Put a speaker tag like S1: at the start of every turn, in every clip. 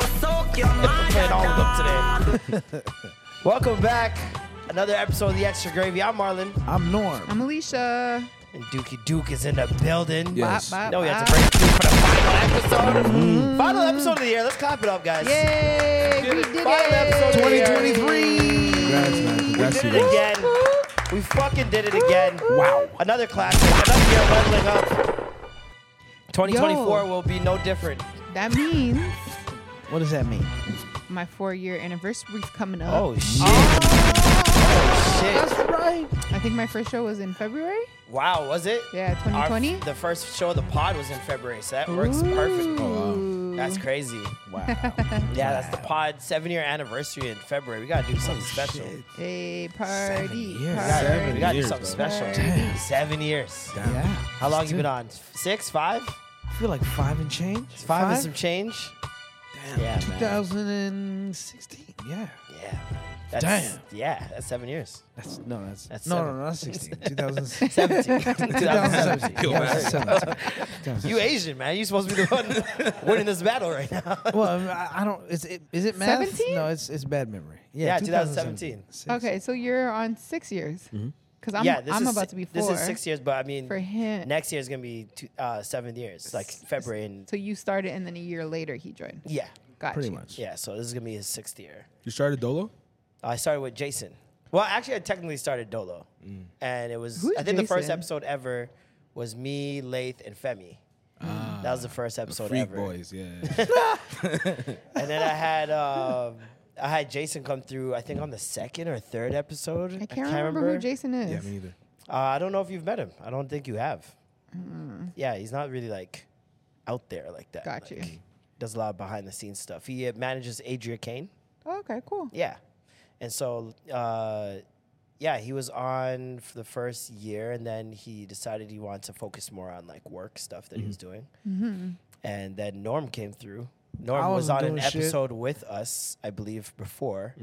S1: Playing all of them today. Welcome back. Another episode of the Extra Gravy. I'm Marlon,
S2: I'm Norm.
S3: I'm Alicia.
S1: and Dookie Duke is in the building.
S2: Yes.
S3: Bop, bop,
S1: No, we have to
S3: bop.
S1: break through for the final episode. Final episode of the year. Let's clap it up, guys.
S3: Yay! We did
S1: Final episode
S3: it.
S1: of the year.
S2: Congrats, man.
S1: We
S2: Congrats
S1: did
S2: to
S1: it
S2: you. guys.
S1: again. We fucking did it again. Wow. Another classic. Another year leveling up. 2024
S3: Yo.
S1: will be no different.
S3: That means
S2: What does that mean?
S3: my four-year anniversary's coming up.
S1: Oh shit!
S3: Ah.
S1: Oh, shit!
S2: right.
S3: I think my first show was in February.
S1: Wow, was it?
S3: Yeah,
S1: Our-
S3: 2020.
S1: the first show of the pod was in February, so that works perfect.
S2: Oh,
S1: That's crazy.
S2: Wow.
S1: Yeah, that's the pod seven year anniversary in February. We gotta do something special.
S2: Oh, Shit.
S3: A party.
S2: years.
S3: party.
S1: Yeah,
S2: Seven
S1: we gotta
S2: years,
S1: do something
S2: bro.
S1: special.
S2: Damn.
S1: Seven years.
S2: Yeah.
S1: How long you been on? Six, five?
S2: I feel like five and change.
S1: Five, and some change.
S2: Damn.
S1: Yeah, man.
S2: 2016. Yeah.
S1: Yeah. That's,
S2: Damn.
S1: Yeah, that's seven years.
S2: That's no. That's,
S1: That's
S2: no, no,
S1: seven.
S2: no. Not 16. 2016.
S1: 17. 2017.
S2: 2017. Yeah, 17. 2017.
S1: You Asian man, you supposed to be the one winning this battle right now.
S2: Well, I, mean, I I don't. Is it? Is it math?
S3: 17?
S2: No, it's it's bad memory.
S1: Yeah,
S2: Yeah,
S1: 2017.
S2: Six.
S3: Okay, so you're on six years. Because I'm,
S1: yeah, this
S3: I'm
S1: is
S3: about
S1: si-
S3: to be four.
S1: This is six years, but I mean,
S3: for him.
S1: next year is gonna be two, uh, seven years, like February and
S3: So you started, and then a year later he joined.
S1: yeah,
S3: Gotcha.
S2: Pretty much.
S1: yeah. So this is gonna be his sixth year.
S4: You started Dolo?
S1: I started with Jason. Well, actually, I technically started Dolo,
S4: Mm.
S1: and it was
S3: Who's
S1: I think the first
S3: Jason?
S1: episode ever was me, Lath, and Femi. that was the first episode
S4: Ah, Freak
S1: ever.
S4: Boys, yeah.
S1: And then I had um, I had Jason come through. I think on the second or third episode.
S3: I can't remember who Jason is.
S4: yeah, me neither.
S1: Uh, I don't know if you've met him. I don't think you have. Yeah, he's not really like out there like that.
S3: Got you.
S1: Like, does a lot of behind the scenes stuff. He uh, manages Adria Kane.
S3: Oh, okay, cool.
S1: Yeah, and so uh, yeah, he was on for the first year, and then he decided he wanted to focus more on like work stuff that he
S2: Mm-hmm.
S1: was doing. And then Norm came through. Norm
S2: I
S1: was
S2: wasn't
S1: on an
S2: doing shit. Mm-hmm.
S1: episode with us, I believe, before.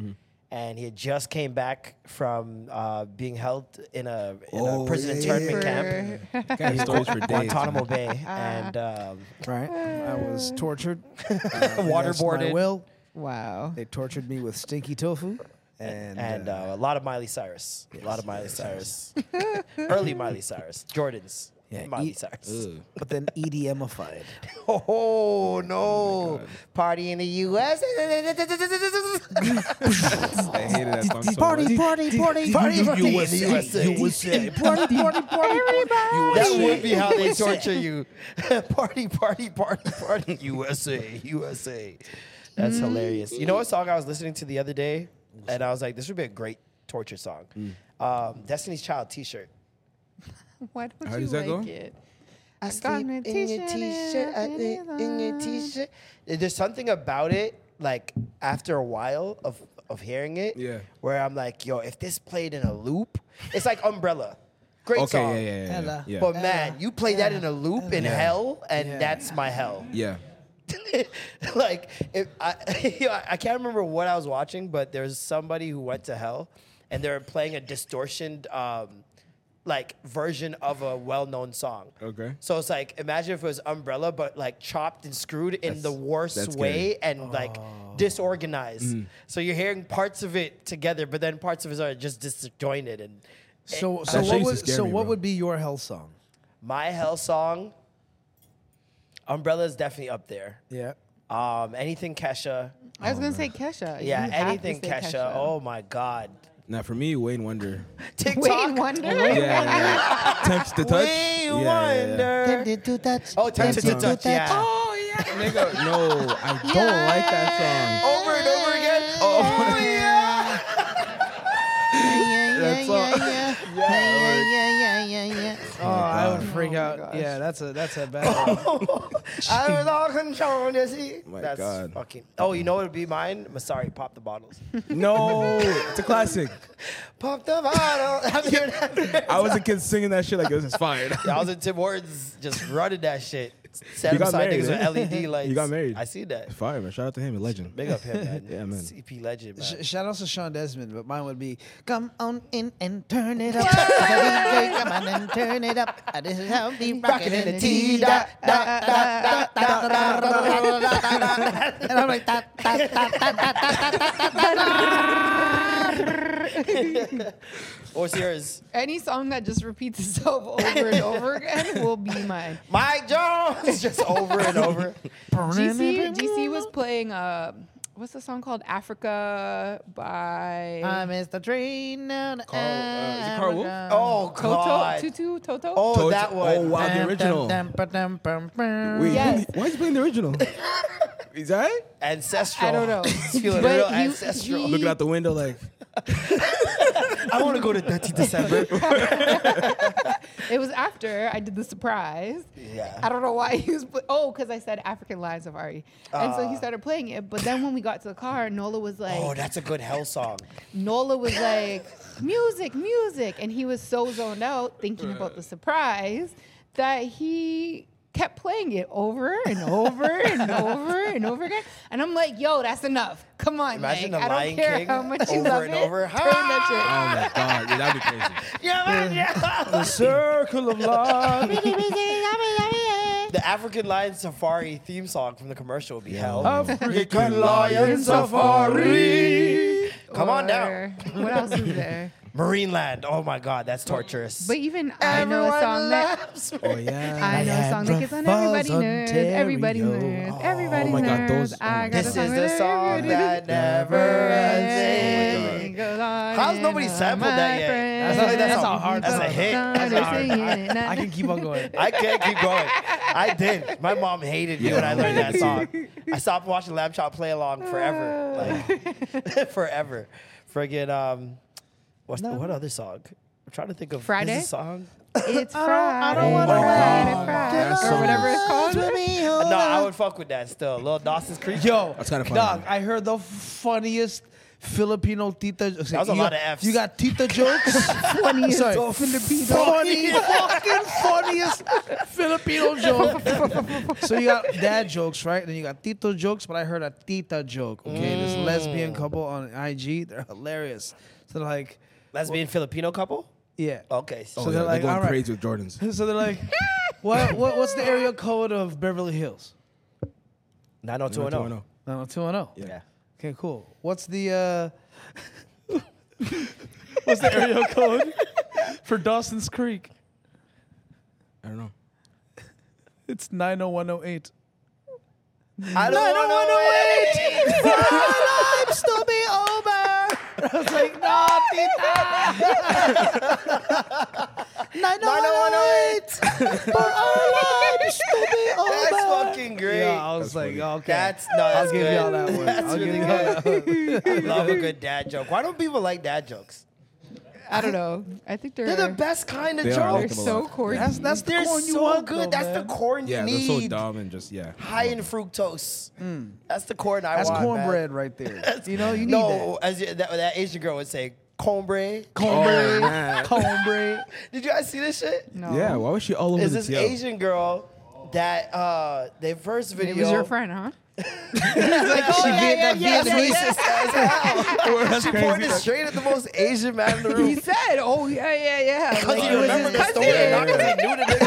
S1: And he had just came back from uh, being held in a, in a
S4: Oh,
S1: prison
S4: yeah, yeah,
S1: internment camp.
S3: For-
S4: Got his stories for days.
S1: Guantanamo Bay
S2: Ah.
S1: and um,
S2: Right. I was tortured.
S1: Waterboarded.
S2: Waterboarded. Will.
S3: wow.
S2: They tortured me with stinky tofu. And,
S1: and
S2: uh,
S1: uh, a lot of Miley Cyrus, a lot of Miley Cyrus, early Miley Cyrus, Jordans,
S2: Yeah,
S1: Miley
S2: eat-
S1: Cyrus.
S4: Ugh.
S2: but then EDMified.
S1: Oh no! Party in the U.S.
S4: I hated that song so
S2: Party,
S4: much.
S2: party, party, party, party.
S1: USA.
S2: Party, party, party.
S1: That would be how they torture you. party, party, party, party. USA, USA. That's hilarious. You know what song I was listening to the other day, and I was like, this would be a great torture song. Um, Destiny's Child T-shirt.
S3: Why don't
S4: How
S3: you
S4: does that go?
S3: like it?
S1: I
S3: got
S1: sleep
S3: my
S1: in your
S3: t-shirt and
S1: t-shirt, I
S3: nothing
S1: live in your
S3: is
S1: t-shirt. There's something about it, like after a while of of hearing it,
S4: Yeah.
S1: where I'm like, yo, if this played in a loop, it's like Umbrella, great
S4: Okay,
S1: song.
S4: yeah, yeah, yeah, yeah.
S2: Ella.
S4: yeah.
S1: But man, you play that in a loop in hell, and that's my hell.
S4: yeah.
S1: like if I, you know, I can't remember what I was watching, but there's somebody who went to hell, and they were playing a distortioned, um, like version of a well-known song.
S4: Okay.
S1: So it's like imagine if it was Umbrella, but like chopped and screwed in the worst
S4: that's Oh. Mm.
S1: way and like disorganized. So you're hearing parts of it together, but then parts of it are just disjointed. And
S2: So,
S4: shit
S2: so
S4: used
S2: what
S4: to
S2: would
S4: scare
S2: so
S4: me,
S2: what
S4: bro.
S2: would be your hell song?
S1: my hell song, Umbrella is definitely up there.
S2: Yeah.
S1: Um, anything Kesha.
S3: I was gonna say Kesha. You
S1: Yeah,
S3: have to
S1: anything
S3: say
S1: Kesha. Oh my God.
S4: Now for me, Wayne Wonder.
S1: TikTok.
S3: Wayne Wonder.
S4: Yeah, yeah, yeah. Touch the touch.
S1: Wayne
S4: Yeah, yeah, yeah.
S1: Wonder. Oh, touch it to touch. Yeah.
S4: Oh yeah, nigga. No, I don't like that song.
S1: Over and over again. Oh yeah.
S3: yeah,
S4: That's all.
S3: yeah, yeah, yeah, yeah, yeah, yeah, yeah.
S2: Oh, I would freak out. Yeah, that's a that's a bad. one.
S1: I was all control, you see.
S4: Oh My
S1: That's
S4: God.
S1: fucking. Oh, you know what would be mine? Masari, pop the bottles.
S4: No, it's a classic.
S1: pop the bottle. Have you heard that?
S4: I was a kid singing that shit like this is fire.
S1: I was in Tim Hortons, just running that shit. Set
S4: You got
S1: aside
S4: married,
S1: niggas
S4: eh?
S1: with LED lights.
S4: You got married.
S1: I see that.
S4: Fire, man. Shout out to him, a legend.
S1: Big up him, man.
S4: Yeah, man.
S1: CP legend, man.
S2: Sh- shout out to Sean Desmond, but mine would be come on in and turn it up. come on and turn it up. Uh, This is how we rock it in the T. da, da, da, da, da, da, da, da, da, da, da, da. And I'm like, da, da, da, da, da, da, da, da, da, da.
S1: What's yours?
S3: Any song that just repeats itself over and over again will be mine.
S1: Mike Jones. Just over and over.
S3: GC, GC was playing uh, what's the song called? Africa by
S1: Oh
S2: I missed the train down to
S4: Carl, uh, is it Carl Wolf?
S2: Africa.
S1: Oh
S3: Um, Toto,
S1: God.
S3: Tutu, Toto.
S1: Oh,
S4: Told you-
S1: that
S4: Oh
S1: one.
S4: wow, the original.
S2: Dum, dum, dum, dum, dum.
S4: Wait,
S3: Yes.
S4: why is he playing the original? Is that? it?
S1: Ancestral.
S3: I don't know.
S1: It's feeling
S3: But
S1: real
S3: you-
S1: ancestral.
S3: he-
S4: Looking out the window like
S1: I want to go to Dirty December.
S3: It was after I did the surprise.
S1: Yeah.
S3: I don't know why he was. Put, oh, because I said African Lives of Ari, and so he started playing it. But then when we got to the car, Nola was like,
S1: Uh. oh, that's a good hell song.
S3: Nola was like, music, music, and he was so zoned out thinking about the surprise that he kept playing it over and over and over and over again. And I'm like, yo, that's enough. Come on,
S1: Imagine
S3: like,
S1: the
S3: I don't
S1: Lion
S3: care
S1: King
S3: how much you
S1: over
S3: love
S1: and
S3: it.
S1: over. Ah,
S3: Turn that shit.
S4: Oh my god, yeah, that'd be crazy.
S1: the circle of love. the African Lion Safari theme song from the commercial would be hell. African Lion Safari. Come on down.
S3: Or What else is there?
S1: Marineland. Oh my God, that's torturous.
S3: But even I know a song that
S4: Oh yeah.
S3: I know a song that gets on everybody's nerves. Everybody's nerves. Everybody's
S4: my God,
S3: nerves.
S4: those- oh
S3: I
S4: my
S3: got a
S1: this
S3: song
S1: is
S3: with
S1: the song
S3: everybody.
S1: that never ends.
S3: It
S4: God.
S3: goes on
S1: How's
S3: and
S1: nobody
S3: on,
S1: sampled
S3: my
S1: that yet?
S3: friend.
S1: That's a- that's a hard
S3: People
S1: song. That's a hit.
S3: started
S1: That's a hard-
S3: singing it.
S2: I can keep on going.
S1: I can't keep going. I did. My mom hated me when I learned that song. I stopped watching Lamb Chop play along forever. Like forever. Friggin' um what's the, what other song? I'm trying to think of there's a
S3: Friday?
S1: song.
S3: It's Friday. I
S2: don't wanna
S3: Friday,
S2: ride.
S4: That
S3: Friday, or
S4: song
S3: whatever
S4: is-
S3: it's called.
S1: No, I would fuck with that still. Lil Dawson's Creek.
S2: Yo,
S4: That's kinda funny.
S2: Dog, I heard the funniest Filipino tita. That
S1: was a lot of Fs.
S2: You got tita jokes. funniest Sorry. Filipino. Funny, fucking funniest Filipino joke. so you got dad jokes, right? Then you got tito jokes, but I heard a tita joke. Okay, this lesbian couple on IG, they're hilarious. So they're like,
S1: Lesbian Filipino couple?
S2: yeah.
S1: Okay.
S4: Oh,
S2: So
S4: yeah,
S2: they're like,
S4: they're going
S2: all right.
S4: crazy with Jordans.
S2: So they're like, what, what, what's the area code of Beverly Hills?
S1: 90210.
S4: 210.
S2: 90210.
S1: Yeah.
S2: Okay, cool. What's the uh What's the area code for Dawson's Creek?
S4: I don't know.
S2: It's 90108.
S1: I don't want to wait.
S2: Lives to be over. I was like, no, Tita. 90108. For our lives to be over.
S1: That's fucking great.
S2: Yeah, I was like, okay.
S1: That's no, that's
S2: I'll give
S1: good.
S2: y'all that one.
S1: That's
S2: I'll give
S1: really
S2: y'all
S1: good. I love a good dad joke. Why don't people like dad jokes?
S3: I don't know. I think they're,
S1: They're the best kind of
S4: They are. I
S3: They're
S4: like
S1: jokes.
S4: them a
S3: so
S4: lot.
S3: corny.
S2: That's that's the
S1: They're
S2: corn you
S1: so
S2: want,
S1: good.
S2: though,
S1: That's
S2: man.
S1: the corn you
S4: Yeah, they're
S1: need.
S4: so dumb and just yeah.
S1: High in fructose. That's the corn I
S2: Mm. That's
S1: want. man.
S2: cornbread right there. You know, you need
S1: No, Oh, as you- that, that Asian girl would say, cornbread.
S2: that. Cornbread.
S4: man.
S2: cornbread.
S1: Did you guys see this shit?
S3: no.
S4: Yeah, why was she all over
S1: Is
S4: the
S1: this
S4: TL?
S1: Asian girl that uh, their first video?
S3: It was your friend, huh?
S2: she did that
S1: Racist as hell.
S4: That's
S1: she
S4: crazy.
S1: pointed straight at the most Asian man in the room.
S3: He said, "Oh yeah, yeah, yeah."
S1: Cause
S3: Like,
S1: he
S3: it was
S1: remembered
S3: his
S1: the story.
S3: cousin.
S1: Not 'cause he knew the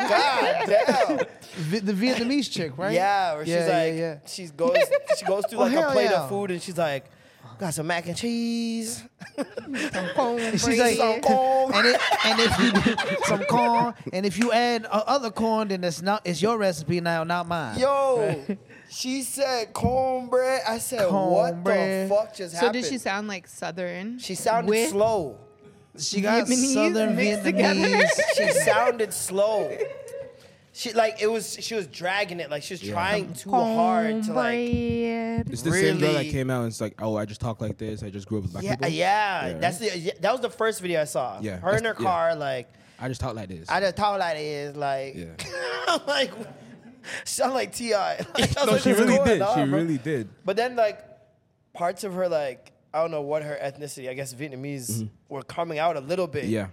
S1: nigga. God damn.
S2: Vi- the Vietnamese chick, right?
S1: Yeah, where she's like, she's goes, she goes through
S2: Oh,
S1: like a
S2: hell
S1: plate
S2: yeah.
S1: of food and she's like, Got some mac and cheese.
S2: She's like, and, it, and if you do some corn, and if you add uh, other corn, then it's not it's your recipe now, not mine.
S1: Yo, she said cornbread. I said,
S2: Cornbread.
S1: what the fuck just
S3: So
S1: happened?
S3: did she sound like Southern?
S1: She sounded
S3: with-
S1: slow.
S2: she got
S3: Vietnamese
S2: Southern
S3: mixed together.
S2: Vietnamese.
S1: She sounded slow. She like it was. She was dragging it. Like she was trying too hard to like.
S3: Cornbread.
S4: It's the same girl that
S1: Really?
S4: came out and it's like, oh, I just talk like this. I just grew up with black
S1: Yeah,
S4: people.
S1: yeah.
S4: right?
S1: That's the. Yeah, that was the first video I saw.
S4: Yeah,
S1: Her in her
S4: that's- yeah.
S1: car. Like
S4: I just talk like this.
S1: I just talk like it is. Like.
S4: Yeah.
S1: I'm like. Sound like Ti. Like, I was
S4: no,
S1: like,
S4: she
S1: "What's
S4: really
S1: going
S4: did.
S1: on,
S4: she
S1: bro?"
S4: really did.
S1: But then like parts of her like I don't know what her ethnicity, I guess Vietnamese were coming out a little bit.
S4: Mm-hmm. Yeah.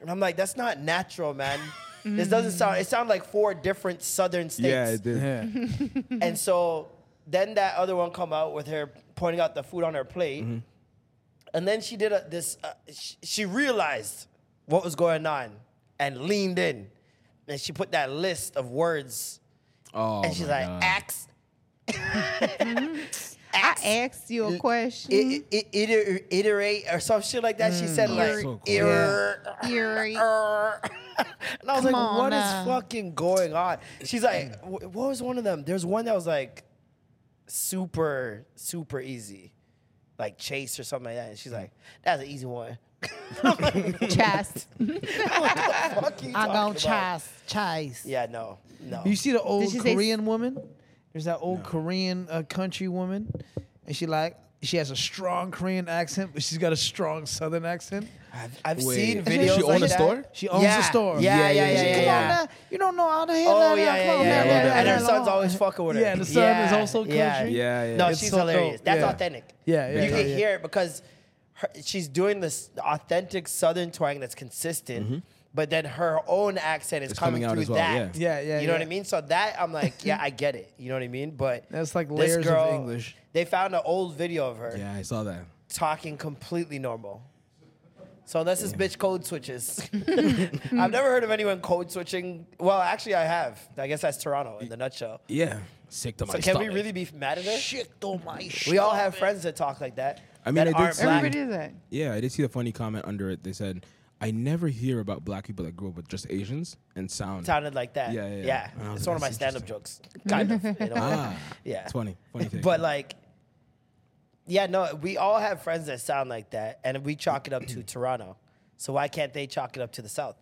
S1: And I'm like, that's not natural, man. This doesn't sound it sounded like four different southern states.
S4: Yeah, it did.
S1: And so then that other one come out with her pointing out the food on her plate.
S4: Mm-hmm.
S1: And then she did a, this uh, she, she realized what was going on and leaned in. And she put that list of words
S4: Oh,
S1: and she's
S4: my
S1: like
S4: God.
S1: axe
S3: I asked you a question.
S1: it, it, iter- iterate or some shit like that. She said like
S4: Mm. Oh, so cool.
S1: "Ir-
S3: Eerie.
S1: er." and I was like,
S3: on
S1: "What is
S3: now."
S1: fucking going on?" She's like, wh- "What was one of them?" There's one that was like super super easy, like chase or something like that. And she's like, "That's an easy one."
S3: Chest.
S1: Fuck you
S2: I'm
S1: talking
S2: gonna
S1: about?
S2: chase, chase.
S1: Yeah, no, no.
S2: You see the old
S3: she say-
S2: Korean woman? There's that old Korean uh, country woman, and she like she has a strong Korean accent, but she's got a strong Southern accent.
S1: I've, I've
S4: Wait.
S1: seen
S4: Is she
S1: videos.
S4: own
S1: like
S4: a
S1: that.
S4: store?
S2: She owns
S1: yeah.
S2: a store.
S1: Yeah, yeah,
S4: Yeah,
S1: yeah,
S4: yeah,
S1: yeah.
S4: yeah.
S2: Come
S1: yeah.
S2: on now, you don't know how to handle
S1: Oh
S2: that.
S1: yeah, yeah,
S2: Come
S1: yeah, yeah,
S2: on now,
S4: yeah, yeah.
S1: And her
S2: that
S1: son's
S2: long.
S1: always fucking with her.
S2: Yeah, the son is also country.
S4: Yeah, yeah.
S1: No,
S4: It's
S1: she's
S2: so dope.
S1: hilarious. That's
S2: Yeah.
S1: authentic.
S2: Yeah, yeah,
S1: You
S2: yeah,
S1: can
S2: yeah.
S1: hear it because her, she's doing this authentic Southern twang that's consistent. But then her own accent is
S4: It's
S1: coming,
S4: coming out
S1: through
S4: as well,
S1: that.
S2: yeah. Yeah, yeah,
S1: You know what I
S2: yeah.
S1: mean? So that I'm like, yeah, I get it. You know what I mean? But
S2: That's like
S1: this
S2: layers of
S1: girl,
S2: English.
S1: They found an old video of her
S4: Yeah, I saw that.
S1: talking completely normal. So unless this bitch code switches, I've never heard of anyone code switching. Well, actually, I have. I guess that's Toronto in the nutshell.
S4: Yeah. Sick to my
S1: So can we really be mad at her?
S2: Shit, oh my shit.
S1: We all have friends that talk like that.
S4: I mean,
S1: that
S4: I did
S1: aren't
S4: see-
S1: black.
S3: Everybody does that.
S4: Yeah, I did see a funny comment under it. They said, "I never hear about black people that grew up with just Asians and sound."
S1: sounded like that.
S4: Yeah, yeah, yeah. And I was
S1: It's
S4: like,
S1: one of my
S4: that's
S1: stand-up jokes, kind of. You know?
S4: Ah,
S1: yeah,
S4: it's funny, funny thing.
S1: But like, yeah, no, we all have friends that sound like that, and we chalk it up to Toronto. So why can't they chalk it up to the South?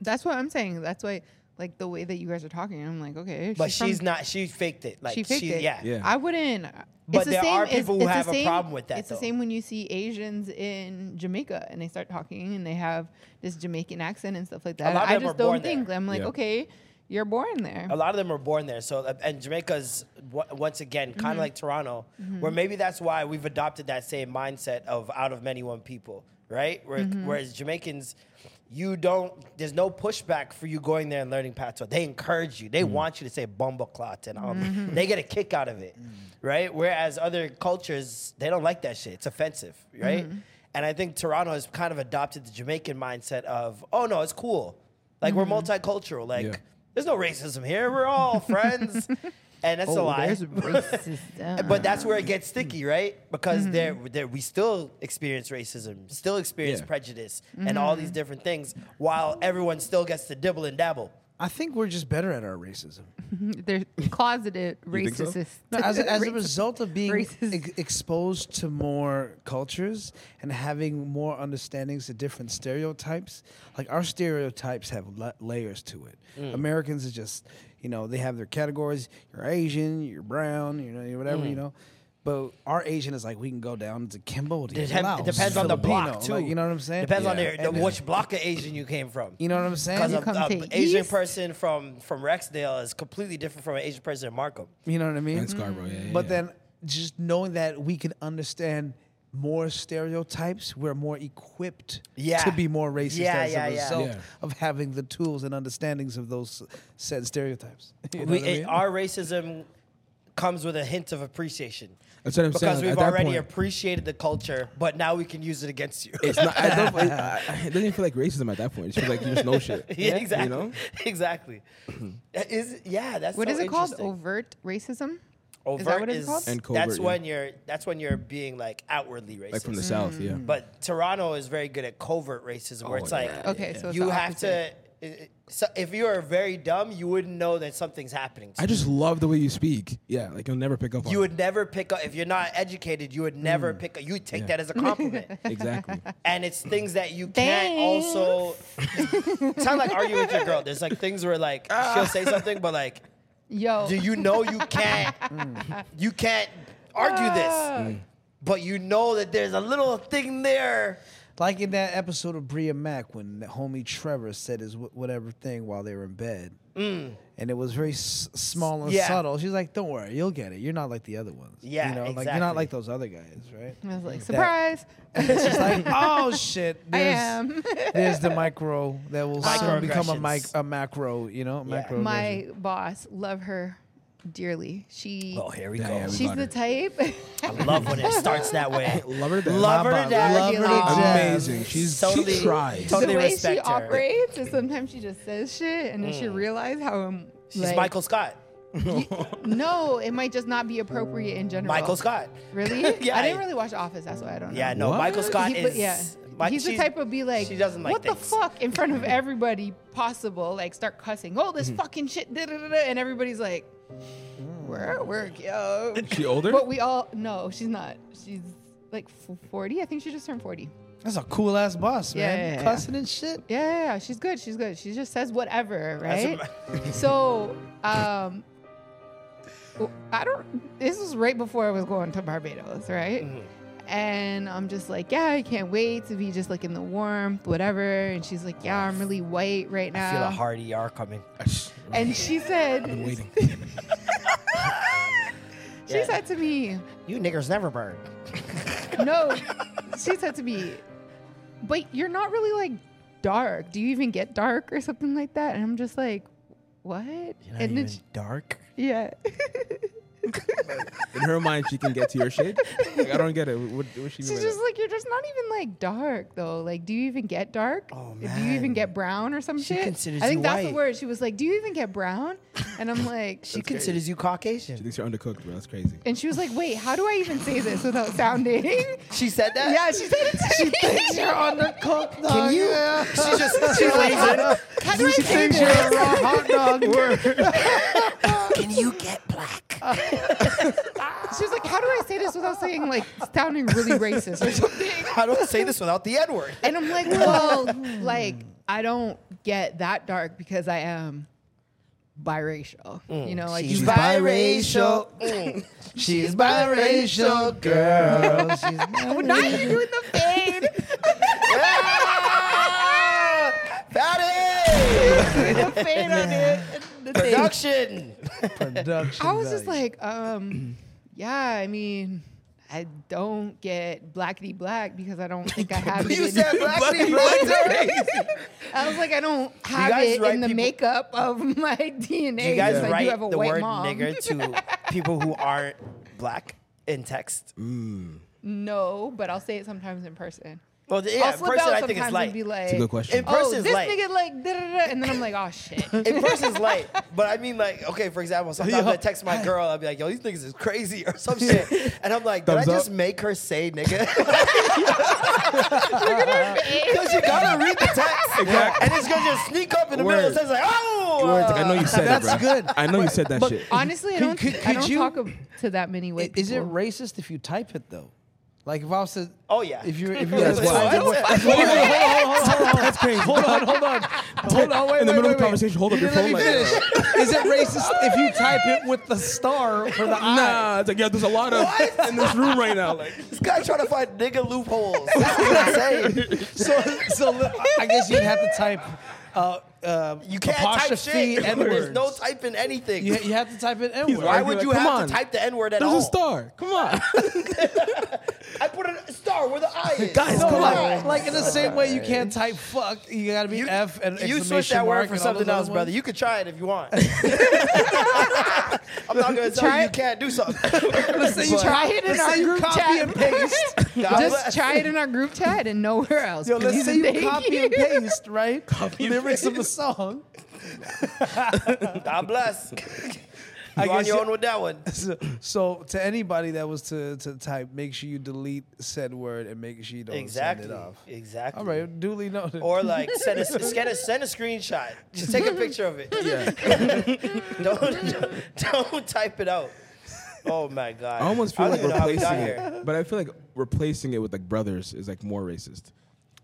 S3: That's what I'm saying. That's why, like the way that you guys are talking, I'm like, okay.
S1: But
S3: from-
S1: she's not. She faked it. Like
S3: She faked it.
S1: Yeah.
S4: Yeah.
S3: I wouldn't.
S1: But
S3: it's the
S1: there
S3: same,
S1: are
S3: it's-
S1: people who
S3: it's the
S1: have a
S3: same-
S1: problem with that,
S3: It's
S1: though.
S3: the same when you see Asians in Jamaica and they start talking and they have this Jamaican accent and stuff like that.
S1: lot of
S3: I
S1: them
S3: just
S1: are
S3: don't
S1: born
S3: think
S1: there.
S3: I'm like,
S4: Yeah.
S3: okay, you're born there.
S1: A lot of them are born there. So uh, and Jamaica's wa- once again kind of
S3: Mm-hmm.
S1: like Toronto, where maybe that's why we've adopted that same mindset of out of many one people, right? Where,
S3: Mm-hmm.
S1: Whereas Jamaicans, you don't. There's no pushback for you going there and learning patois. They encourage you. They want you to say bumba clot and um,
S3: Mm-hmm.
S1: they get a kick out of it, right? Whereas other cultures, they don't like that shit. It's offensive, right?
S3: Mm-hmm.
S1: And I think Toronto has kind of adopted the Jamaican mindset of, oh no, it's cool. Like we're multicultural. Like
S4: Yeah.
S1: there's no racism here. We're all friends. and that's a
S3: Oh,
S1: lie.
S3: there's racism.
S1: But that's where it gets sticky, right? Because there, there, we still experience racism, still experience
S4: Yeah.
S1: prejudice, and all these different things, while everyone still gets to dibble and dabble.
S2: I think we're just better at our racism.
S3: they're closeted
S4: think so?
S3: racists.
S2: No, as, a, as a result of being
S3: Racist.
S2: ex- exposed to more cultures and having more understandings of different stereotypes, like our stereotypes have la- layers to it.
S1: Mm.
S2: Americans is just, you know, they have their categories. You're Asian, you're brown, you know, you're whatever,
S1: Mm.
S2: you know. But our Asian is like we can go down to Cambodia.
S1: It, dep- it
S2: Laos,
S1: depends on the block
S2: Filipino,
S1: too.
S2: like, you know what I'm saying?
S1: Depends on
S4: Yeah.
S1: their, the, which block of Asian you came from.
S2: You know what I'm saying?
S1: Because
S3: You
S1: an
S3: come to
S1: Asian
S3: East?
S1: person from from Rexdale is completely different from an Asian person in Markham.
S2: You know what I mean?
S4: And Scarborough, yeah, yeah,
S2: But
S4: yeah.
S2: then just knowing that we can understand more stereotypes, we're more equipped
S1: Yeah.
S2: to be more racist
S1: Yeah,
S2: as
S1: yeah,
S2: a
S1: yeah.
S2: result
S4: Yeah.
S2: of having the tools and understandings of those said stereotypes. You know
S1: we,
S2: what I
S1: it-
S2: mean?
S1: our racism comes with a hint of appreciation.
S4: That's what I'm saying.
S1: because
S4: At
S1: we've
S4: that
S1: already
S4: point-
S1: appreciated the culture, but now we can use it against you.
S4: It's not. I don't, it, I- it doesn't even feel like racism at that point. It just feels like you just know shit.
S1: yeah, exactly.
S4: You know?
S1: Exactly. That is yeah, that's
S3: What
S1: so
S3: is it called?
S1: interesting.
S3: Overt racism?
S1: Overt is,
S3: that what it's called?
S4: And
S1: that's
S4: covert, yeah.
S1: when you're that's when you're being like outwardly racist.
S4: like from the
S3: Mm.
S4: south, Oh, yeah.
S1: Mm. But Toronto is very good at covert racism, where it's like
S3: Okay, so it's
S1: you
S3: the
S1: have to. it- it- So if you are very dumb, you wouldn't know that something's happening. To
S4: I just love the way you speak. Yeah, like you'll never pick up on.
S1: you
S4: it.
S1: would never pick up if you're not educated. You would never pick up. You would take that as a compliment.
S4: exactly.
S1: and it's things that you can't also sound like argue with your girl. There's like things where like
S3: Ah.
S1: she'll say something, but like,
S3: Yo,
S1: do you know you can't
S3: Mm.
S1: you can't argue
S3: Ah.
S1: this, but you know that there's a little thing there.
S2: Like in that episode of Bria Mack when the homie Trevor said his wh- whatever thing while they were in bed. And it was very s- small and
S1: Mm. Yeah.
S2: subtle. She's like, "Don't worry, you'll get it. You're not like the other ones.
S1: Yeah,
S2: you know, like you're not
S1: exactly.
S2: like those other guys, right?"
S3: I was like, surprise.
S2: She's like, "Oh shit,
S3: I
S2: there's,
S3: am.
S2: there's the micro that will soon become a mic,
S1: Microaggressions.
S2: a macro. You know, macro.
S3: My boss, love her dearly. She
S1: Oh, here we
S4: Damn.
S1: go.
S3: she's the type.
S1: I love when it starts that way.
S4: Love her. to death.
S1: Love her to
S2: Mama,
S1: death.
S2: love her to
S3: Regular.
S2: death.
S4: Amazing. She's
S1: Totally-
S4: she tries.
S1: totally-
S3: the way she
S1: respect her. Mm.
S3: operates is sometimes she just says shit and then she realizes how um,
S1: She's
S3: like,
S1: Michael Scott.
S3: No, it might just not be appropriate in general.
S1: Michael Scott.
S3: Really?
S1: Yeah,
S3: I didn't
S1: I-
S3: really watch Office, that's why I don't know.
S1: Yeah, no,
S4: What?
S1: Michael Scott
S3: He- but
S1: is.
S3: yeah.
S1: Mi-
S3: He's the
S1: she's-
S3: type of be like,
S1: she doesn't like
S3: what
S1: things."
S3: the fuck in front of everybody possible, like start cussing. Oh,
S4: Mm-hmm.
S3: this fucking shit, da, da, da, da, and everybody's like, we're at work, yo.
S4: She older?
S3: But we all no, she's not. She's like f- forty. I think she just turned forty.
S2: That's a cool ass boss, man.
S3: Yeah, yeah, yeah.
S2: Cussing and shit.
S3: Yeah, yeah, yeah, she's good. She's good. She just says whatever, right? so, um, w- I don't. This was right before I was going to Barbados, right?
S1: Mm-hmm.
S3: And I'm just like, yeah, I can't wait to be just like in the warmth, whatever. And she's like, yeah, I'm really white right now.
S1: I feel a hard ER coming.
S3: And she said,
S4: waiting.
S3: she said to me,
S1: You niggers never burn.
S3: no, she said to me, but you're not really like dark. Do you even get dark or something like that? And I'm just like, what? and then she-
S1: dark.
S3: yeah.
S4: In her mind, she can get to your shade. Like, I don't get it. What, what she mean
S3: She's
S4: by
S3: just
S4: that?
S3: like, you're just not even like dark though. Like, do you even get dark?
S1: Oh,
S3: Do you even
S1: man.
S3: get brown or some
S1: She
S3: shit?
S1: considers
S3: I think
S1: you
S3: that's the
S1: white.
S3: word. She was like, do you even get brown? And I'm like,
S1: She considers you
S4: She
S1: Caucasian.
S4: thinks you're undercooked, bro. That's crazy.
S3: and she was like, wait, how do I even say this without sounding?
S1: She said that.
S3: yeah, she said it to me.
S2: You're undercooked, dog.
S1: Can you? She just she lays in.
S3: How do I say
S2: Thinks you're
S3: this?
S2: a raw hot dog.
S5: Can you get black?
S3: She was like, how do I say this without saying like sounding really racist or something?
S1: How do I say this without the N word?
S3: And I'm like, well, like I don't get that dark because I am biracial.
S1: Mm.
S3: You know, like
S2: She's
S3: you
S2: biracial. She's biracial, girl. She's
S3: Now you're doing the fade.
S1: Ah, that
S3: the fade on it. The
S1: is
S3: thing.
S1: production.
S2: production.
S3: I was just
S2: value.
S3: like, um, yeah, I mean, I don't get blackety black because I don't think I have it.
S1: You
S3: in-
S1: said black people black
S3: I was like, I don't have
S1: guys
S3: it
S1: write
S3: in the
S1: people-
S3: makeup of my DNA.
S1: Do you guys
S3: because I do
S1: write
S3: have a
S1: the
S3: white
S1: word
S3: mom.
S1: nigger to people who aren't black in text?
S3: No, but I'll say it sometimes in person.
S1: Well, yeah,
S3: I'll
S1: in
S3: slip
S1: person
S3: out
S1: I think
S3: sometimes
S1: it's light.
S3: and be like,
S4: It's a good question.
S1: In
S3: oh,
S1: person
S3: this
S1: is light.
S3: nigga like, da, da, da, and then I'm like, oh shit.
S1: In person's light, but I mean, like, okay, for example, sometimes I text my girl, I'll be like, yo, these niggas is crazy or some shit. And I'm like, did I
S4: Thumbs up.
S1: just make her say nigga? Because you gotta read the text.
S4: Exactly.
S1: And it's gonna just sneak up in the middle and
S4: Word.
S1: says, like, oh!
S4: Words.
S1: uh,
S4: I know you said that.
S2: That's
S4: bro.
S2: good.
S4: I know you said that
S2: but-
S4: shit.
S3: Honestly, I
S2: Could-
S3: don't,
S2: could-
S3: I
S2: could
S3: don't
S2: you-
S3: talk ab- to that many
S2: I-
S3: white
S2: is it
S3: people.
S2: racist if you type it though? Like if I was to,
S1: Oh, yeah.
S2: if you're, if you're,
S4: That's
S2: hold on,
S4: wild.
S2: hold on, hold on, hold on, that's crazy. Hold on, hold on, hold on, wait,
S4: In the
S2: wait,
S4: middle of
S2: wait,
S4: the conversation,
S2: wait.
S4: hold up
S2: You
S4: your
S2: didn't
S4: phone
S2: let me
S4: like
S2: finish. Is it racist if you type it with the star for the eye?
S4: Nah, it's like yeah, there's a lot of in this room right now. Like
S1: This guy trying to find nigga loopholes. That's what I'm saying.
S2: So, so li- I guess you'd have to type. Uh, uh,
S1: You can't type
S2: apostrophe
S1: shit. There's
S2: N-words.
S1: no typing anything.
S2: You, you have to type it N
S4: Why
S1: Why
S2: word.
S4: would
S1: would
S4: you
S1: you
S4: like,
S1: have
S4: come on.
S1: to type the N word at
S4: there's
S1: all?
S4: a star. Come on,
S1: I put a star where the I is.
S4: guys.
S2: No,
S4: come on.
S2: like, like in the same way you can't type fuck, you gotta be
S1: You,
S2: F and
S1: you
S2: exclamation
S1: switch that word
S2: mark
S1: for
S2: and all those
S1: something
S2: other
S1: else, brother.
S2: ones.
S1: You could try it if you want. I'm not gonna tell
S3: Try
S1: you you
S3: it.
S1: can't do something.
S2: Let's say you
S3: Try it in
S2: let's
S3: our
S2: say you
S3: group
S2: copy
S3: chat.
S2: and paste.
S3: Just try it in our group chat and nowhere else.
S2: Yo, let's
S3: please
S2: say
S3: and
S2: you
S3: thank
S2: copy
S3: you.
S2: and paste, right? Lyrics of a song.
S1: God bless. You're on
S2: guess
S1: your
S2: you-
S1: own with that one.
S2: So, so to anybody that was to, to type, make sure you delete said word and make sure you don't
S1: Exactly.
S2: send it off.
S1: Exactly.
S2: All right, duly noted.
S1: Or like send a, scan a send a screenshot. Just take a picture of it. Yeah. don't don't type it out. Oh my god.
S4: I almost feel
S1: don't
S4: like
S1: even know how we got
S4: replacing
S1: here.
S4: it, but I feel like replacing it with like brothers is like more racist.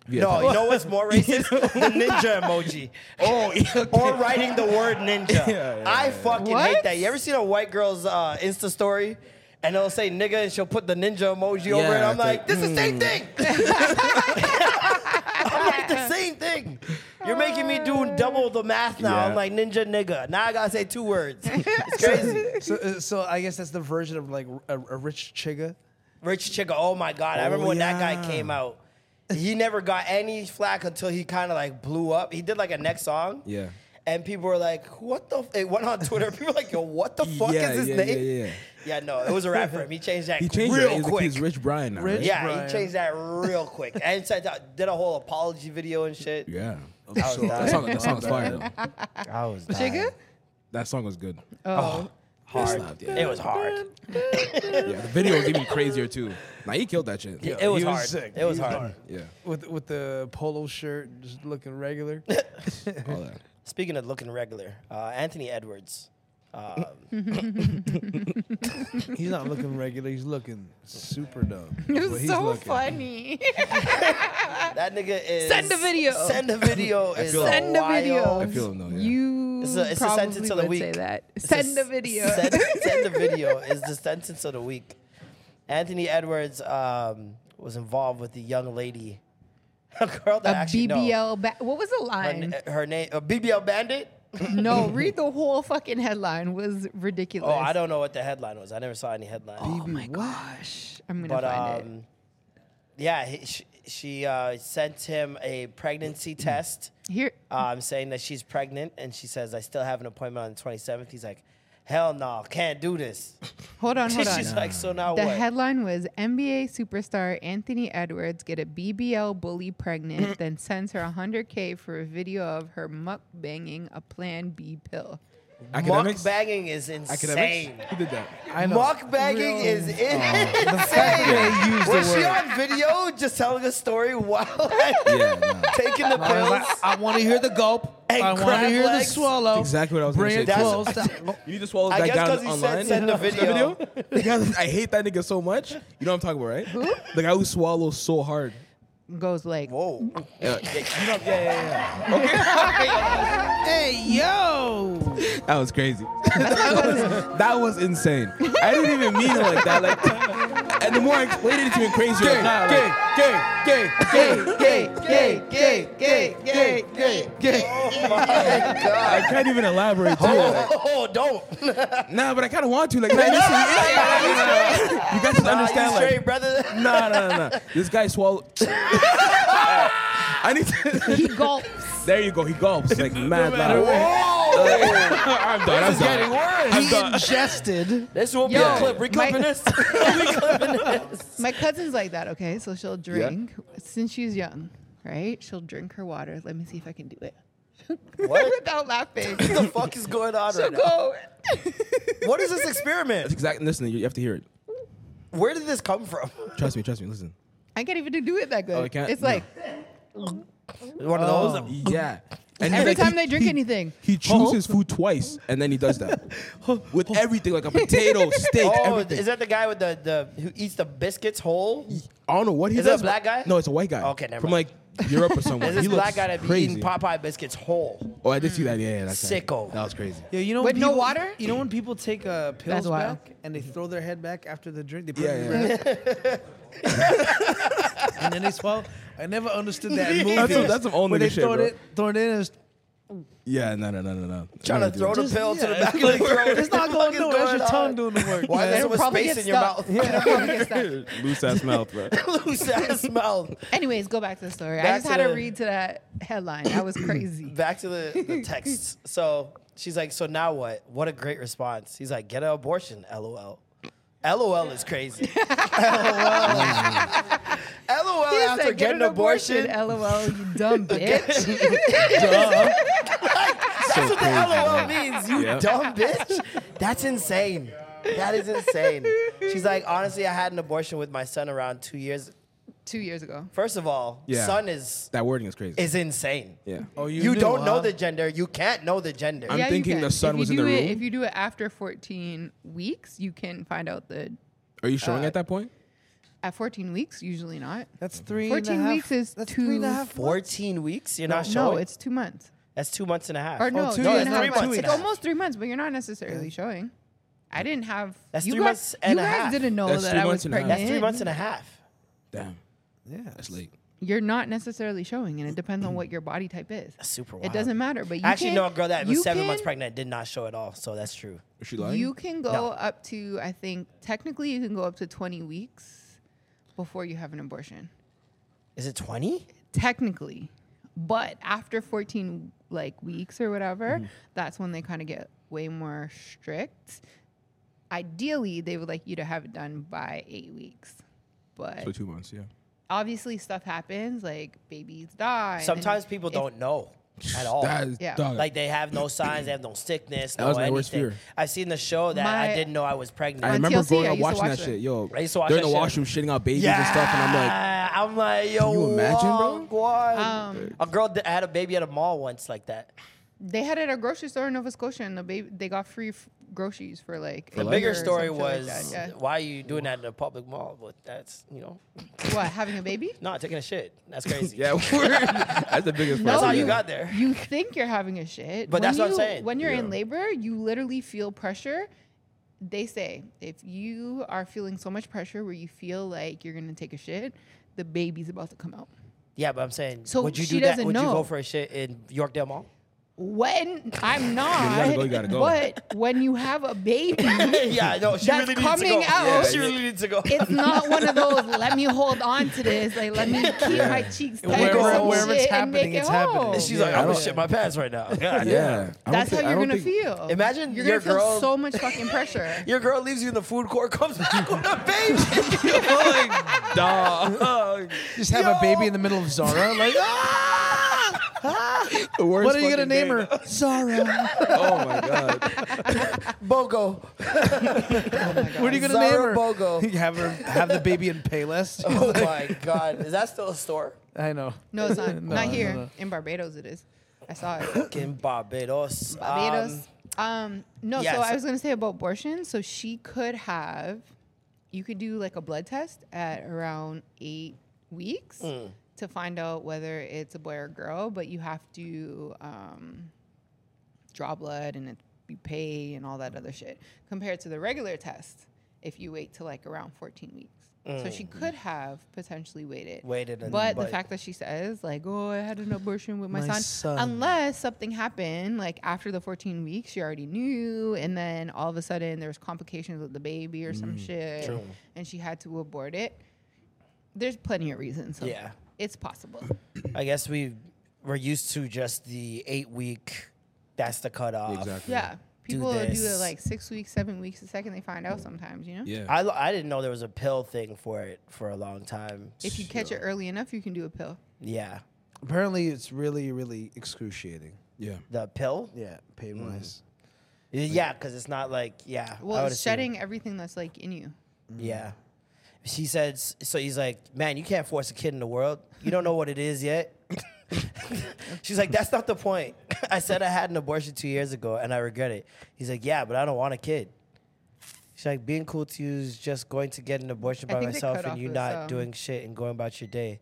S4: Yeah,
S1: No,
S4: like-
S1: you know what's more racist? the ninja emoji. Oh, or writing the word ninja. I fucking hate
S3: What?
S1: that. You ever seen a white girl's uh, Insta story? And it'll say nigga, and she'll put the ninja emoji over it.
S4: Yeah,
S1: I'm
S4: it's
S1: like,
S4: like, hmm.
S1: this is the same thing. I'm like, the same thing. You're making me do double the math now. I'm
S4: Yeah.
S1: like, ninja nigga. Now I gotta say two words. It's crazy.
S2: so, uh, so I guess that's the version of like a, a rich chigga.
S1: Rich Chica. Oh my God. I remember when that guy
S4: yeah.
S1: came out. He never got any flack until he kind of like blew up. He did like a next song.
S4: Yeah.
S1: And people were like, what the? F-? It went on Twitter. People were like, yo, what the fuck
S4: yeah,
S1: is his
S4: yeah,
S1: name?
S4: yeah, yeah.
S1: Yeah, no, it was a rap for him. He changed that
S4: He changed
S1: real
S4: it. He's, like-
S1: quick.
S4: he's Rich Brian now. right?
S1: yeah,
S2: Brian.
S1: he changed that real quick. And said, uh, did a whole apology video and shit.
S4: Yeah.
S1: I was
S4: That
S1: dying.
S4: song, that song was fire. Though.
S1: I was dying.
S3: Chigga?
S4: That song was good.
S1: Oh, Hard.
S4: yeah.
S1: It was hard.
S4: Yeah, the video was even crazier too. Nah, he killed that shit.
S1: It was
S2: he was
S1: hard.
S2: sick.
S1: It was
S2: He was
S1: hard.
S2: hard.
S4: Yeah,
S2: With with the polo shirt, just looking regular.
S4: all that.
S1: Speaking of looking regular, uh, Anthony Edwards. uh,
S2: he's not looking regular. He's looking super dumb.
S3: It
S2: But
S3: was
S2: he's
S3: so
S2: looking.
S3: funny.
S1: That nigga is.
S3: Send a video.
S1: Send a video. is
S4: feel him.
S3: Send a video.
S1: wild-
S4: I feel him though. Yeah.
S3: You
S1: It's a- it's a
S3: probably
S1: sentence of the
S3: would
S1: week.
S3: say that.
S1: It's
S3: Send a
S1: s-
S3: video.
S1: Send, send a video is the sentence of the week. Anthony Edwards um, was involved with the young lady, a girl
S3: a
S1: that actually no. uh,
S3: BBL. Ba- what was the
S1: her,
S3: line?
S1: na- her name a BBL bandit.
S3: no, read the whole fucking headline. Was ridiculous.
S1: Oh, I don't know what the headline was. I never saw any headline.
S3: Oh my gosh, I'm gonna
S1: but
S3: find
S1: um, yeah, he, she, she uh, sent him a pregnancy test.
S3: it. Here,
S1: um, saying that she's pregnant, and she says, "I still have an appointment on the 27th." He's like, "Hell no, can't do this."
S3: hold on, hold on.
S1: she's like, "So now
S3: The
S1: what?"
S3: headline was NBA superstar Anthony Edwards get a BBL bully pregnant, then sends her 100k for a video of her muck banging a Plan B pill.
S4: Academics.
S1: Mukbanging is
S4: Academics.
S1: insane.
S4: Who did that?
S2: I know.
S1: Mukbanging is
S2: that they
S1: insane.
S2: used the
S1: Was she
S2: word.
S1: on video just telling a story while like,
S4: Yeah, nah.
S1: taking the
S2: I, was like,
S1: pills?
S2: I want to hear the gulp.
S1: And
S2: I want to
S1: crab
S2: hear the
S1: legs.
S2: swallow.
S4: That's exactly what I was
S2: Bring
S4: gonna
S2: it
S4: say, too.
S2: close.
S4: You just swallow
S1: Oh, I
S4: that
S1: guess
S4: guy
S1: 'cause he said
S4: online.
S1: send the video.
S4: The guy- I hate that nigga so much. You know what I'm talking about, right? The guy who swallows so hard.
S3: Goes like,
S1: Whoa!
S2: hey yo.
S4: That was crazy. that, was, that was insane. I didn't even mean it like that. Like, and the more I explained it, it's even crazier. Like, nah, like,
S2: gay, gay, gay, gay, gay, gay, gay, gay, gay, gay.
S4: I can't even elaborate too. Like,
S1: Oh, don't!
S4: nah, but I kind of want to. Like, nah, this is- you guys should
S1: Nah,
S4: understand.
S1: you straight,
S4: Like,
S1: brother.
S4: nah, nah, nah, nah. This guy swallowed. I need to.
S3: he gulps.
S4: There you go. He gulps like mad
S2: matter
S4: loud. Oh, I'm done. I'm done.
S2: He ingested.
S1: This will be
S3: Yo,
S1: a clip. We
S3: my-
S1: clipping this. We clipping this.
S3: My cousin's like that, okay? So she'll drink since she's young, right? She'll drink her water. Let me see if I can do it.
S1: What
S3: Without laughing.
S1: the fuck is going on
S3: She'll
S1: right now?
S3: go.
S1: What is this experiment?
S4: Exactly. Listen, you you have to hear it.
S1: Where did this come from?
S4: Trust me. Trust me. Listen.
S3: I can't even do it that good.
S4: Oh, you can't?
S3: It's
S4: No.
S3: like
S1: One of those.
S4: Yeah. And
S3: every
S4: like,
S3: time
S4: he-
S3: they drink anything.
S4: He chews his food twice and then he does that with everything, like a potato, steak,
S1: Oh,
S4: everything.
S1: is that the guy with the, the who eats the biscuits whole?
S4: I don't know what he
S1: Is it a
S4: does. but-
S1: black guy?
S4: No, it's a white guy.
S1: Okay, never
S4: From
S1: mind.
S4: like Europe or somewhere.
S1: There's this
S4: he looks
S1: black guy that be
S4: crazy.
S1: eating Popeye biscuits whole.
S4: Oh, I did see that. Yeah, yeah that's right.
S1: Sicko.
S4: That was crazy.
S2: Yo, you know
S3: With
S2: when
S3: no
S2: people-
S3: water?
S2: You know when people take uh, pills
S3: That's wild.
S2: back and they throw their head back after the drink, they put
S4: Yeah,
S2: it in
S4: yeah.
S2: their head and then they swallow. I never understood that movie.
S4: That's some- that's some old
S2: When
S4: nigga
S2: they
S4: shit,
S2: throw
S4: bro.
S2: it, throw it in. It's,
S4: Yeah, no, no, no, no, no.
S1: Trying to throw the
S2: Just-
S1: pill to the
S2: yeah,
S1: back of the
S2: like,
S1: throat.
S2: it's not
S1: What
S2: going
S1: the fuck is
S2: nowhere. It's your
S1: going
S2: tongue
S1: on?
S2: doing the work.
S1: Why is there
S2: man.
S1: so much
S3: probably
S1: space
S3: get
S1: in your
S3: stuck.
S1: mouth?
S3: It'll probably get stuck.
S4: Loose ass mouth, bro.
S1: Loose ass mouth.
S3: Anyways, go back to the story. I
S1: Back
S3: just
S1: to
S3: had to
S1: the-
S3: read to that headline. That was crazy.
S1: Back to the, the text. So she's like, so now what? What a great response. He's like, get an abortion, LOL. LOL is crazy. LOL. LOL
S3: He
S1: after
S3: said,
S1: getting an abortion.
S3: LOL, you dumb bitch.
S4: so
S1: That's what
S4: crazy.
S1: the LOL
S4: man.
S1: means, you
S4: Yep.
S1: dumb bitch. That's insane. That is insane. She's like, honestly, I had an abortion with my son around two years.
S3: Two years ago.
S1: First of all,
S4: Yeah.
S1: son is
S4: That wording is crazy.
S1: is insane.
S4: yeah.
S2: Oh, you,
S1: You,
S2: knew,
S1: don't know
S2: huh?
S1: the gender. You can't know the gender.
S4: I'm
S3: you
S4: thinking
S3: can.
S4: the sun
S3: if you
S4: was in the
S3: do it-
S4: room.
S3: If you do it after 14 weeks, you can find out the.
S4: Are you showing at that point?
S3: At 14 weeks, usually not.
S2: That's three.
S3: 14
S2: and a half,
S3: weeks is
S2: that's
S3: two-
S2: three and a half months.
S1: 14 weeks? You're not showing?
S3: no, it's two months.
S1: That's two months and a half.
S3: Or no,
S2: Oh, two
S3: two
S2: No,
S3: and
S2: it's
S3: a
S2: three
S3: half
S2: months.
S3: months. It's
S1: Yeah.
S3: almost three months, but you're not necessarily showing. I didn't have.
S1: That's
S3: you
S1: three
S3: guys,
S1: months and
S3: you
S1: a
S3: guys
S1: half.
S3: didn't know
S4: That's
S3: that
S4: three
S3: I was
S4: months and a half.
S3: pregnant.
S1: That's three months and a half.
S4: Damn.
S2: Yeah.
S4: That's late.
S3: You're not necessarily showing, and it depends on what your body type is.
S1: super
S3: It
S1: wild.
S3: doesn't matter, but you
S1: I actually
S3: can,
S1: know a girl that was
S3: you
S1: seven
S3: can-
S1: months pregnant did not show at all, so that's true.
S4: Is she lying?
S3: You can go up to, I think, technically, you can go up to 20 weeks before you have an abortion.
S1: Is it 20?
S3: Technically. But after 14 like weeks or whatever, that's when they kind of get way more strict. Ideally, they would like you to have it done by 8 weeks. But
S4: so two months, yeah.
S3: obviously stuff happens like babies die. and
S1: Sometimes people
S3: if-
S1: don't know at all.
S4: That is
S3: Yeah.
S4: dog.
S1: Like they have no signs, they have no sickness,
S4: That
S1: no
S4: was my
S1: anything.
S4: worst fear.
S1: I've seen the show that I
S3: My-
S1: didn't know I was pregnant.
S4: I
S3: on
S4: remember
S3: TLC,
S4: growing
S3: I
S4: up
S3: used to
S4: watching
S3: watch
S4: that
S3: that.
S4: shit, yo.
S1: I used to watch
S4: They're in
S1: that
S4: the
S1: shit.
S4: washroom shitting out babies and stuff, and I'm like,
S1: I'm like, yo,
S4: you imagine, bro?
S1: what? What?
S3: um, Oh.
S1: a girl that had a baby at a mall once like that.
S3: They had it at a grocery store in Nova Scotia, and the baby they got free f- groceries for like. a
S4: The Like
S1: Bigger
S3: year or
S1: story
S3: some shit like
S1: was
S3: that, yeah.
S1: why are you doing that in a public mall? But that's you know,
S3: what having a baby.
S1: not taking a shit. That's crazy.
S4: yeah, we're, that's the biggest.
S3: No,
S1: that's
S4: problem,
S1: all you
S4: yeah.
S1: got there.
S3: You think you're having a shit,
S1: But
S3: When
S1: that's what I'm
S3: you-
S1: saying.
S3: When you're
S4: Yeah.
S3: in labor, you literally feel pressure. They say if you are feeling so much pressure where you feel like you're gonna take a shit, the baby's about to come out.
S1: Yeah, but I'm saying,
S3: So
S1: would you
S3: she
S1: do that?
S3: doesn't
S1: Would you go
S3: know.
S1: for a shit in Yorkdale Mall?
S3: When I'm
S4: gotta
S3: not,
S4: go, you gotta go.
S3: but when you have a baby,
S1: yeah, no, she
S3: That's
S1: really
S3: coming
S1: needs to go.
S3: out.
S1: She really needs to go.
S3: it's not one of those. Let me hold on to this. Like let me keep my cheeks tight.
S2: wherever-
S3: or some
S2: wherever it's
S3: shit and make
S2: happening,
S3: it
S2: it's happening.
S3: home.
S1: She's
S2: Yeah,
S1: like,
S2: I
S1: I'm gonna
S2: don't-
S1: shit my pants right now. God,
S4: Yeah. I don't
S3: That's
S4: think-
S3: how
S4: I
S3: you're
S4: don't
S3: gonna
S4: think-
S3: feel.
S1: Imagine
S3: you're
S1: your
S3: gonna
S1: girl-
S3: feel so much fucking pressure.
S1: Your girl leaves you in the food court, comes back with a baby.
S4: like, dog.
S2: Just have a baby in the middle of Zara. Like, ah,
S4: The worst
S2: what are you
S4: fucking
S2: gonna name
S4: thing.
S2: her? Zara.
S4: Oh my god.
S1: Bogo.
S2: What are you gonna
S1: Zara
S2: name her?
S1: Bogo.
S2: You have her have the baby in Payless.
S1: Oh my God. Is that still a store?
S2: I know.
S3: No, it's not. not here. In Barbados, it is. I saw it.
S1: In Barbados. Um,
S3: Barbados. Um, no,
S1: yeah,
S3: so I
S1: so-
S3: was going to say about abortion. So she could have, you could do like a blood test at around eight weeks
S1: Mm.
S3: to find out whether it's a boy or girl, but you have to um, draw blood and it, you pay and all that other shit compared to the regular test if you wait till like around 14 weeks. So she could have potentially waited.
S1: Mm. Waited and-
S3: but the
S1: but-
S3: fact that she says like, "Oh, I had an abortion with my,
S2: My
S3: son.
S2: son.
S3: unless something happened like after the 14 weeks, she already knew, and then all of a sudden there was complications with the baby or
S1: Mm,
S3: some shit, and she had to abort it. There's plenty of reasons. So
S1: Yeah.
S3: it's possible.
S1: Um, I guess we were used to just the eight week, that's the cutoff.
S4: Exactly.
S3: Yeah, people do,
S1: this.
S3: it like six weeks, seven weeks the second they find out. Sometimes you know,
S4: Yeah.
S1: I, I didn't know there was a pill thing for it for a long time.
S3: if you catch it early enough, you can do a pill.
S1: Yeah.
S2: Apparently, it's really, really excruciating.
S4: Yeah.
S1: The pill?
S2: Yeah, pain wise.
S1: Yeah, because it's not like, yeah. I
S3: Well,
S1: would
S3: it's
S1: assume.
S3: shedding everything that's like in you.
S1: Yeah. She said, s- so he's like, man, you can't force a kid in the world. You don't know what it is yet. She's like, that's not the point. I said I had an abortion two years ago and I regret it. He's like, yeah, but I don't want a kid. She's like, being cool to you is just going to get an abortion
S3: I
S1: by
S3: think the
S1: myself
S3: cutoff
S1: and you
S3: is,
S1: not
S3: um,
S1: doing shit and going about your day.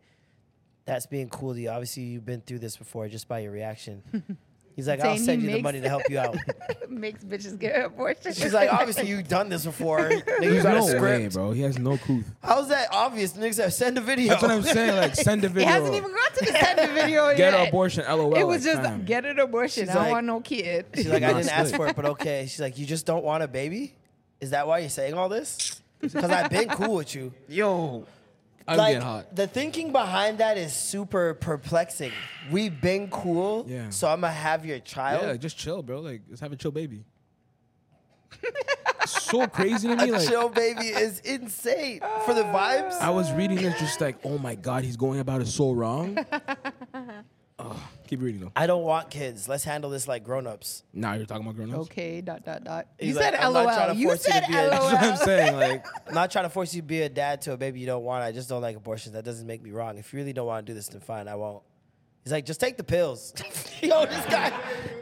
S1: That's being cool to you. Obviously, you've been through this before just by your reaction. He's like, I'll
S3: Saying he
S1: send you the
S3: makes-
S1: money to help you out.
S3: Makes bitches get abortions.
S1: She's like, obviously, you've done this before. Nigga, you
S4: There's
S1: got a
S4: no way,
S1: script.
S4: bro. He has no clue.
S1: How's that obvious? Niggas have send a video.
S4: That's what I'm saying. Like, send a
S3: It
S4: video.
S3: hasn't even gone to the end of video
S4: Get
S3: yet.
S4: an abortion. LOL.
S3: It was
S4: like,
S3: just
S4: fam.
S3: get an abortion.
S1: She's
S3: I don't
S1: like-
S3: want no kid.
S1: She's like, I
S4: Nah,
S1: didn't ask
S4: slick.
S1: for it, but okay. She's like, you just don't want a baby? Is that why you're saying all this? Because I've been cool with you.
S4: Yo, I'm
S1: like,
S4: getting hot.
S1: The thinking behind that is super perplexing. We've been cool,
S4: Yeah.
S1: so I'm going to have your child.
S4: Yeah, like, just chill, bro. Like, just have a chill baby. so crazy to me. Like,
S1: Chill baby is insane. For the vibes,
S4: I was reading this, just like, oh my god, he's going about it so wrong. Ugh. Keep reading though.
S1: I don't want kids. Let's handle this like grown-ups.
S4: Now you're talking about grown ups.
S3: Okay, dot dot dot.
S1: He's
S3: you
S1: like,
S3: said
S1: "I'm not trying
S3: LOL.
S1: to
S3: You
S1: force you to
S3: said
S1: be a-
S4: That's what I'm
S3: LOL.
S4: saying. Like,
S1: I'm not trying to force you to be a dad to a baby you don't want. I just don't like abortions. That doesn't make me wrong. If you really don't want to do this, then fine, I won't. He's like, just take the pills. Yo, this guy,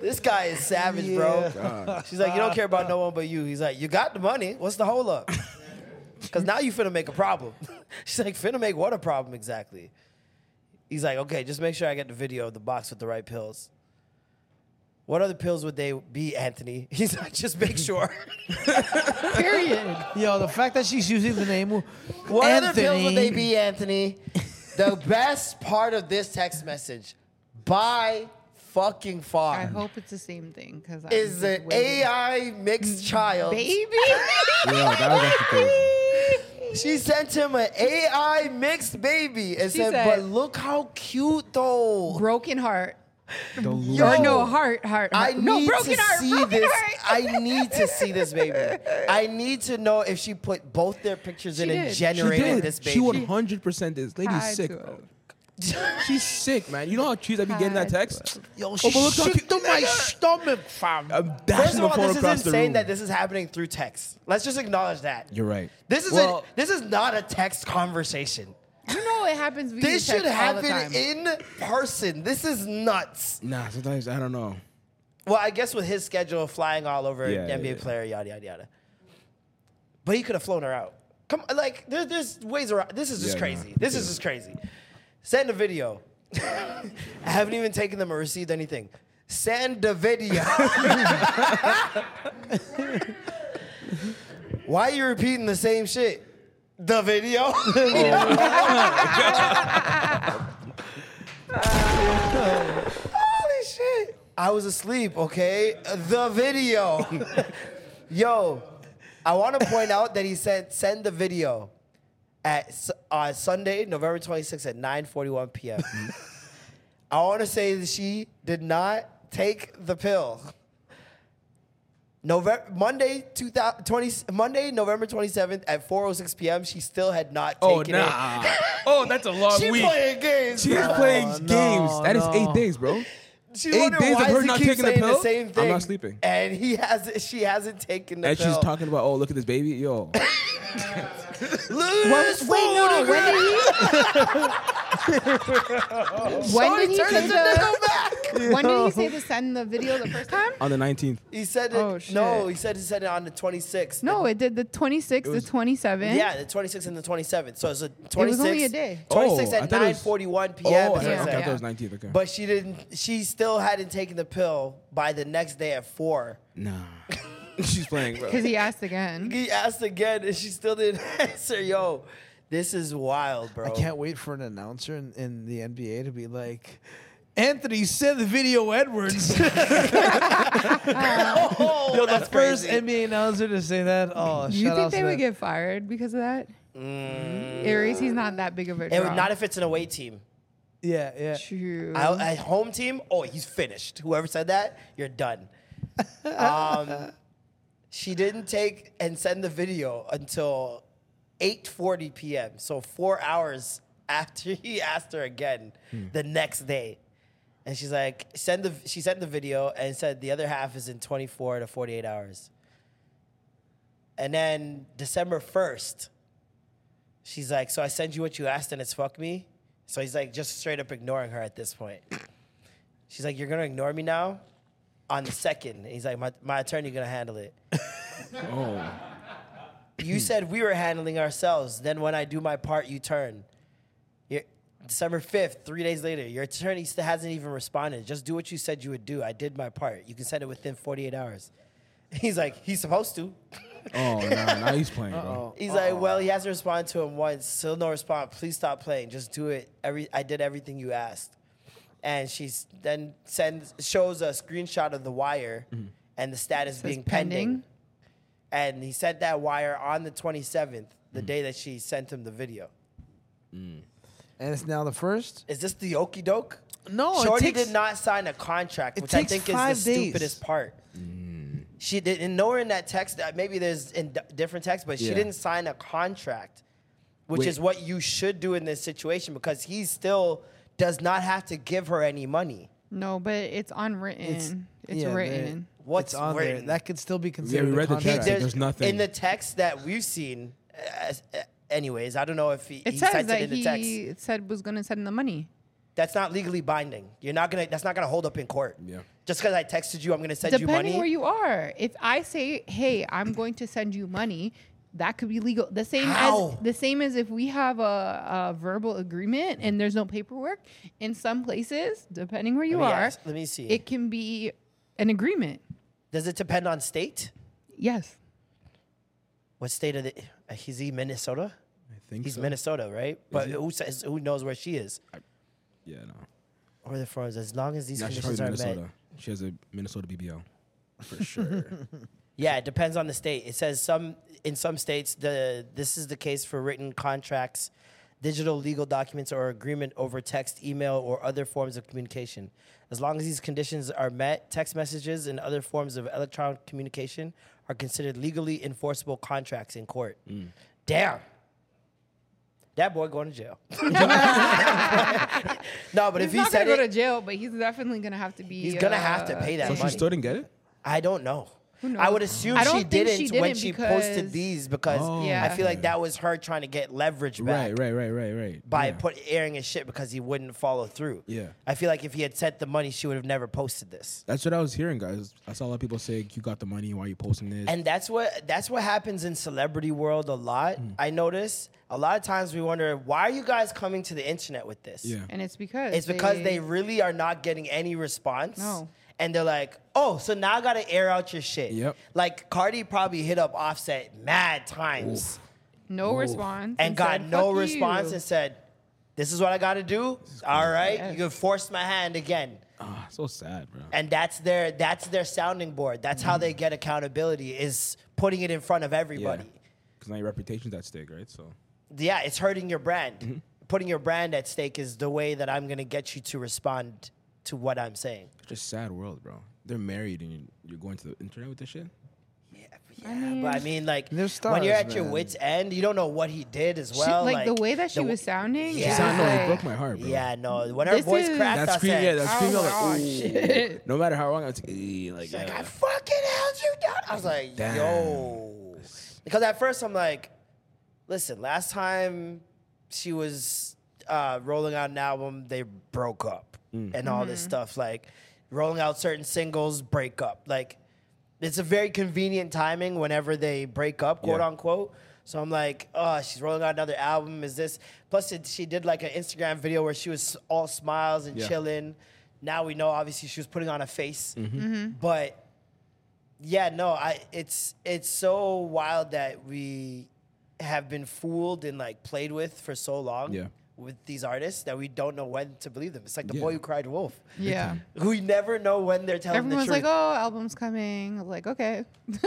S1: this guy is savage, bro. She's like, you don't care about no one but you. He's like, you got the money. What's the hold up? Because now you finna make a problem. She's like, finna make what a problem exactly? He's like, okay, just make sure I get the video of the box with the right pills. What other pills would they be, Anthony? He's like, just make sure.
S3: Period.
S2: Mm. Yo, the fact that she's using the name
S1: What other
S2: Anthony.
S1: pills would they be, Anthony? the best part of this text message, by fucking
S3: I
S1: far,
S3: hope it's the same thing because
S1: is an AI mixed child.
S3: Mm, baby.
S4: yeah, that was actually crazy.
S1: She sent him an AI mixed baby and
S3: She
S1: said,
S3: said-
S1: "But look how cute, though."
S3: broken heart.
S1: Yo,
S3: Or no, heart, heart.
S1: I
S3: heart. no,
S1: need
S3: broken
S1: to
S3: heart.
S1: see
S3: broken
S1: this.
S3: heart.
S1: I need to see this baby. I need to know if she put both their pictures in
S3: She
S1: and
S3: did. She
S4: She
S1: generated
S4: did.
S1: this baby.
S4: She 100 percent is. Lady's
S3: Tied
S4: sick,
S3: to
S4: bro.
S3: it.
S4: She's sick, man. You know how cheese I be getting that
S3: Tied to
S4: text.
S2: Yo,
S4: Oh,
S2: she
S4: but look how
S2: shook
S4: cute-
S2: to my stomach, fam.
S4: I'm
S1: First
S4: dashing
S1: of
S4: the
S1: all,
S4: phone
S1: this is
S4: across the room.
S1: insane that this is happening through text. Let's just acknowledge that.
S4: You're right.
S1: This is
S4: Well-
S1: a, this is not a text conversation.
S3: You know it happens. We
S1: This
S3: get
S1: should
S3: texts all the
S1: happen in
S3: time.
S1: person. This is nuts.
S4: Nah, sometimes I don't know.
S1: Well, I guess with his schedule flying all over
S4: Yeah,
S1: NBA
S4: yeah, yeah.
S1: player, yada yada yada. But he could have flown her out. Come like there, there's ways around. This is just
S4: Yeah,
S1: crazy.
S4: nah,
S1: This is
S4: yeah.
S1: just crazy. Send a video. I haven't even taken them or received anything. Send the video. Why are you repeating the same shit? The
S4: Oh.
S1: video. Holy shit. I was asleep, okay? The video. Yo, I want to point out that he said send the video at s- on Sunday, November 26th at 9:41 p.m. I want to say that she did not take the pill. November Monday 2020 Monday November 27th at 4:06 p.m. She still had not
S4: Oh
S1: taken
S4: nah. oh, that's a long
S1: it. She
S4: week.
S1: playing games.
S4: She's
S1: bro.
S4: playing games. That is eight days, bro.
S1: She's
S4: Eight
S1: wondering
S4: days
S1: why
S4: of her
S1: he
S4: not
S1: keeps
S4: taking the
S1: saying
S4: pill?
S1: same
S4: I'm
S1: thing,
S4: not sleeping.
S1: And he has she hasn't taken the
S4: And
S1: pill.
S4: she's talking about, oh, look at this baby. Yo,
S1: Loose
S3: Wait, no. When did he? when did Oh, he
S1: turn
S3: say
S1: into Nickelback.
S3: the? When did he say to send the video the first time?
S4: on the 19th.
S1: He said it.
S3: Oh,
S1: no,
S3: shit.
S1: he said he said it on the 26th.
S3: No, it did the 26th, the 27th.
S1: Yeah, the 26th and the 27th. So it's a 26th.
S3: was only a day.
S1: 26
S4: Oh, I
S1: at
S4: thought it was-
S1: 9:41 p.m.
S4: Oh, I
S1: is
S4: thought-
S1: what
S3: Yeah.
S1: it
S4: okay, I
S1: said.
S4: thought it was 19th. Okay.
S1: But she didn't. She still hadn't taken the pill by the next day at four.
S4: nah, she's playing, bro.
S3: Because he asked again.
S1: He asked again, and she still didn't answer. Yo, this is wild, bro.
S2: I can't wait for an announcer in, in the NBA to be like, Anthony send the video Edwards.
S1: Oh,
S2: Yo, the
S1: that's
S2: first
S1: crazy.
S2: NBA announcer to say that. Oh,
S3: You
S2: shout
S3: think
S2: outs
S3: they
S2: to
S3: would
S2: that.
S3: get fired because of that? Aries, he's not that big of a
S1: Mm. It
S3: draw.
S1: would- not if it's an away team.
S2: Yeah, yeah.
S3: True.
S1: I, at home team, oh, he's finished. Whoever said that, you're done. Um, she didn't take and send the video until 8:40 p.m. So four hours after he asked her again the next day, and she's like, "Send the." She sent the video and said the other half is in 24 to 48 hours. And then December 1st, she's like, So I send you what you asked and it's fuck me. So he's like, just straight up ignoring her at this point. She's like, You're gonna ignore me now? On the second. And he's like, My, my attorney gonna handle it.
S4: oh,
S1: You said we were handling ourselves. Then when I do my part, you turn. You're- December 5th, three days later, your attorney still hasn't even responded. Just do what you said you would do. I did my part. You can send it within 48 hours. He's like, He's supposed to.
S4: oh, nah, now he's playing, bro.
S1: He's like, well, he hasn't responded to him once. Still no response. Please stop playing. Just do it. Every I did everything you asked. And she's then sends shows a screenshot of the wire and the status being pending.
S3: pending.
S1: And he sent that wire on the 27th, the day that she sent him the video.
S2: And it's now the first.
S1: Is this the okey doke?
S2: No, it
S1: Shorty
S2: takes-
S1: did not sign a contract,
S2: it
S1: which I
S2: takes
S1: think is the
S2: five days.
S1: stupidest part.
S4: Mm.
S1: She did, and nowhere in that text, uh, maybe there's in d- different texts, but she
S4: Yeah.
S1: didn't sign a contract, which
S4: Wait.
S1: is what you should do in this situation because he still does not have to give her any money.
S3: No, but it's unwritten. It's,
S2: yeah, there-
S3: written.
S1: What's
S2: it's on
S1: written?
S2: there? That could still be
S4: Yeah,
S2: considered.
S4: we
S2: a
S4: read the
S2: contract.
S4: text. There's, nothing.
S1: in the text that we've seen. Uh, uh, anyways, I don't know if he,
S3: It
S1: he
S3: says
S1: cites it
S3: that
S1: in the
S3: he
S1: text.
S3: said was gonna send the money.
S1: That's not legally binding. You're not gonna. That's not gonna hold up in court.
S4: Yeah.
S1: Just because I texted you, I'm gonna send you
S3: Depending
S1: money.
S3: where you are, if I say, "Hey, I'm going to send you money," that could be legal. The same
S1: How?
S3: as the same as if we have a, a verbal agreement and there's no paperwork. In some places, depending where you
S1: Let me
S3: are,
S1: ask- let me see.
S3: It can be an agreement.
S1: Does it depend on state?
S3: Yes.
S1: What state of the? uh, Is he Minnesota?
S4: I think
S1: He's
S4: so.
S1: Minnesota, right? But who says? Who knows where she is?
S4: Yeah, no.
S1: Or the froze. As long as these
S4: Nah, she's
S1: conditions
S4: probably
S1: are
S4: Minnesota.
S1: met.
S4: She has a Minnesota BBL. For sure.
S1: Yeah, it depends on the state. It says some in some states the this is the case for written contracts, digital legal documents or agreement over text, email or other forms of communication. As long as these conditions are met, text messages and other forms of electronic communication are considered legally enforceable contracts in court. Damn. That boy going to jail. no, but
S3: He's
S1: if he
S3: not
S1: said
S3: gonna go to
S1: it,
S3: jail, but he's definitely gonna have to be.
S1: he's gonna have to
S3: uh,
S1: pay that
S4: so
S1: money.
S4: she still didn't get it?
S1: I don't know. I
S3: knows?
S1: would assume
S3: I
S1: she
S3: don't think
S1: didn't,
S3: she
S1: when
S3: didn't
S1: she posted
S3: because-
S1: these because
S4: Oh.
S3: Yeah.
S1: I feel like that was her trying to get leverage back
S4: Right, right, right, right, right.
S1: by
S4: yeah.
S1: put airing his shit because he wouldn't follow through.
S4: Yeah.
S1: I feel like if he had sent the money, she would have never posted this.
S4: That's what I was hearing, guys. I saw a lot of people say, "You got the money. Why are you posting this?"
S1: And that's what that's what happens in celebrity world a lot.
S4: Hmm.
S1: I notice a lot of times we wonder why are you guys coming to the internet with this?
S4: yeah,
S3: And it's because
S1: It's because they really are not getting any response.
S3: No.
S1: And they're like, oh, so now I gotta air out your shit.
S4: Yep.
S1: Like Cardi probably hit up Offset mad times
S3: no response
S1: and got
S3: said,
S1: no
S3: "Fuck
S1: response
S3: you."
S1: and said, this is what I gotta do. All right, you can force my hand again.
S4: Ah, so sad, bro.
S1: And that's their that's their sounding board. That's how they get accountability is putting it in front of
S4: yeah,
S1: everybody.
S4: because now your reputation's at stake, right? So
S1: yeah, it's hurting your brand. Putting your brand at stake is the way that I'm gonna get you to respond to what I'm saying.
S4: it's just sad world, bro. They're married, and you- you're going to the internet with this shit.
S1: Yeah, but I mean, like
S2: They're
S1: when you're at
S2: stars,
S1: your
S2: man.
S1: wits end, you don't know what he did as
S3: She-
S1: well.
S3: like, the way that she
S1: the-
S3: was sounding,
S1: Yeah.
S3: it was
S1: She
S4: I know it
S3: like-
S4: broke my heart, bro.
S1: Yeah, no. When her
S3: This
S1: voice
S3: is-
S1: cracked,
S4: That
S1: I
S4: scream,
S1: said,
S4: yeah, that scream.
S3: Oh
S4: I'm like,
S3: my
S4: "Ooh." no matter how wrong, I was like, "Eh," like,
S1: like,
S4: yeah.
S1: I fucking held you down. I was like, yo, because at first I'm like, listen, last time she was uh, rolling out an album, they broke up
S4: Mm.
S1: and all this stuff. Like rolling out certain singles, break up. Like it's a very convenient timing whenever they break up, quote
S4: Yeah.
S1: unquote. So I'm like, oh, she's rolling out another album. Is this? Plus, it, she did like an Instagram video where she was all smiles and
S4: Yeah.
S1: chilling. Now we know, obviously, she was putting on a face,
S2: Mm-hmm.
S3: Mm-hmm.
S1: but yeah, no, I it's it's so wild that we have been fooled and like played with for so long
S4: Yeah.
S1: with these artists that we don't know when to believe them. It's like the
S4: Yeah.
S1: boy who cried wolf.
S3: Yeah.
S1: We never know when they're telling
S3: Everyone's
S1: the
S3: like,
S1: truth.
S3: "Oh, album's coming." I was like, "Okay,"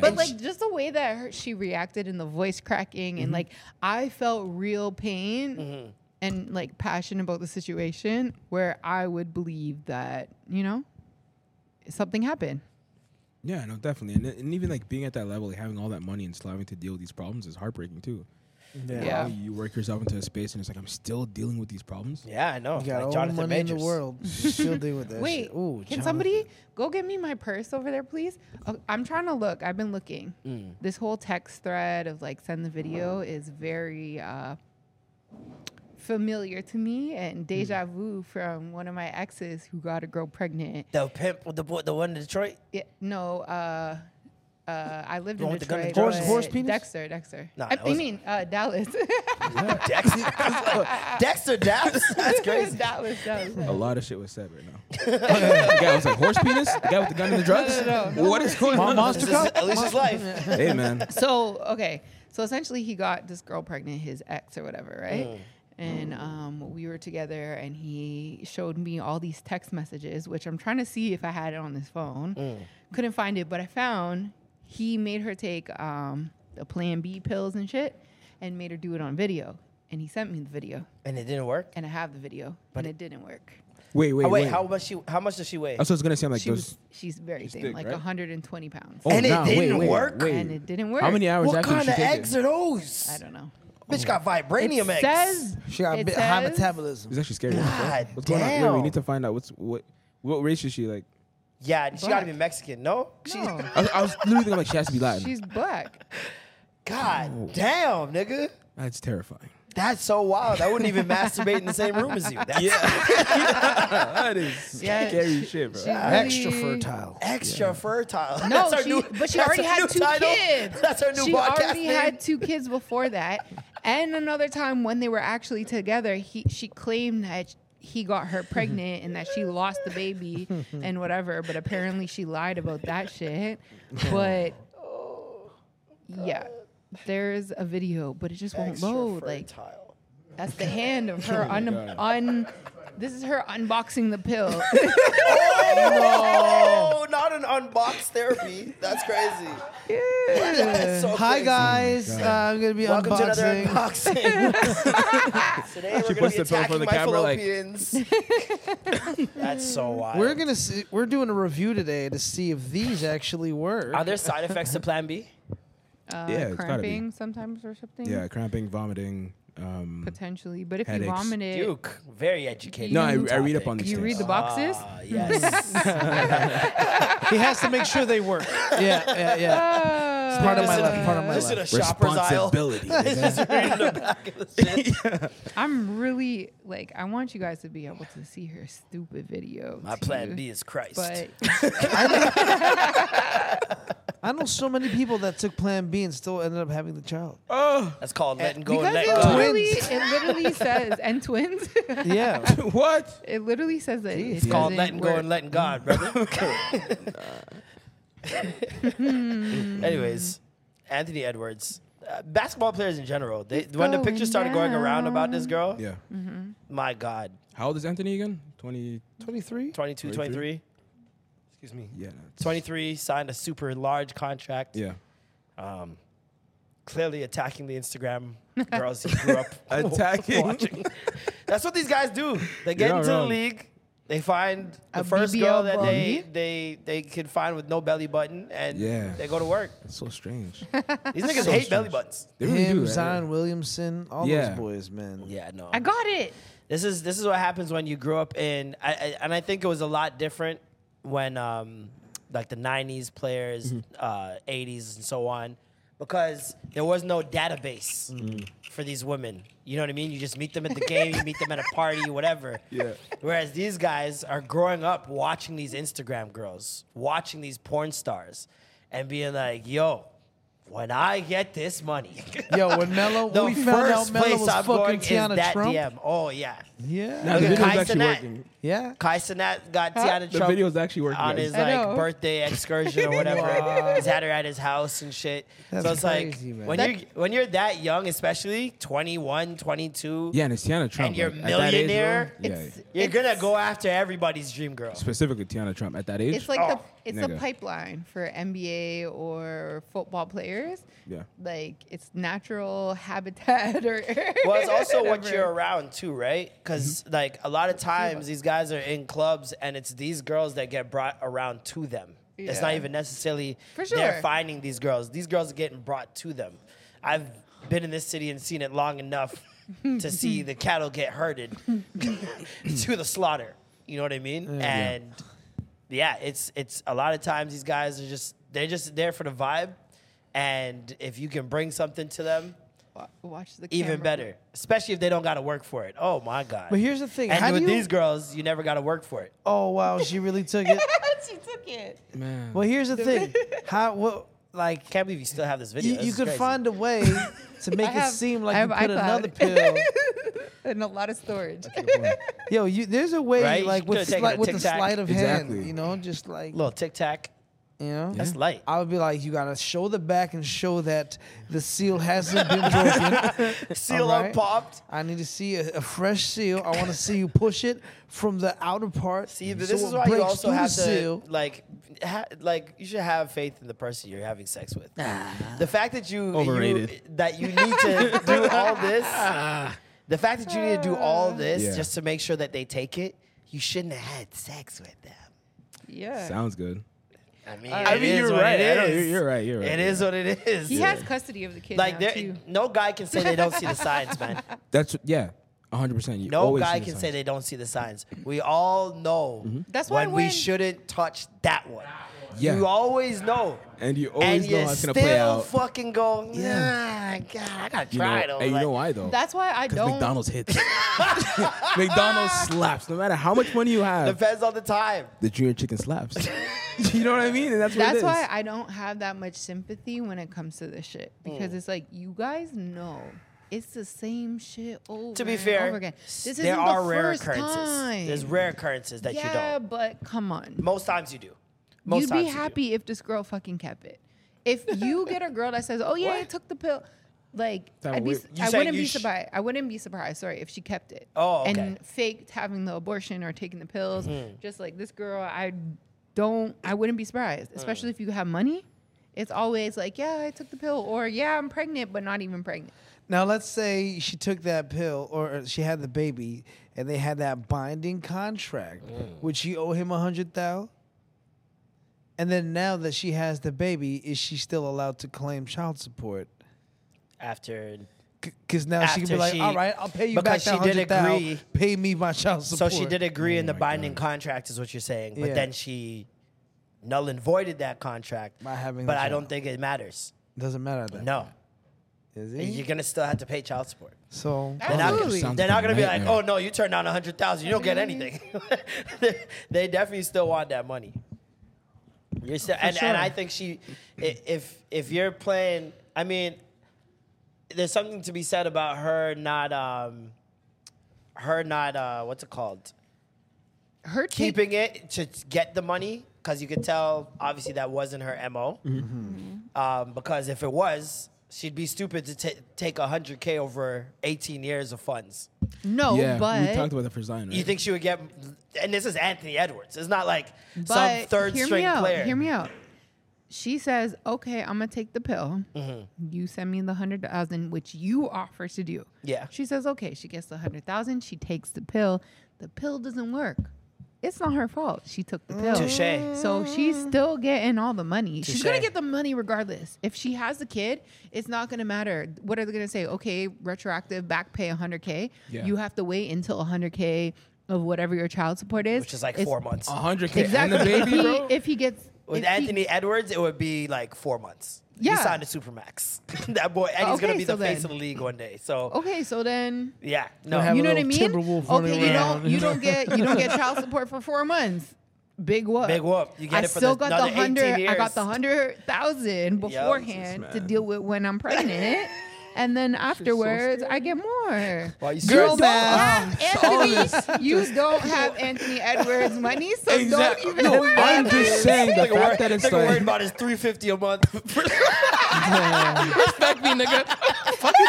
S3: but like just the way that her, she reacted and the voice cracking
S1: Mm-hmm.
S3: and like I felt real pain and like passion about the situation where I would believe that you know something happened.
S4: yeah, no, definitely, and, and even like being at that level, like having all that money and still having to deal with these problems is heartbreaking too.
S3: Yeah.
S4: You work yourself into a space, and it's like I'm still dealing with these problems.
S1: Yeah, I know.
S2: You got
S1: Like
S2: all
S1: Jonathan
S2: the money
S1: Majors.
S2: in the world. You Still deal with that.
S3: Wait,
S2: shit. Ooh,
S3: can
S2: Jonathan.
S3: somebody go get me my purse over there, please? Oh, I'm trying to look. I've been looking.
S2: Mm.
S3: This whole text thread of like send the video
S2: Uh-huh.
S3: is very uh, familiar to me and
S2: Mm.
S3: deja vu from one of my exes who got a girl pregnant.
S1: The pimp with the boy, the one in Detroit.
S3: Yeah, no, uh, uh, I lived in
S1: one with the gun in
S3: Detroit.
S1: the throat?
S3: but-
S2: Horse- horse penis?
S3: Dexter, Dexter.
S1: Nah,
S3: I,
S1: that
S3: I
S1: was-
S3: mean uh, Dallas.
S1: Dexter, Dexter Daps. That's crazy.
S3: Dallas, Dallas.
S4: A lot of shit was said right now. the guy was like horse penis. The guy with the gun and the drugs. What is going on?
S2: Monster
S1: This
S2: Cop?
S1: is Alicia's life.
S4: Hey man,
S3: So okay, so essentially he got this girl pregnant, his ex or whatever, right? And um, we were together, and he showed me all these text messages, which I'm trying to see if I had it on this phone. Couldn't find it, but I found he made her take um, the Plan B pills and shit, and made her do it on video. And he sent me the video,
S1: And it didn't work.
S3: and I have the video, but it didn't work.
S4: wait, wait,
S1: Oh, wait,
S4: wait.
S1: how much she? How much does she weigh?
S4: That's what I was gonna say. I'm like,
S3: She
S4: those,
S3: was she's very thin,
S4: thick,
S3: like
S4: right?
S3: 120 pounds,
S4: oh,
S1: And it
S4: nah, wait,
S1: didn't
S4: wait,
S1: work?
S4: wait.
S3: and it didn't work.
S4: How many hours
S1: What
S4: after
S1: kind
S4: she
S1: of
S4: took
S1: eggs
S4: it?
S1: are those?
S3: I don't know.
S1: Bitch got vibranium eggs.
S3: it says
S2: She got a
S3: it
S2: bit high
S3: says-
S2: metabolism.
S4: It's actually scary.
S1: God
S4: What's going on? Wait, we
S1: damn.
S4: need to find out what's what. What race is she like?
S1: yeah, she got to be Mexican. No, she's
S3: No,
S4: I was, I was literally thinking like she has to be Latin.
S3: she's black.
S1: God damn, nigga.
S4: That's terrifying.
S1: That's so wild. I wouldn't even masturbate in the same room as you. That's
S4: That is
S3: Yeah,
S4: scary shit, bro.
S3: She's
S2: Extra
S3: really-
S2: fertile.
S1: extra fertile.
S3: No,
S1: that's our
S3: she,
S1: new,
S3: but
S1: that's
S3: she already
S1: our
S3: had
S1: new
S3: two
S1: title.
S3: kids.
S1: That's our new
S3: she
S1: podcast
S3: already
S1: name.
S3: had two kids before that, and another time when they were actually together, he she claimed that he got her pregnant and that she lost the baby and whatever. But apparently, she lied about that shit. But yeah, there's a video, but it just won't
S1: Extra
S3: load. Like
S1: fertile.
S3: that's the hand of
S1: Oh
S3: her un un. This is her unboxing the pill.
S1: Oh, not an unboxed therapy. That's crazy. That's so
S2: Hi
S1: crazy.
S2: guys, uh, I'm gonna be
S1: Oh Welcome to another
S2: unboxing.
S1: unboxing. Today we're going
S4: puts
S1: to be
S4: the phone
S1: attacking
S4: for the
S1: my
S4: camera, like-
S1: fallopians. That's so wild.
S2: We're gonna see, we're doing a review today to see if these actually work.
S1: Are there side effects to Plan B?
S3: Uh,
S4: Yeah, it's gotta be.
S3: cramping sometimes or something.
S4: Yeah, cramping, vomiting. Um,
S3: potentially. But if
S4: Headaches.
S3: you vomited,
S1: Duke, very educated.
S4: no, I,
S1: on the
S4: I read
S1: topic.
S4: up on these.
S3: you
S4: things.
S3: read the boxes.
S1: Ah, yes.
S2: he has to make sure they work. yeah, yeah, yeah.
S3: Uh,
S2: part of my left, part of my
S1: Just in a
S2: left.
S1: shopper's aisle.
S4: Responsibility. nigga.
S3: I'm really like I want you guys to be able to see her stupid video.
S1: My
S3: too,
S1: plan B is Christ.
S3: But
S2: I know so many people that took Plan B and still ended up having the child.
S1: That's called letting go and
S3: because
S1: let
S3: it
S1: go.
S3: literally, it literally says and twins.
S2: Yeah,
S4: what?
S3: it literally says that
S2: It's
S3: it
S1: called letting
S3: doesn't work.
S1: go and letting God, brother. Anyways, Anthony Edwards, uh, basketball players in general, they, when the pictures started going around about this girl,
S4: Yeah.
S1: my God,
S4: How old is Anthony again? 20.
S2: 23.
S1: 22,
S4: 23?
S1: 23, excuse me,
S4: Yeah. No,
S1: 23, signed a super large contract,
S4: yeah.
S1: clearly attacking the Instagram girls he grew up
S4: Attacking.
S1: watching. That's what these guys do. They get
S4: not
S1: into the
S4: wrong.
S1: league. They find the
S3: A
S1: first
S3: BBL
S1: girl that they,
S3: body.
S1: they they can find with no belly button, and
S4: Yeah.
S1: they go to work.
S4: That's so strange.
S1: These niggas hate belly buttons.
S4: They really do.
S2: Him,
S4: right?
S2: Zion Williamson, all
S4: Yeah.
S2: those boys, man.
S1: Yeah, no.
S3: I got it.
S1: this is this is what happens when you grew up in, I, I, and I think it was a lot different when um like the '90s players,
S2: Mm-hmm.
S1: uh, '80s, and so on, because there was no database
S2: Mm-hmm.
S1: for these women. You know what I mean? You just meet them at the game, you meet them at a party, whatever.
S4: Yeah.
S1: Whereas these guys are growing up watching these Instagram girls, watching these porn stars, and being like, "Yo, when I get this money."
S2: Yo, when Mello,
S1: The
S2: when we found out
S1: first
S2: Mello
S1: place
S2: was
S1: I'm
S2: fucking
S1: going is
S2: Tiana
S1: that
S2: Trump.
S1: DM. Oh yeah,
S2: Yeah,
S4: Nah, the
S1: Look at
S4: video's
S1: Kai
S4: actually
S1: Cenat.
S4: working.
S2: yeah.
S1: Kai Sinat got Tiana
S4: The
S1: Trump
S4: video's actually working.
S1: on
S4: guys.
S1: his
S3: I
S1: like
S3: know.
S1: birthday excursion or whatever. He's had her at his house and shit.
S2: That's
S1: so it's
S2: crazy,
S1: like
S2: man.
S1: when you're when you're that young, especially 21, 22,
S4: yeah, and it's Tiana Trump.
S1: you're
S4: like, at that age, bro,
S1: millionaire,
S4: yeah.
S1: you're gonna go after everybody's dream girl.
S4: Specifically, Tiana Trump at that age.
S3: It's like the
S1: Oh.
S3: it's a
S4: Nigga.
S3: pipeline for NBA or football players.
S4: Yeah.
S3: Like it's natural habitat or
S1: Well, it's also what
S3: whatever.
S1: you're around too, right? Because
S3: Mm-hmm.
S1: like a lot of times these guys are in clubs, and it's these girls that get brought around to them. It's not
S3: Yeah.
S1: even necessarily
S3: For
S1: they're
S3: sure.
S1: finding these girls. These girls are getting brought to them. I've been in this city and seen it long enough to see the cattle get herded to the slaughter. You know what I mean? And yeah, it's it's a lot of times these guys are just they're just there for the vibe, and if you can bring something to them,
S3: Wa- watch the
S1: even
S3: camera.
S1: better, especially if they don't got to work for it. Oh my god!
S2: But here's the thing,
S1: and
S2: how
S1: with
S2: do you-
S1: these girls, you never got to work for it.
S2: Oh wow, she really took it.
S3: she took it.
S2: Well, here's the thing. How what like
S1: Can't believe you still have this video.
S2: you,
S1: This
S2: you
S1: is
S2: could
S1: crazy.
S2: find a way to make
S3: I
S2: it
S3: have-
S2: seem
S3: I
S2: like you
S3: have
S2: put
S3: iCloud.
S2: another pill.
S3: and a lot of storage.
S2: Yo, you there's a way
S1: Right?
S2: like
S1: You
S2: with
S1: could've taken
S2: sli-
S1: a
S2: with the
S1: tic-tac.
S2: sleight of
S4: Exactly.
S2: hand, you know, just like
S1: little tic tac.
S2: you know.
S1: That's light.
S2: I would be like, you gotta show the back and show that the seal hasn't been broken.
S1: Seal
S2: All right.
S1: unpopped.
S2: I need to see a, a fresh seal. I want to see you push it from the outer part.
S1: See,
S2: so
S1: but this
S2: it
S1: is why you
S2: breaks
S1: also
S2: through the
S1: have to
S2: seal.
S1: like, ha- like you should have faith in the person you're having sex with. the fact that you, you-
S4: Overrated. Ah.
S1: that you need to do all this, the fact that you need to do all this
S4: Yeah.
S1: just to make sure that they take it, you shouldn't have had sex with them.
S3: yeah.
S4: Sounds good.
S1: I mean,
S4: I
S1: it
S4: mean,
S1: is
S4: you're
S1: what
S4: right.
S1: It
S4: I know,
S1: is.
S4: you're- you're right, you're right,
S1: It is what it is.
S3: He has custody of the kid
S1: like
S3: now
S1: there,
S3: too.
S1: no guy can say they don't see the signs, man.
S4: That's yeah, 100. percent You
S1: No
S4: always
S1: guy
S4: see the
S1: can
S4: signs.
S1: say they don't see the signs. We all know
S3: That's why
S1: when we
S3: when-
S1: shouldn't touch that one.
S4: Yeah.
S1: You always know.
S4: And you
S1: and
S4: always
S1: you
S4: know how it's
S1: still
S4: gonna play out.
S1: fucking go, yeah, God, I gotta
S4: You know,
S1: try though.
S4: and you
S1: Like,
S4: know why though?
S3: That's why I
S4: because
S3: don't.
S4: McDonald's hits. McDonald's slaps. No matter how much money you have,
S1: Depends on the time.
S4: the junior chicken slaps. you know what I mean? And that's what it
S3: That's
S4: is.
S3: why I don't have that much sympathy when it comes to this shit because
S1: Mm.
S3: it's like you guys know it's the same shit over.
S1: To be
S3: and
S1: fair,
S3: over again. this isn't
S1: there
S3: the
S1: are rare
S3: first
S1: occurrences.
S3: Time.
S1: There's rare occurrences that you
S3: yeah,
S1: don't.
S3: but come on.
S1: Most times you do. Most
S3: You'd
S1: times
S3: be happy if this girl fucking kept it. If you get a girl that says, "Oh yeah, I took the pill," like
S4: That
S3: I'd be,
S4: weird-
S3: s-
S1: You
S3: I
S1: say
S3: wouldn't
S1: you
S3: be
S1: sh-
S3: surprised. I wouldn't be surprised. Sorry, if she kept it.
S1: Oh, okay. Hmm.
S3: and faked having the abortion or taking the pills, just like this girl, I don't. I wouldn't be surprised,
S1: Hmm.
S3: especially if you have money. It's always like, yeah, I took the pill, or yeah, I'm pregnant, but not even pregnant.
S2: Now let's say she took that pill or she had the baby and they had that binding contract.
S1: Mm.
S2: Would she owe him a hundred thou? And then now that she has the baby, is she still allowed to claim child support?
S1: do. After
S2: Because now she can
S1: After
S2: be like,
S1: she-
S2: "All right, I'll pay you back
S1: because
S2: that
S1: she did
S2: hundred thou.
S1: agree.
S2: Pay me my child
S1: So
S2: support." Oh
S1: she did agree in the binding contract, is what you're saying. But
S2: Yeah.
S1: then she null and voided that contract.
S2: By having
S1: but
S2: the
S1: I
S2: child.
S1: don't think it matters.
S2: Doesn't matter at that.
S1: No,
S2: is
S1: you're
S2: it?
S1: gonna still have to pay child support.
S2: So
S1: They're not,
S3: Absolutely.
S1: gonna,
S4: Sounds
S1: they're not
S4: like a
S1: gonna be like,
S4: nightmare.
S1: oh no, you turned down a hundred thousand, you don't get
S2: Mm-hmm.
S1: anything. they definitely still want that money. You're still, and, and I think she, i- if if you're playing, I mean, there's something to be said about her not, um, her not, uh, what's it called?
S3: Her take-
S1: keeping it to get the money because you could tell obviously that wasn't her mo
S2: Mm-hmm.
S1: um, because if it was she'd be stupid to ta take 100k over 18 years of funds
S3: no,
S4: yeah,
S3: but
S4: we talked about that for Zion. Right?
S1: you think she would get and this is anthony edwards it's not like
S3: but
S1: some third
S3: hear
S1: string
S3: me out,
S1: player
S3: Hear me out. She says, "Okay, I'm gonna take the pill.
S1: Mm-hmm.
S3: You send me the hundred thousand, which you offer to do."
S1: Yeah.
S3: She says, "Okay." She gets the hundred thousand. She takes the pill. The pill doesn't work. It's not her fault. She took the pill.
S1: Touche.
S3: So she's still getting all the money. She's
S1: Touche.
S3: gonna get the money regardless. If she has the kid, it's not gonna matter. What are they gonna say? Okay, retroactive back pay 100k.
S4: Yeah.
S3: You have to wait until 100k of whatever your child support is,
S1: which is like
S3: It's-
S1: four months
S4: 100k
S3: Exactly.
S4: and the
S3: if,
S4: baby,
S3: he,
S4: bro.
S3: if he gets
S1: with
S3: if he-
S1: anthony edwards it would be like four months
S3: Yeah.
S1: he signed a supermax that boy and he's gonna
S3: Okay,
S1: be
S3: so
S1: the face
S3: then-
S1: of the league one day so
S3: okay, so then
S1: yeah no
S2: have
S3: you
S2: a
S3: know what I
S2: little
S3: mean.
S2: Timberwolf running
S3: okay, you
S2: around.
S3: don't you don't get you don't get child support for four months. Big whoop.
S1: Big whoop. You get
S3: I
S1: it for
S3: still
S1: the-
S3: got
S1: another
S3: the
S1: 18
S3: hundred. I
S1: years.
S3: got the hundred thousand beforehand to deal with when I'm pregnant, and then afterwards I get more.
S1: Why you
S2: Girl
S1: stressed?
S3: don't
S2: math.
S3: have Anthony. You don't have Anthony Edwards money, so
S4: Exactly.
S3: don't even
S4: No,
S3: worry
S4: I'm
S3: about
S4: just
S3: it.
S4: saying the
S1: Nigga wor-
S4: fact that it's
S1: nigga worried
S4: like
S1: about his 350 a month.
S4: respect me, nigga. Fucking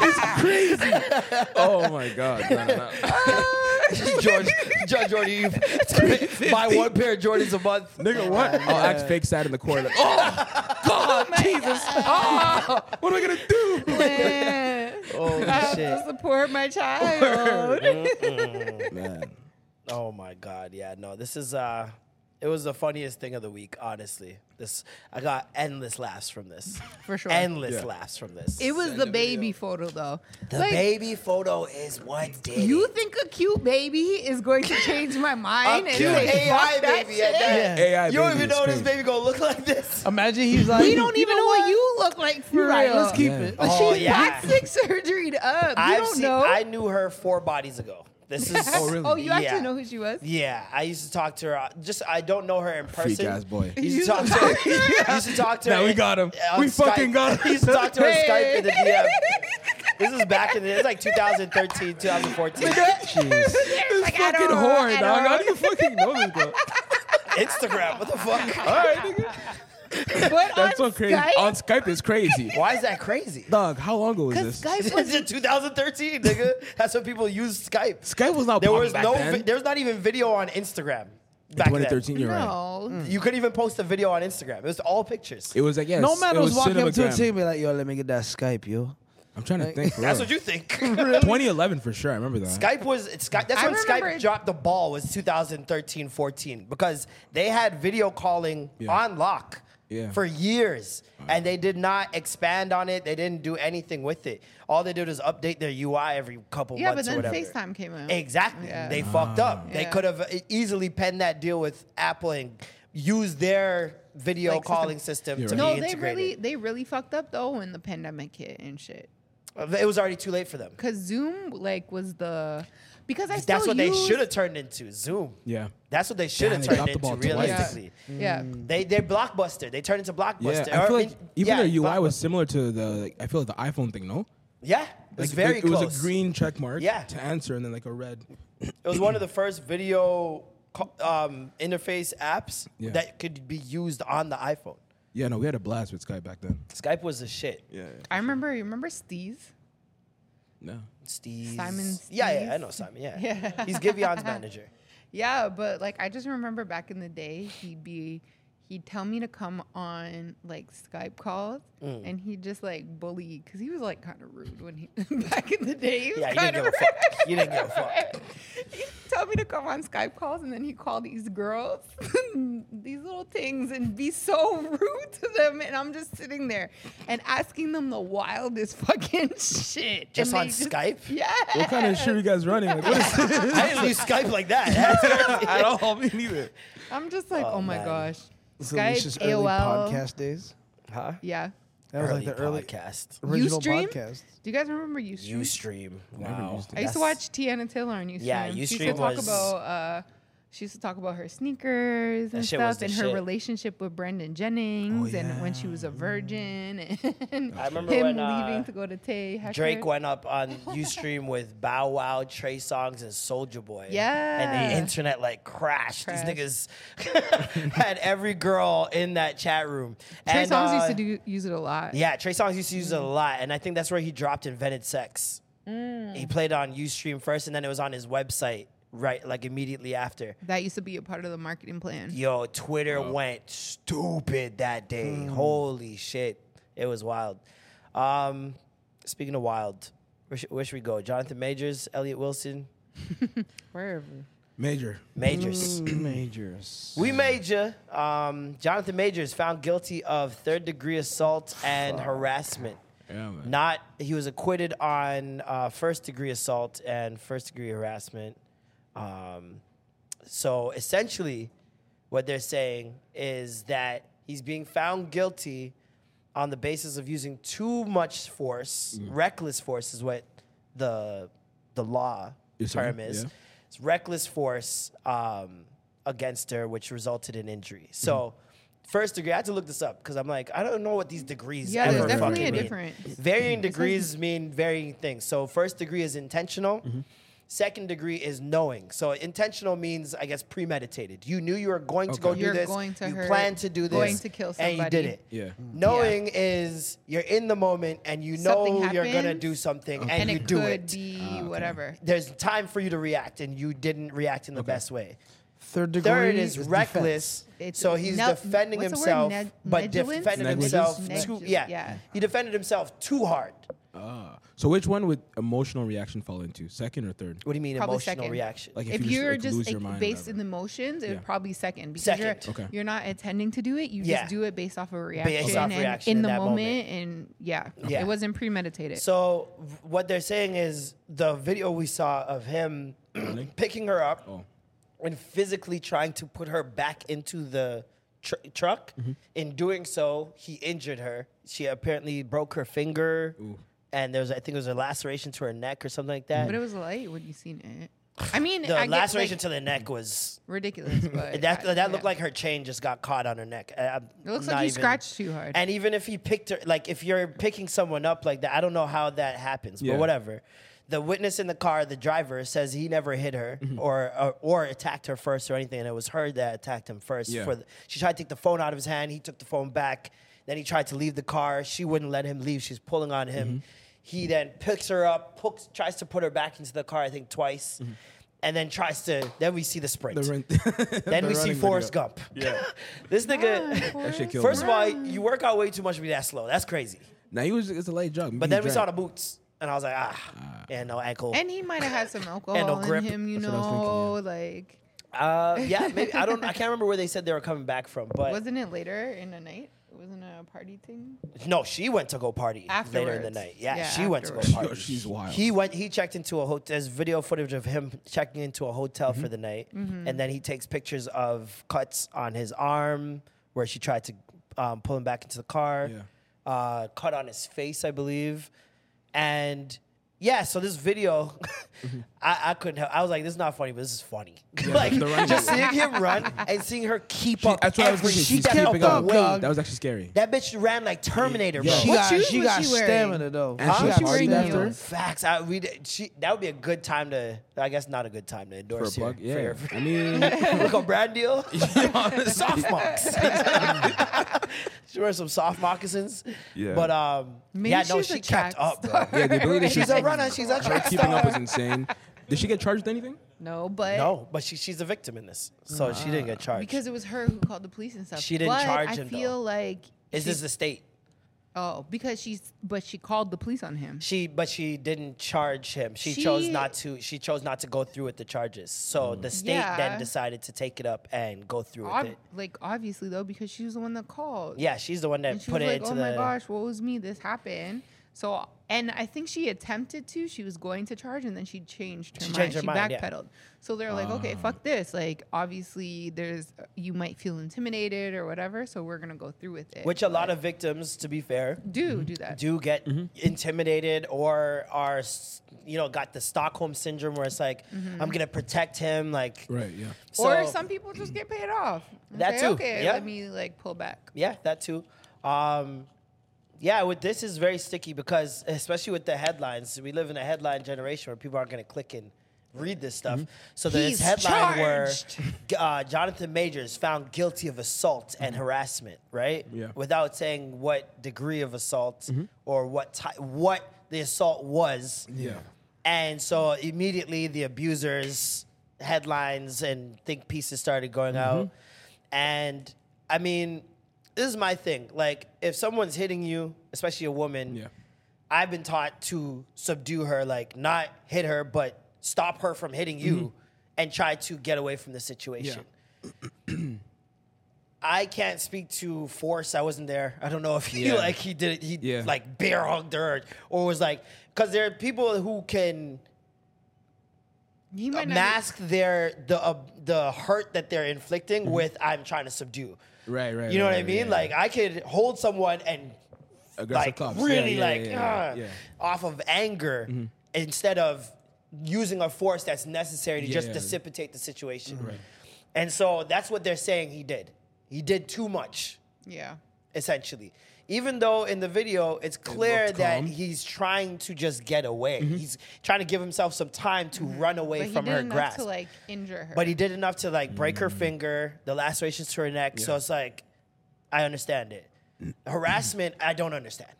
S4: It's crazy. Oh my god. No, no, no.
S1: George, George Jordan, you buy one pair of Jordans a month.
S4: Nigga, what? I'll act Oh, fake sad in the corner. Like, oh, God, Jesus. Ah, what am I going to do?
S1: Oh
S3: I have to support my child.
S4: Man.
S1: Oh my God, yeah, no, this is uh, it was the funniest thing of the week, honestly. This I got endless laughs from this,
S3: For sure.
S1: endless
S4: Yeah.
S1: laughs from this.
S3: It was the baby photo though.
S1: the baby photo is what did
S3: You
S1: it.
S3: think a cute baby is going to change my mind?
S1: a
S3: and
S1: cute
S3: say,
S1: AI
S3: "Fuck that
S1: baby at
S3: shit"?
S1: that.
S4: AI
S1: You don't
S4: baby
S1: even
S4: is
S1: know this
S4: crazy.
S1: baby gonna look like this.
S2: imagine he's like,
S3: We don't
S2: "You
S3: even know what you look like for
S2: You're right.
S3: real.
S2: Let's keep
S4: Yeah.
S2: it.
S1: Oh,
S3: She's
S1: yeah.
S3: plastic surgeryed up. You
S1: I've
S3: don't
S1: seen,
S3: know.
S1: I knew her four bodies ago. This is
S4: Oh, really?
S3: Oh, you
S1: Yeah.
S3: actually know who she was?
S1: Yeah, I used to talk to her. uh, Just I don't know her in person.
S4: ass boy.
S1: Used to talk to her. used to talk to her.
S4: Now we
S1: in-
S4: got him.
S1: on
S4: We fucking
S1: Skype.
S4: got him.
S1: used to talk to her on Skype in the DM. This is back in the. It's like 2013, 2014.
S4: This
S3: Like, I
S4: fucking
S3: don't-
S4: whore,
S3: I
S4: dog.
S3: don't-
S4: How do you fucking know this, bro?
S1: Instagram. What the fuck?
S4: All right, nigga.
S3: But
S4: That's
S3: on
S4: so crazy.
S3: Skype?
S4: On Skype is crazy.
S1: Why is that crazy?
S4: Dog, how long ago was this?
S3: Because Skype
S1: It's
S3: was
S1: in 2013, nigga. That's when people used Skype.
S4: Skype was not
S1: There
S4: popping
S1: was
S4: back
S1: no.
S4: then.
S1: Vi- there was not even video on Instagram. Back
S4: 2013, you're right.
S3: no.
S1: Then. You couldn't even post a video on Instagram. It was all pictures.
S4: It was like, yes.
S2: No man
S4: it
S2: was walking up to a
S4: Cinemagram.
S2: team be like, yo, let me get that Skype, yo.
S4: I'm trying to think. For
S1: That's
S4: real.
S1: what you think.
S4: 2011 for sure. I remember that.
S1: Skype was it's Skype. That's
S3: I
S1: when
S3: remember
S1: Skype
S3: it-
S1: dropped the ball was 2013, 14 because they had video calling
S4: Yeah.
S1: on lock
S4: Yeah.
S1: for years and they did not expand on it. They didn't do anything with it. All they did was update their UI every couple
S3: Yeah, but
S1: months
S3: then
S1: or whatever.
S3: FaceTime came out.
S1: Exactly.
S3: Yeah. Ah.
S1: They fucked up. They
S3: Yeah.
S1: could have easily penned that deal with Apple and used their video
S3: Like system.
S1: calling system
S4: You're
S1: to
S4: right.
S3: No,
S1: be
S3: they
S1: integrated.
S3: really they really fucked up though when the pandemic hit and shit.
S1: It was already too late for them.
S3: Cause Zoom like was the because I still
S1: That's what they
S3: use-
S1: should have turned into Zoom.
S4: Yeah.
S1: That's what they should
S4: Damn,
S1: have
S4: they
S1: turned
S4: dropped the
S1: into
S4: ball twice.
S1: realistically.
S3: Yeah,
S1: They they're blockbuster. They turn into blockbuster.
S4: Yeah, I
S1: Or
S4: feel like
S1: in-
S4: even
S1: yeah,
S4: their UI was
S1: Blockbuster.
S4: similar to the. Like, I feel like the iPhone thing. No,
S1: yeah. It
S4: like
S1: was very
S4: it,
S1: close.
S4: It was a green check mark.
S1: Yeah.
S4: to answer and then like a red.
S1: It was one of the first video co- um, interface apps
S4: Yeah.
S1: that could be used on the iPhone.
S4: Yeah, no, we had a blast with Skype back then.
S1: Skype was the shit.
S4: Yeah,
S3: I remember. You remember Steez?
S4: no.
S1: Steve.
S3: Simon
S1: Yeah, yeah, I
S3: Steez.
S1: know Simon. Yeah. He's Givion's manager.
S3: Yeah, but like I just remember back in the day, he'd be he'd tell me to come on like Skype calls,
S1: Mm.
S3: and he'd just like bully because he was like kind of rude when he back in the day. He was
S1: Yeah, you didn't
S3: kind
S1: give
S3: of
S1: a fuck. You didn't give a fuck.
S3: He told me to come on Skype calls, and then he called these girls, these little things, and be so rude to them. And I'm just sitting there and asking them the wildest fucking shit.
S1: Just
S3: and
S1: on
S3: they
S1: Skype?
S3: Yeah.
S4: What kind of shit are you guys running? Like, what is this?
S1: I didn't use Skype like that.
S4: I don't help me neither.
S3: I'm just like, oh, my
S1: man.
S3: gosh.
S2: It's
S3: Skype,
S2: Alicia's early
S3: AOL.
S2: podcast days.
S1: huh?
S3: Yeah.
S2: That was like the early
S1: podcast.
S2: original
S3: Ustream?
S2: podcast.
S3: Do you guys remember Ustream?
S1: You stream. Wow.
S3: I used to
S1: That's-
S3: watch Tiana Taylor on Ustream.
S1: Yeah,
S3: she used to
S1: Ustream
S3: talk
S1: was-
S3: about. Uh, she used to talk about her sneakers and
S1: shit was
S3: stuff,
S1: the
S3: and her
S1: shit. Oh,
S3: relationship with Brendan Jennings, and when she was a virgin, and
S1: I remember
S3: him
S1: when, uh,
S3: leaving to go to Tay. Hecker.
S1: Drake went up on Ustream with Bow Wow, Trey Songs, and Soldier Boy. And
S3: Yeah.
S1: the internet like crashed.
S3: Crashed.
S1: These niggas had every girl in that chat room.
S3: Trey
S1: and,
S3: Songz used
S1: uh,
S3: to do, Mm. use it a lot.
S1: Yeah, Trey Songs used to use it a lot. And I think that's where he dropped Invented Sex. He
S3: Mm.
S1: played it on Ustream first, and then it was on his website right like immediately after.
S3: That used to be a part of the marketing plan.
S1: Yo, Twitter went stupid that day. Holy shit. It was wild. Um, speaking of wild, where should, where should we go? Jonathan Majors, Elliot Wilson,
S3: Wherever.
S4: Major.
S1: Majors.
S4: Hmm.
S2: Majors.
S1: we major. Um, Jonathan Majors found guilty of third degree assault and harassment.
S4: Yeah, man.
S1: Not he was acquitted on uh, first degree assault and first degree harassment. Um, so essentially, what they're saying is that he's being found guilty on the basis of using too much force, reckless force is what the the law
S4: Yes, sir.
S1: term is.
S4: Yeah.
S1: It's reckless force um, against her, which resulted in injury. So. First degree. I had to look this up because I'm like, I don't know what these degrees.
S3: Yeah,
S1: ever
S3: there's definitely
S1: fucking
S3: a
S1: mean.
S3: difference.
S1: Varying degrees mean varying things. So first degree is intentional.
S3: Mm-hmm.
S1: Second degree is knowing. So intentional means, I guess, premeditated. You knew you were going to go do
S3: You're
S1: this.
S3: going to
S1: you
S3: hurt,
S1: planned to do this.
S3: going to kill
S1: And you did
S3: somebody.
S1: it.
S4: Yeah.
S1: Knowing is you're in the moment and you know
S3: Something
S1: you're gonna
S3: happens,
S1: do something and,
S3: And,
S1: you
S3: it
S1: do
S3: could
S1: it. Ah,
S3: be whatever.
S1: There's time for you to react and you didn't react in the best way.
S2: Third degree.
S1: Third is
S2: defense.
S1: reckless.
S3: It's
S1: so he's
S3: neg-
S1: defending
S3: what's the word?
S1: himself,
S3: Neg-
S1: but
S3: negligence?
S1: defended
S4: Negligence?
S1: himself too.
S3: Negligence.
S1: Yeah.
S3: Yeah.
S1: he defended himself too hard.
S4: So which one would emotional reaction fall into? Second or third?
S1: What do you mean
S3: Probably
S1: emotional
S3: second.
S1: reaction?
S4: Like
S3: if,
S4: you
S3: you're
S4: like,
S3: just,
S4: lose
S3: like,
S4: your mind or
S3: based in the
S4: whatever.
S3: motions, it
S4: Yeah.
S3: would probably second because
S1: Second.
S3: You're,
S4: Okay.
S3: you're not attending to do it. You
S1: Yeah.
S3: just do it based off of a reaction,
S1: Based off
S3: and
S1: reaction
S3: in,
S1: in
S3: the
S1: that
S3: moment,
S1: moment.
S3: and yeah,
S1: Yeah.
S3: it wasn't premeditated.
S1: So v- what they're saying is the video we saw of him picking her up and physically trying to put her back into the tr- truck. In doing so, he injured her. She apparently broke her finger. And there's, I think, it was a laceration to her neck or something like that.
S3: but it was light when you seen it. I mean,
S1: the
S3: I get,
S1: laceration
S3: like,
S1: to the neck was
S3: ridiculous, but
S1: that.
S3: I-
S1: That looked
S3: yeah.
S1: like her chain just got caught on her neck. I- I'm
S3: It looks
S1: not
S3: like he
S1: even-
S3: scratched too hard.
S1: And even if he picked her, like if you're picking someone up like that, I don't know how that happens,
S4: Yeah.
S1: but whatever. The witness in the car, the driver, says he never hit her or, or or attacked her first or anything, and it was her that attacked him first.
S4: Yeah.
S1: For the, she tried to take the phone out of his hand. He took the phone back. Then he tried to leave the car. She wouldn't let him leave. She's pulling on him. He then picks her up, pokes, tries to put her back into the car. I think twice. And then tries to. Then we see the sprint.
S4: The rent-
S1: then
S4: the
S1: we see
S4: running
S1: Forrest
S4: video.
S1: Gump. this nigga.
S4: That shit killed
S1: First
S4: me.
S1: of all, you work out way too much to be that slow. That's crazy.
S4: Now he was it's a light jog.
S1: But then we saw the boots, and I was like, ah, and no ankle.
S3: And he might have had some alcohol in
S1: grip.
S3: him, you
S4: what I was
S3: know. Like,
S1: Uh, yeah, maybe I don't. I can't remember where they said they were coming back from, but
S3: wasn't it later in the night? It wasn't a party thing.
S1: no, she went to go party later in the
S3: Afterwards.
S1: night. Yeah,
S3: Yeah,
S1: she went to go
S3: afterwards.
S1: party.
S4: she's wild.
S1: He went. He checked into a hotel. There's video footage of him checking into a hotel
S4: Mm-hmm.
S1: for the night,
S3: Mm-hmm.
S1: and then he takes pictures of cuts on his arm where she tried to um, pull him back into the car. Uh, cut on his face, I believe, and yeah. So this video,
S4: Mm-hmm.
S1: I, I couldn't help. I was like, "This is not funny, but this is funny." like
S4: the running
S1: just
S4: video.
S1: seeing him run and seeing her keep up.
S4: That's what I was
S1: every-
S4: thinking.
S1: She
S4: She's
S1: got
S4: keeping up.
S1: away.
S4: That was actually scary.
S1: That bitch ran like Terminator,
S4: Yeah.
S1: bro.
S2: She
S3: What
S2: got,
S3: shoes
S2: she
S3: was
S2: got
S3: she wearing?
S2: stamina though.
S4: And she
S2: she
S4: was
S2: got
S4: wearing
S2: stamina.
S3: heels.
S1: Facts. I, we, she, that would be a good time to. I guess not a good time to
S4: For a
S1: endorse
S4: plug,
S1: here.
S4: yeah.
S1: For- for-
S4: I mean,
S1: Look on brand deal. soft mocks. she wears some soft moccasins.
S4: Yeah.
S1: But um,
S3: Maybe
S1: yeah, no,
S3: she's a
S1: she
S3: track
S1: kept up, bro.
S3: star.
S4: yeah, the ability that
S1: She's
S4: she-
S1: a runner. She's a
S4: her
S1: track
S4: keeping
S1: star.
S4: up was insane. Did she get charged with anything?
S3: No, but
S1: No, but she, she's a victim in this, so she didn't get charged.
S3: because it was her who called the police and stuff.
S1: She didn't
S3: but
S1: charge
S3: I
S1: him, though.
S3: feel like
S1: is this the state?
S3: oh, because she's but she called the police on him.
S1: She, but she didn't charge him. She,
S3: She-
S1: chose not to. She chose not to go through with the charges. So the state
S3: Yeah.
S1: then decided to take it up and go through with
S3: Ob-
S1: it.
S3: like obviously though, because she was the one that called.
S1: Yeah, she's the one that
S3: and she
S1: put
S3: was
S1: it
S3: like,
S1: into
S3: "Oh
S1: the.
S3: my gosh, what was me? This happened." So, and I think she attempted to. She was going to charge, and then she changed her
S1: She
S3: mind.
S1: changed her
S3: she
S1: mind, yeah. Ah.
S3: backpedaled. So they're like, "Okay, fuck this. Like, obviously, there's you might feel intimidated or whatever. So we're gonna go through with it."
S1: Which a lot of victims, to be fair,
S3: do do that.
S1: do get intimidated or are, s- you know, got the Stockholm syndrome where it's like, I'm gonna protect him, like,
S4: Right. Yeah.
S3: Mm-hmm. or
S1: so-
S3: some people just get paid off. and
S1: That
S3: say,
S1: too,
S3: Okay,
S1: yeah.
S3: let me like pull back.
S1: Yeah, that too. Um, yeah, with this is very sticky because especially with the headlines, we live in a headline generation where people aren't going to click and read this stuff. So there's
S3: He's
S1: headline
S3: charged.
S1: where uh, Jonathan Majors found guilty of assault and harassment, right?
S4: Yeah.
S1: Without saying what degree of assault or what ty- what the assault was.
S4: Yeah.
S1: And so immediately the abusers headlines and think pieces started going
S4: Mm-hmm.
S1: out. And I mean, this is my thing. Like if someone's hitting you, especially a woman,
S4: Yeah.
S1: I've been taught to subdue her, like not hit her, but stop her from hitting
S4: Mm-hmm.
S1: you and try to get away from the situation. I can't speak to force. I wasn't there. I don't know if he
S4: Yeah.
S1: like he did it. He
S4: Yeah.
S1: like bear hugged her or was like because there are people who can
S3: He might not.
S1: mask their the uh, the hurt that they're inflicting with I'm trying to subdue.
S4: Mm-hmm. Right, right,
S1: You know
S4: right,
S1: what I
S4: right,
S1: mean?
S4: yeah, yeah.
S1: Like I could hold someone and
S4: Aggressive
S1: like
S4: cops. Yeah,
S1: really
S4: yeah,
S1: like
S4: yeah, yeah,
S1: uh,
S4: yeah. Mm-hmm.
S1: off of anger instead of using a force that's necessary to
S4: Yeah,
S1: just
S4: yeah.
S1: dissipate the situation. And so that's what they're saying he did. He did too much
S3: Yeah.
S1: essentially. Even though in the video it's clear
S4: looked
S1: that
S4: calm. Mm-hmm.
S1: he's trying to just get away. He's trying to give himself some time to run away
S3: Mm-hmm.
S1: from
S3: But he did
S1: her
S3: enough
S1: grasp.
S3: to like injure her.
S1: But he did enough to like break
S4: Mm.
S1: her finger, the lacerations to her neck. So it's like, I understand it.
S4: Mm.
S1: Harassment, I don't understand.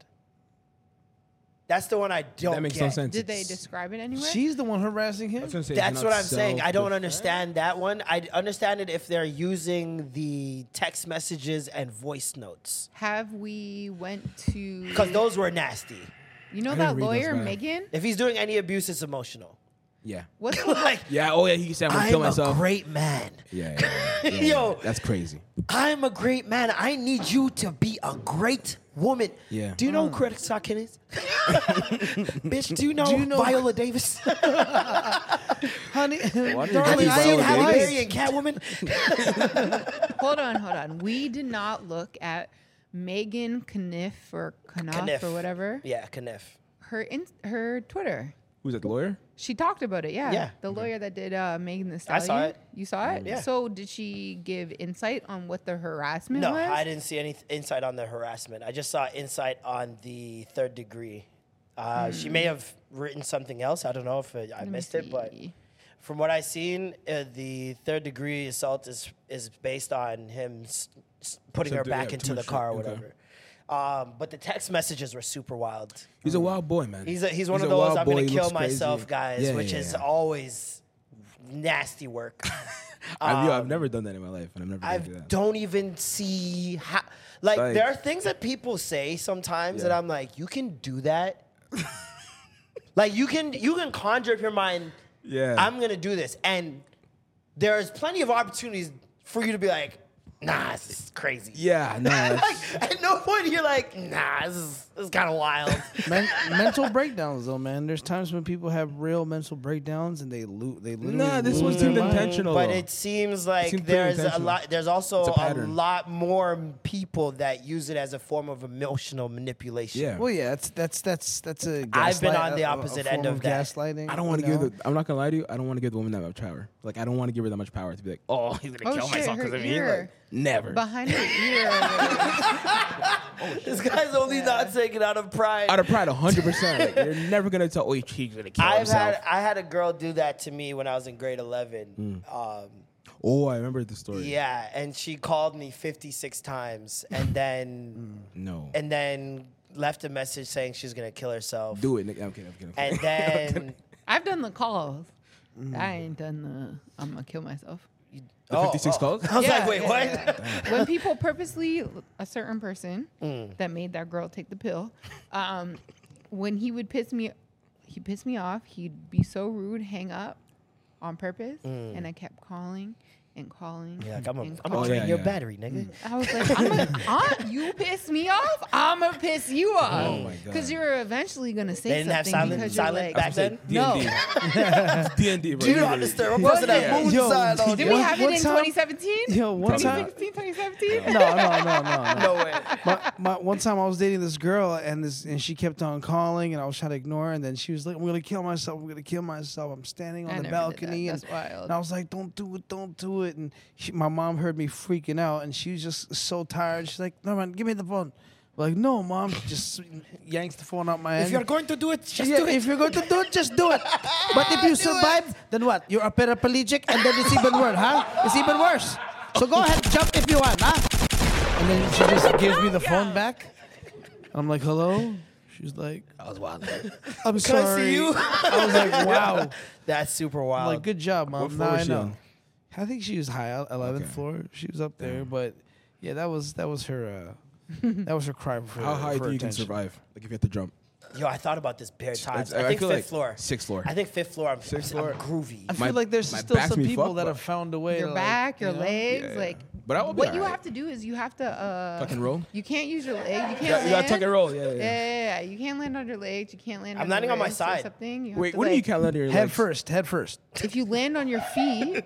S1: That's the one I don't.
S4: That makes
S1: get.
S4: no sense.
S3: did they
S4: It's-
S3: describe it anywhere?
S2: She's the one harassing him.
S4: I was gonna say, it's
S1: That's
S4: not
S1: what I'm saying. I don't
S4: self-defense.
S1: understand that one. I understand it if they're using the text messages and voice notes
S3: Have we went to?
S1: because those were nasty.
S3: you know
S4: I didn't
S3: that
S4: read those,
S3: lawyer
S4: man.
S3: Megan.
S1: If he's doing any abuse, it's emotional.
S4: Yeah.
S3: What's the
S1: like
S4: Yeah. Oh yeah. He said, "I'm gonna
S1: I'm
S4: kill
S1: a
S4: myself."
S1: great man.
S4: yeah, yeah, yeah, yeah,
S1: Yo.
S4: yeah. that's crazy.
S1: I'm a great man. I need you to be a great woman.
S4: Yeah.
S1: Do you know who Credit Sutkin is? Bitch, do you know,
S2: you know-
S1: Viola Davis?
S2: Honey, darling,
S4: you
S1: Have you
S4: Viola
S1: seen Halle
S4: Davis?
S1: Berry and Catwoman?
S3: hold on, hold on. We did not look at Megan Kniff or Knopf
S1: Kniff.
S3: or whatever.
S1: yeah, Kniff.
S3: Her in her Twitter.
S4: Who's that? The lawyer?
S3: She talked about it, yeah.
S1: Yeah.
S3: The lawyer that did uh, Megan the
S1: I
S3: Stallion.
S1: saw it.
S3: You saw it?
S1: Yeah.
S3: So did she give insight on what the harassment
S1: No,
S3: was?
S1: I didn't see any th- insight on the harassment. I just saw insight on the third degree. Uh, She may have written something else. I don't know if uh, I
S3: Hmm. Let me
S1: missed it, but
S3: see.
S1: from what I seen, uh, the third degree assault is is based on him s- s- putting
S4: So
S1: her
S4: do-
S1: back
S4: yeah,
S1: into
S4: too
S1: the
S4: much
S1: car or
S4: shit, okay.
S1: whatever. Um, but the text messages were super wild.
S4: He's a wild boy, man.
S1: He's a, he's one of
S4: a
S1: those
S4: wild
S1: I'm
S4: boy,
S1: gonna
S4: he
S1: kill
S4: looks crazy."
S1: myself guys,
S4: Yeah,
S1: which
S4: yeah,
S1: is
S4: yeah.
S1: always nasty work.
S4: I've, yo, I've never done that in my life, and I'm never
S1: I
S4: gonna do that.
S1: don't even see how. Like,
S4: Like-
S1: there are things that people say sometimes that
S4: Yeah.
S1: I'm like, you can do that. like you can you can conjure up your mind.
S4: Yeah.
S1: I'm gonna do this, and there's plenty of opportunities for you to be like, nah, this is crazy.
S4: yeah, no.
S1: like
S4: that's-
S1: at no point you're like, nah, this is, this is kind of wild.
S2: Men- mental breakdowns, though, man. There's times when people have real mental breakdowns and they lo- they literally.
S4: nah, this
S2: lose
S4: one
S2: their
S4: seemed
S2: mind.
S4: intentional.
S1: Mm, But
S4: though.
S1: it seems like
S4: seemed pretty
S1: there's a
S4: intentional.
S1: lot. There's also
S4: It's a
S1: a,
S4: pattern.
S1: lot more people that use it as a form of emotional manipulation.
S4: yeah.
S2: Well, yeah, that's that's that's that's a.
S1: I've been
S2: gaslight-
S1: on the
S2: a- a- a
S1: opposite end
S2: form
S1: of that.
S2: gaslighting.
S4: I don't want to
S2: you know?
S4: give. The, I'm not gonna lie to you. I don't want to give the woman that much power. Like I don't want to give her that much power to be like, oh, he's gonna
S3: Oh,
S4: kill
S3: shit,
S4: myself
S3: her
S4: because of me. Like,
S3: ear.
S4: never.
S3: Behind her ear.
S1: This guy's only not taking out of pride.
S4: Out of pride, 100. percent You're never gonna tell. Oh, he's gonna kill
S1: I've
S4: himself.
S1: had I had a girl do that to me when I was in grade eleven.
S4: Hmm.
S1: Um,
S4: oh, I remember the story.
S1: yeah, and she called me fifty six times, and then
S4: No.
S1: and then left a message saying she's gonna kill herself.
S4: do it. nigga. I'm kidding. I'm kidding. I'm
S1: And
S4: kidding.
S1: then
S3: I've done the calls. I ain't done the. I'm gonna kill myself.
S4: The 56 calls.
S1: Oh, I was
S3: Yeah,
S1: like, wait,
S3: yeah,
S1: what?
S3: when people purposely a certain person
S1: Mm.
S3: that made that girl take the pill um, when he would piss me he pissed me off he'd be so rude hang up on purpose and i kept calling and calling
S1: Mm. Like, I'm gonna
S3: and
S1: I'm gonna
S4: Oh,
S1: drain
S4: yeah,
S1: your
S4: yeah. Hmm.
S1: battery, nigga.
S3: I was like, I'm gonna, Aunt, you piss me off. I'm gonna piss you off.
S4: Oh my God.
S3: Because you're eventually gonna say
S1: They didn't have
S3: something.
S1: silent-
S3: because
S1: silent
S3: you're like,
S1: back then?
S3: No.
S4: D and D.
S1: Do you understand? We're posting that moon
S2: Yo,
S1: sign on
S3: Did
S1: there.
S3: we
S2: One-
S3: have it
S2: one
S3: in
S2: time-
S3: 2017?
S2: Yo, one time.
S3: 2016, 2017?
S2: No, no, no, no, no.
S1: No way.
S2: my, my one time I was dating this girl and this and she kept on calling and I was trying to ignore her and then she was like, I'm gonna kill myself, I'm gonna kill myself. I'm standing on
S3: I
S2: the
S3: never did that.
S2: balcony and,
S3: That's wild.
S2: and I was like, Don't do it, don't do it and she, my mom heard me freaking out and she was just so tired. She's like, No man, give me the phone. I'm like, no, mom, she just yanks the phone out my hand.
S1: If you're going to do it, just
S2: Yeah,
S1: do it.
S2: If you're going to do it, just do it. But if you survive, then what? You're a paraplegic, and then it's even worse, huh? It's even worse. So go ahead, jump if you want, huh? And then she just gives me the phone back. I'm like, hello. She's like, I was wild. I'm
S1: I see
S2: sorry.
S1: you?
S2: I was like, wow.
S1: That's super
S2: I'm
S1: wild.
S2: like, good job,
S4: Uh, What
S2: mom.
S4: floor
S2: Now
S4: was
S2: I
S4: she
S2: know.
S4: on?
S2: I think she was high, uh, 11th
S4: Okay.
S2: floor. She was up there, but yeah, that was that was her. Uh, that was her crime for
S4: How high
S2: for
S4: do you can
S2: attention.
S4: survive? Like if you have to jump.
S1: Yo, I thought about this bare times.
S4: I-
S1: I,
S4: I
S1: think
S4: feel
S1: fifth
S4: like
S1: floor.
S4: sixth floor.
S1: I think fifth floor. I'm,
S4: Sixth
S1: I'm
S4: floor.
S1: groovy.
S2: I feel
S4: My-
S2: like there's
S4: my
S2: still
S4: back's
S2: some
S4: me
S2: people
S4: fucked,
S2: that
S4: but-
S2: have found a way.
S3: your
S2: to, like,
S3: back,
S2: you
S3: your
S2: know?
S3: legs,
S4: Yeah, yeah.
S3: like.
S4: But I will be
S3: What you
S4: alright.
S3: have to do is you have to uh,
S4: Tuck and roll?
S3: You can't use your leg. You can't.
S4: Yeah, you gotta
S3: land.
S4: tuck and roll, yeah, yeah,
S3: yeah,
S4: yeah.
S3: yeah, yeah. You can't land on your legs. You can't land.
S1: I'm
S3: on
S1: landing
S3: your
S1: on my
S3: wrists or
S1: side.
S3: Something. You have
S4: Wait,
S3: to,
S4: what do
S3: like-
S4: you count under your
S2: Head
S4: legs?
S2: first, head first.
S3: If you land on your feet,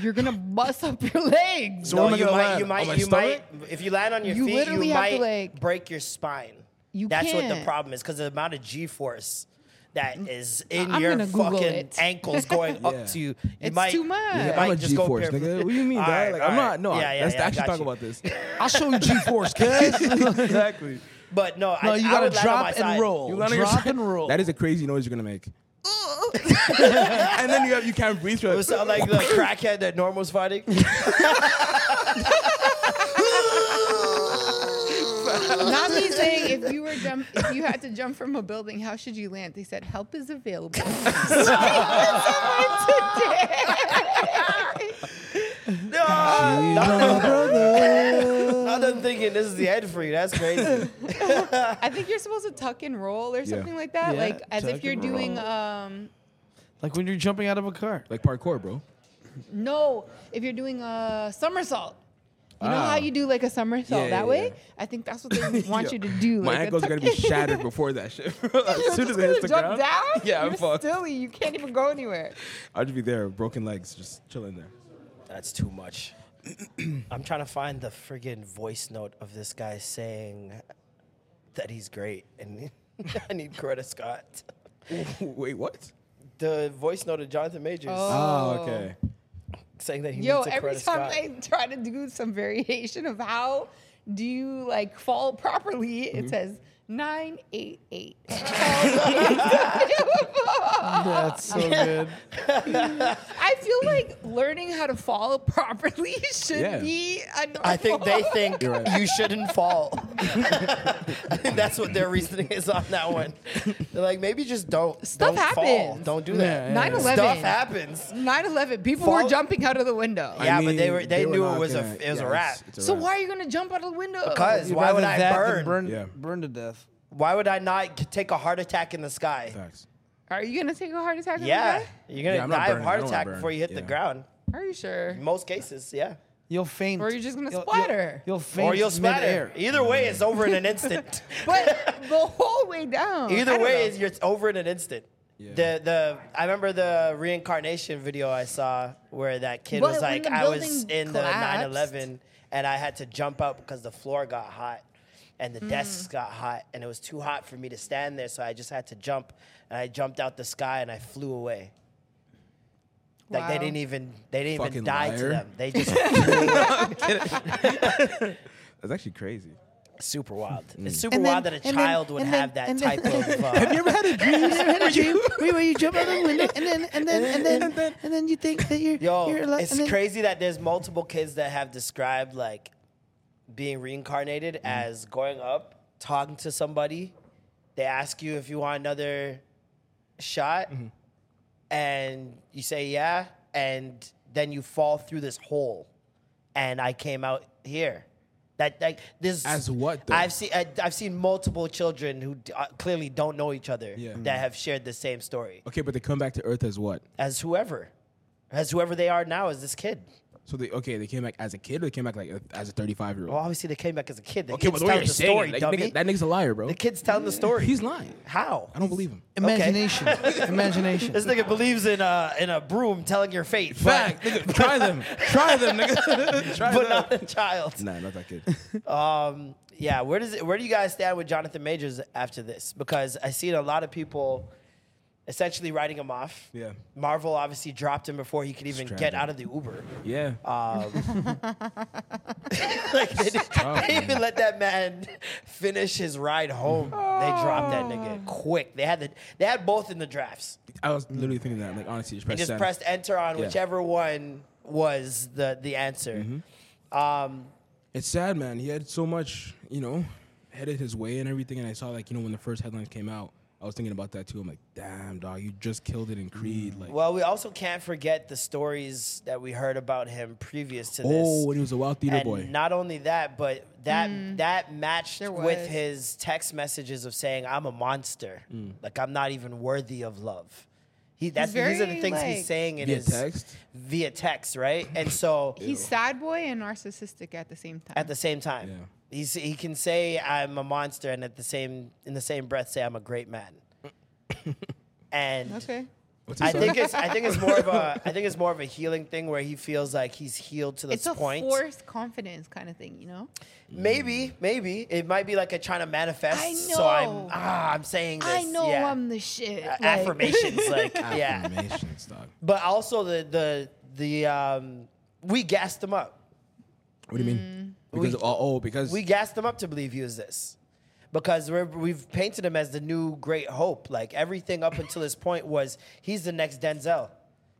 S3: you're gonna bust up your legs.
S4: where am
S1: no,
S4: I
S1: you
S4: gonna
S1: might,
S4: land?
S1: you might,
S4: On my
S1: you might.
S4: stomach?
S1: If you land on your
S3: You
S1: feet,
S3: literally
S1: you
S3: have to,
S1: might
S3: like-
S1: break your spine.
S3: You
S1: That's what the
S3: can't.
S1: problem is because the amount of G-force that is in
S3: I'm
S1: your
S3: gonna Google
S1: fucking
S3: it.
S1: ankles going
S4: Yeah.
S1: up to you. you
S3: It's
S1: might,
S3: too much.
S1: You
S3: Yeah,
S4: Yeah,
S1: might
S4: I'm a
S1: just go
S4: G-force,
S1: paraplegic.
S4: nigga. What do you mean,
S1: All
S4: dog?
S1: right,
S4: like,
S1: all
S4: I'm
S1: right.
S4: not. No,
S1: yeah, yeah,
S4: let's
S1: yeah, I
S4: actually
S1: got
S4: talk
S1: you.
S4: about this.
S2: I'll show you G-force, cuz.
S4: exactly.
S1: But no,
S2: No,
S1: I,
S2: you
S1: I
S2: gotta
S1: would land on
S2: drop
S1: my
S2: and
S1: side.
S2: roll.
S4: You land on your
S2: drop
S4: side.
S2: and roll.
S4: That is a crazy noise you're gonna make. and then you have you can't breathe. You're
S1: It would
S4: like,
S1: sound like the crackhead that Norm was fighting.
S3: Not me saying if you were jump, if you had to jump from a building, how should you land? They said help is available. So I went to dance.
S1: no, I'm done thinking this is the end for you. That's crazy.
S3: I think you're supposed to tuck and roll or something like that,
S2: Yeah,
S3: like as
S2: tuck
S3: if you're
S2: and
S3: doing
S2: roll.
S3: um
S2: like when you're jumping out of a car.
S4: like parkour, bro.
S3: no, if you're doing a somersault. You know
S4: Ah.
S3: how you do like a somersault
S4: Yeah,
S3: that
S4: yeah,
S3: way?
S4: yeah.
S3: I think that's what they want
S4: Yo,
S3: you to do.
S4: My
S3: like a
S4: ankles are
S3: tuck
S4: gonna be
S3: and-
S4: shattered before that shit.
S3: You're
S4: as soon as
S3: just
S4: it hits the
S3: gonna jump
S4: ground,
S3: down?
S4: yeah, I'm
S3: You're
S4: fucked.
S3: Silly, you can't even go anywhere.
S4: I'll just be there, broken legs, just chilling there.
S1: That's too much. I'm trying to find the friggin' voice note of this guy saying that he's great, and I need Coretta Scott.
S4: Wait, what?
S1: The voice note of Jonathan Majors
S4: Oh, okay.
S1: saying that he
S3: Yo,
S1: needs a
S3: every
S1: Coretta
S3: time
S1: Scott.
S3: I try
S4: Mm-hmm.
S3: to do some variation of how do you like fall properly, it says 988.
S2: That's so good.
S3: I feel like learning how to fall properly should
S4: Yeah.
S3: be an
S1: I think they think
S4: You're right.
S1: you shouldn't fall. I think that's what their reasoning is on that one. They're like, maybe just don't.
S3: Stuff
S1: don't Fall.
S3: happens.
S1: Don't do that.
S4: Yeah, yeah, yeah.
S3: 9/11.
S1: Stuff happens.
S3: 9/11 people were
S1: Fall-
S3: jumping out of the window.
S1: Yeah, but they were- they knew it
S4: not
S1: was a-
S4: gonna-
S1: it was a
S4: it's-
S1: rat.
S4: it's
S3: So
S4: rat.
S3: why are you going to jump out of the window?
S1: Because why would
S2: Rather
S1: I
S2: that
S1: burn?
S2: than burn?
S4: Yeah.
S2: Burn to death.
S1: Why would I not c- take a heart attack in the sky?
S4: Facts.
S3: Are you going to take a heart attack? on the
S1: Yeah,
S3: guy?
S1: you're gonna
S4: Yeah, I'm not
S1: die of
S4: burning. I
S1: heart
S4: don't wanna
S1: attack
S4: burn.
S1: before you hit the
S4: Yeah.
S1: ground.
S3: Are you sure?
S1: In most cases, yeah.
S2: You'll faint.
S3: Or you're just gonna
S2: You'll-
S3: splatter.
S2: You'll, you'll faint.
S1: or you'll
S2: midair.
S1: splatter. Either way, it's over in an instant.
S3: But the whole way down. I
S1: Either
S3: don't
S1: way,
S3: know.
S1: it's, you're- it's over in an instant. The the I remember the reincarnation video I saw where that kid
S3: What,
S1: was
S3: when
S1: like
S3: the
S1: I was
S3: building
S1: in the nine
S3: collapsed?
S1: eleven and I had to jump up because the floor got hot and
S3: Mm.
S1: the desks got hot and it was too hot for me to stand there so I just had to jump and I jumped out the sky and I flew away. Like they
S3: Wow.
S1: didn't even they didn't
S4: Fucking
S1: even die to
S4: liar.
S1: them. They just
S4: That's actually crazy.
S1: super wild. It's super wild that a child would have that type of. Uh,
S2: Have you ever had a dream? Have you ever had a dream where where you jump out the window and then and then and then and then, and then you think that you're
S1: Yo,
S2: you're alive,
S1: it's
S2: and then-
S1: crazy that there's multiple kids that have described like being reincarnated
S4: Mm-hmm.
S1: as going up, talking to somebody. They ask you if you want another shot,
S4: Mm-hmm.
S1: and you say yeah, and then you fall through this hole, and I came out here. That like this
S4: As what, though?
S1: I've seen I, I've seen multiple children who d- uh, clearly don't know each other
S4: Yeah. Mm.
S1: that have shared the same story
S4: Okay, but they come back to Earth as what?
S1: as whoever, as whoever they are now as this kid.
S4: So they okay, they came back as a kid or they came back like as a 35 year
S1: Well,
S4: old.
S1: obviously they came back as a kid. The
S4: Okay,
S1: kid's
S4: but the way
S1: telling
S4: you're
S1: the
S4: saying it,
S1: story,
S4: like,
S1: dummy.
S4: nigga- that nigga's a liar, bro.
S1: The kid's telling the story.
S4: He's lying.
S1: How?
S4: I don't believe him.
S2: Imagination. Imagination.
S1: This nigga believes in a in a broom telling your fate,
S4: Fact, nigga, try them, try them, nigga. try
S1: but, but not a child.
S4: Nah, not that kid.
S1: Yeah, where does it, where do you guys stand with Jonathan Majors after this? Because I seen a lot of people essentially writing him off.
S4: Yeah.
S1: Marvel obviously dropped him before he could even
S4: Strapped
S1: get
S4: him.
S1: out of the Uber.
S4: Yeah.
S1: Uh, Like they, didn't, they didn't even let that man finish his ride home. They dropped that nigga quick. They had the they had both in the drafts.
S4: I was literally thinking that. Like honestly, just press.
S1: You just
S4: send.
S1: pressed enter on
S4: Yeah.
S1: whichever one was the the answer. Um,
S4: It's sad, man. He had so much, you know, headed his way and everything. And I saw like, you know, when the first headlines came out, I was thinking about that too. I'm like, damn, dog, you just killed it in Creed. Like,
S1: well, we also can't forget the stories that we heard about him previous to this.
S4: oh, when he was a wild theater
S1: and
S4: boy.
S1: not only that, but that that matched
S3: Hmm. There
S1: with
S3: was.
S1: his text messages of saying, "I'm a monster.
S4: Hmm.
S1: Like I'm not even worthy of love." He, that's these are the
S3: very,
S1: things he's
S3: like-
S1: saying in
S4: Via
S1: his
S4: text?
S1: via text, right? And so
S3: He's sad boy and narcissistic at the same time.
S1: at the same time.
S4: Yeah.
S1: He's, he can say I'm a monster and at the same in the same breath say I'm a great man. and
S3: okay.
S4: What's he
S1: I
S4: saying?
S1: think it's I think it's more of a I think it's more of a healing thing where he feels like he's healed to this
S3: It's a
S1: point.
S3: forced confidence kind of thing, you know?
S1: Maybe, maybe it might be like a trying to manifest.
S3: I
S1: So I'm
S3: know.
S1: ah, I'm saying this.
S3: I know
S1: yeah.
S3: I'm the shit.
S1: A-
S3: like-
S1: affirmations like yeah.
S4: Affirmations, dog.
S1: But also the the the um we gassed him up.
S4: What do you mean? Because oh, oh, because
S1: Mm. we gassed him up to believe he was this because we're, we've painted him as the new great hope like everything up until this point was he's the next denzel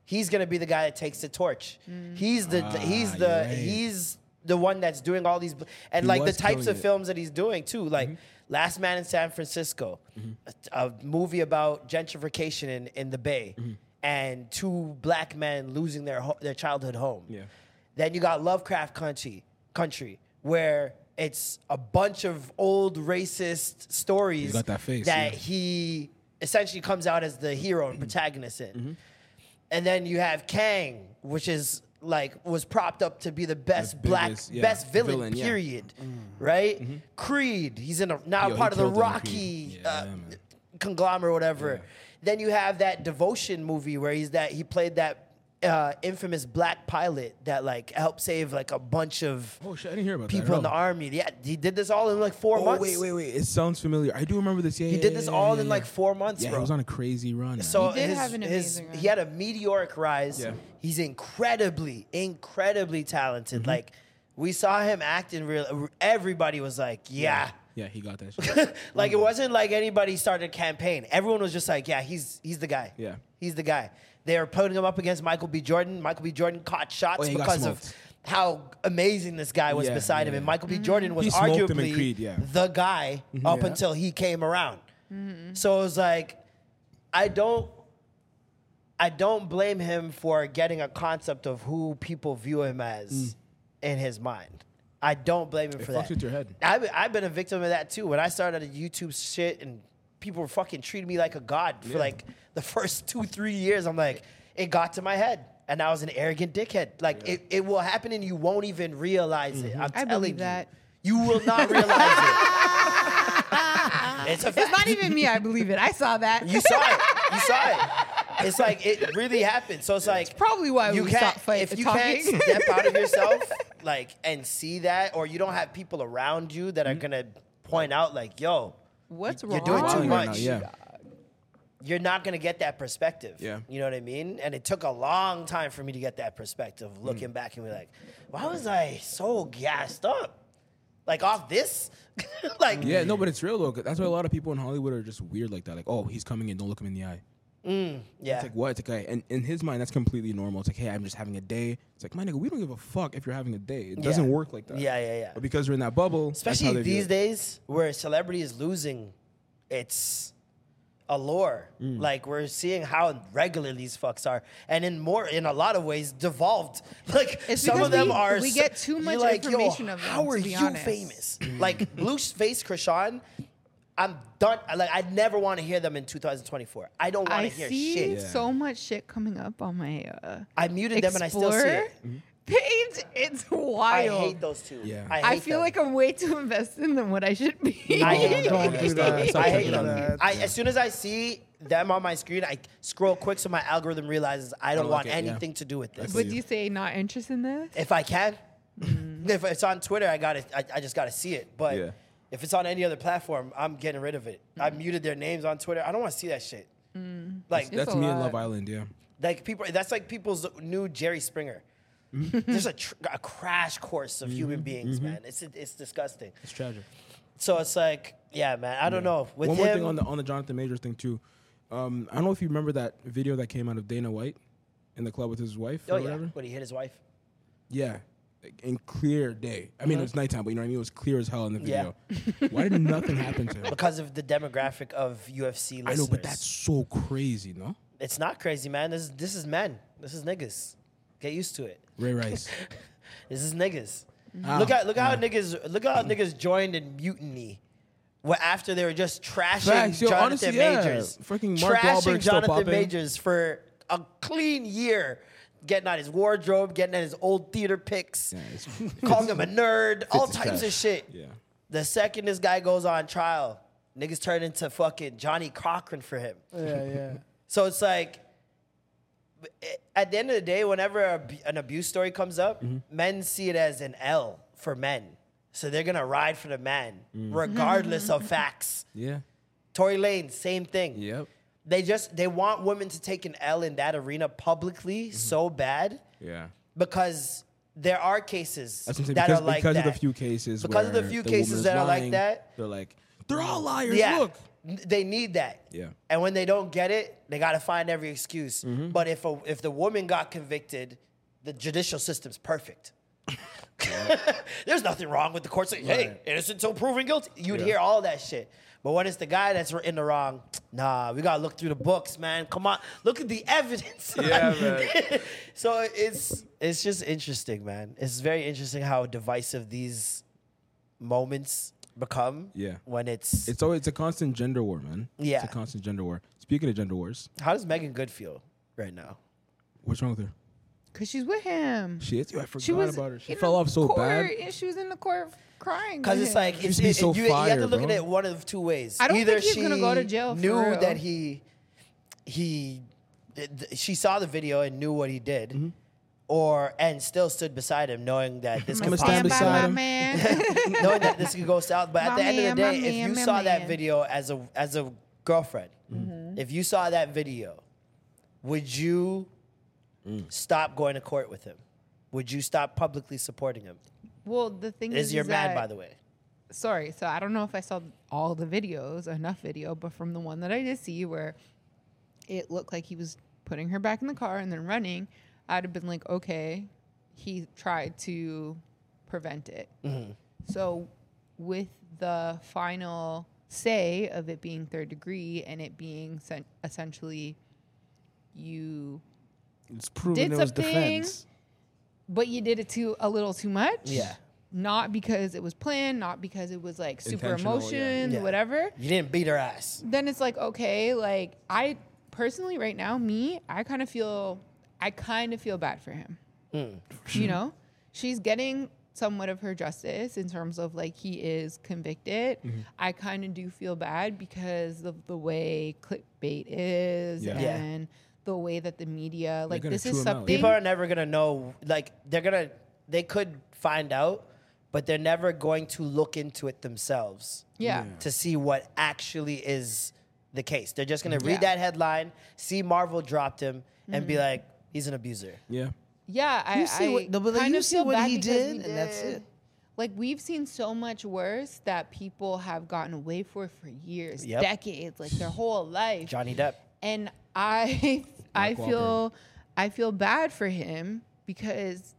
S1: he's going to be the guy that takes the torch he's the he's
S4: Ah,
S1: the
S4: you're right.
S1: he's the one that's doing all these and
S4: He
S1: like the
S4: was
S1: types
S4: killing
S1: of
S4: it.
S1: films that he's doing too like
S4: Mm-hmm.
S1: last man in san francisco a, a movie about gentrification in, in the bay
S4: Mm-hmm.
S1: and two black men losing their ho- their childhood home
S4: Yeah.
S1: then you got Lovecraft Country, country where it's a bunch of old racist stories
S4: got that face,
S1: that
S4: yeah. Mm-hmm.
S1: he essentially comes out as the hero and protagonist in. And then you have Kang, which is like was propped up to be the best black
S4: biggest, yeah,
S1: best villain,
S4: villain, yeah. Mm. Mm-hmm.
S1: period, right? Creed, he's in a, now
S4: Yo, he
S1: part of the
S4: killed it in Creed.
S1: Rocky
S4: Yeah,
S1: uh,
S4: man.
S1: conglomerate, whatever. Then you have that devotion movie where he's that he played that uh, infamous black pilot that like helped save like a bunch of
S4: Oh, shit, I didn't hear about that
S1: people
S4: at
S1: in the
S4: all.
S1: army. Yeah, he did this all in like four
S4: Oh,
S1: months.
S4: wait, wait, wait. It sounds familiar. I do remember this. Yeah,
S1: He
S4: yeah,
S1: did this
S4: yeah,
S1: all
S4: yeah,
S1: in
S4: yeah.
S1: like four months,
S4: Yeah,
S1: bro.
S4: he was on a crazy run. man.
S1: So
S3: did
S1: his,
S3: have an
S1: his-
S3: amazing
S1: he had a meteoric rise.
S4: Yeah.
S1: He's incredibly,
S4: Mm-hmm.
S1: incredibly talented. Like we saw him act in real. Everybody was like, "Yeah,
S4: Yeah, he got that shit.
S1: Like it wasn't like anybody started a campaign. Everyone was just like, yeah, he's he's the guy.
S4: Yeah.
S1: He's the guy. They were putting him up against Michael B. Jordan. Michael B. Jordan caught shots
S4: Oh, yeah, he got
S1: because of
S4: smoked.
S1: how amazing this guy was
S4: Yeah,
S1: beside him.
S4: yeah.
S1: And Michael
S3: Mm-hmm.
S1: B. Jordan was
S4: He smoked him in
S1: arguably
S4: Creed, yeah. Mm-hmm.
S1: the guy up until he came around.
S3: Mm-hmm.
S1: So it was like, I don't I don't blame him for getting a concept of who people view him as in his mind. I don't blame him for
S4: Mm. fucks
S1: that.
S4: with your head.
S1: I've, I've been a victim of that too. When I started a YouTube shit and people were fucking treating me like a god for like the first two, three years, I'm like, it got to my head. And I was an arrogant dickhead. Like it, it will happen and you won't even realize
S4: Mm-hmm.
S1: it. I'm
S3: I
S1: telling
S3: believe
S1: you.
S3: that.
S1: You will not realize it. It's a
S3: It's
S1: fact.
S3: not even me. I believe it. I saw that.
S1: You saw it. You saw it. It's like it really happened. So it's like
S3: probably why
S1: you
S3: we
S1: can't
S3: stopped fight-
S1: if you
S3: talking.
S1: can't step out of yourself like and see that, or you don't have people around you that are
S4: Mm-hmm.
S1: gonna point out like, "Yo,
S3: What's
S1: you're
S3: wrong?
S1: doing too
S4: Wilding
S1: much."
S4: right now, yeah.
S1: You're not gonna get that perspective.
S4: Yeah.
S1: you know what I mean. And it took a long time for me to get that perspective.
S4: Mm.
S1: Looking back and be like, "Why was I so gassed up? Like off this? like
S4: Yeah, no, but it's real though. 'cause That's why a lot of people in Hollywood are just weird like that. Like, oh, he's coming in, don't look him in the eye.
S1: yeah,
S4: It's like what? It's like, I, and in his mind, that's completely normal. It's like, hey, I'm just having a day. It's like, my nigga, we don't give a fuck if you're having a day. It doesn't
S1: Yeah.
S4: work like that.
S1: Yeah, yeah, yeah.
S4: But because we're in that bubble, that's how
S1: especially
S4: they view
S1: these
S4: it.
S1: days where celebrity is losing its allure. Like we're seeing how regular these fucks are, and in more in a lot of ways devolved. Like
S3: It's
S1: some
S3: because
S1: of them
S3: we-
S1: are.
S3: we
S1: so-
S3: get too
S1: you're
S3: much
S1: like, yo,
S3: information of them,
S1: How
S3: to
S1: are
S3: be
S1: you
S3: honest.
S1: famous? Like loose face Krishan. I'm done. I- Like I never want to hear them in 2024. I don't want
S3: I
S1: to hear
S3: see
S1: shit.
S3: so much shit coming up on my uh,
S1: I muted them and I still see it.
S3: Explorer
S4: Mm-hmm.
S3: page. It's
S1: I
S3: wild.
S1: hate those two.
S4: Yeah.
S1: I,
S3: I
S1: hate
S3: feel
S1: them.
S3: like I'm way too invested in them what I should be.
S1: I
S2: Oh,
S1: hate them.
S2: don't do that.
S1: I
S2: Stop
S1: hate them.
S2: doing that.
S1: I, as soon as I see them on my screen, I scroll quick so my algorithm realizes I don't,
S4: don't
S1: want
S4: like it, yeah.
S1: anything to do with this.
S3: Would you say not interested in this?
S1: if I can, if it's on Twitter, I got to I, I just got to see it. But
S4: Yeah. Mm.
S1: if it's on any other platform, I'm getting rid of it. I muted their names on Twitter. I don't want to see that shit. Like
S4: That's
S3: a
S4: me in
S3: lot.
S4: Love Island, yeah.
S1: like people. That's like people's new Jerry Springer. There's a, tr- a crash course of human beings, man. It's it's disgusting.
S4: Mm-hmm. It's tragic.
S1: So it's like, yeah, man. I don't know. With
S4: One
S1: him,
S4: more thing on the on the Jonathan Majors thing too. Um, I don't know if you remember that video that came out of Dana White in the club with his wife
S1: oh
S4: or
S1: yeah,
S4: whatever.
S1: when he hit his wife.
S4: Yeah. Like, In clear day. I mean,
S1: Uh-huh.
S4: it was nighttime, but you know what I mean? It was clear as hell in the video. Why did nothing happen to him?
S1: because of the demographic of UFC listeners.
S4: I know, but that's so crazy, no?
S1: it's not crazy, man. This this is men. This is niggas. Get used to it.
S4: Ray Rice.
S1: This is niggas.
S4: Ah.
S1: Look at look how niggas look how niggas joined in mutiny. Wha- after they were just trashing
S4: Facts, yo,
S1: Jonathan
S4: honestly, yeah.
S1: Majors,
S4: Freaking Mark
S1: trashing
S4: Wahlberg still
S1: Jonathan
S4: popping.
S1: Majors for a clean year, getting out his wardrobe, getting at his old theater pics,
S4: it's-
S1: calling him a nerd, all
S4: is
S1: types of
S4: trash.
S1: shit.
S4: Yeah.
S1: The second this guy goes on trial, niggas turn into fucking Johnny Cochran for him.
S2: Yeah, yeah.
S1: So it's like, at the end of the day, whenever a, an abuse story comes up,
S4: Mm-hmm.
S1: men see it as an L for men. So they're gonna ride for the man,
S4: Mm.
S1: regardless of facts.
S4: Yeah.
S1: Tory Lane, same thing.
S4: Yep.
S1: They just they want women to take an L in that arena publicly
S4: Mm-hmm.
S1: so bad
S4: Yeah.
S1: because there are cases
S4: That's what I'm saying.
S1: that
S4: Because,
S1: are like
S4: because
S1: that.
S4: of the few cases.
S1: Because of the
S4: where
S1: few
S4: woman
S1: cases
S4: is
S1: that are like
S4: lying,
S1: that.
S4: They're like, they're all liars.
S1: Yeah.
S4: Look.
S1: N- They need that.
S4: Yeah.
S1: And when they don't get it, they got to find every excuse. But if a, if the woman got convicted, the judicial system's perfect. There's nothing wrong with the court saying, "Hey, innocent until proven guilty." You'd hear all that shit. But when it's the guy that's in the wrong, nah, we gotta look through the books, man. Come on, look at the evidence.
S6: Yeah, man.
S1: so it's it's just interesting, man. It's very interesting how divisive these moments become.
S4: Yeah.
S1: When it's
S4: It's always it's a constant gender war, man.
S1: Yeah.
S4: It's a constant gender war. Speaking of gender wars,
S1: How does Megan Good feel right now?
S4: what's wrong with her?
S3: Because she's with him.
S4: She is. Yo, I forgot
S3: She was
S4: about her. She
S3: in
S4: fell
S3: the
S4: off so
S3: court,
S4: bad.
S3: and She was in the court crying.
S1: Because
S3: with
S1: it's
S3: him.
S1: like it's,
S4: used to be
S1: it-
S4: so
S1: you, you have to
S4: fire,
S1: look at
S4: bro.
S1: it one of two ways.
S3: I don't
S1: Either
S3: think
S1: she
S3: he's gonna go to jail for
S1: Knew
S3: real.
S1: that he he th- th- she saw the video and knew what he did,
S4: Mm-hmm.
S1: or and still stood beside him, knowing that this
S4: I'ma
S1: could
S3: stand
S4: stand
S3: by
S4: beside
S3: my
S4: him.
S3: man.
S1: knowing that this could go south. But at
S3: My
S1: the end of the
S3: man,
S1: day,
S3: my
S1: if
S3: man,
S1: you
S3: my
S1: saw that
S3: man. Mm-hmm.
S1: video as a as a girlfriend, if you saw that video, would you
S4: Mm.
S1: stop going to court with him? Would you stop publicly supporting him?
S3: well, the thing
S1: Is
S3: is,
S1: your
S3: is
S1: man,
S3: that
S1: by the way?
S3: sorry. So I don't know if I saw all the videos, enough video, but from the one that I did see where it looked like he was putting her back in the car and then running, I'd have been like, okay, he tried to prevent it. So with the final say of it being third degree and it being sen- essentially you
S7: It's proven
S3: Did
S7: it was
S3: something.
S7: defense.
S3: but you did it too a little too much.
S1: Yeah.
S3: Not because it was planned, not because it was like super
S4: Intentional, yeah.
S3: emotion,
S1: Yeah.
S3: whatever.
S1: You didn't beat her ass.
S3: Then it's like, okay, like I personally right now, me, I kind of feel I kind of feel bad for him.
S4: Hmm.
S3: You know? She's getting somewhat of her justice in terms of like he is convicted.
S4: Mm-hmm.
S3: I kind of do feel bad because of the way clickbait is
S4: Yeah.
S1: Yeah.
S3: and the way that the media like
S4: gonna
S3: this
S4: chew
S3: is
S4: him out.
S3: something
S4: People
S1: People are never gonna know. Like they're gonna, they could find out, but they're never going to look into it themselves.
S3: Yeah.
S1: To see what actually is the case, they're just gonna read
S3: Yeah. Mm-hmm.
S1: that headline, see Marvel dropped him, and be like, he's an abuser.
S4: Yeah.
S3: Yeah, I,
S2: You see
S3: I
S2: what- no, but, like,
S3: kind
S2: you
S3: of
S2: see
S3: feel
S2: what
S3: bad
S2: he
S3: because
S2: did,
S3: we
S2: and that's
S3: did-
S2: it.
S3: Like we've seen so much worse that people have gotten away for for years,
S1: Yep.
S3: decades, like their whole life.
S1: Johnny Depp.
S3: And I, I
S4: Mark Wahlberg.
S3: feel, I feel bad for him because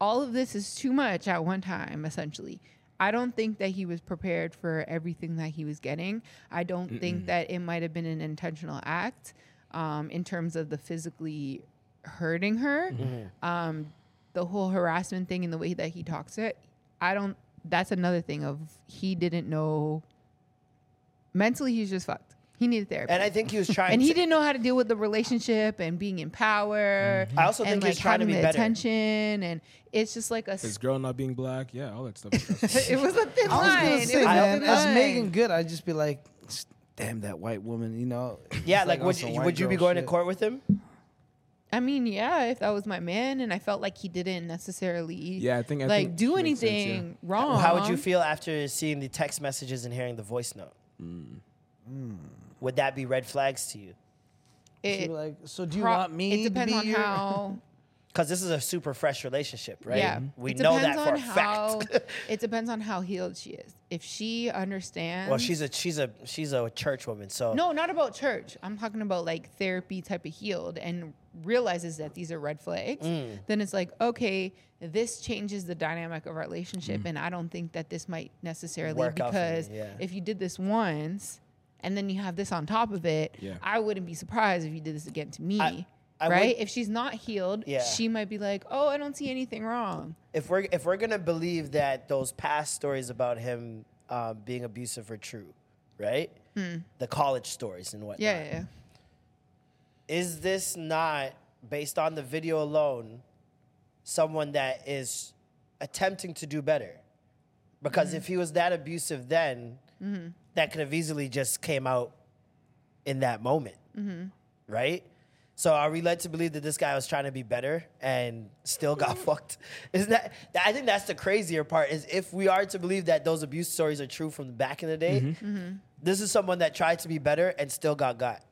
S3: all of this is too much at one time. Essentially, I don't think that he was prepared for everything that he was getting. I don't think that it might have been an intentional act, um, in terms of the physically hurting her Um, the whole harassment thing and the way that he talks it, I don't. That's another thing of he didn't know. Mentally, he's just fucked. He needed therapy,
S1: And I think he was trying.
S3: And
S1: to,
S3: he didn't know how to deal with the relationship and being in power.
S1: Mm-hmm. I also
S3: and
S1: think he was
S3: like,
S1: trying to
S3: having
S1: be
S3: the
S1: better.
S3: Attention and it's just like a. s-
S4: His girl not being black. Yeah, all that stuff. is stressful.
S3: it was a thin
S2: I was
S3: line.
S2: gonna
S3: It
S2: say,
S3: was a
S2: man,
S3: thin
S2: as
S3: line.
S2: Megan Good, I'd just be like, damn that white woman, you know?
S1: Yeah,
S2: It's
S1: like,
S2: on
S1: would
S2: some
S1: you,
S2: white
S1: would you be
S2: "Oh, girl
S1: going
S2: shit.
S1: to court with him?
S3: I mean, yeah, if that was my man, and I felt like he didn't necessarily,
S4: Yeah, I think- I
S3: like
S4: think
S3: do
S4: she makes sense, yeah.
S3: anything wrong.
S1: How would you feel after seeing the text messages and hearing the voice note? Would that be red flags to you?
S2: She'd
S3: It,
S2: be like, so do you
S3: pro-
S2: want me?
S3: It depends
S2: to
S3: on
S2: be your-"
S3: how
S1: Because this is a super fresh relationship, right?
S3: Yeah.
S1: We
S3: It
S1: know that
S3: depends
S1: for
S3: on
S1: a fact.
S3: how- it depends on how healed she is. If she understands.
S1: well, she's a she's a she's a church woman, so
S3: No, not about church. I'm talking about like therapy type of healed and realizes that these are red flags.
S1: Mm.
S3: Then it's like, okay, this changes the dynamic of our relationship. And I don't think that this might necessarily
S1: Mm. Work out for me,
S3: because
S1: yeah.
S3: if you did this once and then you have this on top of it,
S4: Yeah.
S3: I wouldn't be surprised if you did this again to me.
S1: I
S3: right?
S1: would-
S3: if she's not healed,
S1: Yeah.
S3: she might be like, oh, I don't see anything wrong.
S1: if we're if we're gonna believe that those past stories about him um, being abusive are true, right? The college stories and whatnot.
S3: Hmm. Yeah, yeah, yeah.
S1: is this not based on the video alone someone that is attempting to do better because if he was that abusive then that could have easily just came out in that moment right so are we led to believe that this guy was trying to be better and still got fucked isn't that that- i think that's the crazier part is if we are to believe that those abuse stories are true from back in the day this is someone that tried to be better and still got got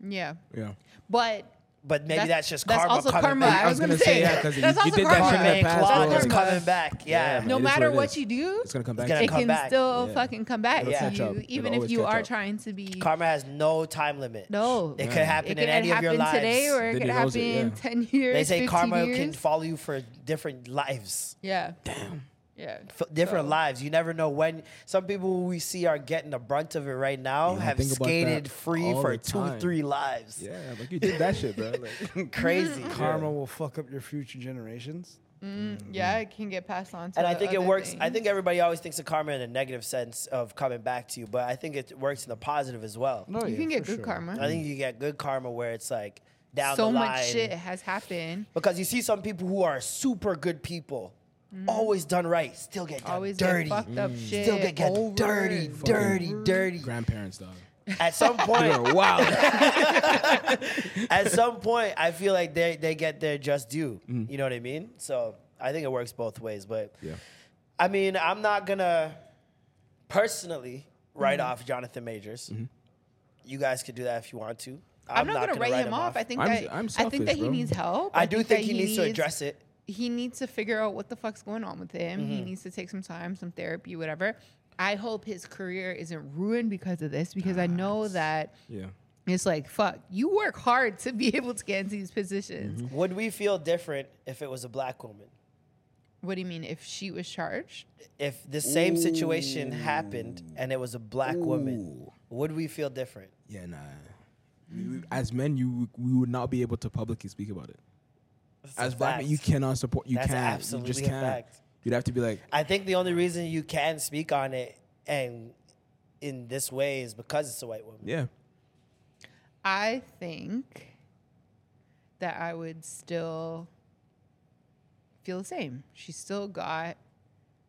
S3: Yeah.
S4: yeah.
S3: But
S1: but maybe that's, just
S3: that's
S1: karma
S3: also
S1: coming
S3: karma.
S1: back.
S3: I, was gonna, say,
S4: yeah,
S3: that.
S4: 'cause you-
S3: that's
S4: you
S3: also
S4: did that
S3: karma.
S4: shit in the
S1: Charmaine
S4: past,
S1: Claude
S4: bro.
S1: is
S4: Karma.
S1: coming back. Yeah.
S4: man,
S3: no
S4: it is
S3: matter
S4: it
S3: what
S4: is.
S3: you do,
S4: it's gonna come
S1: It's
S4: back.
S1: gonna
S3: it
S1: come
S3: can
S1: back.
S3: still
S4: Yeah.
S3: fucking come back
S4: It'll
S3: to
S4: catch
S3: you,
S4: up.
S3: even
S4: It'll
S3: if
S4: always
S3: you
S4: catch
S3: are
S4: up.
S3: trying to be.
S1: Karma has no time limit.
S3: No.
S1: It could happen
S3: it
S1: in
S3: could
S1: any of
S3: happen
S1: your lives.
S3: today, or it
S4: Then
S3: could
S4: he knows
S3: happen
S4: it,
S3: in
S4: yeah.
S3: ten years.
S1: they say
S3: 15
S1: karma
S3: years.
S1: can follow you for different lives.
S3: Yeah. Damn. Yeah.
S1: F- different
S3: So-
S1: lives. You never know when. Some people we see are getting the brunt of it right now
S4: Yeah, I
S1: have
S4: think about
S1: skated
S4: that
S1: free
S4: all
S1: for
S4: the
S1: two,
S4: time.
S1: three lives.
S4: Yeah, like you did that shit, bro. Like,
S1: Crazy.
S3: Mm-hmm.
S7: Karma will fuck up your future generations.
S3: Yeah, it can get passed on. to
S1: And I think it
S3: other
S1: works. I
S3: things.
S1: think everybody always thinks of karma in a negative sense of coming back to you, but I think it works in the positive as well.
S7: No,
S3: you
S7: yeah,
S3: can get
S7: for
S3: good
S7: sure.
S1: I
S3: karma.
S1: think you get good karma where it's like down
S3: So
S1: the line.
S3: much shit has happened.
S1: Because you see some people who are super good people, always done right, still get done
S3: Mm-hmm. Always
S1: dirty.
S3: get fucked up shit.
S1: Still get, get
S3: over
S1: dirty,
S3: and
S1: dirty, dirty.
S4: grandparents, dog.
S1: At some point,
S4: Wow.
S1: at some point, I feel like they they get their just due. You know what I mean? So I think it works both ways. But
S4: yeah.
S1: I mean, I'm not gonna personally write
S3: Mm-hmm.
S1: off Jonathan Majors. You guys could do that if you want to. I'm,
S3: I'm, not, gonna, write him, off. I think
S4: I'm-
S3: that
S4: I'm
S3: I think that
S4: selfish,
S3: he
S4: bro.
S3: needs help.
S1: I do
S3: that
S1: think he needs to address it.
S3: He needs to figure out what the fuck's going on with him. He needs to take some time, some therapy, whatever. I hope his career isn't ruined because of this because I know that
S4: Yeah.
S3: it's like fuck, you work hard to be able to get into these positions.
S1: Would we feel different if it was a black woman?
S3: What do you mean if she was charged?
S1: If the same situation happened and it was a black woman, would we feel different?
S4: Yeah, nah. We- we- as men, you we would not be able to publicly speak about it. as
S1: a
S4: black men, you
S1: fact.
S4: cannot support. You
S1: That's
S4: can't.
S1: absolutely
S4: you just
S1: a
S4: can't.
S1: fact.
S4: You'd have to be like,
S1: I think the only reason you can speak on it and in this way is because it's a white woman.
S4: yeah,
S3: I think that I would still feel the same. She still got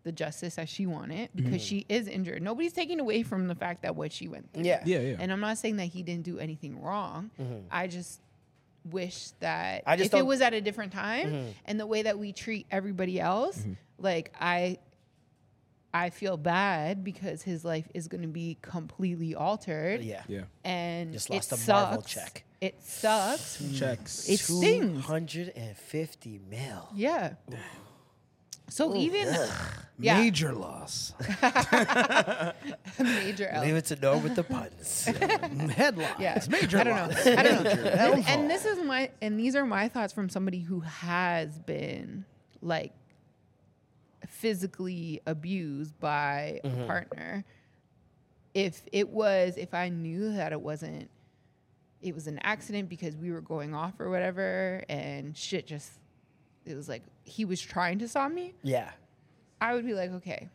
S3: the justice that she wanted because she is injured. Nobody's taking away from the fact that what she went through.
S1: Yeah. Mm-hmm.
S4: yeah, yeah.
S3: And I'm not saying that he didn't do anything wrong. I just wish that
S1: I just
S3: if it
S1: don't- Mm-hmm.
S3: was at a different time and the way that we treat everybody else, like I I feel bad because his life is going to be completely altered
S1: Yeah.
S4: yeah.
S3: and
S1: Just
S3: it
S1: lost a
S3: sucks.
S1: Marvel check.
S3: It sucks.
S4: Checks.
S3: It stings.
S1: 250 mil.
S3: Yeah. So even yeah,
S2: Major loss.
S3: major L.
S1: Leave it to know with the puns.
S2: Headline.
S3: Yeah.
S2: Major
S3: I don't know.
S2: loss.
S3: I don't know.
S2: Major
S3: and,
S2: downfall.
S3: and this is my and these are my thoughts from somebody who has been like physically abused by a partner. If it was if I knew that it wasn't it was an accident because we were going off or whatever and shit just it was like he was trying to saw me.
S1: yeah.
S3: I would be like, okay,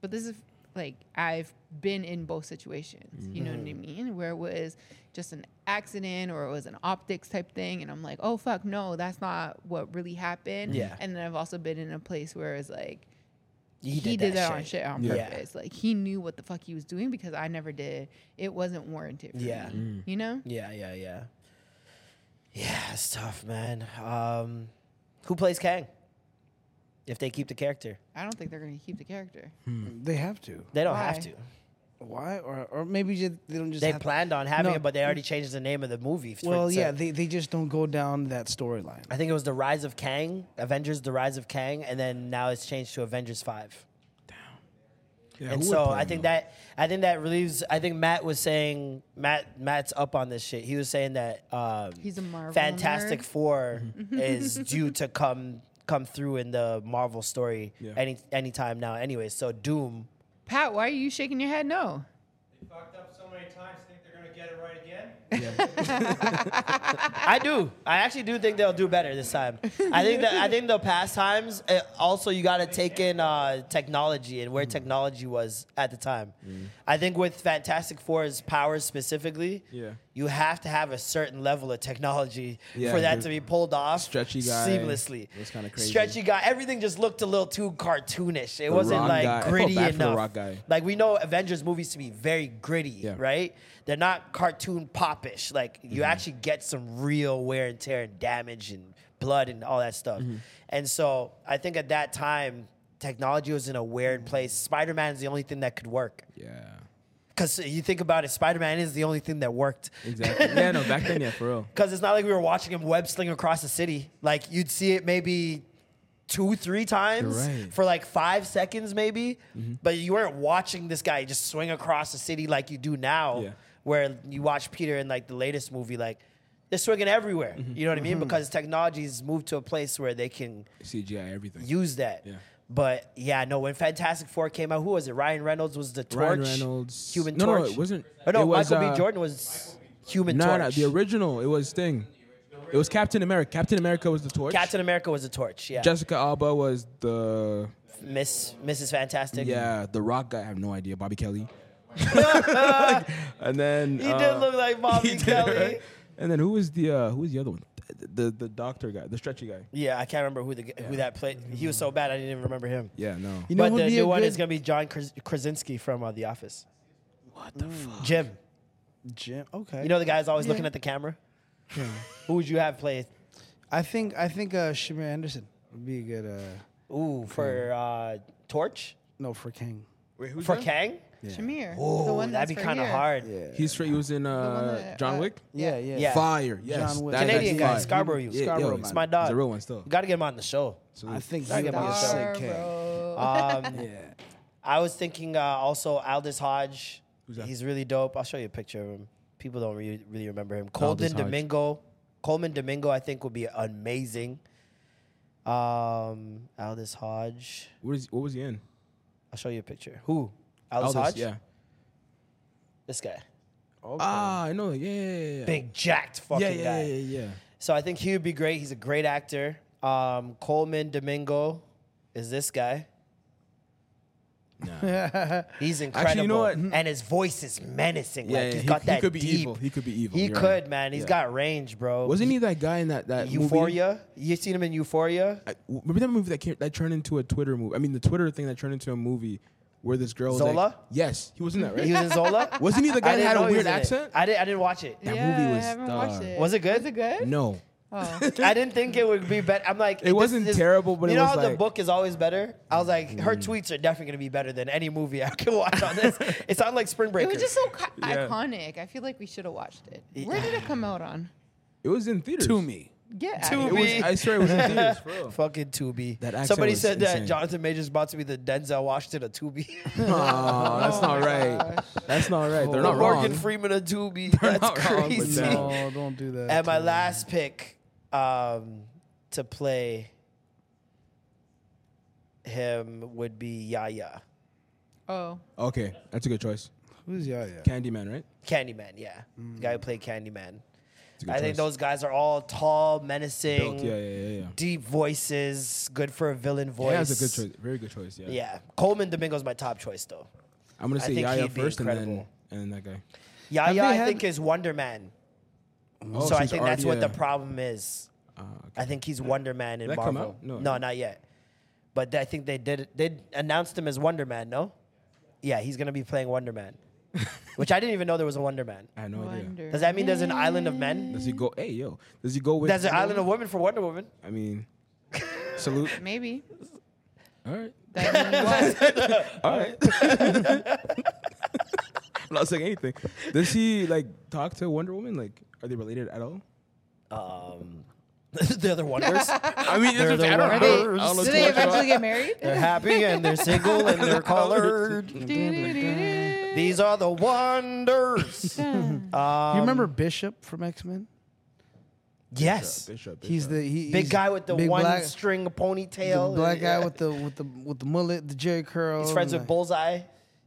S3: but this is like I've been in both situations. You know what
S1: Mm-hmm.
S3: I mean? Where it was just an accident or it was an optics type thing, and I'm like, oh fuck, no, that's not what really happened.
S1: Yeah.
S3: And then I've also been in a place where it's like
S1: He
S3: he,
S1: did
S3: did,
S1: that
S3: that, on
S1: shit.
S3: shit on
S1: Yeah.
S3: purpose. Like he knew what the fuck he was doing because I never did. It wasn't warranted. For
S1: Yeah. Mm.
S3: me, You know?
S1: Yeah, yeah, yeah. Yeah, it's tough, man. Um, who plays Kang? If they keep the character,
S3: I don't think they're gonna keep the character.
S2: Um, They have to.
S1: they don't have
S3: Why?
S1: to.
S2: Why? Or or maybe just, they don't just.
S1: They
S2: have to-
S1: planned on having
S2: No.
S1: it, but they already changed the name of the movie. for-
S2: Well,
S1: so-
S2: yeah, they, they just don't go down that storyline.
S1: I think it was the Rise of Kang, Avengers: The Rise of Kang, and then now it's changed to Avengers Five.
S4: Yeah,
S1: and
S4: who would
S1: so
S4: play
S1: I
S4: him,
S1: think
S4: though?
S1: that I think that relieves. I think Matt was saying Matt Matt's up on this shit. He was saying that um,
S3: He's a Marvel
S1: Fantastic
S3: nerd. Mm-hmm.
S1: Four is due to come come through in the Marvel story
S4: Yeah.
S1: any anytime now. Anyway, so Doom.
S3: Pat, why are you shaking your head? No.
S8: fucked up so many times, think they're gonna get it right again?
S1: I do. I actually do think they'll do better this time. I think that I think the past times. uh also, you got to take in uh, technology and where
S4: Mm.
S1: technology was at the time. I think with Fantastic Four's powers specifically,
S4: Yeah.
S1: you have to have a certain level of technology
S4: Yeah,
S1: for that
S4: the
S1: to be pulled off
S4: stretchy guy
S1: seamlessly.
S4: was kinda crazy.
S1: Stretchy guy. Everything just looked a little too cartoonish. It wasn't
S4: Rock
S1: like
S4: guy. I felt
S1: gritty
S4: bad for the
S1: enough.
S4: Rock guy.
S1: Like we know Avengers movies to be very gritty,
S4: Yeah. Mm-hmm.
S1: right? They're not cartoon popish. Like you actually get some real wear and tear and damage and blood and all that stuff.
S4: Mm-hmm.
S1: And so I think at that time technology was in a weird place. Spider Man is the only thing that could work.
S4: Yeah.
S1: Because you think about it, Spider Man is the only thing that worked.
S4: Exactly. yeah, no, back then, yeah, for real.
S1: Because it's not like we were watching him web sling across the city. Like you'd see it maybe two, three times
S4: You're right. Mm-hmm.
S1: for like five seconds, maybe. But you weren't watching this guy just swing across the city like you do now,
S4: Yeah.
S1: where you watch Peter in like the latest movie, like they're swinging everywhere.
S4: Mm-hmm.
S1: You know what I mean? Because technology's moved to a place where they can
S4: CGI everything.
S1: use that.
S4: Yeah.
S1: But yeah, no. When Fantastic Four came out, who was it? Ryan Reynolds was the torch.
S4: Ryan Reynolds.
S1: Human
S4: No, no,
S1: Torch.
S4: it wasn't.
S1: Oh, no,
S4: It was,
S1: Michael B.
S4: uh,
S1: Jordan was Human
S4: No,
S1: Torch.
S4: no, the original. It was Thing. It was Captain America. Captain America was the torch.
S1: Captain America was a torch. Yeah.
S4: Jessica Alba was the
S1: Miss Mrs. Fantastic.
S4: yeah the Rock guy. I have no idea. Bobby Kelly. and then
S1: He
S4: uh,
S1: did look like Bobby
S4: he did,
S1: Kelly.
S4: right? And then who was the uh, who was the other one? The, the the doctor guy, the stretchy guy.
S1: Yeah, I can't remember who the g who that played. He was so bad I didn't even remember him.
S4: Yeah, no.
S2: You know
S1: But
S2: who'd
S1: the
S2: be a
S1: new one
S2: good-
S1: is gonna be John Kras- Krasinski from uh, The Office. What the fuck? Jim.
S2: Jim. Okay.
S1: You know the guy's always looking at the camera. who would you have played?
S2: I think I think uh, Shamir Anderson would be a good. Uh,
S1: Ooh,
S4: Hmm.
S1: for uh, Torch?
S2: no, for King.
S1: for Kang?
S3: Shamir. the
S1: Ooh,
S3: one
S1: that'd be
S3: kind
S1: kind of hard.
S4: He's straight. He was in uh,
S3: that,
S4: John
S3: uh,
S4: Wick.
S2: Yeah, yeah.
S1: Yeah.
S4: Fire. Yes.
S2: Wick.
S4: that- that's
S1: Canadian guy,
S4: fire.
S1: Scarborough youth.
S4: Yeah,
S2: Scarborough
S4: yo,
S2: man.
S1: It's my dog.
S4: He's a real one still.
S1: Gotta get him on the show.
S2: I think
S1: Gotta
S2: he would
S1: get
S2: be
S1: him on
S2: a
S1: the show.
S2: sick King.
S1: Um,
S2: Yeah.
S1: I was thinking uh, also Aldis Hodge. He's really dope. I'll show you a picture of him. People don't really, really remember him. Colden
S4: Hodge.
S1: Domingo. Coleman Domingo, I think, would be amazing. Um, Aldis Hodge.
S4: What is what was he in?
S1: I'll show you a picture. Who? Aldis,
S4: Aldous,
S1: Hodge?
S4: Yeah.
S1: This guy.
S4: Ah, I know. Yeah, yeah, yeah, yeah.
S1: Big jacked fucking
S4: yeah, yeah,
S1: guy.
S4: yeah, yeah, yeah.
S1: So I think he would be great. He's a great actor. Um, Coleman Domingo is this guy. He's incredible.
S4: Actually, you know what?
S1: And his voice is menacing.
S4: Yeah,
S1: like
S4: yeah,
S1: he's
S4: he-
S1: got
S4: he
S1: that
S4: could be
S1: deep.
S4: evil. He could be evil.
S1: He
S4: You're
S1: could,
S4: right.
S1: man. He's
S4: Yeah.
S1: got range, bro.
S4: Wasn't he that guy in that that movie?
S1: Euphoria? You seen him in Euphoria?
S4: I- w- remember that movie that came, that turned into a Twitter movie? I mean, the Twitter thing that turned into a movie where this girl was like,
S1: Zola?
S4: yes, he was in that, right?
S1: He was in Zola?
S4: Wasn't he the
S1: I
S4: guy that
S1: didn't
S4: had
S1: know
S4: a
S1: he was
S4: weird
S1: in it.
S4: accent?
S1: I, did, I didn't watch it.
S4: That
S3: yeah,
S4: movie was
S3: I haven't
S4: the-
S3: watched it.
S1: Was it good?
S3: Was it good?
S4: No.
S3: Oh.
S1: I didn't think it would be better. I'm like, this
S4: wasn't
S1: is-
S4: terrible, but
S1: you
S4: it
S1: know
S4: was
S1: how the
S4: like- Mm.
S1: book is always better. I was like, her tweets are definitely gonna be better than any movie I can watch on this. it sounded like Spring
S3: It
S1: Breakers.
S3: was just so ca- iconic. I feel like we should have watched it. Where did it come out on?
S4: It was in theaters.
S2: to me.
S3: Yeah.
S4: It was, I swear it was in theaters, for real.
S1: fucking Tubi.
S4: That accent
S1: Somebody
S4: was
S1: said that
S4: insane.
S1: Jonathan Majors about to be the Denzel Washington of Tubi,
S4: Aw, Uh, that's not right. That's not right.
S1: the
S4: They're not
S1: Oh, Morgan
S4: wrong.
S1: Freeman of Tubi.
S4: They're
S1: That's
S4: not wrong, but
S1: crazy.
S4: no.
S2: No, don't do that.
S1: And my last pick um, to play him would be Yaya
S3: Oh.
S4: okay, that's a good choice.
S2: Who's Yaya?
S4: Candyman, right?
S1: Candyman. Yeah, the guy who played Candyman.
S4: Mm. It's a good
S1: I think
S4: choice.
S1: those guys are all tall, menacing,
S4: Built, yeah, yeah, yeah, yeah.
S1: deep voices, good for a villain voice.
S4: Yeah, that's a good choice. Very good choice. Yeah.
S1: Yeah, Coleman Domingo's my top choice though.
S4: I'm gonna
S1: I
S4: say
S1: think
S4: Yaya
S1: he'd be
S4: first, and then
S1: incredible.
S4: and then that guy.
S1: Yaya,
S2: they
S1: I
S2: had-
S1: think, is Wonder Man.
S4: Oh,
S1: so I
S4: he's
S1: think that's
S4: already
S1: what the
S4: a-
S1: problem is. I think he's Wonder Man in
S4: that
S1: Marvel.
S4: come out?
S1: No,
S4: No.
S1: not yet. But I think they did. They announced him as Wonder Man. No, yeah, he's gonna be playing Wonder Man, which I didn't even know there was a Wonder Man.
S4: I had no idea.
S3: Wonder.
S1: Does that mean there's an Island of Men?
S4: Does he go? Hey, yo, does he go with?
S1: There's an Island of Women for Wonder Woman.
S4: I mean, salute.
S3: Maybe.
S4: All right.
S3: That means what?
S4: All right. I'm not saying anything. Does he like talk to Wonder Woman? Like, are they related at all?
S1: Um, the other Wonders.
S4: I mean,
S1: They're the
S3: Are
S1: Wonders.
S3: they, do they eventually get married?
S1: They're happy and they're single and they're colored.
S3: Do-do-do-do.
S1: These are the Wonders.
S2: you remember
S4: Um,
S2: Bishop from X Men?
S1: Yes.
S4: Bishop,
S2: He's the he,
S1: Big
S2: he's
S1: guy with the
S2: big
S1: one
S2: black,
S1: string
S2: the
S1: ponytail.
S2: black
S1: and-
S2: guy with the um, with the with the mullet, the Jerry curl.
S1: He's friends
S2: and
S1: with
S2: like-
S1: Bullseye.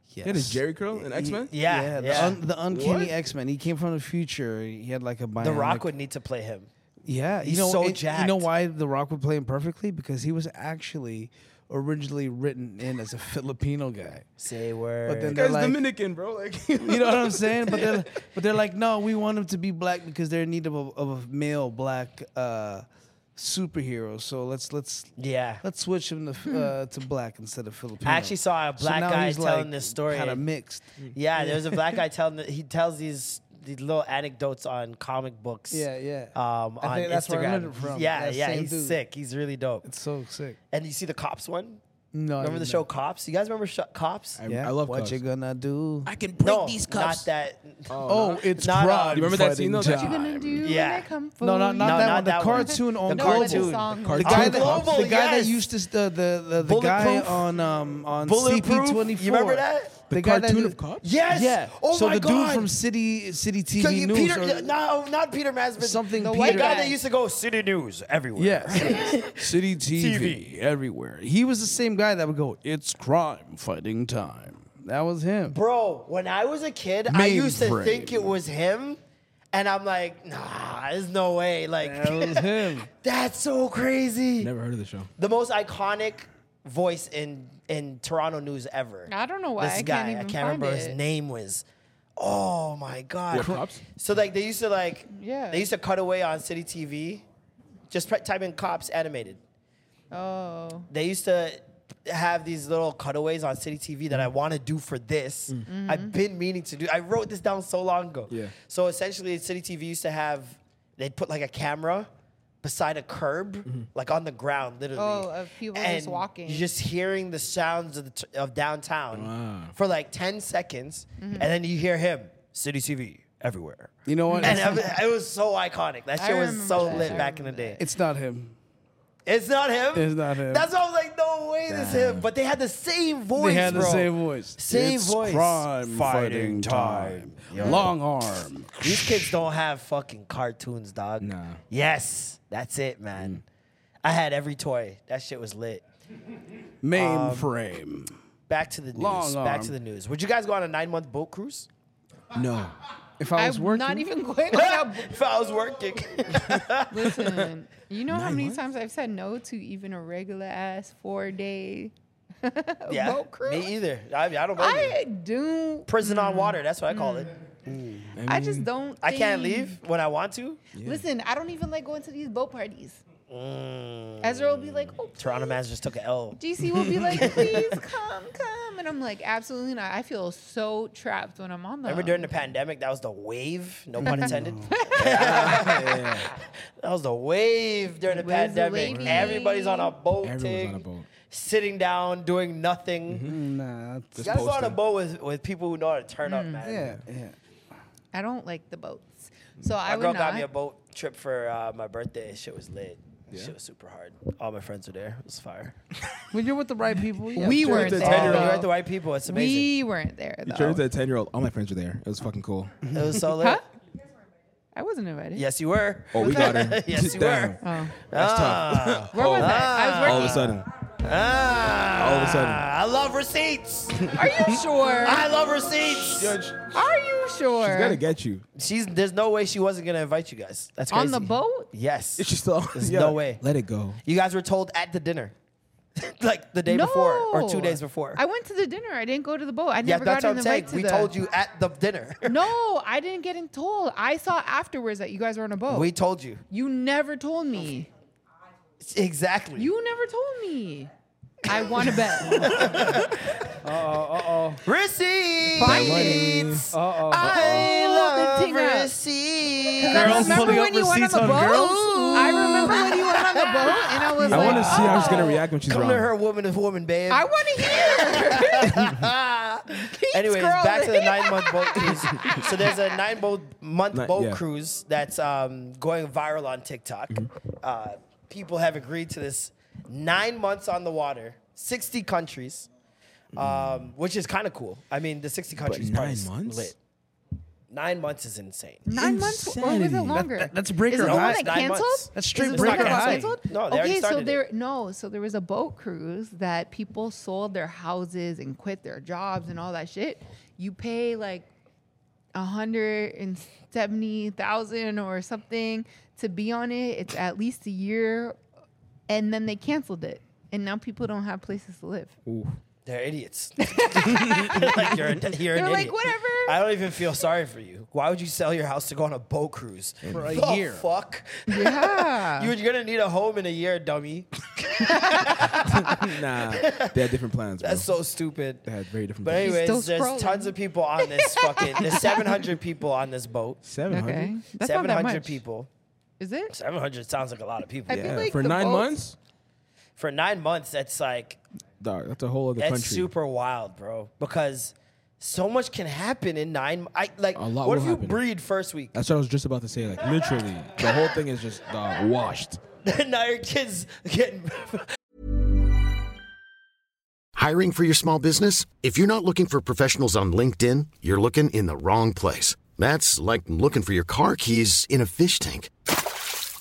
S4: He had his Jerry curl in X Men.
S1: Yeah,
S2: Yeah, the,
S1: yeah.
S2: Un, the uncanny
S4: What?
S2: X Men. He came from the future. He had like a bionic.
S1: The Rock would need to play him.
S2: Yeah,
S1: He's
S2: you know,
S1: so
S2: it- you know
S1: jacked.
S2: why The Rock would play him perfectly because he was actually originally written in as a Filipino guy.
S1: Say word.
S2: But then
S4: Guy's
S2: they're like,
S4: Dominican, bro. Like,
S2: you know what I'm saying? But they're but they're like, no, we want him to be black because they're in need of a, of a male black uh, superhero. So let's let's
S1: yeah.
S2: let's switch him to uh, to black instead of Filipino.
S1: I actually saw a black guy telling this story. Hmm.
S2: kind of mixed.
S1: yeah, there's a black guy telling the, he tells these these little anecdotes on comic books.
S2: Yeah, yeah.
S1: Um,
S2: I
S1: on
S2: think that's
S1: Instagram.
S2: where I learned it from,
S1: Yeah,
S2: that
S1: yeah.
S2: same
S1: He's
S2: dude.
S1: sick. He's really dope.
S2: It's so sick.
S1: and you see the cops one.
S2: No, I
S1: Remember
S2: didn't
S1: the
S2: know.
S1: show Cops? You guys remember sh- Cops?
S2: Yeah,
S4: I love
S2: what
S4: Cubs.
S2: you gonna do.
S9: can
S1: no, not that.
S2: oh, it's
S1: Not, uh,
S2: crime.
S4: You remember that scene though?
S2: fighting
S4: That
S3: What
S4: you-
S3: you
S2: time.
S3: gonna do
S1: Yeah.
S3: when they come for
S2: No, not, not
S1: No,
S2: that
S1: not
S2: one. The
S1: that one.
S2: cartoon on
S1: The
S2: Global.
S1: cartoon.
S3: Song.
S2: The
S4: The
S2: guy,
S1: On
S2: that,
S1: Global,
S2: the guy
S1: yes.
S2: that used to st- uh, the the, the guy
S1: Bulletproof.
S2: on um on
S1: Bulletproof.
S2: CP twenty four.
S1: You remember that?
S2: The, guy
S4: cartoon
S2: that,
S4: of cops.
S1: Yes.
S2: Yeah.
S1: Oh
S2: so
S1: my
S2: the
S1: God.
S2: dude from City City TV
S1: So you-
S2: News.
S1: Peter,
S2: or,
S1: no, not Peter Masman.
S2: Something
S1: The
S2: The
S1: white
S2: Peter-
S1: guy that
S3: guy.
S1: used to go City News everywhere.
S2: Yes. City TV,
S1: TV.
S2: everywhere. He was the same guy that would go, "It's crime fighting time." That was him.
S1: Bro, when I was a kid, I used to
S2: Mainframe.
S1: think it was him. And I'm like, nah, there's no way. Like,
S2: That was him.
S1: that's so crazy.
S4: Never heard of the show.
S1: The most iconic voice in in Toronto news ever.
S3: I don't know why
S1: This
S3: I can't
S1: guy, I
S3: even
S1: can't
S3: find
S1: remember his
S3: it.
S1: name was. Oh my god.
S4: What, Cops?
S1: So like they used to like
S3: Yeah.
S1: they used to cut away on City TV. Just pre- type in cops animated.
S3: Oh.
S1: they used to have these little cutaways on City TV that I want to do for this.
S3: Mm-hmm.
S1: I've been meaning to do. I wrote this down so long ago.
S4: Yeah.
S1: So essentially, City TV used to have they'd put like a camera beside a curb, like on the ground, literally.
S3: Oh, of people just
S1: And
S3: walking.
S1: You're just hearing the sounds of the t- of downtown for like ten seconds,
S3: Mm-hmm.
S1: and then you hear him City TV everywhere.
S2: You know what?
S1: And I- it was so iconic. That
S3: I
S1: shit was
S3: remember
S1: so
S3: that.
S1: lit
S3: I
S1: back in the
S3: remember
S1: day.
S2: It's not him.
S1: It's not him.
S2: It's not him.
S1: That's why I was like, no way, it's him. But they had the same voice.
S2: They had the
S1: bro.
S2: same voice.
S1: Same
S2: It's
S1: voice.
S2: Crime
S1: Fighting
S2: fighting
S1: time.
S2: time.
S1: Yo.
S2: Long arm.
S1: These kids don't have fucking cartoons, dog.
S4: Nah.
S1: Yes, that's it, man. I had every toy. That shit was lit.
S2: Mainframe.
S1: Back to the news.
S2: Long
S1: Back
S2: arm.
S1: to the news. Would you guys go on a nine month boat cruise?
S4: Um, No.
S2: if I was
S3: I'm
S2: working,
S3: not even going on that.
S1: if I was working.
S3: Listen, you know how many times I've said no to even a regular ass four day
S1: yeah.
S3: boat cruise?
S1: Me either. I, I don't blame you.
S3: I do.
S1: Prison on water. That's what I call it.
S3: I just don't.
S1: I
S2: Mm.
S1: can't
S3: think-
S1: leave when I want to.
S3: Listen, I don't even like going to these boat parties.
S1: Mm.
S3: Ezra will be like, oh,
S1: Toronto
S3: please.
S1: Mans just took an L.
S3: GC will be like, please come, come. And I'm like, absolutely not. I feel so trapped when I'm on the.
S1: Remember during the pandemic, that was the wave. No pun intended. That was the wave during the
S3: Where's the
S1: pandemic.
S3: lady?
S1: Everybody's on a boat,
S4: Everyone's on
S1: thing,
S4: a boat. Mm-hmm.
S1: sitting down, doing nothing.
S2: Nah,
S1: You
S2: that's-
S1: gotta go on a boat with, with people who know how to turn
S3: Mm.
S1: up, man.
S2: yeah, yeah.
S3: I don't like the boats. So I
S1: My
S3: would
S1: girl
S3: not.
S1: got me a boat trip for uh, my birthday. Shit was lit. Shit was super hard. All my friends were there. It was fire.
S2: When you're with the right people, yeah.
S3: we
S2: sure.
S3: weren't
S4: the
S3: there.
S4: tenure
S1: You're
S4: Bro.
S3: though.
S1: at the right people. It's amazing.
S3: we weren't there
S4: You turned
S3: though.
S4: into a 10 year old. All my friends were there. It was fucking cool.
S1: It was so lit.
S3: Huh? I wasn't invited.
S1: Yes, you were.
S4: Oh, we got her.
S1: Yes, you
S4: Damn.
S3: Oh.
S4: That's tough.
S3: Where was I? I
S4: All of
S3: was
S4: a
S3: working.
S4: sudden.
S1: Ah,
S4: All of a sudden.
S1: I love receipts.
S3: Are you sure?
S1: I love receipts.
S4: Judge, she's
S3: Are you sure?
S4: gonna get you.
S1: She's there's no way she wasn't gonna invite you guys. That's crazy.
S3: on the boat?
S1: Yes.
S4: She's still.
S1: There's
S4: yeah.
S1: no way.
S4: Let it go.
S1: You guys were told at the dinner, like the day before or two
S3: No.
S1: days before.
S3: I went to the dinner. I didn't go to the boat. I
S1: yeah,
S3: never
S1: that's
S3: got
S1: what
S3: an
S1: I'm saying.
S3: invite to
S1: We
S3: the-
S1: told you at the dinner.
S3: No, I didn't get in told. I saw afterwards that you guys were on a boat.
S1: we told you
S3: you never told me.
S1: exactly.
S3: You never told me. I want to bet.
S1: receipts.
S3: Receipts.
S1: I
S3: the thing
S1: love
S3: up.
S1: receipts.
S3: I
S2: Girls
S3: remember
S2: pulling
S3: when
S2: up
S3: you went on
S2: receipts
S3: the
S2: on
S3: boat.
S2: girls?
S3: I remember when you went on the boat, and I was
S4: I
S3: like,
S4: want to see how she's gonna
S3: oh,
S4: react when she's
S1: Come
S4: wrong.
S1: to her woman to woman, babe.
S3: I want to hear.
S1: Anyways, back to the
S3: scrolling.
S1: nine month boat cruise. So there's a nine boat month
S4: Ni-
S1: boat
S4: yeah.
S1: cruise that's um, going viral on TikTok.
S4: Mm-hmm.
S1: Uh, people have agreed to this nine months on the water, 60 countries, um, which is kind of cool. I mean, the 60 countries part is
S4: Mm-hmm. nine months?
S1: lit. Nine months is insane.
S3: Nine months or was it
S4: Insanity.
S3: longer?
S2: That- that's breaker
S3: Is it the
S2: high.
S3: one that
S1: Nine
S3: canceled?
S1: months.
S2: That's straight
S3: Is it the
S2: breaker
S3: one that
S2: high.
S3: canceled?
S1: No, they already
S3: okay, so
S1: started
S3: there
S1: it.
S3: no, so there was a boat cruise that people sold their houses and quit their jobs and all that shit. You pay like a hundred and seventy thousand or something to be on it. It's at least a year, and then they canceled it, and now people don't have places to live.
S1: They're idiots. like you're, a, you're an
S3: They're like,
S1: idiot.
S3: whatever.
S1: I don't even feel sorry for you. Why would you sell your house to go on a boat cruise for
S2: a year.
S1: Fuck.
S3: Yeah.
S1: You're gonna need a home in a year, dummy.
S4: Nah, they had different plans. Bro.
S1: That's so stupid.
S4: they had very different
S1: But
S4: plans.
S3: still
S1: anyways, there's
S3: scrolling.
S1: tons of people on this fucking. There's 700 people on this boat.
S4: Seven hundred.
S3: okay, that's not that
S1: 700
S3: much.
S1: people.
S3: Is it?
S1: 700 sounds like a lot of people.
S3: I
S4: Yeah,
S3: feel like
S4: for
S3: the
S4: nine
S3: boats-
S4: months.
S1: For nine months, that's like
S4: Dog, that's a whole other
S1: that's
S4: country.
S1: super wild, bro. Because so much can happen in nine. I like.
S4: A lot
S1: what
S4: will
S1: if you
S4: happen.
S1: breed first week?
S4: That's what I was just about to say. Like literally, the whole thing is just dog washed.
S1: now your kids getting
S10: Hiring for your small business? If you're not looking for professionals on LinkedIn, you're looking in the wrong place. That's like looking for your car keys in a fish tank.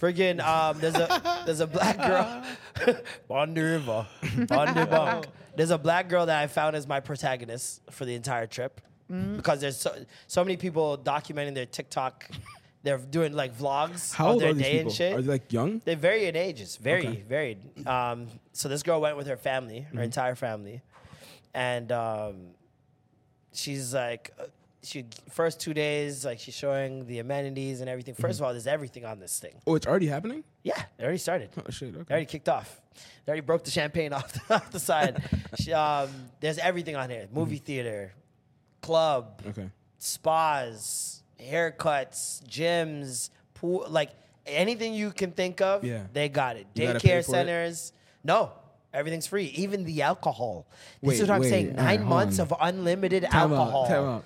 S1: Friggin', um, there's a there's a black girl, Bondi River, Bondi Bunk. There's a black girl that I found as my protagonist for the entire trip
S11: Mm.
S1: because there's so, so many people documenting their TikTok. They're doing like vlogs
S4: How
S1: of
S4: old
S1: their
S4: are these
S1: day
S4: people?
S1: and shit.
S4: Are they like young?
S1: They vary in ages, very
S4: Okay.
S1: varied. Um, so this girl went with her family, her
S4: Mhm.
S1: entire family, and um, she's like, uh, she first two days like she's showing the amenities and everything. 1st
S4: Mm-hmm.
S1: of all, there's everything on this thing.
S4: Oh, it's already happening.
S1: Yeah, it already started.
S4: Oh shit!
S1: They
S4: Okay.
S1: already kicked off. They already broke the champagne off the, off the side. She, um, there's everything on here: movie theater, club,
S4: Mm-hmm. Okay.
S1: spas, haircuts, gyms, pool, like anything you can think of,
S4: Yeah.
S1: they got it.
S4: You gotta pay
S1: Daycare
S4: for it?
S1: centers. No, everything's free. Even the alcohol. This
S4: Wait,
S1: is what
S4: wait,
S1: I'm saying.
S4: all right,
S1: Nine
S4: hold
S1: months
S4: on.
S1: of unlimited
S4: Time out,
S1: alcohol.
S4: time out.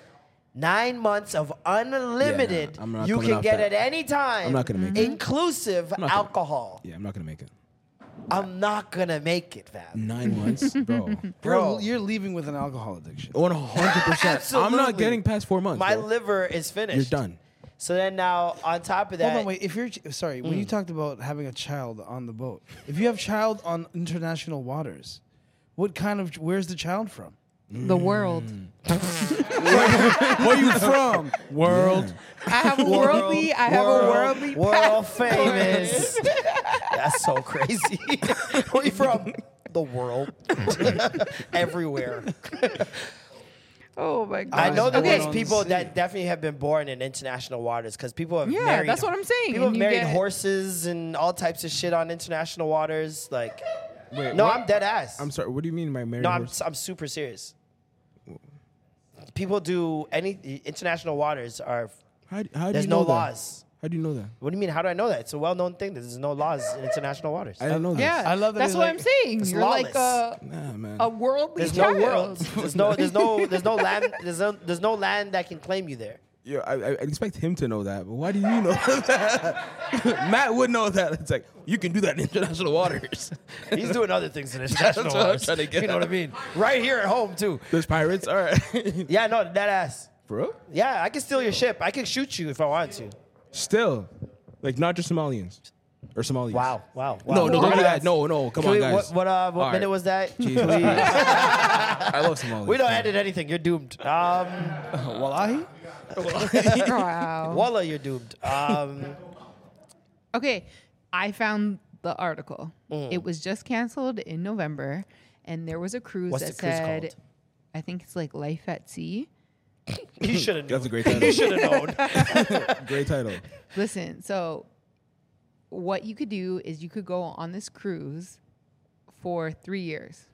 S1: Nine months of unlimited
S4: I'm not
S1: you
S4: coming
S1: can
S4: off
S1: get
S4: that.
S1: at any time.
S4: I'm not gonna make it.
S1: Inclusive
S4: not gonna-
S1: alcohol.
S4: Yeah, I'm not gonna make it.
S1: I'm not gonna make it, fam.
S4: Nine months, bro.
S1: Bro.
S2: You're, you're leaving with an alcohol addiction.
S4: One hundred percent. I'm not
S1: Absolutely.
S4: getting past four months.
S1: My
S4: bro.
S1: liver is finished.
S4: You're done.
S1: So then now on top of that,
S2: Hold on, wait. If you're sorry,
S3: Mm.
S2: when you talked about having a child on the boat, if you have child on international waters, what kind of where's the child from?
S3: The world.
S1: Mm.
S2: Where you from? World.
S3: I have a worldly. I have a worldly.
S1: world
S3: passport.
S1: famous. That's so crazy. Where you from? The world, everywhere.
S3: Oh my god.
S1: I know that
S3: okay.
S1: there's people that definitely have been born in international waters because people have
S3: Yeah,
S1: married.
S3: that's what I'm saying,
S1: People
S3: and
S1: have
S3: you
S1: married
S3: get-
S1: horses and all types of shit on international waters. Like, no, I'm dead ass.
S4: I'm sorry. What do you mean by married?
S1: No, I'm,
S4: horse?
S1: I'm super serious. People do any international waters are.
S4: How, d- how do
S1: there's
S4: you
S1: no
S4: know that?
S1: laws.
S4: How do you know that?
S1: What do you mean? How do I know that? It's a well-known thing. that There's no laws in international waters.
S4: I didn't know that.
S3: Yeah,
S2: I love that
S3: That's
S2: it's
S3: what
S2: like-
S3: I'm saying.
S1: It's
S3: You're like
S1: lawless.
S3: a,
S4: Nah, man.
S3: a worldly
S1: There's
S3: child.
S1: no world. There's no. There's no. There's no land. There's no. There's no land that can claim you there.
S4: Yo, I, I I'd expect him to know that, but why do you know that? Matt would know that. It's like you can do that in international waters.
S1: He's doing other things in
S4: That's
S1: international
S4: what I'm
S1: waters.
S4: trying to get
S1: You know what I
S4: at.
S1: mean? Right here at home too.
S4: There's pirates. All right,
S1: Yeah, no, that ass.
S4: bro.
S1: Yeah, I can steal your ship. I can shoot you if I want to.
S4: Still, like not just Somalians or Somalians.
S1: Wow, wow. wow.
S4: No, no,
S1: We're
S4: don't do
S1: gonna-
S4: that. No, no. Come
S1: Can
S4: on,
S1: we-
S4: guys.
S1: What, what, uh, what
S4: All
S1: minute
S4: right.
S1: was that?
S4: Jesus.
S1: Please.
S4: I love Somalians.
S1: we don't edit anything. You're doomed. Um,
S2: Wallahi.
S3: wow.
S1: Walla, you're doomed. Um,
S3: Okay, I found the article.
S1: Mm.
S3: It was just canceled in November, and there was a cruise
S1: What's
S3: that
S1: the cruise
S3: said,
S1: called?
S3: I think it's like Life at Sea.
S1: you should have known.
S4: That's a great title.
S1: You should have known.
S4: Great title.
S3: Listen, so what you could do is you could go on this cruise for three years.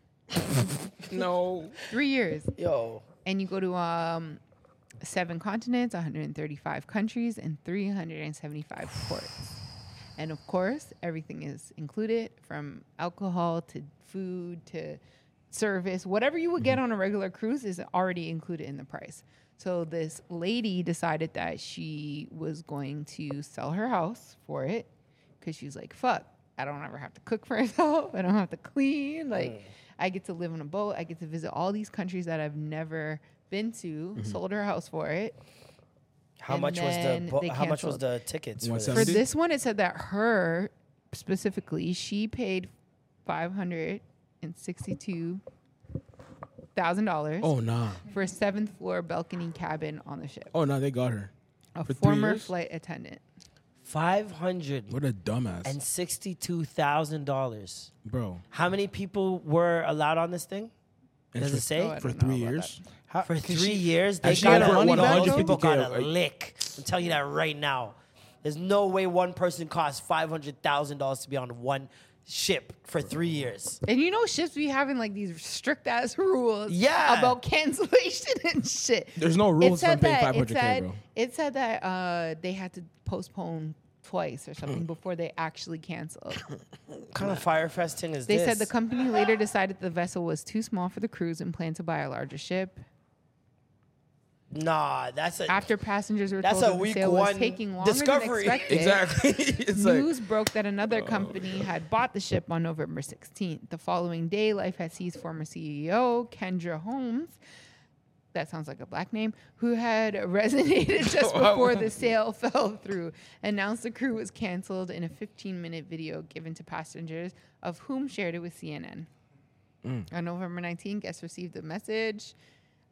S4: No.
S3: Three years.
S1: Yo,
S3: And you go to um, seven continents, 135 countries, and 375 ports. And of course, everything is included from alcohol to food to service. Whatever you would get on a regular cruise is already included in the price. So this lady decided that she was going to sell her house for it because she's like, fuck, I don't ever have to cook for myself. I don't have to clean. Like, I get to live on a boat. I get to visit all these countries that I've never been to. Sold her house for it.
S1: how
S3: And
S1: much was
S3: then
S1: the bo-
S3: they
S1: how much was
S3: canceled.
S1: the tickets? For
S3: For
S1: this?
S4: 170? Did-
S3: this one, it said that her specifically, she paid five hundred and sixty-two thousand dollars
S4: Oh nah.
S3: for a seventh-floor balcony cabin on the ship.
S4: Oh nah. They got her.
S3: a
S4: for three
S3: former
S4: years?
S3: flight attendant.
S1: Five hundred
S4: What a dumbass,
S1: and sixty-two thousand dollars.
S4: bro.
S1: How many people were allowed on this thing?
S4: And
S1: Does
S4: for-
S1: it say?
S3: Oh, I
S4: for
S3: don't know
S4: three
S3: about
S4: years?
S2: How-
S1: For
S2: could
S1: three
S2: she-
S1: years, they
S4: Has she
S1: got
S4: got her
S1: a
S4: money
S1: one
S4: back, though?
S1: people got a
S4: Like-
S1: lick. I'm telling you that right now. There's no way one person costs five hundred thousand dollars to be on one ship for three years.
S3: And you know, ships be having like these strict ass rules,
S1: Yeah.
S3: about cancellation and shit.
S4: There's no
S3: It
S4: rules
S3: said
S4: from paying
S3: that-
S4: 500K,
S3: it said-
S4: bro.
S3: It said that uh, they had to postpone twice or something
S4: Mm.
S3: before they actually canceled.
S1: What kind of firefest thing is
S3: They
S1: this?
S3: said the company later decided the vessel was too small for the cruise and planned to buy a larger ship.
S1: nah, that's a
S3: After passengers were
S1: That's
S3: told
S1: a
S3: that
S1: week
S3: the sale
S1: one
S3: was taking longer
S1: discovery.
S3: than expected,
S4: Exactly. it's like oh,
S3: news broke that another company had bought the ship on November 16th. The following day, Life at Sea's former CEO, Kendra E Holmes, that sounds like a black name, who had resonated just before the sale fell through, announced the crew was canceled in a 15 minute video given to passengers, of whom shared it with CNN.
S4: Mm.
S3: On November 19, guests received the message.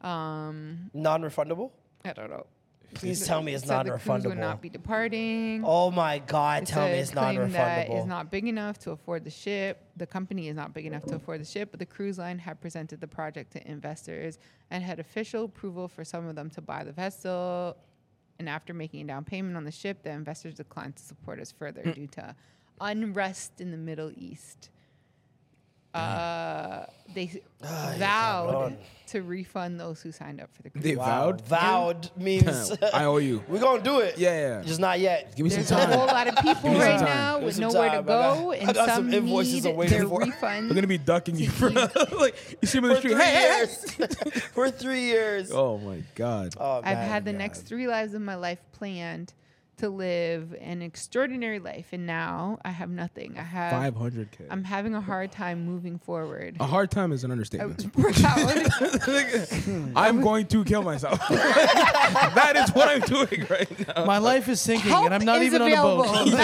S3: Um,
S1: Non-refundable.
S3: I don't know.
S1: Please tell me it's
S3: Said the crews
S1: non-refundable.
S3: would not be departing.
S1: Oh my God!
S3: It
S1: tell me
S3: said
S1: it's
S3: claim That
S1: non-refundable.
S3: is not big enough to afford the ship. The company is not big enough to afford the ship, but the cruise line had presented the project to investors and had official approval for some of them to buy the vessel. And after making a down payment on the ship, the investors declined to support us further
S1: Hmm.
S3: due to unrest in the Middle East. Uh, they s- vowed
S1: Hmm. cabrón.
S3: to refund those who signed up for the cruise.
S4: They vowed?
S1: Vowed means
S4: Damn, I owe you.
S1: We're gonna do it.
S4: Yeah, yeah.
S1: Just not yet.
S4: Give me
S3: There's
S4: some time.
S3: a whole lot of people
S4: Give me some
S3: right
S4: time.
S3: now with
S1: Give me some
S3: nowhere to
S1: time. I got-
S3: go,
S1: I
S3: and
S1: got
S3: some
S1: some invoices
S3: need
S1: I'm waiting
S3: their
S1: for.
S4: They're
S3: refund.
S4: gonna be ducking you, bro. like you see me in the
S1: For
S4: street.
S1: three
S4: Hey, hey, hey.
S1: years. For three years.
S4: Oh my god.
S1: Oh,
S3: I've
S1: man.
S3: had the next three lives of my life planned to live an extraordinary life, and now I have nothing. I have
S4: Five hundred k. Oh.
S3: I'm having a hard time moving forward.
S4: A hard time is an
S3: I
S4: understatement.
S3: was proud.
S4: I'm going to kill myself. that is what I'm doing right now.
S2: My life is sinking,
S3: Help
S2: and I'm not
S3: is
S2: even
S3: available.
S2: on a boat.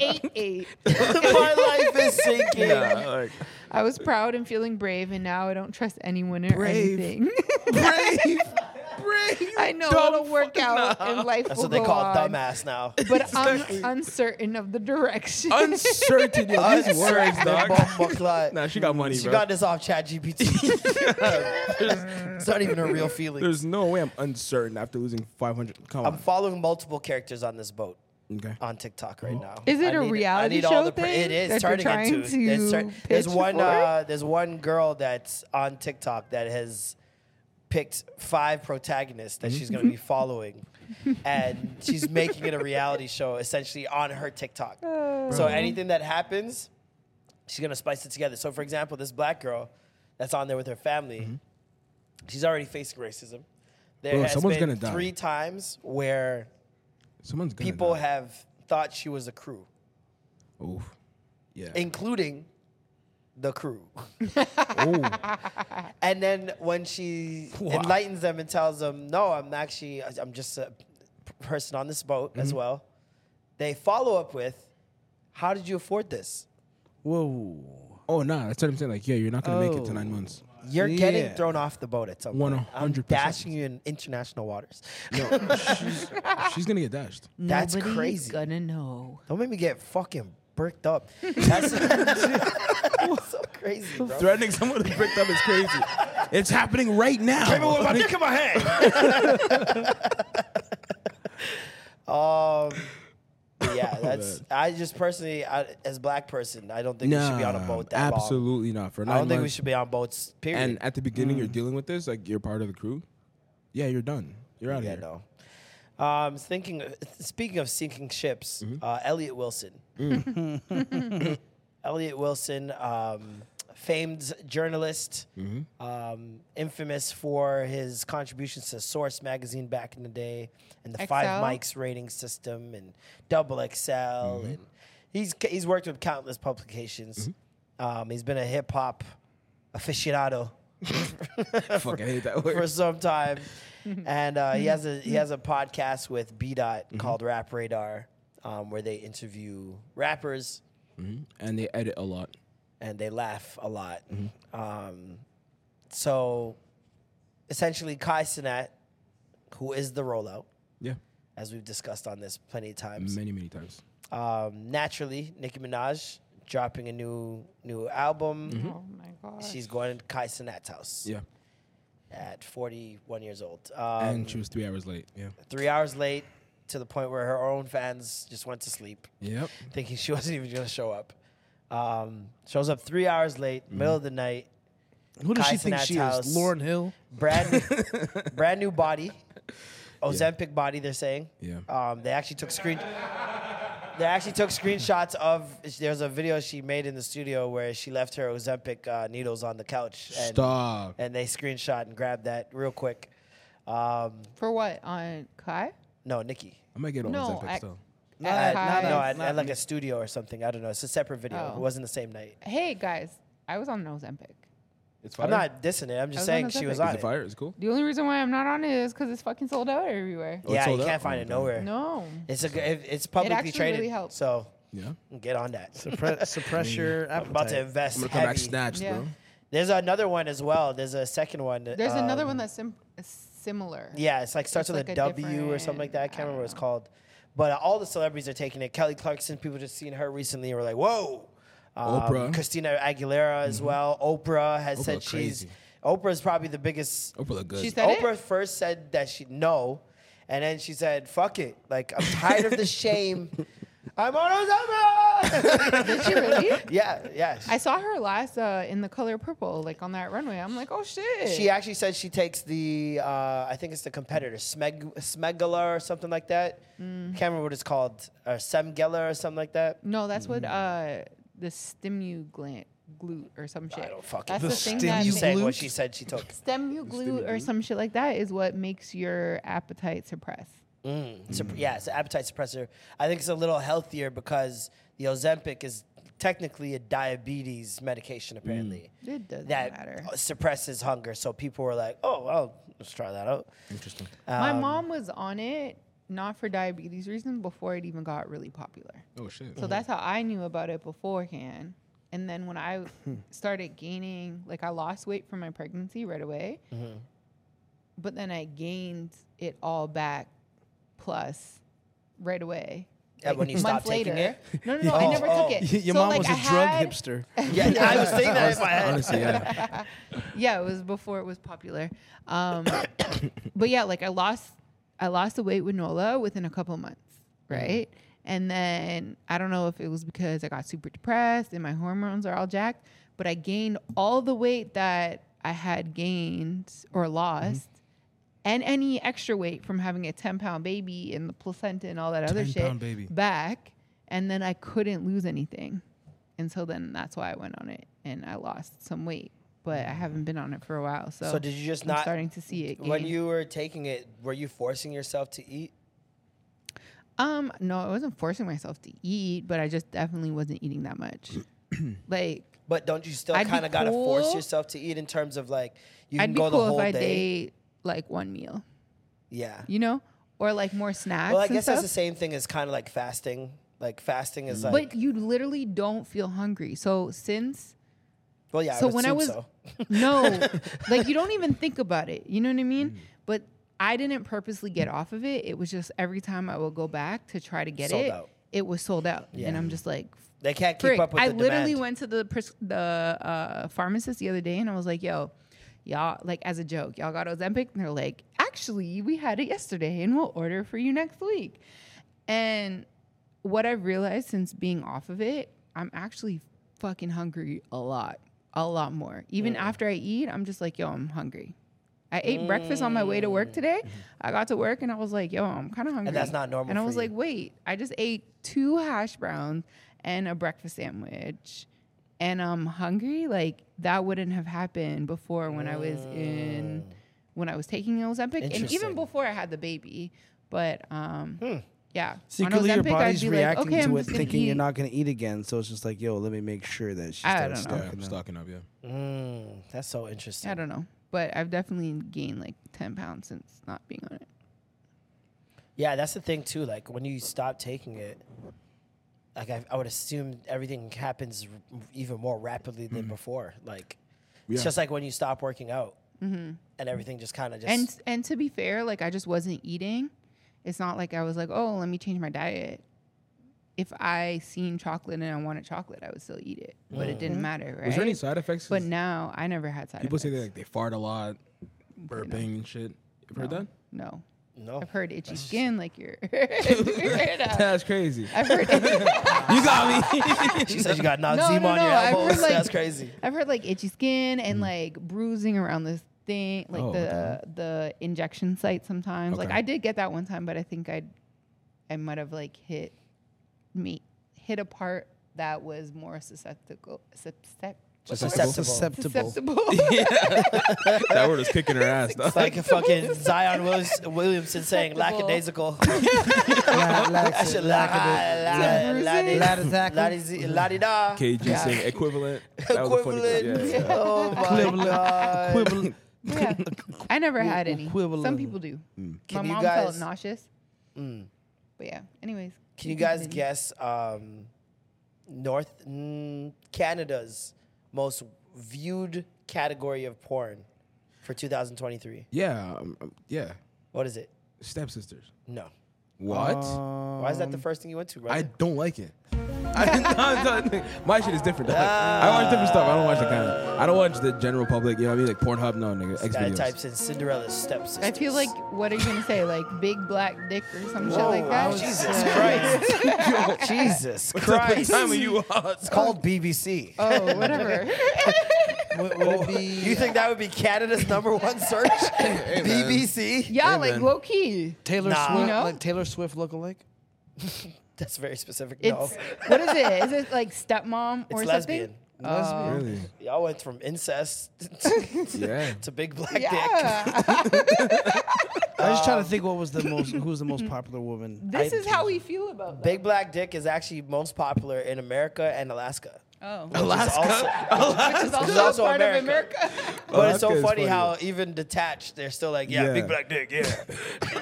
S3: 988.
S1: My life is sinking.
S4: Yeah, like,
S3: I was proud and feeling brave, and now I don't trust anyone or
S4: Brave.
S3: anything.
S4: brave, brave.
S3: I know
S4: Dumb
S3: it'll work
S4: fucking
S3: out,
S4: nah.
S3: and life
S1: That's
S3: will
S1: what they
S3: go
S1: call
S3: on.
S1: dumbass now.
S3: But I'm uncertain of the direction.
S4: Uncertainty. of These words,
S1: Uncertain
S4: dog.
S1: bumble clot.
S4: Nah, she got money,
S1: She
S4: bro.
S1: got this off ChatGPT. it's not even a real feeling.
S4: There's no way I'm uncertain after losing 500. Come on.
S1: I'm following multiple characters on this boat
S4: okay.
S1: on TikTok right now.
S3: Is it
S1: a
S3: a reality show thing
S1: it is
S3: that they're
S1: turning
S3: trying
S1: into. there's,
S3: to
S1: cer- there's
S3: pitch
S1: one.
S3: for?
S1: Uh, there's one girl that's on TikTok that has picked five protagonists that she's going
S3: Mm-hmm.
S1: to be following, and she's making it a reality show essentially on her TikTok.
S3: Oh.
S1: so anything that happens, she's going to spice it together. So for example, this black girl that's on there with her family,
S3: Mm-hmm.
S1: she's already facing racism. There
S4: Bro,
S1: has
S4: someone's
S1: been
S4: gonna die.
S1: three times where
S4: Someone's gonna
S1: people
S4: die.
S1: have thought she was a crew,
S4: Oof. Yeah.
S1: including the crew.
S4: Ooh.
S1: And then when she enlightens them and tells them, "No, I'm actually I'm just a person on this boat as well," they follow up with, "How did you afford this?
S2: Whoa.
S4: Oh nah, that's what I'm saying. Like, yeah, you're not gonna make it to
S2: Oh.
S4: nine months.
S1: You're getting
S2: Yeah.
S1: thrown off the boat at some point. I'm
S4: 100%.
S1: dashing you in international waters.
S4: No, she's, she's gonna get dashed.
S1: That's
S3: Nobody's
S1: crazy.
S3: gonna know.
S1: Don't make me get fucking bricked up. That's, that's so crazy, bro.
S4: Threatening someone to pick up is crazy. It's happening right now.
S1: in my hand. um, but yeah, that's. I just personally, I, as black person, I don't think we should be on a
S4: Nah,
S1: boat that long.
S4: absolutely not. For nine
S1: I don't think we
S4: months.
S1: should be Mm. on boats. Period.
S4: And at the beginning, you're dealing with this. Like, you're part of the crew. Yeah, you're done. You're out of
S1: yeah,
S4: here.
S1: no. Um, thinking. Speaking of sinking ships, uh, Elliot Wilson. Elliot Wilson, um, famed journalist, um, infamous for his contributions to Source magazine back in the day, and the Five
S3: XL.
S1: Mics rating system, and Double XL, and he's he's worked with countless publications. Um, he's been a hip hop aficionado
S4: Fuck, I hate that word.
S1: for some time, and uh, he has a he has a podcast with B Dot
S4: Mm-hmm.
S1: called Rap Radar, um, where they interview rappers
S4: Mm-hmm. and they edit a lot.
S1: and they laugh a lot.
S4: Mm-hmm.
S1: Um, so essentially, Kai Sinat, who is the rollout,
S4: Yeah,
S1: as we've discussed on this plenty of times,
S4: many many times.
S1: um, naturally Nicki Minaj dropping a new new album.
S3: Oh my god.
S1: She's going to Kai Sinat's house
S4: Mm-hmm. Yeah,
S1: at 41 years old. Um,
S4: and she was three hours late. Yeah.
S1: three hours late to the point where her own fans just went to sleep,
S4: Yep.
S1: thinking she wasn't even going to show up. Um, shows up three hours late,
S4: Mm-hmm.
S1: middle of the night.
S2: Who does she
S1: Kyson
S2: think
S1: at
S2: she
S1: house.
S2: is? Lauren Hill.
S1: brand new, brand new body, Ozempic body. They're saying.
S4: Yeah.
S1: Um, they actually took screen. They actually took screenshots of. There's a video she made in the studio where she left her Ozempic uh, needles on the couch. And,
S4: Stop.
S1: And they screenshot and grabbed that real quick. Um,
S3: For what? On Kai?
S1: no, Nikki.
S4: I might get all
S3: No,
S4: those epic
S3: I-
S4: still.
S1: Uh,
S3: At Kai's.
S1: no, at, at like a studio or something. I don't know. It's a separate video.
S3: Oh.
S1: It wasn't the same night.
S3: Hey guys, I was on Ozempic.
S4: It's
S1: I'm
S4: fire?
S1: not dissing it. I'm just
S3: I was
S1: saying
S3: on the
S1: she was
S3: topic.
S1: on
S4: Is it
S1: it.
S4: fire? It's cool.
S3: The only reason why I'm not on it is because it's fucking sold out everywhere.
S4: Oh, it's
S1: yeah, you
S4: sold out?
S1: can't find
S4: Oh,
S1: it nowhere.
S3: No.
S1: It's a g- it- it's publicly
S3: actually
S1: traded.
S3: really helped.
S1: So
S4: Yeah.
S1: get on that.
S2: Suppre- suppress your
S1: I'm about to
S2: appetite.
S1: invest
S4: I'm gonna come
S1: heavy.
S4: back snatched,
S3: Yeah.
S4: bro.
S1: There's another one as well. There's a second one.
S3: There's another
S1: um,
S3: one that's sim- uh, similar.
S1: Yeah, it's like starts
S3: It's
S1: with
S3: like a
S1: a W or something like that. I
S3: different- I
S1: can't remember
S3: don't
S1: what it's
S3: know.
S1: called. But uh, all the celebrities are taking it. Kelly Clarkson, people just seen her recently and were like, whoa. Um,
S4: Oprah. Mm-hmm.
S1: Christina Aguilera as well. Oprah has said
S4: Oprah
S1: she's.
S4: crazy.
S1: Oprah's probably the biggest.
S4: Oprah look good.
S3: She said it?
S1: Oprah first said that she no, and then she said, fuck it. Like, I'm tired of the shame. I'm on Oprah!
S3: Did she really?
S1: yeah, yeah.
S3: I saw her last uh, in the color purple, like on that runway. I'm like, oh shit.
S1: She actually said she takes the, uh, I think it's the competitor, Smeg- Smegula or something like that.
S3: Mm.
S1: Can't remember what it's called, or Semgela or something like that.
S3: no, that's what
S1: Mm.
S3: uh, the stimu gland glute or some shit. I
S1: don't fucking
S3: That's
S1: know.
S3: the thing that
S1: You
S3: ma-
S1: Oh, saying what she said she took.
S3: stemmu glute or some shit like that is what makes your appetite suppress.
S1: Supp- yeah, it's an appetite suppressor. I think it's a little healthier because the Ozempic is technically a diabetes medication, apparently.
S3: It doesn't
S1: That
S3: matter.
S1: suppresses hunger. So people were like, oh, well, let's try that out.
S4: Interesting.
S3: My
S2: Um,
S3: mom was on it not for diabetes reasons before it even got really popular.
S4: Oh shit.
S2: Mm-hmm.
S3: So that's how I knew about it beforehand. And then when I started gaining, like I lost weight from my pregnancy right away,
S2: Mm-hmm.
S3: but then I gained it all back plus right away.
S1: Yeah, when you stopped taking
S3: it? No, no, no. I never took it.
S2: Oh, Your
S3: So,
S2: mom
S3: like,
S2: was a
S3: I
S2: drug
S3: had-
S2: hipster.
S1: Yeah, I was thinking that in my head.
S4: Honestly, yeah.
S3: yeah, it was before it was popular. Um, but yeah, like I lost, I lost the weight with Nola within a couple months,
S1: Mm-hmm.
S3: right? And then I don't know if it was because I got super depressed and my hormones are all jacked, but I gained all the weight that I had gained
S1: Mm-hmm.
S3: or lost. And any extra weight from having a 10 pound baby and the placenta and all that other
S4: 10
S3: shit
S4: pound baby.
S3: back. And then I couldn't lose anything. And so then that's why I went on it and I lost some weight, but I haven't been on it for a while. So,
S1: Mm-hmm. So did you just
S3: I'm
S1: not-
S3: starting to see it?
S1: When
S3: gain.
S1: you were taking it, were you forcing yourself to eat?
S3: um no, I wasn't forcing myself to eat, but I just definitely wasn't eating that much. like
S1: But don't you still
S3: I'd be
S1: kind of got to force
S3: cool.
S1: yourself to eat in terms of like, you can
S3: I'd be
S1: go the
S3: cool
S1: whole
S3: if I
S1: day?
S3: ate like one meal,
S1: Yeah.
S3: you know, or like more snacks.
S1: Well, I
S3: and
S1: guess that's the
S3: stuff.
S1: same thing as kind of like fasting. Like fasting is like,
S3: But you literally don't feel hungry. So since
S1: well, yeah. I
S3: so
S1: would
S3: when I
S1: assume so.
S3: was no, like you don't even think about it. You know what I
S1: Mm.
S3: mean? But I didn't purposely get off of it. It was just every time I would go back to try to get
S1: Sold
S3: it,
S1: out.
S3: it was sold out, and I'm just like.
S1: they can't keep
S3: Frick.
S1: up with
S3: I
S1: the
S3: literally
S1: demand.
S3: went to the pres- the uh, pharmacist the other day and I was like, "Yo, y'all like as a joke, y'all got Ozempic?" And they're like, "Actually, we had it yesterday, and we'll order for you next week." And what I've realized since being off of it, I'm actually fucking hungry a lot, a lot more. Even
S1: Mm.
S3: after I eat, I'm just like, yo, I'm hungry. I ate breakfast on my way to work today. I got to work and I was like, yo, I'm kind of hungry.
S1: Mm. Mm-hmm. that's not normal
S3: And I
S1: for
S3: was
S1: you.
S3: like, wait, I just ate two hash browns and a breakfast sandwich and I'm hungry. Like that wouldn't have happened before when I was in, when I was taking Ozempic and even
S1: Mm. Interesting. Hmm.
S3: before I had the baby. But um, yeah. On
S2: Secretly, your
S3: Ozempic, I'd
S2: body's
S3: be like,
S2: reacting
S3: "Okay, I'm
S2: to it,
S3: just gonna
S2: thinking you're
S3: eat."
S2: not going to eat again. So it's just like, yo, let me make sure that she's
S3: I don't know.
S4: Yeah, I'm stocking up. Yeah.
S1: Mm, that's so interesting.
S3: I don't know, but I've definitely gained like ten pounds since not being on it.
S1: Yeah, that's the thing too. Like when you stop taking it, like I, I would assume everything happens r- even more rapidly than before. Like it's
S4: Yeah.
S1: just like when you stop working out, and everything just kind of just.
S3: Mm-hmm. And and to be fair, like I just wasn't eating. It's not like I was like, oh, let me change my diet. If I seen chocolate and I wanted chocolate, I would still eat it, but it
S2: Mm-hmm.
S3: didn't matter, right?
S4: Was there any side effects?
S3: but now I never had side
S4: People
S3: effects.
S4: say they like they fart a lot, burping and shit. You've heard that?
S3: no.
S2: Oh,
S1: no,
S3: I've heard itchy skin, like you're.
S4: That's crazy.
S3: I've heard.
S4: you got me.
S1: she said you got noxema
S3: no, no,
S1: on your
S3: no, I've heard,
S1: elbows.
S3: like-
S1: that's crazy.
S3: I've heard like itchy skin and like bruising around this thing, like
S4: Oh,
S3: the the injection site sometimes. Like
S4: Okay.
S3: I did get that one time, but I think I I might have like hit me hit a part that was more susceptible susceptible
S1: Susceptible.
S2: Susceptible.
S3: susceptible.
S4: that word is kicking her ass. Though.
S1: Like a fucking Zion Willis- Williamson saying
S3: Susceptible.
S1: lackadaisical. I
S2: Lax-
S1: should lack-
S2: lackadais-
S1: la- la-
S3: bruising.
S1: la- la- la- la- la- la- la-
S4: KG saying equivalent. That was a funny clip. Yeah, yeah, yeah.
S1: Oh my God.
S4: Equivalent.
S3: Yeah. I never had any. Some
S1: equivalent.
S3: people do.
S1: Can
S3: My
S1: you
S3: mom felt
S1: guys- Mm.
S3: nauseous. But yeah. Anyways.
S1: Can you guys guess um, North mm, Canada's most viewed category of porn for 2023?
S4: Yeah, um, um, yeah.
S1: What is it?
S4: Stepsisters.
S1: No.
S4: What?
S1: Why is that
S3: Um,
S1: the first thing you went to,
S4: I
S1: right?
S4: don't like it. I- no, I'm sorry. My shit is different. dog. I watch different stuff. I don't watch the kind. Of, I don't watch the general public. You know what I mean? Like Pornhub. No, nigga. X
S1: Guy
S4: videos.
S1: types in Cinderella's stepsister.
S3: I feel like, what are you gonna say? Like big black dick or some shit like that.
S1: Jesus
S3: Uh,
S1: Christ. Jesus Christ.
S4: time are you uh,
S1: It's called BBC.
S3: Oh, whatever.
S1: you think that would be Canada's number one search? BBC?
S3: Yeah, like low key.
S2: Taylor
S1: Nah.
S2: Swift,
S3: You know?
S2: like Taylor Swift lookalike.
S1: That's very specific.
S3: It's
S1: no.
S3: what is it? Is it like stepmom or
S1: It's
S3: something?
S1: lesbian.
S4: Really?
S1: Y'all went from incest to,
S4: Yeah.
S1: big black dick.
S3: Yeah.
S2: I was just trying to think what was the most who was the most popular woman.
S3: This
S1: I-
S3: is how we feel about that.
S1: Big black dick is actually most popular in America and Alaska.
S3: Oh.
S1: Alaska?
S3: Which is
S1: This
S3: also,
S1: is also
S3: part
S1: America.
S3: of America.
S1: But it's so
S4: Alaska
S1: funny,
S4: is funny.
S1: how even detached they're still like, yeah,
S4: Yeah.
S1: big black dick, yeah.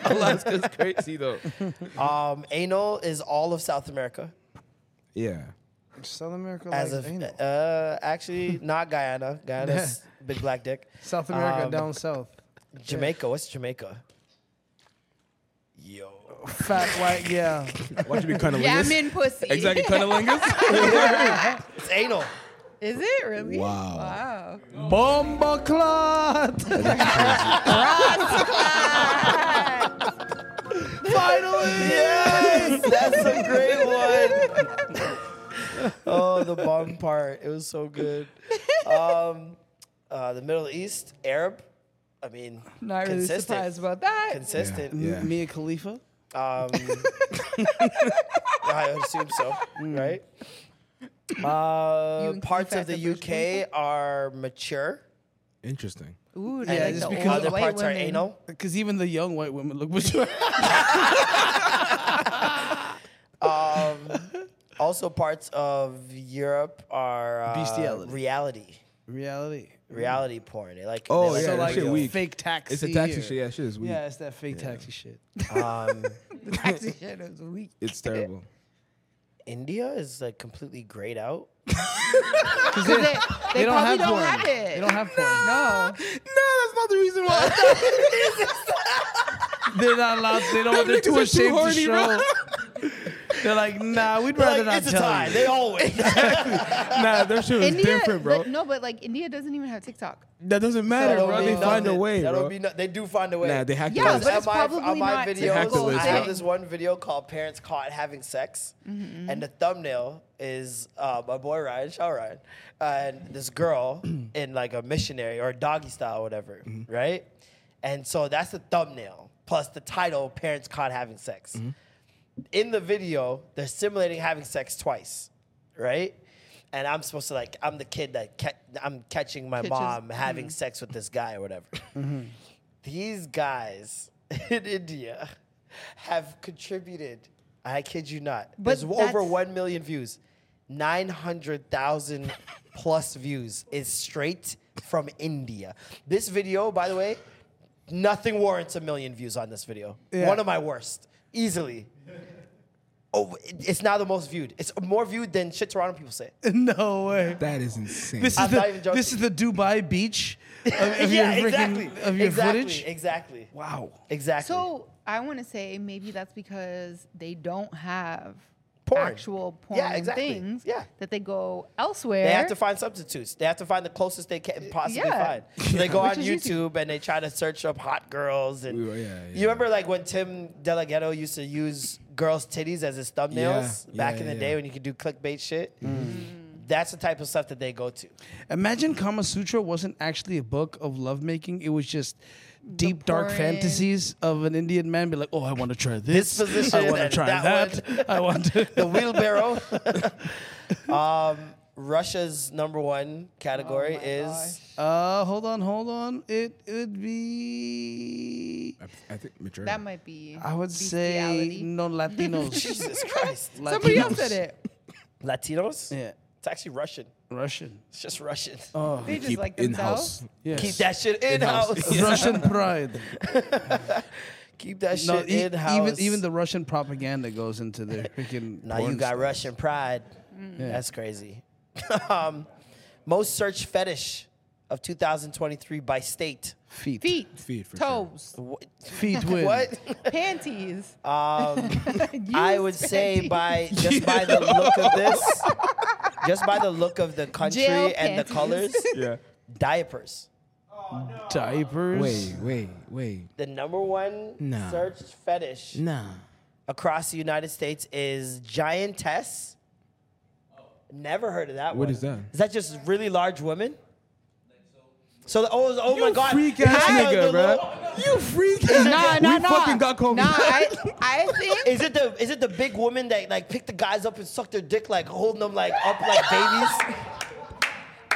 S4: Alaska's crazy though.
S1: um, anal is all of South America.
S4: Yeah.
S2: South America,
S1: As
S2: like,
S1: of
S2: ain't it?
S1: uh, actually not Guyana. Guyana's big black dick.
S2: South America
S1: Um,
S2: down south.
S1: Jamaica. What's Jamaica? Yo.
S2: Fat white, yeah.
S4: Why don't you be cunnilingus?
S3: Yeah, I'm in pussy.
S4: Exactly, cunnilingus.
S1: It's anal.
S3: Is it really?
S4: Wow.
S3: Wow.
S2: Bomba clot. Finally.
S1: Yes, that's a great one. oh, the bomb part. It was so good. Um, uh, the Middle East, Arab. I mean,
S3: Not really
S1: consistent.
S3: surprised about that.
S1: Consistent.
S4: Yeah.
S2: Mia Khalifa.
S1: Um, I would assume so, right? Uh,
S3: Mm. include
S1: parts of
S3: fast
S1: the
S3: and first
S1: UK are mature.
S4: Interesting.
S3: Ooh,
S2: Yeah,
S3: like
S2: just
S3: the
S2: because
S3: old
S1: Other
S3: white
S1: parts
S3: women.
S1: are anal.
S2: Because even the young white women look mature.
S1: Also, parts of Europe are uh,
S2: Bestiality.
S1: reality,
S2: Reality.
S1: reality porn. They like they
S4: Oh,
S1: like
S4: yeah,
S2: so
S4: that
S2: like
S4: shit
S2: a
S4: weak.
S2: fake taxi.
S4: It's a taxi
S2: or-
S4: shit. Yeah, shit is weak.
S2: Yeah, Um, it's that fake taxi shit.
S3: Taxi shit is weak.
S4: It's terrible.
S1: India is like completely grayed out.
S3: Because they, they,
S2: They don't
S3: probably
S2: have
S3: don't
S2: porn.
S3: have it.
S2: They don't have porn.
S3: No.
S4: No, that's not the reason why.
S2: They're not allowed. They don't. They're too
S4: They're too
S2: ashamed to
S4: horny,
S2: show.
S4: bro.
S2: They're like, nah, we'd rather
S1: Like,
S2: not
S1: it's a
S2: tell
S1: tie.
S2: you.
S1: They always.
S4: nah, that shit was
S3: India,
S4: different, bro.
S3: but- no, but like India doesn't even have TikTok.
S4: that doesn't matter,
S1: That'll
S4: bro.
S1: be
S4: They find a
S1: nothing.
S4: way,
S1: That'll
S4: bro.
S1: be no- they do find a way.
S4: Nah, they hacked
S3: Yeah, but
S4: the list.
S3: it's probably not
S4: They hacked the
S1: videos,
S4: list,
S1: I
S4: yeah.
S1: have this one video called "Parents Caught Having Sex,"
S3: Mm-hmm.
S1: and the thumbnail is uh, my boy Ryan, Shaw Ryan, and this girl in like a missionary or doggy style, whatever,
S4: Mm-hmm.
S1: right? And so that's the thumbnail plus the title "Parents Caught Having Sex."
S4: Mm-hmm.
S1: in the video, they're simulating having sex twice, right? And I'm supposed to like, I'm the kid that ca- I'm catching my mom
S3: Mm-hmm.
S1: having sex with this guy or whatever. These guys in India have contributed. I kid you not.
S3: But
S1: there's over
S3: that's-
S1: one million views, nine hundred thousand plus views is straight from India. This video, by the way, nothing warrants a million views on this video. One of my worst, easily. Oh, it- it's now the most viewed. It's more viewed than shit Toronto people say.
S2: No way.
S4: That is insane.
S2: This is
S1: I'm not even
S2: the
S1: joking.
S2: this is the Dubai beach of, of your freaking of your
S1: exactly,
S2: footage.
S1: exactly,
S2: Wow.
S1: exactly.
S3: So I want to say maybe that's because they don't have
S1: Porn.
S3: actual porn
S1: Yeah, exactly.
S3: things
S1: Yeah.
S3: that they go elsewhere.
S1: They have to find substitutes. They have to find the closest they can possibly
S3: Yeah.
S1: find. So they go
S3: Which
S1: on
S3: is easy.
S1: YouTube and they try to search up hot girls. And
S4: were- yeah, yeah.
S1: you remember like when Tim Delgado used to use girls' titties as his thumbnails
S4: Yeah,
S1: back
S4: yeah,
S1: in the
S4: yeah.
S1: day when you could do clickbait shit.
S3: Mm.
S1: That's the type of stuff that they go to.
S2: Imagine Kama Sutra wasn't actually a book of lovemaking. It was just deep dark
S3: porn.
S2: fantasies of an Indian man. Be like, oh, I want to try
S1: This
S2: this.
S1: position
S2: I want to
S1: and
S2: try
S1: that
S2: that. I want to.
S1: The wheelbarrow. um, Russia's number one
S3: Oh
S1: category is
S2: Uh, hold on, hold on. It would be.
S4: I, I think majority.
S3: That might be.
S2: I would say
S3: bestiality.
S2: non Latinos.
S1: Oh, Jesus Christ.
S3: Somebody else said it.
S1: Latinos?
S2: Yeah.
S1: It's actually Russian.
S2: Russian.
S1: It's just Russian.
S2: Oh,
S3: They just Keep like themselves? in-house.
S2: Yes.
S1: Keep that shit in house.
S2: Russian pride.
S1: Keep that shit
S2: No, e-
S1: in house.
S2: even even the Russian propaganda goes into their freaking.
S1: Now you
S2: porn
S1: got
S2: stuff.
S1: Russian pride.
S4: Mm.
S2: Yeah.
S1: That's crazy. um, most searched fetish of 2023 by state.
S2: feet.
S3: Feet,
S4: Feet, for sure. Oh.
S3: toes,
S1: What?
S2: Feet win.
S1: what?
S3: panties.
S1: Um, I
S3: Used
S1: would say
S3: panties.
S1: by just by the look of this, just by the look of the country
S3: Jail
S1: and the
S3: panties.
S1: colors,
S4: Yeah.
S1: diapers.
S2: Diapers.
S4: Wait, wait, wait.
S1: The number one
S4: Nah.
S1: searched fetish
S4: Nah.
S1: across the United States is giantess. Never heard of that
S4: What
S1: one.
S4: is that?
S1: Is that just really large women? So the, oh, oh my god.
S4: freak ass
S1: How the
S4: nigga,
S1: little-
S4: bruh. You freak ass
S3: Nah,
S4: nigga.
S3: nah,
S4: we
S3: nah.
S4: fucking got COVID.
S3: Nah, I, I think
S1: Is it the is it the big woman that like pick the guys up and suck their dick like holding them like up like babies?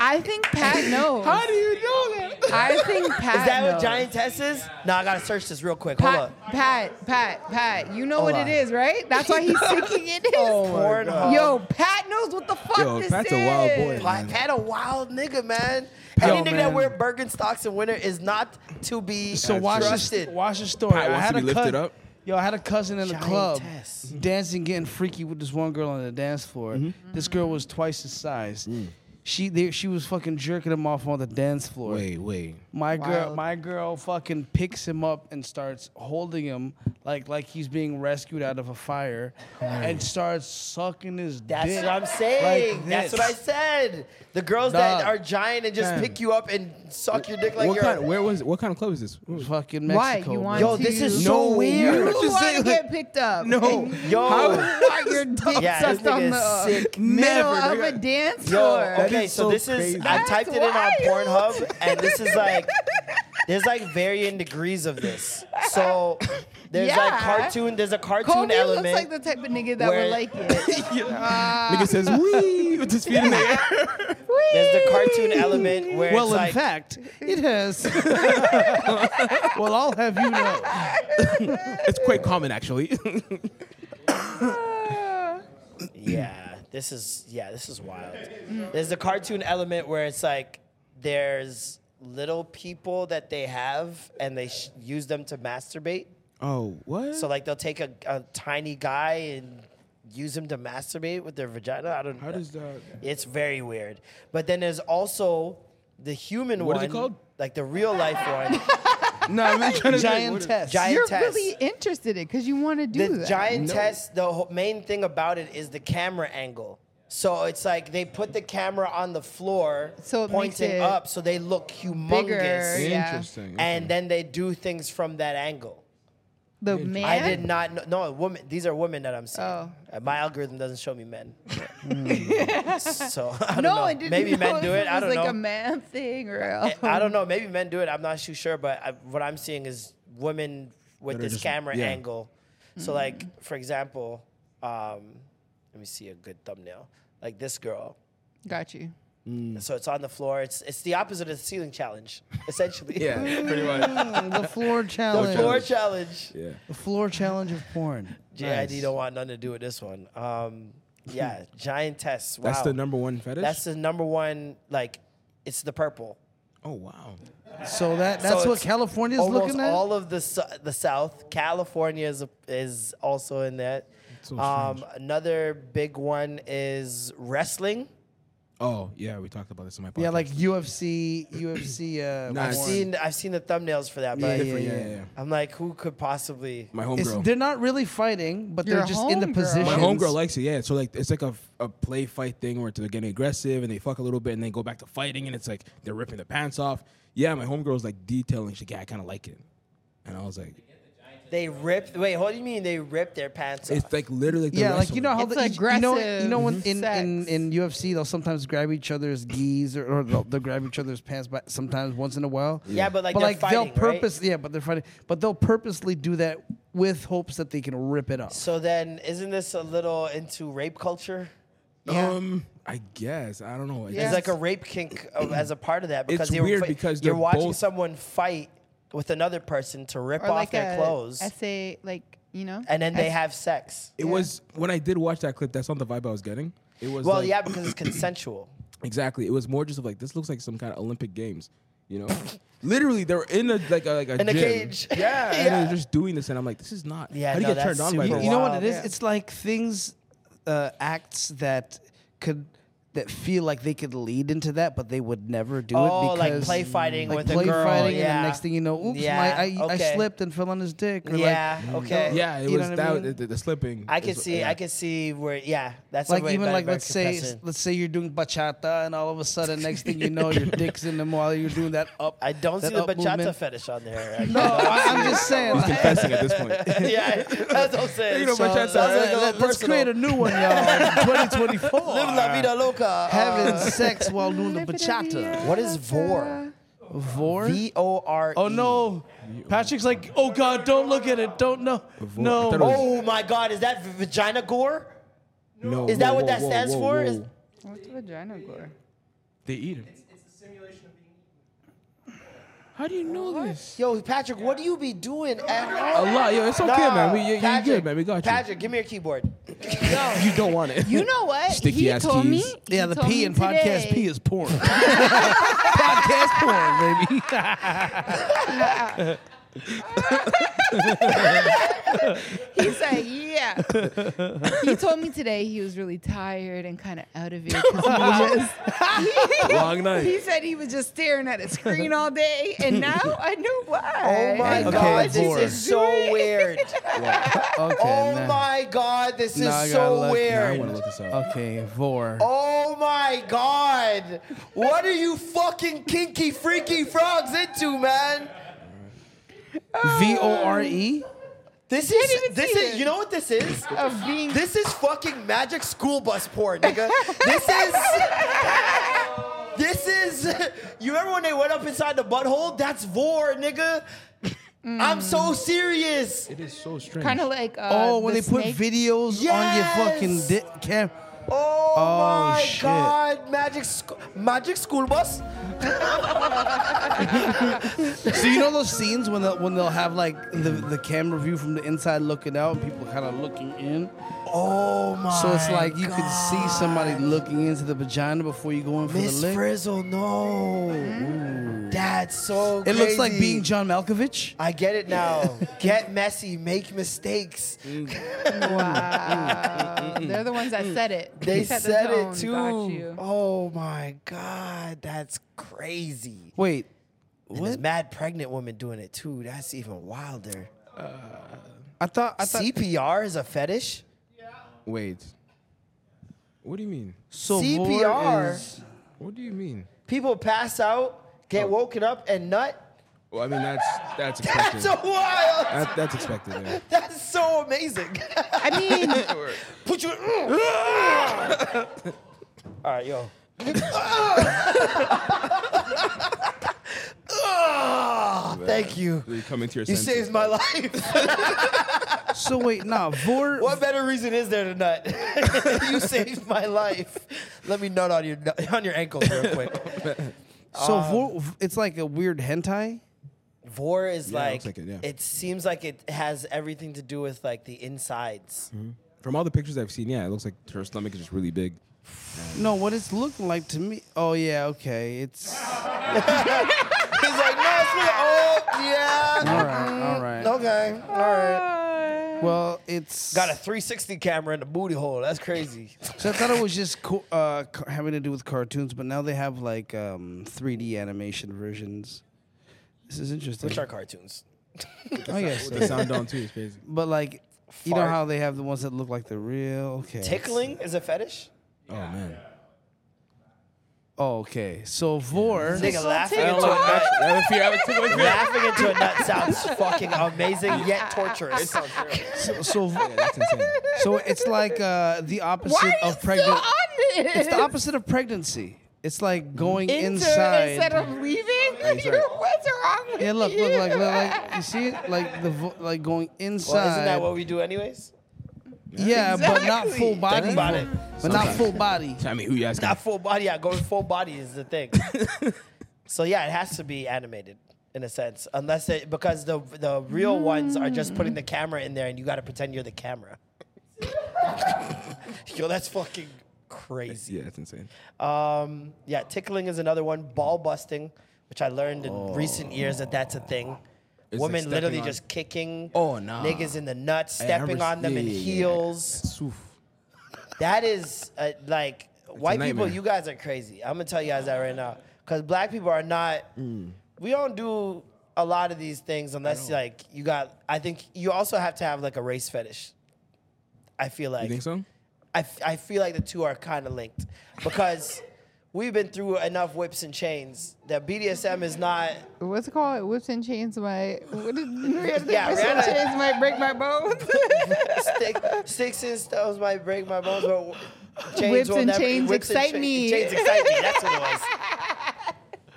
S3: I think Pat knows.
S4: How do you know that?
S3: I think Pat.
S1: Is that
S3: knows.
S1: what giantess is? No, I gotta search this real quick. Hold
S3: Pat,
S1: up.
S3: Pat, Pat, Pat. You know
S1: Hold
S3: what
S1: on.
S3: it is, right? That's why he's thinking it is.
S1: Pornhub. God.
S3: Yo, Pat knows what the fuck
S4: Yo,
S3: this
S4: Pat's
S3: is.
S4: a wild boy.
S1: Pat, Pat a wild nigga, man.
S2: Yo,
S1: Any nigga that
S2: man.
S1: wear Birkenstocks in winter is not to be
S2: So watch
S1: trusted.
S2: this. Watch the story.
S4: Pat
S2: I
S4: wants
S2: had
S4: to
S2: a
S4: be lifted
S2: cousin-
S4: up.
S2: Yo, I had a cousin in the
S1: Giant
S2: club
S1: ass.
S2: dancing, getting freaky with this one girl on the dance floor.
S4: Mm-hmm.
S2: This girl was twice his size.
S4: Mm.
S2: She they, she was fucking jerking him off on the dance floor.
S4: Wait, wait.
S2: My girl,
S3: Wild.
S2: my girl, fucking picks him up and starts holding him like like he's being rescued out of a fire, and starts sucking his
S1: That's
S2: dick.
S1: what I'm saying.
S2: like
S1: That's
S2: this.
S1: what I said. The girls that
S2: Dog.
S1: are giant and just
S4: Damn.
S1: pick you up and suck your dick like
S4: what
S1: you're.
S4: kind? Where was? What kind of club is this?
S2: Fucking
S3: Why?
S2: Mexico.
S3: You
S2: bro.
S3: want
S1: Yo,
S3: to-
S1: this is
S3: You-
S1: so
S4: No,
S1: weird.
S4: you
S3: You
S4: just
S3: want
S4: say,
S3: to get picked up.
S4: No.
S3: and you
S1: Yo.
S3: want your dick
S1: Yeah, this
S3: sucked
S1: nigga
S3: on
S1: is
S3: the uh,
S1: sick.
S3: middle
S4: Never,
S3: of
S4: nigga.
S3: a dance
S1: Yo,
S3: floor.
S1: okay,
S4: is
S1: so,
S4: so
S1: this
S4: crazy.
S1: is I typed it in on
S3: That's wild.
S1: Pornhub, and this is like there's like varying degrees of this. So there's like
S3: Yeah.
S1: cartoon. There's a cartoon
S3: Kobe
S1: element.
S3: looks like the type of nigga that
S1: where-
S3: would like it.
S4: Nigga says wee with his feet in the air.
S1: there's the cartoon element where
S2: Well,
S1: it's
S2: in
S1: like
S2: fact, it has. well, I'll have you know.
S4: It's quite common actually.
S1: yeah, this is yeah, this is wild. There's the cartoon element where it's like there's little people that they have and they sh- use them to masturbate.
S4: oh, what?
S1: So like they'll take a, a tiny guy and use him to masturbate with their vagina. I don't
S4: How does that?
S1: It's very weird. But then there's also the human
S4: What
S1: one.
S4: is it called?
S1: Like the real life one.
S4: No, I'm not trying to
S2: Giant test.
S1: Giant
S3: You're
S1: test.
S3: really interested in because you want to do
S1: the
S3: that.
S1: giant test, the whole main thing about it is the camera angle. So it's like they put the camera on the floor,
S3: So it makes
S1: pointing
S3: it
S1: up, so they look humongous,
S3: bigger, yeah.
S4: Interesting.
S1: and then they do things from that angle.
S3: the man.
S1: I did not know. No, women. These are women that I'm seeing.
S3: Oh.
S1: Uh, My algorithm doesn't show me men. so I don't
S3: no,
S1: know.
S3: I didn't
S1: Maybe
S3: know
S1: men
S3: if
S1: do
S3: it
S1: it. I
S3: was
S1: don't
S3: like
S1: know. Eh.
S3: a man thing or
S1: I- I don't know. Maybe men do it. I'm not too sure. But I, what I'm seeing is women with
S4: That are
S1: this
S4: just-
S1: camera
S4: yeah.
S1: angle. So, like for example, um, let me see a good thumbnail. Like this girl.
S3: Got you.
S4: Mm.
S1: So it's on the floor. It's it's the opposite of the ceiling challenge, essentially.
S4: Yeah, pretty much.
S2: the floor challenge.
S1: Floor challenge.
S4: Yeah.
S2: The floor challenge of porn.
S1: JID don't want nothing to do with this one. Um, yeah, giant tests. Wow.
S4: That's the number one fetish.
S1: That's the number one. Like, it's the purple.
S4: oh wow.
S2: So that
S1: So
S2: that's what
S1: it's
S2: California's
S1: almost
S2: looking at.
S1: all of the su- the South. California is is also in that.
S4: so
S1: um,
S4: strange.
S1: another big one is wrestling.
S4: Oh yeah, we talked about this in my podcast.
S2: yeah, like UFC, UFC. Uh,
S4: Nah,
S2: porn.
S1: I've seen I've seen the thumbnails for that,
S2: Yeah,
S1: but
S2: yeah,
S4: yeah,
S2: yeah.
S4: yeah, yeah.
S1: I'm like, who could possibly?
S4: My
S2: It's,
S4: homegirl.
S2: they're not really fighting, but
S3: Your
S2: they're just in the
S3: homegirl.
S2: position.
S4: My homegirl likes it, yeah. So like it's like a, a play fight thing where they're getting aggressive and they fuck a little bit and then go back to fighting and it's like they're ripping their pants off. Yeah, my homegirl's like detailing. She's like, yeah, I kind of like it, and I was like,
S1: They ripped. Wait, what do you mean they ripped their pants off?
S4: it's like literally like the
S2: Yeah, like you
S4: wrestling.
S2: know how
S3: It's
S2: the, you- you know you
S3: aggressive
S2: know when in, in,
S3: sex.
S2: in UFC they'll sometimes grab each other's geese or, or they'll, they'll grab each other's pants, but sometimes once in a while.
S1: Yeah, but, like,
S2: but
S1: they're
S2: like
S1: fighting,
S2: they'll
S1: right?
S2: purpose yeah, but they're fighting, but they'll purposely do that with hopes that they can rip it up.
S1: so then, isn't this a little into rape culture?
S4: um, I guess I don't know. It's
S1: There's
S4: just-
S1: like a rape kink uh, as a part of that because
S4: It's
S1: you're,
S4: weird
S1: fi-
S4: because
S1: you're
S4: they're
S1: watching
S4: both-
S1: someone fight with another person to rip
S3: Or
S1: off
S3: like
S1: their
S3: a
S1: clothes,
S3: essay, like you know.
S1: and then they
S3: es-
S1: have sex.
S4: it was when I did watch that clip. That's not the vibe I was getting. It was
S1: well,
S4: like-
S1: yeah, because it's consensual.
S4: Exactly. It was more just of like this looks like some kind of Olympic games, you know? Literally, they were in a like a like a
S1: In a
S4: gym.
S1: cage.
S4: Yeah,
S1: Yeah.
S4: and they're just doing this, and I'm like, this is not.
S1: Yeah,
S4: how do you
S1: no,
S4: get turned
S1: that's
S4: on
S1: super
S4: by this?
S1: wild.
S2: You know what it is?
S1: yeah.
S2: It's like things, uh, acts that could that feel like they could lead into that, but they would never do
S1: Oh,
S2: it
S1: like
S2: because
S1: play fighting
S2: like
S1: with a
S2: play
S1: girl,
S2: fighting,
S1: yeah.
S2: and the next thing you know, oops,
S1: Yeah,
S2: my, I,
S1: okay.
S2: I slipped and fell on his dick. or like-
S1: Yeah, okay.
S4: Yeah, it
S2: You know
S4: was
S2: what I
S4: that
S2: mean?
S4: the, the, the slipping.
S1: I can
S4: is-
S1: see,
S4: yeah.
S1: I can see where, yeah, that's a
S2: like
S1: way
S2: even
S1: better
S2: like let's say
S1: American person.
S2: let's say you're doing bachata and all of a sudden next thing you know your dick's in the while you're doing that up.
S1: I don't
S2: that
S1: see the
S2: up
S1: bachata
S2: movement.
S1: fetish on there. I
S2: No,
S1: don't
S2: I,
S1: see
S2: I'm
S1: it.
S2: just saying. like- uh,
S4: confessing at this point.
S1: yeah, that's what I'm saying.
S4: You know,
S1: So,
S4: bachata,
S1: sounds like
S4: right?
S1: a little
S2: Let- Let's
S1: personal.
S2: create a new one, y'all. 2024.
S1: Live la vida loca. uh,
S2: Having sex while doing the bachata.
S1: what is vor?
S2: Vor?
S1: V O R. E.
S2: Oh no. Patrick's like, oh god, don't look at it. Don't know.
S4: Vor- I
S2: No.
S4: thought it was-
S1: Oh my God! Is that v- vagina gore?
S4: No,
S1: Oh. Is that what that stands for? Is-
S3: What's vagina gore?
S4: They eat it.
S8: It's the simulation of being eaten.
S4: How do you know this?
S1: Yo, Patrick, what do you be doing at
S4: A
S1: home?
S4: lot, yo. It's okay, man. We, you, you
S1: Patrick,
S4: good, man. We got you.
S1: Patrick, give me your keyboard.
S4: you don't want it.
S3: You know what?
S4: Sticky
S3: he
S4: ass
S3: told
S4: keys.
S3: me. he
S2: yeah, the
S3: told
S2: P
S3: me
S2: in podcast
S3: today-
S2: P is porn. podcast porn, baby.
S3: He said, "Yeah." he told me today he was really tired and kind of out of it. 'cause He, was just,
S4: Long night.
S3: he said he was just staring at a screen all day, and now I know why.
S1: Oh my
S2: Okay,
S1: God, this
S2: vor.
S1: is so weird.
S2: Okay.
S1: oh
S2: nah.
S1: my God, this is
S2: Now I gotta
S1: so
S2: look.
S4: Now I
S1: weird.
S4: want to look this
S1: Uh,
S4: up.
S2: Okay, vor.
S1: Oh my God. What are you fucking kinky, freaky frogs into, man?
S2: V O R E.
S1: This
S3: even
S1: is, this
S3: see
S1: is,
S3: it.
S1: you know what this is?
S3: Of being
S1: This is fucking magic school bus porn, nigga. this is. This is. You remember when they went up inside the butthole? That's vor, nigga. I'm so serious.
S4: It is so strange.
S3: kind of like uh,
S2: Oh, when
S3: the
S2: they put
S3: snake-
S2: videos on your fucking
S1: Yes!
S2: dick cam.
S1: Oh,
S2: Oh,
S1: my
S2: shit.
S1: god, magic sc- magic school bus.
S2: So you know those scenes when they'll, when they'll have like the, the camera view from the inside looking out and people kind of looking in.
S1: Oh my.
S2: So it's like you can see somebody looking into the vagina before you go in for
S1: Miss
S2: the lick.
S1: Frizzle, no. That's so.
S2: it looks like
S1: crazy.
S2: being John Malkovich.
S1: I get it now. Get messy, make mistakes.
S2: Mm-hmm.
S3: Wow, they're the ones that said it.
S1: They
S3: set the
S1: said
S3: tone,
S1: it too.
S3: Got you.
S1: Oh my god, that's crazy.
S2: Wait,
S1: And this mad pregnant woman doing it too. That's even wilder.
S2: I thought I thought
S1: CPR is a fetish.
S4: Wait. What do you mean?
S2: so vor
S1: CPR.
S2: is- Oh.
S4: What do you mean?
S1: People pass out, get woken up, and nut.
S4: Well, I mean that's that's expected.
S1: That's so wild.
S4: That- that's expected. Yeah.
S1: That's so amazing.
S3: I mean,
S1: Put you. All right, yo. Ah, Thank you.
S4: You come into your
S1: You
S4: senses.
S1: saved my life.
S2: so wait, nah, vor.
S1: What better reason is there to nut? you saved my life. Let me nut on your on your ankles real quick.
S2: so
S1: Ah.
S2: vor, it's like a weird hentai.
S1: Vor is
S4: Yeah, it
S1: like,
S4: looks like it, yeah.
S1: seems like it has everything to do with like the insides.
S4: Mm-hmm. From all the pictures I've seen, yeah, it looks like her stomach is just really big.
S2: No, what it's looking like to me. Oh yeah, okay, it's
S1: He's like, no, it's me. Oh, yeah.
S2: all right, all right.
S1: Okay, all right.
S2: Well, it's
S1: Got a 360 camera in the booty hole. That's crazy.
S2: So I thought it was just co- uh, ca- having to do with cartoons, but now they have like um, 3D animation versions. This is interesting.
S1: Which are cartoons. Oh,
S2: I guess,
S4: The sound on too is crazy.
S2: but like, you know
S1: Fart.
S2: how they have the ones that look like the real. Okay.
S1: Tickling is a fetish.
S4: Oh man.
S2: Oh, okay. So vor.
S1: Nigga laughing
S4: I
S1: into a
S4: don't like
S1: nut.
S4: that. I have a fear. I have a tickle fear.
S1: laughing into a nut sounds fucking amazing yet torturous.
S2: So, so,
S4: Yeah, that's insane.
S2: so it's like uh, the opposite
S3: why are you
S2: of
S3: still
S2: pregnant.
S3: on this?
S2: It's the opposite of pregnancy. It's like going
S3: Enter
S2: inside.
S3: instead of leaving.
S4: That's
S3: You-
S4: right.
S3: What's wrong with
S2: yeah, look,
S3: you?
S2: look, like, look, like, you see it, like the vo- like going inside.
S1: Well, isn't that what we do anyways?
S2: Yeah, but not full
S3: Exactly.
S2: body.
S1: Think about it.
S2: But not full body.
S4: I mean, who you asking?
S1: Not full body. Yeah, going full body is the thing. so yeah, it has to be animated in a sense, unless it because the the real ones are just putting the camera in there and you got to pretend you're the camera. Yo, that's fucking crazy.
S4: Yeah, it's insane.
S1: Um, yeah, tickling is another one. Ball busting, which I learned in recent years that that's a thing.
S4: It's like
S1: Women
S4: Oh. stepping
S1: literally
S4: on-
S1: just kicking
S4: Oh, nah.
S1: niggas in the nuts,
S4: Hey, I
S1: stepping
S4: remember
S1: on them in
S4: seeing-
S1: heels.
S4: Oof.
S1: That is uh, like white people.
S4: nightmare.
S1: You guys are crazy. I'm gonna tell you guys that right now because black people are not.
S4: Mm.
S1: We don't do a lot of these things unless like you got. I think you also have to have like a race fetish. I feel like
S4: You think so?
S1: I, f- I feel like the two are kind of linked because we've been through enough whips and chains that BDSM is not.
S3: What's it called? Whips and chains might. What did Rihanna say?
S1: Yeah,
S3: Whips and
S1: Rihanna-
S3: chains might break my bones.
S1: Stick, sticks and stones might break my bones, but chains
S3: Whips
S1: will
S3: and
S1: never,
S3: chains
S1: whips
S3: excite
S1: chain-
S3: me.
S1: Chains excite me. That's what it was.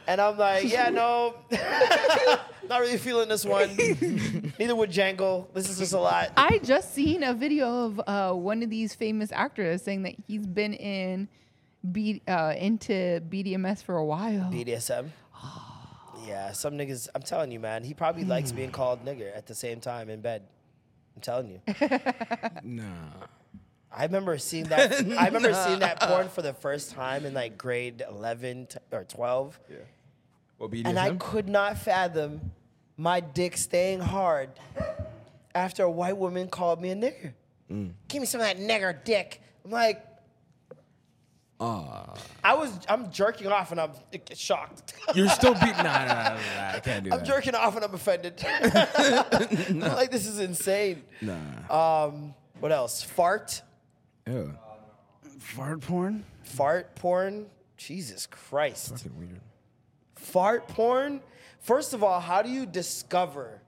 S1: And I'm like, yeah, no, not really feeling this one. Neither would Django. This is just a lot.
S3: I just seen a video of uh, one of these famous actors saying that he's been in B, uh, into BDMS for a while.
S1: BDSM.
S3: Ah.
S1: Yeah, some niggas. I'm telling you, man. He probably likes being
S3: Hmm.
S1: called nigger at the same time in bed. I'm telling you.
S4: Nah.
S1: I remember seeing that. I remember seeing that porn for the first time in like grade eleven t- or twelve,
S4: What BDSM?
S1: and I could not fathom my dick staying hard after a white woman called me a nigger.
S4: Mm.
S1: Give me some of that nigger dick. I'm like,
S4: Ah.
S1: I was, I'm jerking off and I'm shocked.
S4: You're still beat. Nah, nah, nah, nah, nah, I can't do
S1: I'm
S4: that.
S1: jerking off and I'm offended. I'm like, this is insane. Nah. Um, what else? Fart.
S4: Ew.
S2: Fart porn?
S1: Fart porn. Jesus Christ.
S4: Fucking weird.
S1: Fart porn? First of all, how do you discover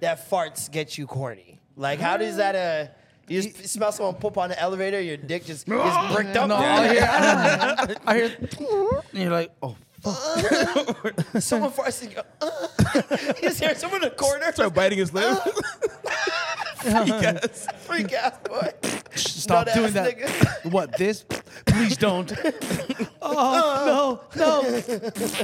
S1: that farts get you corny? Like, how does that, uh, you just smell someone poop on the elevator, your dick just gets bricked up?
S2: Oh, No, I hear, I, don't- I hear, and you're like, oh,
S1: someone farts and you go, uh. you just hear someone in the corner,
S4: Start biting his lip. yes.
S1: freak out, boy.
S2: stop
S1: Nut-ass
S2: doing that.
S1: nigga.
S2: What this? Please don't. oh no, no.
S1: It's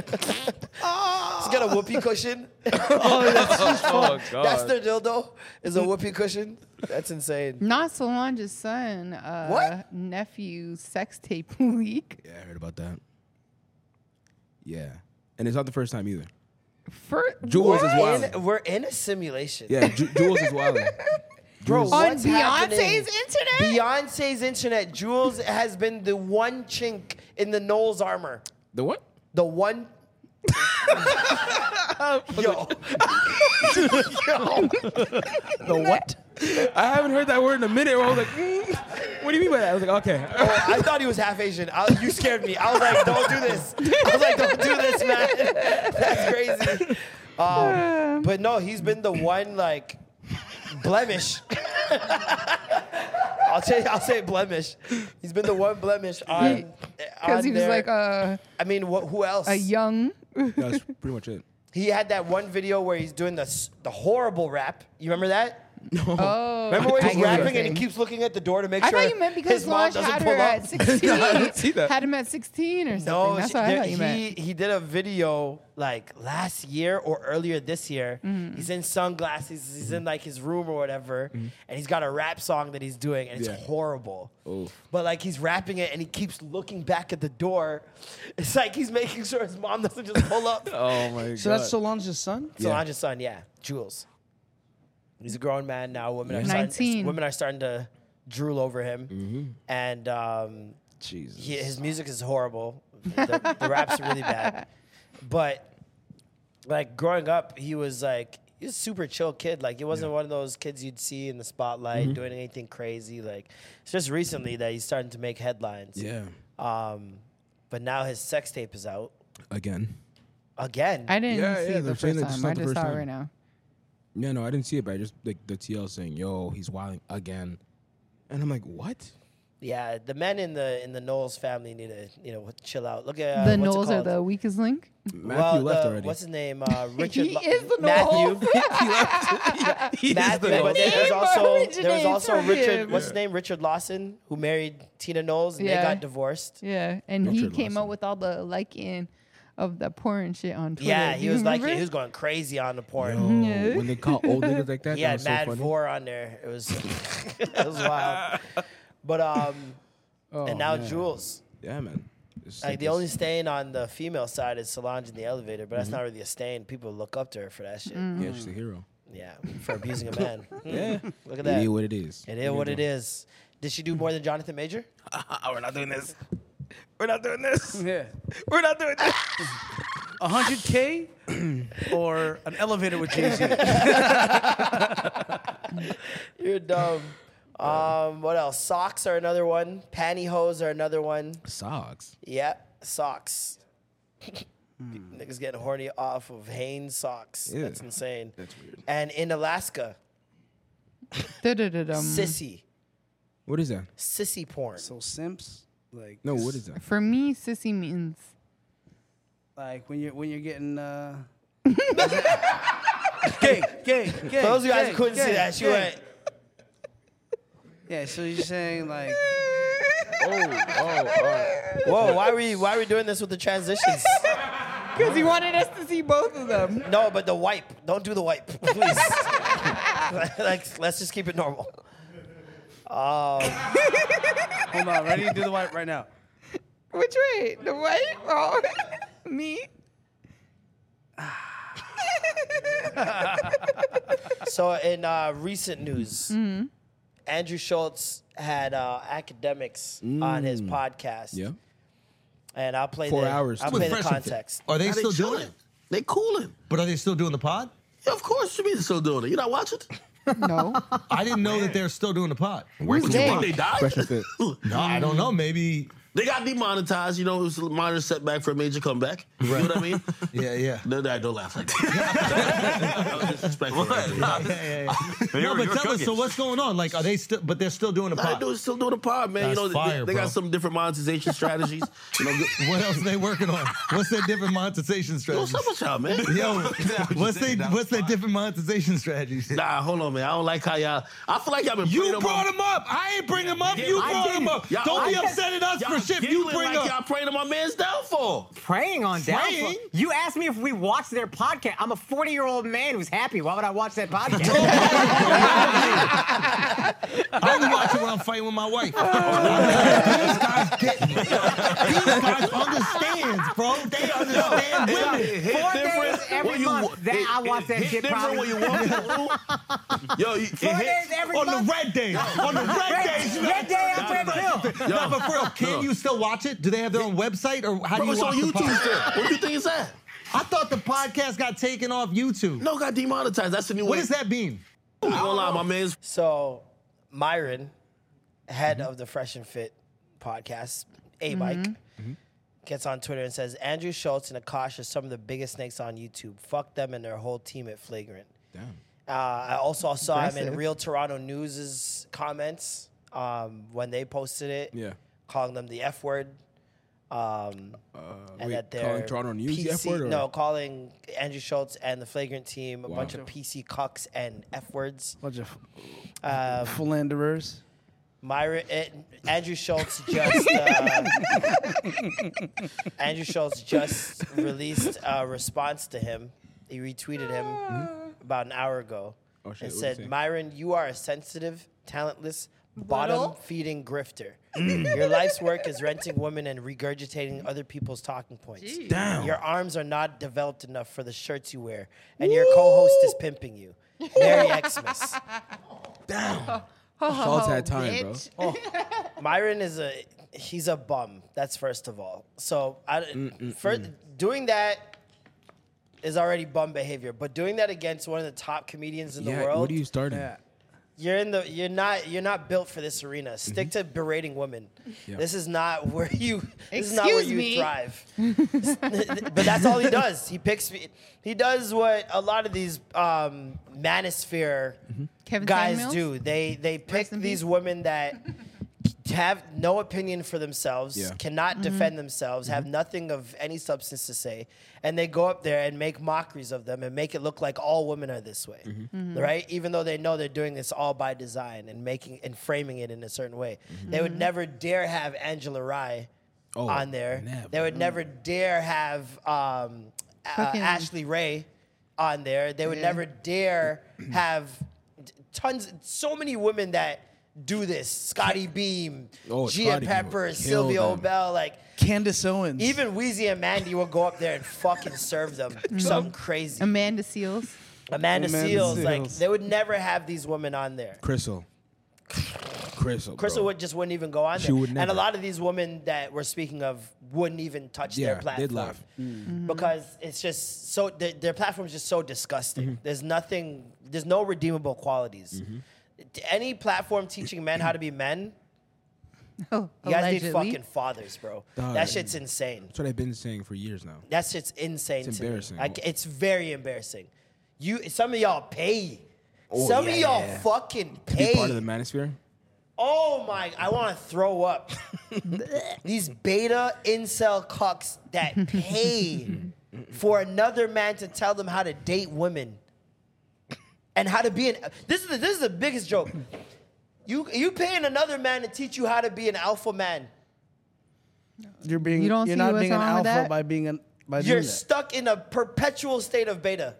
S1: got a whoopee cushion.
S4: Oh, God.
S1: That's their dildo, is a whoopee cushion. That's insane.
S3: Not Solange's son, uh,
S1: What?
S3: nephew sex tape leak.
S4: yeah, I heard about that. Yeah. And it's not the first time either.
S3: For,
S4: Jules is
S1: We're
S4: wild.
S1: in, we're in a simulation.
S4: Yeah, Ju- Jules is wild.
S1: Bro,
S3: On
S1: what's
S3: Beyonce's
S1: happening?
S3: internet?
S1: Beyonce's internet. Jules has been the one chink in the Knowles armor.
S4: The what?
S1: The one. Yo. Yo.
S4: The what? I haven't heard that word in a minute. Where I was like, mm, what do you mean by that? I was like, okay.
S1: Oh, I thought he was half Asian. I, you scared me. I was like, don't do this. I was like, don't do this, man. That's crazy. Um, but no, he's been the one like blemish. I'll say I'll say blemish. He's been the one blemish on
S3: Because
S1: on
S3: he was
S1: their-
S3: like a,
S1: I mean, what, who else?
S3: a young.
S4: That's pretty much it.
S1: He had that one video where he's doing the s- the horrible rap. You remember that?
S3: Oh,
S1: Remember where he's
S3: I get what you're
S1: rapping and he
S3: saying.
S1: keeps looking at the door to make
S3: I
S1: sure
S3: thought you meant because
S1: his mom
S3: Solange
S1: doesn't
S3: had
S1: pull
S3: her
S1: up.
S3: at 16.
S4: see that.
S3: Had him at 16 or something.
S1: No,
S3: That's
S1: she-
S3: what I
S1: there-
S3: thought you
S1: he
S3: meant.
S1: he did a video like last year or earlier this year.
S3: Mm-hmm.
S1: He's in sunglasses. He's in like his room or whatever, and he's got a rap song that he's doing, and it's
S4: Mm-hmm. Yeah.
S1: horrible.
S4: Oof.
S1: But like he's rapping it, and he keeps looking back at the door. It's like he's making sure his mom doesn't just pull up.
S4: Oh, my
S2: So that's Solange's son.
S1: Solange's son, yeah, Jules. He's a grown man now. Women are starting,
S3: 19.
S1: women are starting to drool over him,
S4: Mm-hmm.
S1: and um,
S4: Jesus.
S1: he, his music is horrible. The, the raps are really bad. But like growing up, he was like he was a super chill kid. Like he wasn't one of those kids you'd see in the spotlight
S4: Mm-hmm.
S1: doing anything crazy. Like it's just recently that he's starting to make headlines.
S4: Yeah.
S1: Um, but now his sex tape is out
S4: Again.
S1: again.
S3: I didn't
S4: Yeah,
S3: see
S4: yeah,
S3: it the
S4: they're saying
S3: first
S4: it's
S3: time.
S4: not
S3: I
S4: the
S3: just
S4: first
S3: saw it
S4: time.
S3: right now.
S4: Yeah, no, I didn't see it, but I just like the TL saying, "Yo, he's wilding again," and I'm like, "What?"
S1: yeah, the men in the in the Knowles family need to you know chill out. Look at uh, what's it
S3: the Knowles are
S1: called?
S3: the weakest link.
S4: Matthew
S1: well,
S4: left
S1: the-
S4: already.
S1: What's his name? Uh, Richard.
S3: He
S1: Lo-
S3: is the
S1: Matthew.
S3: Knowles.
S4: he left. Yeah, he is
S1: Matthew,
S4: the
S1: but then
S3: name
S1: there's also there's
S3: originates
S1: also
S3: from
S1: Richard.
S3: him.
S1: What's his name? Richard Lawson, who married Tina Knowles, and
S3: Yeah.
S1: they got divorced.
S3: Yeah, and he
S4: Richard
S3: came
S4: Lawson.
S3: out with all the liking of the porn shit on Twitter.
S1: Yeah,
S3: Do
S1: he
S3: you
S1: was like
S3: remember?
S1: he was going crazy on the porn.
S4: Yo, Oh, when they call old niggas like that,
S1: He had
S4: that was so
S1: Mad
S4: funny.
S1: Four on there. It was it was wild. But um,
S4: Oh,
S1: and now
S4: man.
S1: Jules.
S4: Yeah, man. It's
S1: Like
S4: like
S1: the
S4: this-
S1: only stain on the female side is Solange in the elevator, but that's
S4: Mm-hmm.
S1: not really a stain. People look up to her for that shit.
S4: Yeah, she's a hero.
S1: Yeah, for abusing a man.
S4: Yeah.
S1: look at
S4: It
S1: that.
S4: is what it is.
S1: It
S4: You
S1: is what
S4: know.
S1: it is. Did she do more than Jonathan Major? We're not doing this. We're not doing this.
S2: Yeah.
S1: We're not doing this.
S2: hundred k or an elevator with Jay Z.
S1: You're dumb. Um, what else? Socks are another one. Pantyhose are another one.
S4: Socks.
S1: Yeah, socks. Niggas getting horny off of Hanes socks.
S4: Hmm. Yeah.
S1: That's insane.
S4: That's weird.
S1: And in Alaska,
S4: Um,
S3: Da-da-da-dum.
S1: sissy,
S4: What is that?
S1: sissy porn.
S2: So simps, like
S4: No, what is that?
S3: For me, sissy means
S2: Like when you're when you're getting uh gay, gay, gay.
S1: For those of you guys
S2: gay,
S1: who couldn't see
S2: gay,
S1: that, she
S2: gay.
S1: went.
S2: Yeah, so you're saying like
S1: Oh. Whoa! Why are we why are we doing this with the transitions?
S3: because he wanted us to see both of them.
S1: No, but the wipe. Don't do the wipe, please. like, let's just keep it normal.
S2: hold on, ready? Do the wipe right now.
S3: Which way? The white? Oh, me?
S1: So, in uh, recent news,
S4: Mm-hmm.
S1: Andrew Schultz had uh, academics on his podcast.
S4: Mm. Yeah.
S1: And I'll play
S4: Four
S1: the,
S4: hours. Uh,
S1: I'll
S4: With
S1: play the
S12: Fresh and Fit.
S1: context.
S12: Are they
S13: Now
S12: still doing it?
S13: chilling. They cooling.
S12: But are they still doing the pod?
S13: Of course, you mean they're still doing it. You not watching?
S3: No.
S12: I didn't know that they're still doing the pod.
S13: Where you
S3: they?
S13: think they died?
S4: Fresh and fit.
S12: No, I don't know. Maybe.
S13: They got demonetized. You know, it was a minor setback for a major comeback. You know what I mean?
S12: Yeah, yeah.
S13: No, no, don't laugh like that. that was disrespectful.
S12: No, but tell us. So what's going on? Like, are they still? But they're still doing the
S13: Nah, they
S12: pod.
S13: do, still doing the pod, man.
S12: That's
S13: you know, they-
S12: fire,
S13: they,
S12: bro.
S13: got some different monetization strategies. you know, good-
S12: What else are they working on? What's their different monetization
S13: what's
S12: strategies?
S13: up with y'all, man?
S12: Yo, what's they
S13: saying that was
S12: what's their
S13: fire.
S12: different monetization strategies?
S13: Nah, hold on, man. I don't like how y'all. I feel like y'all been.
S12: You
S13: bringing
S12: brought
S13: up.
S12: him up. I ain't bring him up. You
S13: I
S12: brought
S13: didn't.
S12: him up.
S13: Y'all-
S12: Don't be
S13: I-
S12: upset at us
S13: y'all
S12: for shit you
S13: giggling
S12: bring
S13: like Y'all
S12: up.
S13: praying to my man's downfall.
S14: Praying on downfall.
S12: Praying?
S14: You asked me if we watched their podcast. I'm a 40 year old man who's happy. Why would I watch that podcast?
S12: I only watch it when I'm fighting with my wife. These guys get it. These guys understands, bro. They understand women.
S13: It Uh, hit
S14: Four days
S13: different
S14: every
S13: when you
S14: month
S13: wa-
S14: that
S13: it-
S14: I watch
S13: it
S14: that
S13: hit
S14: shit
S13: different
S14: probably.
S13: when you walk in the room. Yo, you- it
S14: Four
S13: hit-
S14: days every
S12: On
S14: month.
S12: the red days. On the red
S14: Red-
S12: days. you know,
S14: red day I'm
S12: that's
S14: red
S12: right.
S14: pill.
S12: No, but for real, can you still watch it? Do they have their own website or how do
S13: Bro,
S12: you
S13: it's on
S12: watch the
S13: YouTube
S12: podcast?
S13: still. What do you think is that?
S12: I thought the podcast got taken off YouTube.
S13: No, got demonetized. That's the new
S12: What
S13: way.
S12: does that mean?
S13: I ain't gonna lie, my man's
S1: So, Myron, head
S4: Mm-hmm.
S1: of the Fresh and Fit podcast, A Mike,
S4: Mm-hmm.
S1: gets on Twitter and says Andrew Schultz and Akash are some of the biggest snakes on YouTube. Fuck them and their whole team at Flagrant.
S4: Damn.
S1: Uh, I also saw him in
S3: Aggressive.
S1: Real Toronto News' comments um, when they posted it,
S4: Yeah.
S1: calling them the F word. Um, and
S4: Uh, wait,
S1: that they're
S4: calling Toronto News the
S1: PC,
S4: F word, or-
S1: No, calling Andrew Schultz and the Flagrant team a bunch of PC cucks and F words. Um,
S2: Bunch of philanderers.
S1: Myra, eh, Andrew Schultz just uh, Andrew Schultz just released a response to him. He retweeted him about an hour ago
S4: Oh, shit,
S1: and
S4: what'd he say?
S1: said, "Myron, you are a sensitive, talentless, bottom-feeding grifter. Your life's work is renting women and regurgitating other people's talking points.
S4: Damn.
S1: Your arms are not developed enough for the shirts you wear, and your co-host is pimping you." Merry Xmas.
S4: Schultz had time, bro.
S3: Oh, bitch.
S1: Myron is a he's a bum. That's first of all. So I
S4: Mm,
S1: for doing that is already bum behavior, but doing that against one of the top comedians in the
S4: Yeah,
S1: world,
S4: what are you starting?
S1: you're in the you're not you're not built for this arena. Stick to berating women.
S4: Mm-hmm. Yeah.
S1: This is not where you this is not where
S3: Excuse
S1: you
S3: me.
S1: thrive. but that's all he does. He picks he does what a lot of these um manosphere
S4: Mm-hmm.
S3: Kevin
S1: guys
S3: Samuels?
S1: do. They they pick
S3: in
S1: these
S3: peace.
S1: women that have no opinion for themselves,
S4: Yeah. Mm-hmm.
S1: cannot defend themselves, have nothing of any substance to say, and they go up there and make mockeries of them and make it look like all women are this way,
S4: Mm-hmm.
S1: right? Even though they know they're doing this all by design and making and framing it in a certain way, they would never dare have Angela Rye
S4: Oh,
S1: on there.
S4: never.
S1: They would never dare have um, uh,
S3: Fucking-
S1: Ashley Ray on there. They would
S3: Yeah.
S1: never dare have t- tons, so many women that do this. Scotty Beam,
S2: Oh,
S1: Gia
S2: Scotty Beam
S1: Pepper,
S2: would kill
S1: Sylvia
S2: them.
S1: Obel, like
S2: Candace Owens.
S1: even Weezy and Mandy will go up there and fucking serve them something crazy.
S3: Amanda Seals.
S1: Amanda,
S4: Amanda
S1: Seals, like
S4: Seales.
S1: they would never have these women on there.
S4: Crystal. Crystal.
S1: Crystal would just wouldn't even go on
S4: She
S1: there.
S4: would
S1: And
S4: never.
S1: a lot of these women that we're speaking of wouldn't even touch
S4: Yeah,
S1: their
S4: they'd
S1: platform.
S4: laugh. Mm.
S1: Because it's just so their, their platform is just so disgusting.
S4: Mm-hmm.
S1: There's nothing. There's no redeemable qualities. Any platform teaching men how to be men. you guys
S4: allegedly.
S1: need fucking fathers, bro.
S4: Dog.
S1: that shit's insane.
S4: That's what I've been saying for years now.
S1: That shit's insane.
S4: It's
S1: to me.
S4: embarrassing.
S1: Like, it's very embarrassing. You, some of y'all pay.
S4: Oh,
S1: some
S4: yeah,
S1: of y'all
S4: yeah.
S1: fucking
S4: To
S1: pay.
S4: be part of the manosphere.
S1: Oh my, I want to throw up. These beta incel cucks that pay for another man to tell them how to date women and how to be an This is the, this is the biggest joke. You you paying another man to teach you how to be an alpha man.
S2: You're being.
S1: You
S2: You
S1: don't
S2: are
S1: see
S2: not
S1: what's
S2: being an
S1: wrong with
S2: alpha
S1: that?
S2: by being an. By
S1: You're
S2: doing that.
S1: stuck in a perpetual state of beta.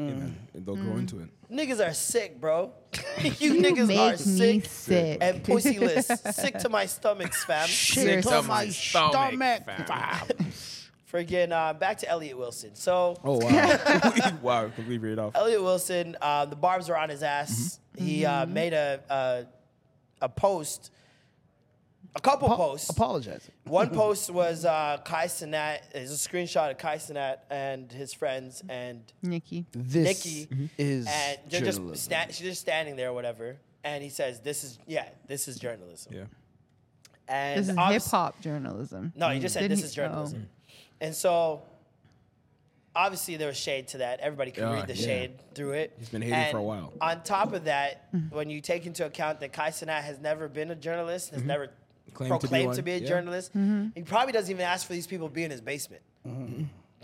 S1: Mm.
S4: And they'll grow into it.
S1: Niggas are sick, bro. you,
S3: You
S1: niggas are
S3: make me
S1: sick,
S3: sick.
S1: and pussyless. sick to my stomachs, fam.
S3: Sick to my
S12: stomach, fam.
S1: Freaking uh, back to Elliot Wilson. So
S4: Oh wow! wow, completely read off.
S1: Elliot Wilson, uh, the barbs were on his ass. He uh,
S3: Mm-hmm.
S1: made a, a a post, a couple posts.
S2: Apologizing.
S1: One post was uh, Kai Sinat. It's a screenshot of Kai Sinat and his friends and
S3: Nikki.
S2: This mm-hmm.
S1: Nikki
S2: is
S1: and they're just
S2: journalism.
S1: sta- she's just standing there or whatever. And he says, "This is yeah, this is journalism." Yeah. And
S3: This is
S1: obvi-
S3: hip hop journalism.
S1: No, he just said this
S3: Didn't he- Oh.
S1: is journalism. And so obviously there was shade to that. Everybody can
S4: Yeah,
S1: read the
S4: yeah.
S1: shade through it.
S4: He's been hating for a while.
S1: On top of that,
S3: Mm-hmm.
S1: when you take into account that Kai Sinat has never been a journalist, has never
S4: Mm-hmm. Claimed to be
S1: proclaimed
S4: one,
S1: to be, a
S4: yeah.
S1: journalist,
S3: Mm-hmm.
S4: Mhm.
S1: he probably doesn't even ask for these people to be in his basement.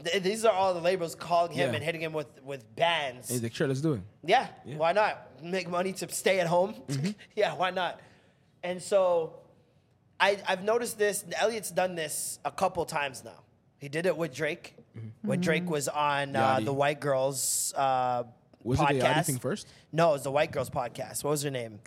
S1: Th- these are all the labels calling him
S4: Mm-hmm. Yeah.
S1: and hitting him with, with
S4: And
S1: bans.
S4: he's like, sure, let's do it.
S1: Yeah, why not? Make money to stay at home.
S4: Mm-hmm.
S1: yeah, why not? And so I, I've noticed this. Elliot's done this a couple times now. He did it with Drake when Drake was on uh,
S4: Mm-hmm. Yachty.
S1: the White Girls uh,
S4: Was it
S1: podcast.
S4: the Yachty thing first?
S1: No, it was the White Girls podcast. What was her name?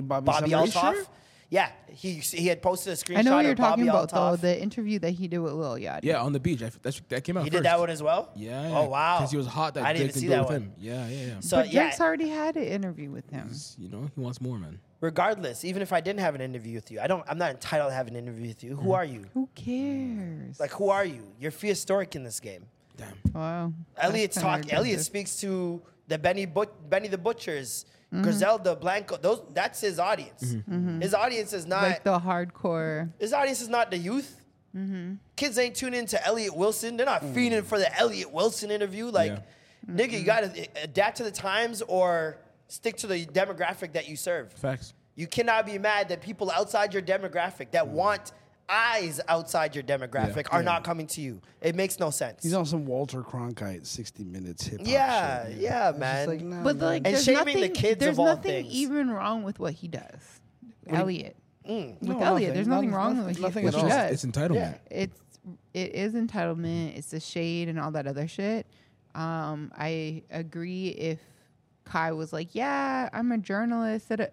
S1: Bobby,
S2: Bobby
S1: Bobby
S2: somebody?
S1: Altoff.
S2: Are you sure?
S1: Yeah, he he had posted a screenshot.
S3: I know what you're
S1: of Bobby
S3: talking about
S1: Altoff.
S3: though. The interview that he did with Lil Yachty.
S4: Yeah, on the beach. I, that's, that came out.
S1: He
S4: first.
S1: did that one as well.
S4: Yeah.
S1: Oh wow.
S4: Because he was hot. That
S1: I didn't
S4: Drake
S1: even see
S4: do it
S1: that
S4: with
S1: one.
S4: Him. Yeah, yeah, yeah.
S1: So
S3: but
S1: yeah,
S3: Drake's already had an interview with him.
S4: you know, he wants more, man.
S1: regardless, even if I didn't have an interview with you, I don't. I'm not entitled to have an interview with you.
S3: Mm-hmm.
S1: Who are you?
S3: Who cares?
S1: Like, who are you? You're historic in this game.
S3: Wow.
S1: Elliot's
S3: That's kinda
S1: talk. Elliot
S3: aggressive.
S1: speaks to the Benny But Benny the Butchers,
S3: Mm-hmm.
S1: Griselda Blanco. Those that's his audience.
S3: Mhm.
S1: His audience is not.
S3: like the hardcore.
S1: his audience is not the youth.
S3: Mhm.
S1: Kids ain't tuning into Elliot Wilson. They're not feeding for the Elliot Wilson interview. Like, nigga,
S3: Mm-hmm.
S1: you gotta adapt to the times or stick to the demographic that you serve.
S4: Facts.
S1: You cannot be mad that people outside your demographic that
S3: Mm.
S1: want eyes outside your demographic are
S2: Yeah.
S1: not coming to you. It makes no sense.
S2: He's on some Walter Cronkite 60 Minutes hip hop.
S1: Yeah, yeah, man.
S3: But like,
S1: and
S3: there's
S1: shaming
S3: nothing,
S1: the kids
S3: there's
S1: of all
S3: nothing
S1: things.
S3: even wrong with what he does,
S1: What do you- Mm,
S3: Elliot. With
S2: No,
S3: Elliot,
S2: nothing.
S3: there's nothing
S2: Nothing-
S3: wrong
S2: nothing-
S3: with what he,
S2: nothing
S3: what
S2: at
S3: he
S2: all.
S3: does.
S4: It's entitlement. Yeah.
S3: It's it is entitlement. It's the shade and all that other shit. Um, I agree if Kai was like, "Yeah, I'm a journalist," that a-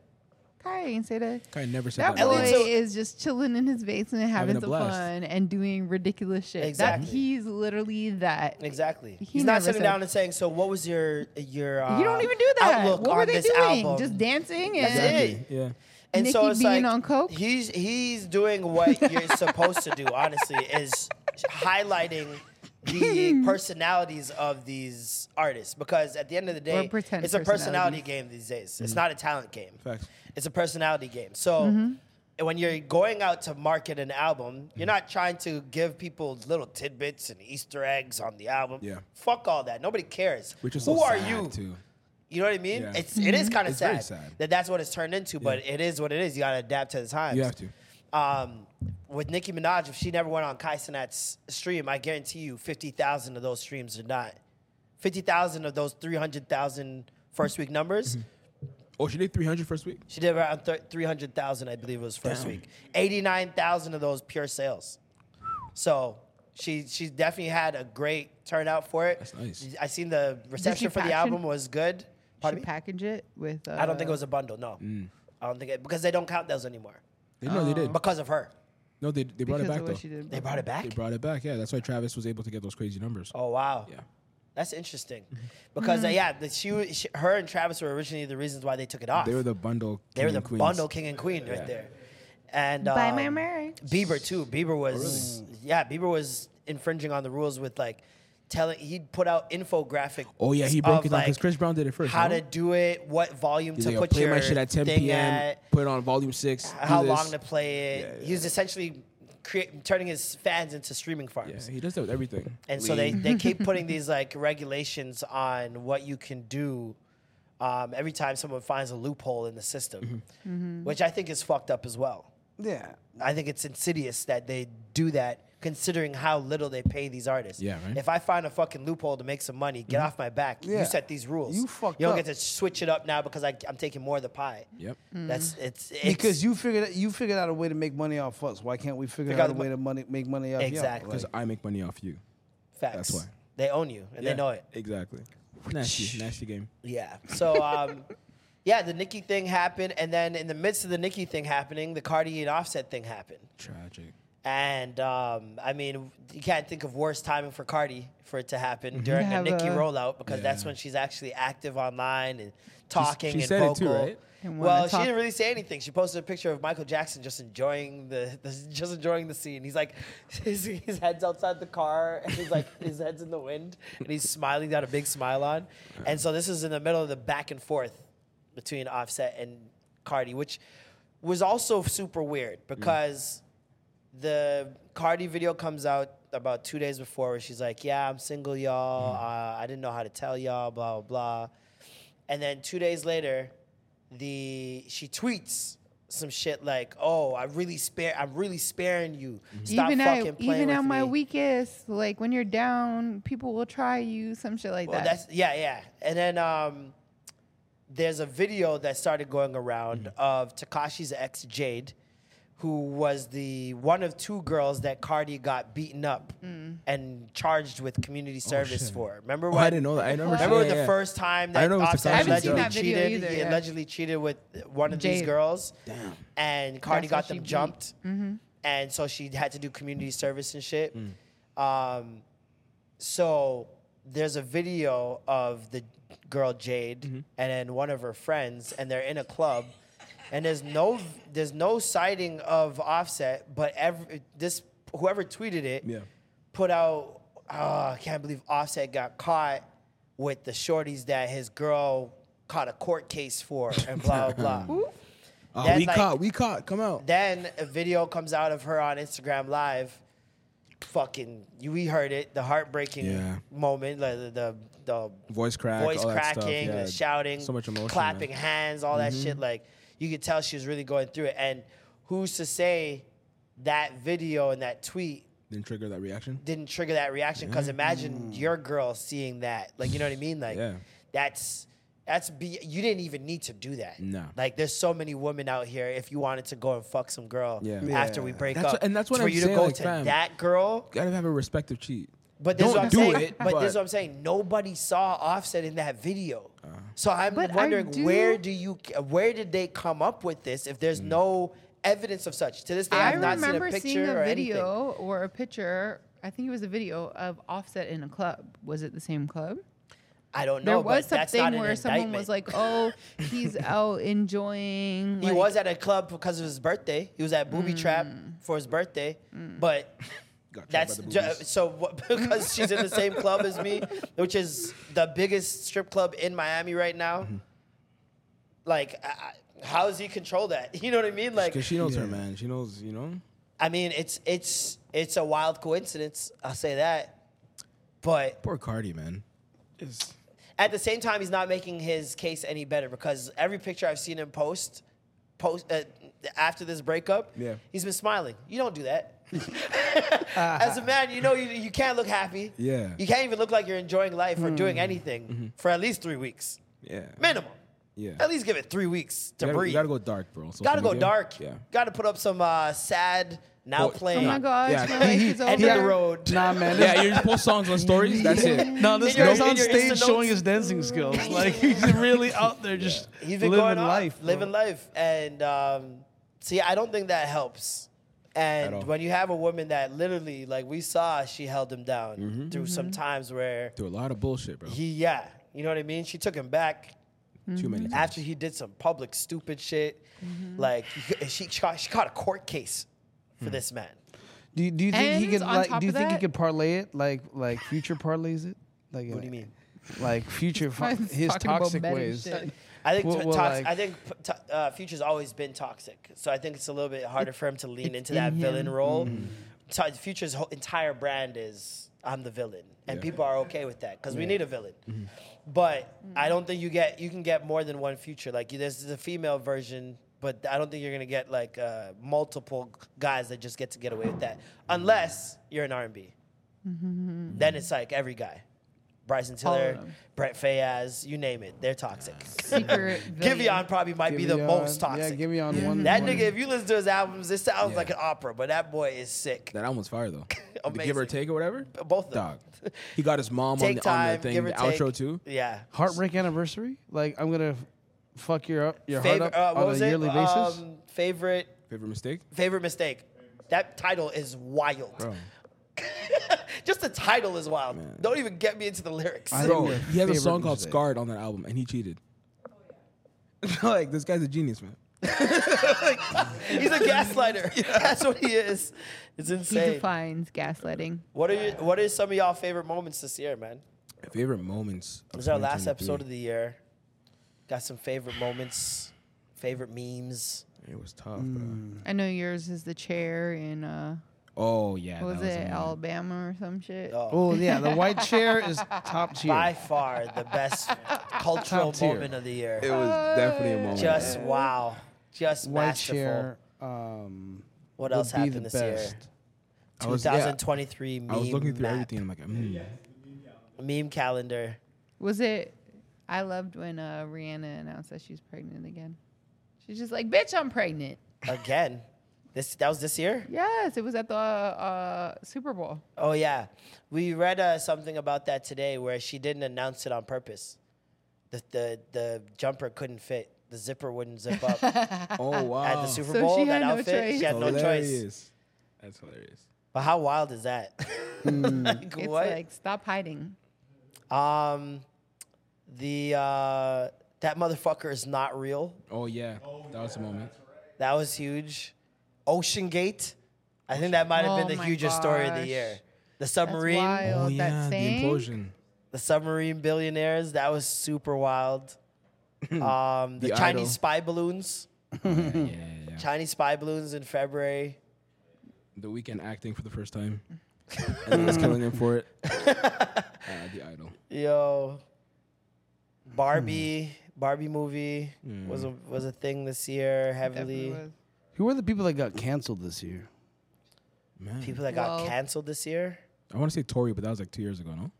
S3: Kai ain't say that.
S4: Kai never said
S3: That
S4: that.
S3: boy
S4: once.
S3: is just chilling in his basement, having,
S4: Having a
S3: some
S4: blast.
S3: fun and doing ridiculous shit.
S1: Exactly.
S3: That he's literally that.
S1: Exactly.
S3: He
S1: He's not
S3: never
S1: sitting
S3: said-
S1: down and saying, "So, what was your your uh,
S3: You don't even do that.
S1: Outlook
S3: what were
S1: on
S3: they
S1: this
S3: doing?
S1: album?"
S3: Just dancing and
S1: That's it.
S4: Yeah.
S1: And
S3: Nicki
S1: so it's
S3: being
S1: like
S3: on coke.
S1: he's he's doing what you're supposed to do. Honestly, is highlighting the personalities of these artists because at the end of the day,
S3: Or pretend
S1: it's a personality
S3: personalities.
S1: game these days. It's
S4: Mhm.
S1: not a talent game.
S4: Facts.
S1: It's a personality game. So.
S3: Mhm.
S1: And when you're going out to market an album,
S4: Mm-hmm.
S1: you're not trying to give people little tidbits and Easter eggs on the album.
S4: Yeah.
S1: Fuck all that. Nobody cares.
S4: Which is
S1: Who
S4: so
S1: are
S4: sad,
S1: you?
S4: Too.
S1: You know what I mean?
S4: Yeah.
S1: It's it is
S4: Mhm.
S1: kind of
S4: It's very
S1: sad,
S4: sad.
S1: that that's what it's turned into, but it is what it is. You gotta adapt to the times.
S4: You have to.
S1: Um, with Nicki Minaj, if she never went on Kai Sinat's stream, I guarantee you fifty thousand of those streams are not. Fifty thousand of those 300,000 first week numbers,
S4: Oh, she did 300 first week.
S1: she did around th- three hundred thousand, I believe it was first
S4: Damn.
S1: week. Eighty nine thousand of those pure sales. So she she definitely had a great turnout for it. That's
S4: nice.
S1: I seen the reception for the
S3: pack it?
S1: album was good.
S3: Should
S1: Pardon me?
S3: package it with. Uh,
S4: Mm.
S1: I don't think it was a bundle. No. I don't think it, because they don't count those anymore.
S4: They- no, they did.
S1: because of her.
S4: No, they, they
S1: Because
S4: brought it back
S1: of
S4: though.
S1: what she did. Um, They brought it back?
S4: They brought it back. Yeah, that's why Travis was able to get those crazy numbers.
S1: Oh wow. Yeah. That's interesting, because uh,
S4: Mhm.
S1: yeah, the, she, was- she, her and Travis were originally the reasons why they took it off.
S4: They were the bundle.
S1: ah. They were
S4: king
S1: the
S4: and queens.
S1: bundle king and queen right
S4: Yeah.
S1: there. And
S3: By
S1: um,
S3: my marriage.
S1: Bieber too. Bieber
S4: Oh,
S1: was yeah. Bieber was infringing on the rules with like telling he'd put out infographic.
S4: Oh yeah, he broke
S1: of,
S4: it down
S1: like,
S4: because Chris Brown did it first.
S1: How
S4: no?
S1: to do it, what volume
S4: He's
S1: to
S4: like,
S1: put
S4: play
S1: your
S4: my shit at 10
S1: thing
S4: p.m.
S1: at,
S4: put it on volume six. do
S1: how
S4: this.
S1: long to play it. He was essentially create, turning his fans into streaming farms.
S4: He does that with everything.
S1: And so they, they keep putting these like regulations on what you can do um, every time someone finds a loophole in the system,
S2: Mhm.
S1: which I think is fucked up as well.
S2: Yeah.
S1: I think it's insidious that they do that considering how little they pay these artists.
S2: Yeah, right. Mm-hmm.
S1: If I find a fucking loophole to make some money, get off my back.
S2: Yeah.
S1: You set these rules.
S2: You fucked
S1: You don't
S2: up.
S1: get to switch it up now because I, I'm taking more of the pie.
S4: Yep.
S1: That's it's, it's
S2: because you figured out, you figured out a way to make money off us. Why can't we figure
S1: Figure
S2: out
S1: out
S2: a
S1: the
S2: way
S1: mo-
S2: to money make money off
S1: Exactly.
S4: Because I make money off you.
S1: facts.
S4: That's why.
S1: They own you and
S4: Yeah,
S1: they know it.
S4: Exactly. Nasty, nasty game.
S1: Yeah. So, um, yeah, the Nicki thing happened, and then in the midst of the Nicki thing happening, the Cardi and Offset thing happened.
S4: Tragic.
S1: And um, I mean, you can't think of worse timing for Cardi for it to happen during
S2: Have
S1: the Nicki
S2: a-
S1: rollout because that's
S2: Mm-hmm. Yeah.
S1: when she's actually active online and talking
S2: she
S1: and
S2: said it
S1: vocal.
S2: too, right? And wanna
S1: Well, she
S2: talk.
S1: didn't really say anything. She posted a picture of Michael Jackson just enjoying the, the just enjoying the scene. He's like, his, his head's outside the car, and he's like, his head's in the wind, and he's smiling, got a big smile on. And so this is in the middle of the back and forth between Offset and Cardi, which was also super weird
S2: Mm.
S1: because the Cardi video comes out about two days before where she's like, Yeah, I'm single, y'all. Uh, I didn't know how to tell y'all, blah, blah, blah. And then two days later, the she tweets some shit like, Oh, I really spare I'm really sparing you. Stop
S3: uh, even
S1: fucking
S3: at,
S1: playing
S3: even
S1: with
S3: at my
S1: me.
S3: weakest, like when you're down, people will try you, some shit like
S1: Well,
S3: that.
S1: that's yeah, yeah. And then um, there's a video that started going around
S4: Mm-hmm.
S1: of Takashi's ex Jade, who was the one of two girls that Cardi got beaten up and charged with community service
S4: shit.
S1: for. Remember
S4: Oh,
S1: when?
S4: I didn't know that. I never
S1: remember
S4: saw that,
S1: the
S4: yeah.
S1: first time
S4: I
S1: that
S4: know it was Takashi. I
S1: Offset
S4: haven't seen
S1: allegedly
S4: that
S3: video
S1: cheated.
S3: either,
S1: he
S3: yeah.
S1: allegedly cheated with one of these
S3: Jade.
S1: girls, and Cardi
S3: That's why
S1: got
S3: she
S1: them
S3: beat.
S1: jumped
S3: Mm-hmm.
S1: and so she had to do community service and shit.
S4: Mm.
S1: Um, so there's a video of the girl Jade
S4: Mm-hmm.
S1: and then one of her friends, and they're in a club, and there's no there's no sighting of Offset, but every this whoever tweeted it put out. Oh, I can't believe Offset got caught with the shorties that his girl caught a court case for, and blah blah blah.
S4: Oh,
S1: Then,
S4: we
S1: like-
S4: caught. We caught. Come out.
S1: Then a video comes out of her on Instagram Live. Fucking, you we heard it, the heartbreaking
S4: Yeah.
S1: moment, like the the, the
S4: Voice crack.
S1: voice
S4: all that stuff,
S1: cracking,
S4: yeah.
S1: the shouting,
S4: So much emotion. man.
S1: clapping hands, all that
S4: Mhm.
S1: shit. Like you could tell she was really going through it. And who's to say that video and that tweet
S4: Didn't trigger that reaction.
S1: didn't trigger that reaction? Because imagine your girl seeing that, like you know what I mean? Like
S4: Mm. Yeah.
S1: that's that's be you didn't even need to do that.
S4: No.
S1: Like there's so many women out here. If you wanted to go and fuck some girl
S4: Yeah.
S1: after
S4: Yeah.
S1: we break
S4: That's
S1: up,
S4: what- and that's what
S1: for
S4: I'm
S1: you to
S4: saying,
S1: go
S4: like,
S1: to
S4: fam.
S1: that girl.
S4: Gotta have a respect of cheat.
S1: But this
S4: Don't
S1: is what I'm
S4: do
S1: saying.
S4: it.
S1: but, this is what I'm saying. Nobody saw Offset in that video.
S4: Uh-huh.
S1: So I'm
S3: But I
S1: wondering
S3: do-
S1: where do you where did they come up with this if
S4: Mm.
S1: there's no evidence of such? To this day,
S3: I
S1: have not seen a
S3: remember
S1: picture
S3: seeing
S1: or
S3: a
S1: anything.
S3: video or a picture. I think it was a video of Offset in a club. Was it the same club?
S1: I don't
S3: there
S1: know.
S3: was
S1: but that's not
S3: something
S1: an
S3: where someone was
S1: indictment.
S3: like, "Oh, he's out enjoying."
S1: He
S3: like-
S1: was at a club because of his birthday. He was at Booby Trap for his birthday, but that's
S4: by the
S1: ju-
S4: boobies.
S1: so what, because she's in the same club as me, which is the biggest strip club in Miami right now.
S4: Mm-hmm.
S1: Like, I, I- how does he control that? You know what I mean? Like,
S4: Because she knows her man. She knows. You know.
S1: I mean, it's it's it's a wild coincidence. I'll say that, but
S4: Poor Cardi, man.
S1: at the same time, he's not making his case any better because every picture I've seen him post, post uh, after this breakup,
S4: Yeah.
S1: he's been smiling. You don't do that. As a man, you know you, you can't look happy.
S4: Uh-huh. Yeah.
S1: You can't even look like you're enjoying life or doing
S4: Mm.
S1: anything
S4: Mhm.
S1: for at least three weeks,
S4: Yeah.
S1: minimum.
S4: Yeah.
S1: At least give it three weeks to
S4: you gotta,
S1: breathe.
S4: You gotta go dark, bro. on social
S1: Gotta go
S4: media.
S1: dark.
S4: Yeah.
S1: Gotta put up some uh, sad now
S4: Poet.
S1: playing.
S4: Oh my gosh, Yeah. my life is
S1: End
S4: over.
S1: of the road.
S2: Nah, man.
S4: Yeah, you just post songs on stories. That's it.
S2: No, this
S4: No-
S2: guy's on stage showing his dancing skills. Like he's really out there just
S1: He's been
S2: living
S1: going off,
S2: life, bro.
S1: living life, and um, see, I don't think that helps. And when you have a woman that literally, like we saw, she held him down
S2: Mm-hmm.
S4: Mhm.
S1: through some
S4: Mhm.
S1: times where
S4: through a lot of bullshit, bro.
S1: he, yeah, you know what I mean. She took him back.
S4: Too many
S1: After he did some public stupid shit, like she she caught, she caught a court case for
S2: Hmm.
S1: this man.
S2: Do you, do you think he
S1: And
S2: could
S1: on
S2: like?
S1: top
S2: Do you
S1: of
S2: think he
S1: that-
S2: could parlay it like like future parlays it? Like
S1: What do you mean?
S2: Like future fu- his
S1: Talking about
S2: toxic
S1: men and
S2: ways.
S1: shit. I think
S2: Well-
S1: to-
S2: well,
S1: tox-
S2: like-
S1: I think p- to- uh, Future's always been toxic, so I think it's a little bit harder for him to lean
S2: it's
S1: into that
S2: in
S1: villain
S2: him. Mm-hmm.
S1: role. To- Future's whole entire brand is I'm the villain, and
S2: Yeah.
S1: people are okay with that because we
S2: Yeah. Mm-hmm.
S1: need a villain. But I don't think you get you can get more than one Future. Like you- there's the female version. But I don't think you're gonna get like uh, multiple guys that just get to get away with that, unless you're an R&B. Then it's like every guy. Bryson
S9: All of
S1: Tiller,
S9: them.
S1: Brett Fayaz, you name it, they're toxic.
S9: Secret
S1: Giveon probably might be the
S2: Giveon,
S1: most
S2: yeah,
S1: toxic.
S2: Giveon Yeah. won
S1: That
S2: one.
S1: nigga, if you listen to his albums, it sounds like an opera, but that boy is sick.
S4: That album's fire though. The
S1: Amazing.
S4: give or take or whatever.
S1: Both of them.
S4: Dog. He got his mom on
S1: Take
S4: the, on
S1: time,
S4: the thing,
S1: give
S4: the
S1: or
S4: outro
S1: take.
S4: too.
S1: Yeah.
S2: Heartbreak anniversary. Like I'm gonna f- fuck your up your heart
S1: Favorite- uh,
S2: up
S1: what
S2: on a
S1: was it?
S2: yearly basis.
S1: Um, favorite
S4: Favorite mistake?
S1: favorite mistake. That title is wild.
S4: Bro.
S1: Just the title is wild. Don't even get me into the lyrics.
S4: Bro, he has a song called Scarred on that album and he cheated. like this guy's a genius, man.
S1: He's a gaslighter. That's what he is. It's
S3: He
S1: insane.
S3: defines gaslighting.
S1: What are you, what are some of y'all favorite moments this year, man?
S4: Favorite moments.
S1: It
S4: of
S1: was our last
S4: 2023.
S1: episode of the year. Got some favorite moments, favorite memes.
S4: It was tough,
S3: I know yours is the chair in uh
S4: bro. Oh yeah.
S3: what was
S4: that was
S3: it,
S4: amazing.
S3: Alabama or some shit?
S2: Oh yeah, the white chair is top tier.
S1: By far the best cultural
S2: Top tier.
S1: moment of the year.
S4: It was definitely a moment.
S1: Just wow. Just
S2: White
S1: masterful.
S2: chair. Um,
S1: What
S2: would
S1: else
S2: be the
S1: happened this
S2: best.
S1: year?
S4: I was- yeah.
S1: 2023 meme
S4: I was looking through
S1: map.
S4: everything. I'm like, mm.
S1: meme calendar.
S3: Was it? I loved when uh, Rihanna announced that she was pregnant again. She's just like, "Bitch, I'm pregnant."
S1: Again. This that was this year?
S3: Yes, it was at the uh, Super Bowl.
S1: Oh yeah, we read uh, something about that today where she didn't announce it on purpose. The the the jumper couldn't fit. The zipper wouldn't zip up.
S4: oh wow.
S1: At the Super
S3: So
S1: Bowl,
S3: she
S1: that
S3: had no
S1: outfit, she had no choice.
S4: Hilarious. That's hilarious.
S1: But how wild is that?
S4: Hmm.
S1: like,
S3: It's
S1: what?
S3: like stop hiding.
S1: um, the uh, that motherfucker is not real.
S4: Oh yeah, that was a moment.
S1: That was huge. Ocean Gate. I think that might have
S3: Oh
S1: been the
S3: my
S1: hugest story of the
S3: gosh.
S1: year. The
S3: That's
S1: submarine.
S3: wild, Oh, that yeah, the thing. implosion.
S1: The submarine billionaires. That was super wild. Um, the,
S4: The
S1: Chinese
S4: idol.
S1: spy balloons. Chinese spy balloons in February.
S4: The weekend acting for the first time. and I was killing him for it. Uh, the idol.
S1: Yo, Barbie,
S4: Hmm.
S1: Barbie movie was a was a thing this year heavily.
S2: Who were the people that got canceled this year?
S4: Man.
S1: People that got
S3: Whoa.
S1: canceled this year.
S4: I want to say Tori, but that was like two years ago, no?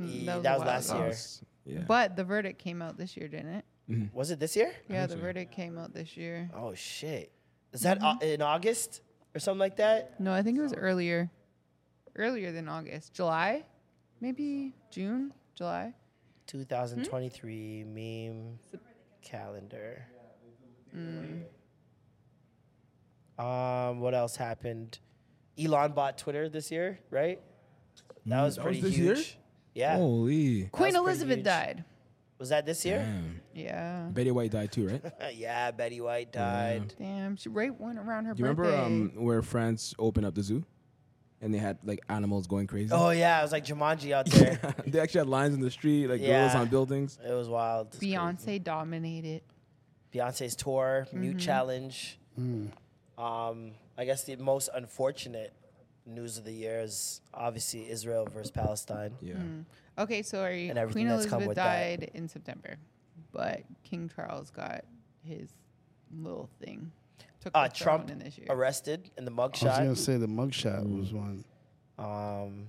S3: Mm,
S1: Ye-
S3: was
S1: that
S3: a
S1: was
S3: while
S1: last
S3: ago.
S1: year.
S4: Yeah.
S3: But the verdict came out this year, didn't it?
S1: Was it this year?
S3: Yeah, the verdict came out this year.
S1: Oh shit! Is that au-
S3: Mm-hmm.
S1: in August or something like that?
S3: No, I think it was earlier, earlier than August, July, maybe June, July. Hmm?
S1: 2023 meme calendar.
S3: Mm.
S1: Um, what else happened? Elon bought Twitter this year, right? That
S4: Mm,
S1: was
S4: that was
S1: pretty
S4: this year? Oh.
S1: huge. Yeah.
S4: Holy.
S3: Queen
S1: That was pretty
S3: Elizabeth
S1: huge.
S3: died.
S1: Was that this year?
S4: Damn.
S3: Yeah.
S4: Betty White died too, right?
S1: Uh, yeah, Betty White died.
S3: Damn, she raped one around her
S4: Do you
S3: birthday.
S4: remember um, where France opened up the zoo? And they had like animals going crazy.
S1: Oh yeah, it was like Jumanji out there.
S4: they actually had lines in the street, like gorillas
S1: Yeah.
S4: on buildings.
S1: it was wild.
S3: Beyonce dominated.
S1: Beyonce's tour, Mute
S3: Mhm.
S1: Challenge.
S4: Mm.
S1: Um, I guess the most unfortunate news of the year is obviously Israel versus Palestine.
S4: Yeah.
S3: Okay, so are you,
S1: And everything
S3: Queen
S1: that's come
S3: Elizabeth
S1: with that.
S3: died in September, but King Charles got his little thing. Took
S1: Uh,
S3: the throne
S1: Trump
S3: in this year.
S1: arrested in the
S2: I was gonna
S1: mugshot. Mm.
S2: say the mugshot was one.
S1: Um,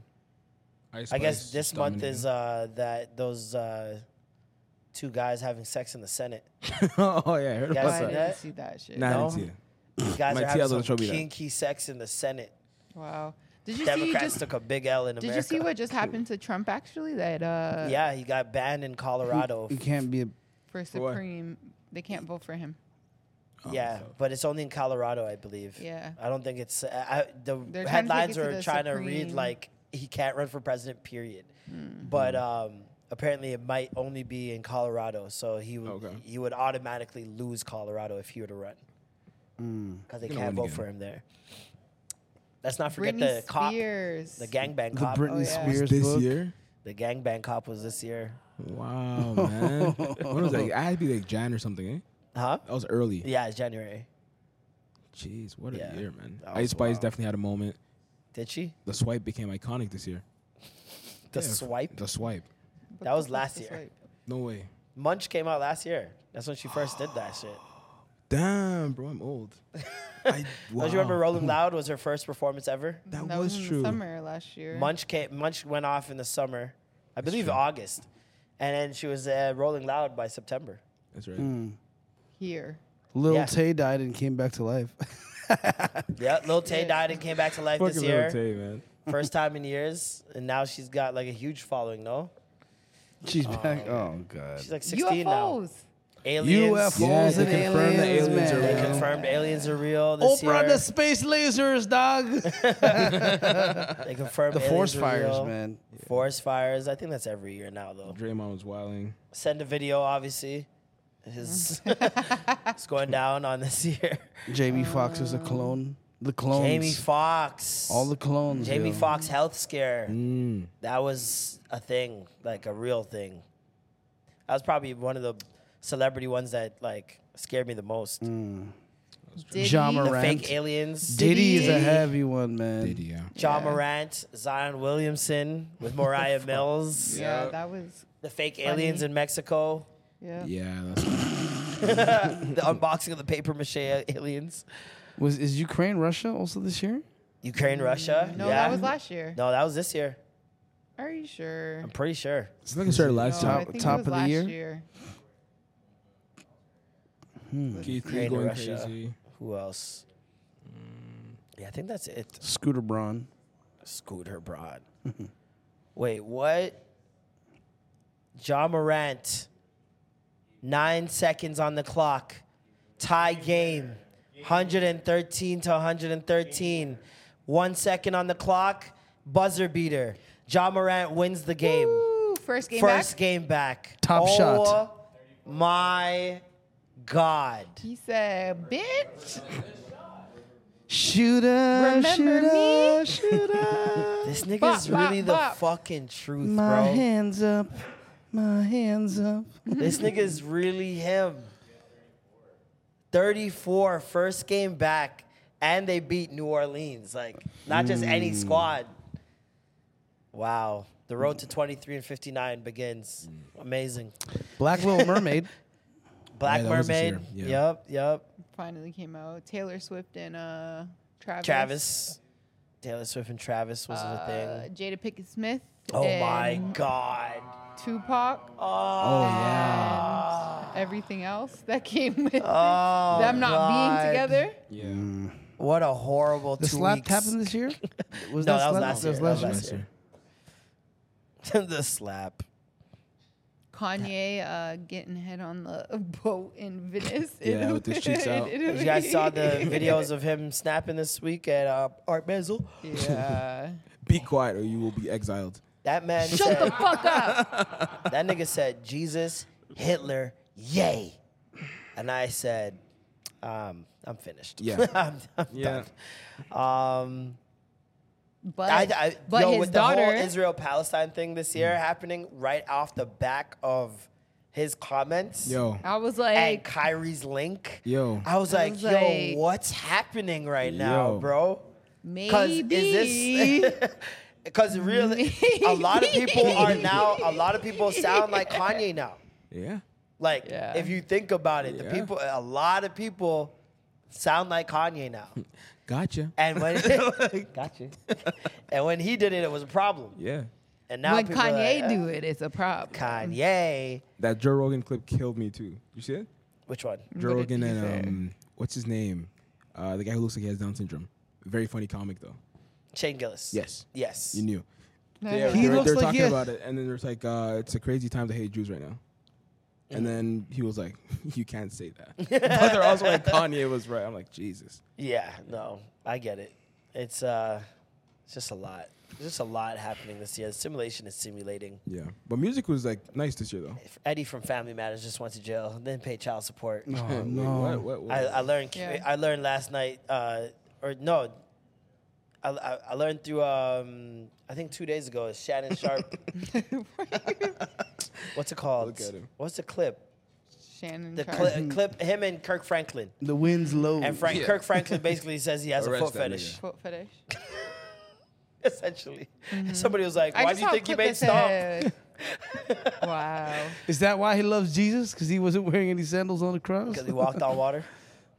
S4: Ice
S1: I guess this
S4: Spice just
S1: month
S4: dominated.
S1: is uh, that those uh, two guys having sex in the Senate.
S4: oh yeah, I heard
S1: You guys
S4: about
S1: seen
S4: that.
S1: that?
S3: See that shit?
S4: Nah, I
S1: No?
S4: didn't see it.
S1: These guys
S4: My
S1: are
S4: tia
S1: having
S4: doesn't show
S1: some
S4: me that.
S1: kinky sex in the Senate.
S3: Wow. Did you
S1: Democrats
S3: see just
S1: took a big L in
S3: Did
S1: America.
S3: you see what just happened to Trump actually that uh
S1: yeah, he got banned in Colorado.
S2: You can't be. A,
S3: for
S2: For what?
S3: Supreme they can't vote for him.
S1: yeah, but it's only in Colorado, I believe.
S3: Yeah.
S1: I don't think it's. uh, I, I- the
S3: They're trying to take
S1: headlines
S3: it to
S1: are
S3: the
S1: trying to read
S3: Supreme. Hmm.
S1: like he can't run for president. Period. But um, apparently, it might only be in Colorado, so he would he would automatically lose Colorado if he were to run because they
S2: Gonna
S1: can't
S2: win
S1: vote
S2: again.
S1: for him there. Let's not forget
S3: Britney
S1: the cop,
S3: Spears.
S1: the gangbang
S2: The
S1: cop.
S2: Britney Oh, yeah. Spears
S4: This book? year?
S1: The gangbang cop was this year.
S4: Wow, man. when was that? I had to be like Jan or something, eh?
S1: Huh?
S4: That was early.
S1: Yeah, it's January.
S4: Jeez, what a
S1: Yeah,
S4: year, man.
S1: that
S4: Ice
S1: was
S4: Spice
S1: wild.
S4: definitely had a moment.
S1: Did she?
S4: The swipe became iconic this year.
S1: The
S4: Yeah,
S1: swipe?
S4: The swipe.
S1: That was last year.
S4: No way.
S1: Munch came out last year. That's when she first did that shit.
S4: Damn, bro, I'm old. I,
S1: Don't you remember Rolling Loud was her first performance ever?
S4: That,
S3: That was, in the summer last year.
S1: Munch came, Munch went off in the summer, I believe August, and then she was uh, Rolling Loud by September.
S4: That's right.
S2: Mm.
S3: here.
S2: Lil
S1: Yeah.
S2: Tay died and came back to life.
S1: Yeah, Lil Tay died and came back to life this
S4: Fucking Lil
S1: year.
S4: Tay, man.
S1: First time in years, and now she's got like a huge following. No,
S2: She's back. Oh god.
S1: she's like 16 now.
S3: UFOs.
S1: Aliens.
S2: UFOs Yeah, they and confirmed the aliens, aliens are
S1: They
S2: real.
S1: confirmed aliens are real. This
S2: Oprah
S1: year.
S2: the space lasers, dog.
S1: they confirmed
S2: the
S1: aliens
S2: forest
S1: are
S2: fires,
S1: real.
S2: man.
S1: Forest fires. I think that's every year now, though.
S4: Draymond was wilding.
S1: Send a video, obviously. His it's going down on this year.
S2: Jamie Foxx is a clone. The clones.
S1: Jamie Foxx.
S2: All the clones.
S1: Jamie
S2: yo. Mm.
S1: Foxx health scare. That was a thing, like a real thing. That was probably one of the celebrity ones that like scared me the most.
S3: Diddy.
S2: Ja
S1: The
S2: Mm. Morant.
S1: fake aliens.
S2: Diddy is a
S3: Diddy.
S2: heavy one, man. Diddy,
S4: yeah.
S1: John Morant, Zion Williamson with Mariah Mills.
S3: Yeah, that was
S1: The fake aliens in Mexico.
S3: yeah.
S4: Yeah, that's
S1: the unboxing of the paper mache aliens.
S2: Was is Ukraine Russia also this year?
S1: Ukraine, Russia.
S3: No,
S1: yeah.
S3: that was last year.
S1: No, that was this year.
S3: Are you sure?
S1: I'm pretty sure.
S4: it's like it started last
S3: No,
S4: time.
S3: I think it
S2: top of
S3: was
S2: the
S3: last
S2: year?
S4: Keith Lee
S1: Ukraine,
S4: going
S1: Russia.
S4: crazy.
S1: Who else? Mm, Yeah, I think that's it.
S2: Scooter Braun.
S1: Scooter Braun. Wait, what? John Morant. Nine seconds on the clock. Tie game. 113 to 113. One second on the clock. Buzzer beater. John Morant wins the game.
S3: Ooh, first game
S1: First
S3: back.
S1: game back.
S2: Top
S1: oh,
S2: shot.
S1: My God.
S3: He said, "Bitch,
S2: Shooter.
S3: remember me?
S2: Shooter.
S1: This nigga's
S3: Bop, bop,
S1: really the
S3: bop.
S1: fucking truth,
S2: My
S1: bro.
S2: hands up. My hands up.
S1: This nigga's really him. 34, first game back, and they beat New Orleans. Like, not just
S4: Hmm.
S1: any squad. Wow. The road to 23 and 59 begins. Amazing.
S2: Black Little Mermaid.
S1: Black
S4: Yeah, that was this
S1: Mermaid.
S4: year. Yeah.
S1: Yep, yep.
S3: Finally came out. Taylor Swift and uh Travis.
S1: Travis. Taylor Swift and Travis was the
S3: Uh,
S1: thing.
S3: Jada Pickett Smith.
S1: Oh my
S3: and
S1: God.
S3: Tupac.
S2: Oh yeah.
S3: and everything else that came with it,
S1: Oh,
S3: them not
S1: God.
S3: being together.
S4: Yeah.
S1: What a horrible
S2: The
S1: two
S2: slap
S1: weeks.
S2: happened this year. Was
S1: No,
S2: that,
S1: that was
S2: slap?
S1: last
S2: That
S1: year. That was
S2: year.
S1: last
S4: Last year.
S1: the slap.
S3: Kanye uh, getting head on the boat in Venice.
S4: Yeah, with his cheeks out.
S3: in
S1: You guys saw the
S3: Italy.
S1: videos of him snapping this week at uh, Art Basel.
S3: Yeah.
S4: Be quiet or you will be exiled.
S1: That man
S3: Shut
S1: said,
S3: the fuck up.
S1: that nigga said, Jesus, Hitler, yay. And I said, um, I'm finished.
S4: Yeah.
S1: I'm, I'm
S4: Yeah.
S1: done. Um,
S3: But,
S1: I, I,
S3: but
S1: yo,
S3: his
S1: with the
S3: daughter.
S1: whole Israel Palestine thing this year
S4: Mm.
S1: happening right off the back of his comments
S4: Yo.
S3: I was
S1: and
S3: like,
S1: Kyrie's link.
S4: Yo.
S1: I was
S3: I
S1: like,
S3: was
S1: yo,
S3: like-
S1: what's happening right now,
S4: Yo.
S1: bro? Cause
S3: maybe.
S1: is this because really a lot of people are now a lot of people sound like Kanye now.
S4: Yeah.
S1: Like
S3: Yeah.
S1: if you think about it, the
S4: Yeah.
S1: people a lot of people sound like Kanye now.
S4: Gotcha.
S1: And when gotcha. And when he did it, it was a problem.
S4: Yeah.
S1: And now
S3: when
S1: people are
S3: Kanye
S1: like,
S3: do it, it's a problem.
S1: "Ah, Kanye.
S4: That Joe Rogan clip killed me too. You see it?
S1: Which one?
S4: Joe
S3: What did
S4: Rogan
S3: he say?
S4: and um, what's um, his name? Uh, the guy who looks like he has Down syndrome. Very funny comic though.
S1: Shane Gillis.
S4: Yes.
S1: Yes.
S4: You knew.
S1: He
S4: They,
S1: looks
S4: they were, they were
S1: like
S4: talking
S1: he-
S4: about it, and then there's like, uh, it's a crazy time to hate Jews right now. And then he was like, "You can't say that." but they're also like, "Kanye was right." I'm like, Jesus.
S1: Yeah, no, I get it. It's uh, it's just a lot. There's just a lot happening this year. Simulation is simulating.
S4: Yeah, but music was like nice this year though.
S1: Eddie from Family Matters just went to jail, then paid child support.
S4: No, Oh, Wait, no. what? What- what?
S1: I, I learned.
S4: Yeah.
S1: I learned last night, uh, or no, I, I, I learned through. Um, I think two days ago, Shannon Sharp. What's it called?
S2: Look at him.
S1: What's the clip?
S3: Shannon.
S1: The
S3: Sharp.
S1: cli- clip. Him and Kirk Franklin.
S2: The wind's low.
S1: And Frank, Kirk Franklin basically says he has a
S2: Arrest
S1: foot
S2: that
S1: fetish.
S3: Foot fetish.
S1: Essentially, somebody was like,
S3: Mm-hmm. I
S1: "Why
S3: just
S1: do you
S3: saw a
S1: think you
S3: clip
S1: made
S3: that
S1: Stomp?"
S3: wow.
S2: Is that why he loves Jesus? Because he wasn't wearing any sandals on the cross? Because
S1: he walked on water?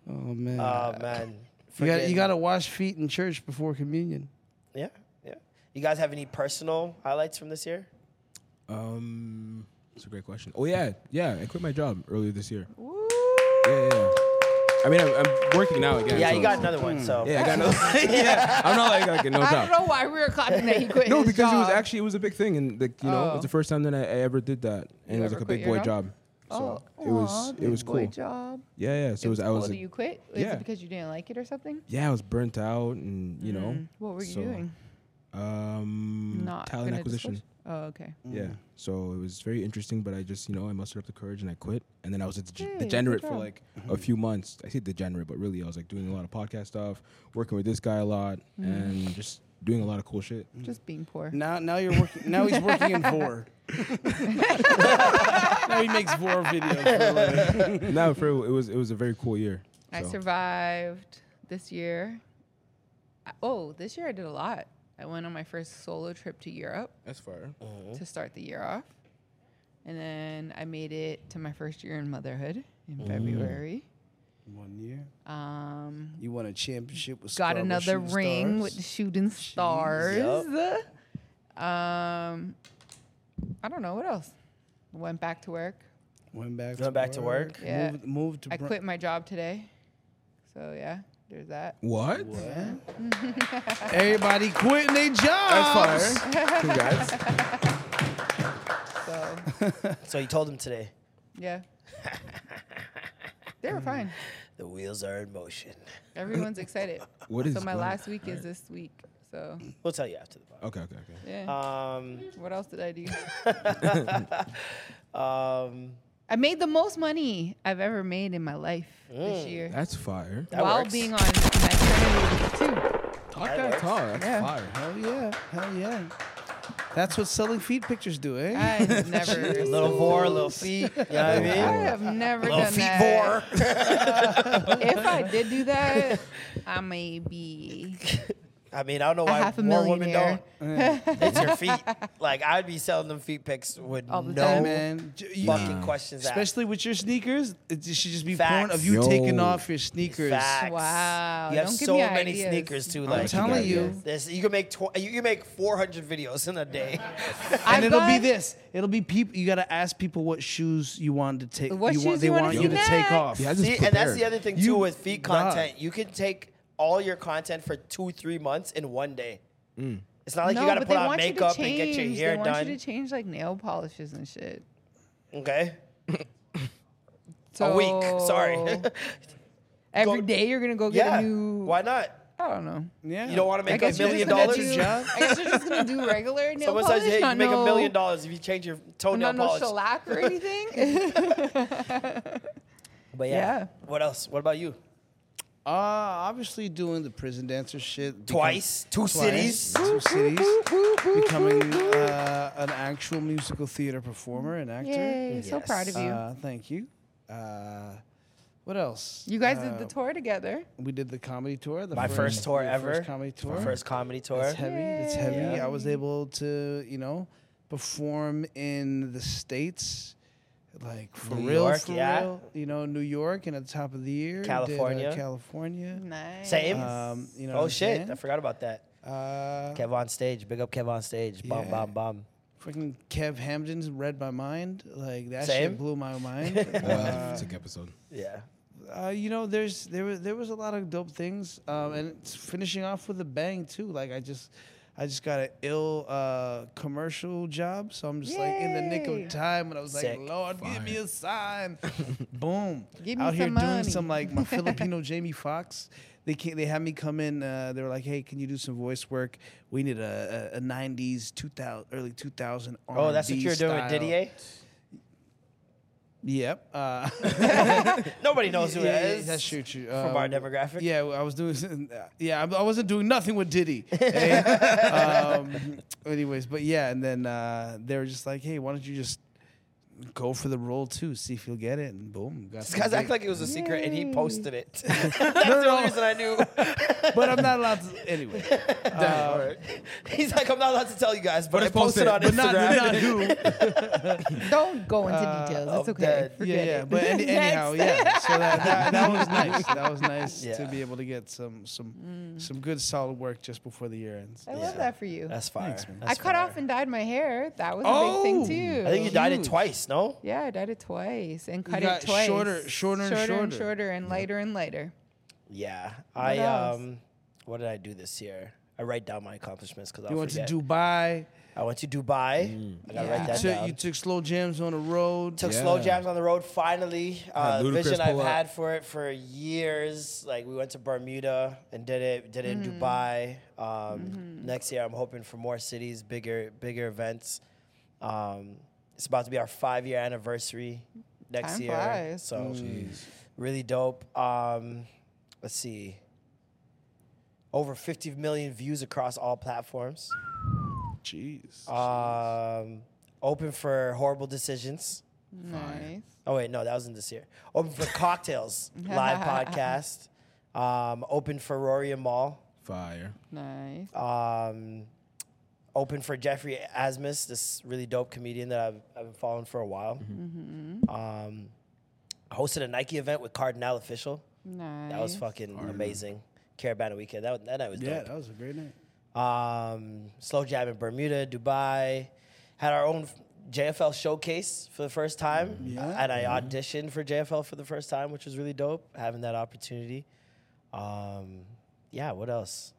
S2: oh, man.
S1: Oh man,
S2: You got,
S1: Friggin-
S2: you got to wash feet in church before communion.
S1: Yeah, yeah. You guys have any personal highlights from this year?
S4: Um, it's a great question. Oh yeah, yeah. I quit my job earlier this year. Yeah, yeah. yeah. I mean, I'm, I'm working now again.
S1: Yeah, you
S4: so-
S1: got another one,
S4: Hmm.
S1: so-
S4: yeah, I got another. yeah, I'm not like, like no
S3: I
S4: job.
S3: don't know why we were clapping that he quit.
S4: no,
S3: his
S4: because it was
S3: job.
S4: actually it was a big thing, and like you know, it
S3: Oh.
S4: was the first time that I, I ever did that,
S3: You
S4: and it was like
S3: ever
S4: a big
S3: quit your Oh,
S4: boy job. So it was
S3: aw,
S4: it
S3: big
S4: was
S3: boy
S4: cool.
S3: job.
S4: Yeah, yeah. So it was, I was
S3: Oh,
S4: like,
S3: you quit? Is
S4: yeah.
S3: it because you didn't like it or something?
S4: yeah, I was burnt out, and you know.
S3: Mm. What were you
S4: so,
S3: doing?
S4: Um,
S3: Not
S4: talent
S3: gonna
S4: acquisition.
S3: disclose? Oh, okay.
S4: Yeah. So it was very interesting, but I just, you know, I mustered up the courage and I quit. And then I was a deg-
S3: Hey, good
S4: degenerate for
S3: job. Mm-hmm.
S4: like a few months. I say degenerate, but really I was like doing a lot of podcast stuff, working with this guy a lot,
S3: Mm.
S4: and just doing a lot of cool shit.
S3: Just being poor.
S2: Now, now you're working. Now he's working in four. now he makes four videos. for a living.
S4: no, for real, it was it was a very cool year.
S3: I
S4: so.
S3: survived this year. I- Oh, this year I did a lot. I went on my first solo trip to Europe.
S4: That's fire.
S3: To start the year off. And then I made it to my first year in motherhood in
S2: Mm.
S3: February.
S2: One year.
S3: Um,
S2: You won a championship with
S3: got
S2: Star with
S3: another
S2: shooting
S3: ring
S2: stars.
S3: with the shooting stars. Um, I don't know what else. Went back to work.
S2: Went back.
S1: Went back to work?
S3: Yeah.
S2: Moved, moved to.
S3: I
S2: Bro-
S3: quit my job today. So yeah, there's that.
S4: What?
S2: Everybody quitting their jobs.
S3: That's fire. Congrats. So
S1: so you told him today.
S3: yeah. they were fine.
S1: The wheels are in motion.
S3: Everyone's excited.
S1: What is
S3: so my
S1: going-
S3: last week is this week. So
S1: We'll tell you after the podcast.
S4: Okay, okay, okay.
S3: yeah.
S1: Um,
S3: what else did I do?
S1: um,
S3: I made the most money I've ever made in my life this
S4: Mm.
S3: year.
S4: That's fire.
S3: while being on maternity leave too.
S4: Talk that, talk. That's
S3: Yeah.
S4: fire.
S2: Hell yeah. Hell yeah. That's what selling feet pictures do, eh?
S3: I have never-
S1: a little vor, a little feet. You know what I mean?
S3: I have never
S1: Little
S3: done
S1: feet
S3: that. if I did do that, I may be.
S1: I mean, I don't know why
S3: half a
S1: more women
S3: millionaire.
S1: don't. it's your feet. Like I'd be selling them feet pics with
S3: All
S1: no
S3: the time.
S2: man. J- you-
S1: fucking questions asked.
S2: Especially with your sneakers, it just- should just be porn
S1: Facts.
S2: of you
S4: Yo.
S2: taking off your sneakers.
S1: Facts.
S3: Wow,
S1: You have
S3: don't give
S1: so
S3: me
S1: many
S3: ideas.
S1: sneakers too.
S2: I'm
S1: Like
S2: telling you.
S1: this, you can make tw- you can make 400 videos in a day.
S2: And it'll be this. It'll be people. You gotta ask people what shoes you want to take.
S1: What
S2: you
S1: shoes
S2: want, they
S1: you wanna
S2: want
S1: see
S2: you to take
S1: next?
S2: off.
S1: See, and that's the other thing too
S2: You-
S1: with feed
S2: Nah.
S1: content. You can take all your content for two, three months in one day.
S2: Mm.
S1: It's not like
S3: no,
S1: you got to
S3: but
S1: put
S3: they
S1: on
S3: want you to
S1: makeup and get your
S3: change.
S1: hair
S3: They want
S1: done.
S3: you to change like nail polishes and shit.
S1: okay,
S3: So
S1: a week. Sorry.
S3: Oh. Every day you're gonna go get
S1: yeah.
S3: a new.
S1: Why not?
S3: I don't know.
S2: Yeah.
S1: You don't want to
S3: I
S1: make a
S3: guess you're
S1: million
S3: just gonna
S1: dollars.
S3: do- I guess you're just gonna do regular nail
S1: Someone
S3: polish.
S1: says, "Hey, you
S3: not
S1: make a
S3: no-
S1: million dollars if you change your toenail
S3: not no
S1: polish."
S3: shellac or anything.
S1: But yeah.
S3: Yeah.
S1: What else? What about you?
S2: Uh, obviously doing the prison dancer shit. become-
S1: Twice, two cities.
S2: two cities. becoming uh, an actual musical theater performer and actor.
S3: Yay, so Yes. proud of you.
S2: Uh, thank you. Uh, what else?
S3: you guys did
S2: Uh,
S3: the tour together.
S2: We did the comedy tour. The
S1: My first tour
S2: your
S1: ever.
S2: First comedy tour.
S1: My first comedy tour.
S2: It's heavy. It's heavy.
S1: Yeah.
S2: I was able to, you know, perform in the states, like for
S1: New
S2: real,
S1: York,
S2: for
S1: yeah.
S2: real. You know, New York, and at the top of the year, did, uh,
S1: California.
S2: California.
S3: Nice.
S1: Same.
S2: Um, you know what
S1: oh
S2: I'm
S1: shit!
S2: saying?
S1: I forgot about that.
S2: Uh,
S1: Kev on stage. Big up Kev on stage. Bomb,
S2: Yeah.
S1: bomb, bomb.
S2: Freaking Kev Hamden's read my mind. Like that
S1: Same.
S2: shit blew my mind.
S4: Uh,
S2: Uh,
S4: it's a good episode.
S1: Yeah.
S2: uh, you know, there's there was there was a lot of dope things, um, and it's finishing off with a bang too. Like I just, I just got an ill uh, commercial job, so I'm just like in the nick
S3: Yay.
S2: of time, and I was
S3: Sick.
S2: like, Lord, give me a sign. Boom.
S3: Give me
S2: Out here
S3: some
S2: doing
S3: money.
S2: some like my Filipino Jamie Foxx. They can they had me come in. Uh, they were like, "Hey, can you do some voice work? We need a, a, a '90s, 2000, early 2000
S1: Oh, that's what
S2: R&B
S1: you were doing with eh?
S2: style.
S1: Didier?
S2: Yep. Uh,
S1: Nobody knows who that is
S2: That's true. true.
S1: from our demographic.
S2: Um, Yeah, I was doing. Yeah, I I wasn't doing nothing with Diddy. eh? um, anyways, but yeah, and then uh, they were just like, "Hey, why don't you just go for the role too? See if you'll get it." And boom, got
S11: This
S2: some
S11: guy's
S2: gig.
S11: acting like it was a secret and he posted it. That's
S2: no,
S11: the only
S2: no.
S11: reason I knew.
S2: but I'm not allowed to. Anyway. Um,
S11: Damn, all right. He's like, I'm not allowed to tell you guys, but, I posted, on
S2: But not-
S11: Instagram.
S2: not who.
S3: Don't go into
S2: Uh,
S3: details. It's
S2: oh,
S3: okay.
S2: that-
S3: Forget
S2: yeah, yeah.
S3: it.
S2: But any, anyhow, yeah. So that, that, that was nice. That was nice
S11: Yeah. Mm.
S2: to be able to get some some some good solid work just before the year ends.
S3: I love that for you.
S11: That's fire.
S2: Thanks, man.
S3: I cut off and dyed my hair. That was a big thing too.
S1: Oh! I think you dyed it twice, no?
S3: Yeah, I dyed it twice and
S1: You
S3: cut
S1: got
S3: it twice.
S1: shorter- shorter and
S3: and
S1: shorter.
S3: shorter and lighter and lighter.
S1: Yeah. I
S3: else?
S1: um what did I do this year? I write down my accomplishments because I
S2: You went to
S1: forget.
S2: Dubai.
S1: I went to Dubai. I gotta write
S2: you,
S1: that
S2: took,
S1: down.
S2: you took slow jams on the road.
S1: uh, Took slow jams on the road. Finally, uh,
S2: Ludacris
S1: vision I've
S2: pull up.
S1: had for it for years. Like we went to Bermuda and did it. Did it in
S11: Mhm.
S3: Mm.
S1: Dubai. Um,
S3: Mm-hmm.
S1: Next year, I'm hoping for more cities, bigger, bigger events. Um, it's about to be our five year anniversary next
S3: Time
S1: year.
S3: flies.
S1: So,
S3: Mm. Jeez.
S1: really dope. Um, let's see. Over 50 million views across all platforms.
S2: Jeez.
S1: Um, open for horrible decisions.
S3: Nice.
S1: Oh wait, no, that wasn't this year. Open for cocktails live podcast. Um, open for Rory and Mall.
S4: Fire.
S3: Nice.
S1: Um, open for Jeffrey Asmus, this really dope comedian that I've, I've been following for a while. Um, I hosted a Nike event with Cardinal Official. That was
S3: Nice.
S1: fucking amazing. Caravana weekend. That, that night was dope.
S2: Yeah, that was a great night.
S1: Um, slow jab in Bermuda, Dubai. Had our own JFL showcase for the first time, and I auditioned for JFL for the first time, which was really dope. Having that opportunity. Um, yeah. What else?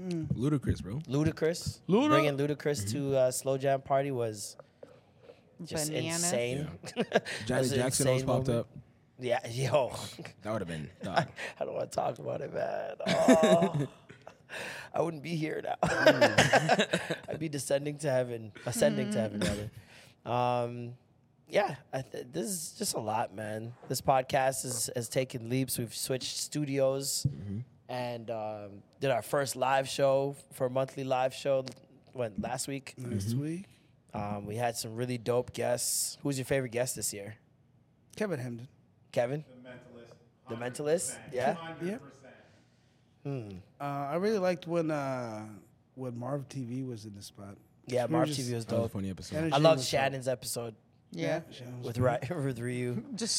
S4: Ludacris, bro.
S1: Ludacris.
S4: Luda. Mm-hmm.
S1: Bringing Ludacris to uh, slow jam party was just
S4: Bananas.
S1: insane.
S4: Yeah. Janet
S1: That's an
S4: Jackson always
S1: insane
S4: popped
S1: moment.
S4: up.
S1: Yeah, yo.
S4: That would have been.
S1: I, I don't want to talk about it, man. Oh, I wouldn't be here now. I'd be descending to heaven, ascending to heaven, rather. Um, yeah, I th- this is just a lot, man. This podcast is, has taken leaps. We've switched studios and um, did our first live show for a monthly live show when last week.
S2: Last Mhm. week.
S1: Um, we had some really dope guests. Who's your favorite guest this year?
S2: Kevin Hemden.
S1: Kevin? The Mentalist. The Mentalist? Yeah.
S2: Yep.
S1: Hmm.
S2: Uh, I really liked when uh, when Marv TV was in the spot.
S1: Yeah,
S2: We were
S1: Marv
S2: just-
S1: TV was dope.
S2: Energy
S1: I loved
S2: was dope.
S1: Shannon's episode.
S3: Yeah.
S1: with Ry- with Ryu.
S3: Just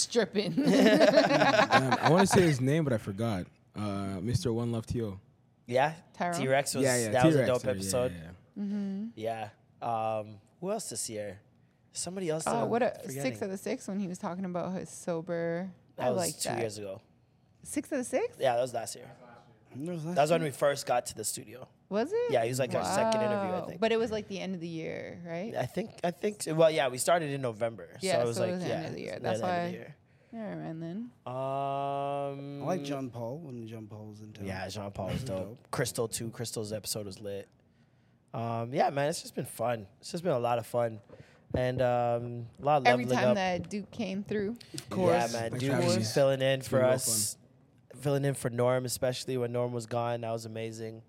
S3: stripping.
S4: Damn, Um, I want to say his name, but I forgot. Uh, Mr. One Love To.
S1: Yeah,
S3: Tyrone?
S1: T Rex was
S4: Yeah, yeah,
S1: that was a
S4: T-Rex,
S1: dope
S4: yeah, yeah,
S1: episode.
S3: yeah. Mhm.
S1: Yeah. Um, who else this year? Somebody else. that
S3: Oh,
S1: I'm
S3: what a
S1: forgetting.
S3: six of the six when he was talking about his sober.
S1: That
S3: I
S1: was
S3: like
S1: two
S3: that.
S1: years ago.
S3: Six of the six
S1: Yeah, that was last year. That was when we first got to the studio.
S3: was it?
S1: Yeah, he was like our second interview, I
S3: Wow.
S1: think.
S3: But it was like the end of the year, right?
S1: I think I think well yeah we started in November
S3: Yeah,
S1: so it was like
S3: the
S1: yeah
S3: end of the
S1: yeah,
S3: year. That's
S1: the end
S3: why.
S1: of the
S3: Never mind then.
S1: year. Um,
S2: I like John Paul when John Paul was in town.
S1: Yeah, Jean Paul was dope. Crystal too. Crystal's episode was lit. Um, yeah, man, it's just been fun. It's just been a lot of fun, and um, a lot of
S3: Every
S1: leveling
S3: time
S1: up.
S3: that Duke came through. Of
S1: Yeah, man.
S4: Thanks
S1: Dude
S4: for having
S1: was
S4: me.
S1: filling in
S4: It's
S1: for
S4: been real
S1: us, filling in for Norm, especially when Norm was gone. That was amazing.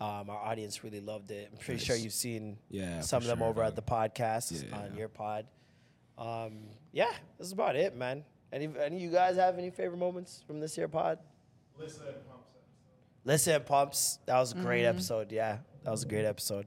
S1: Um, our audience really loved it. I'm pretty sure
S4: Nice.
S1: you've seen
S4: Yeah,
S1: some of
S4: for
S1: them
S4: sure,
S1: over at the podcast
S4: Yeah,
S1: on
S4: yeah.
S1: your pod. Um, yeah, this is about it, man. Any, any of you guys have any favorite moments from this year pod?
S8: Listen, pumps.
S1: Listen, and Pumps. That was a great
S8: Mhm.
S1: episode. Yeah, that was a great episode.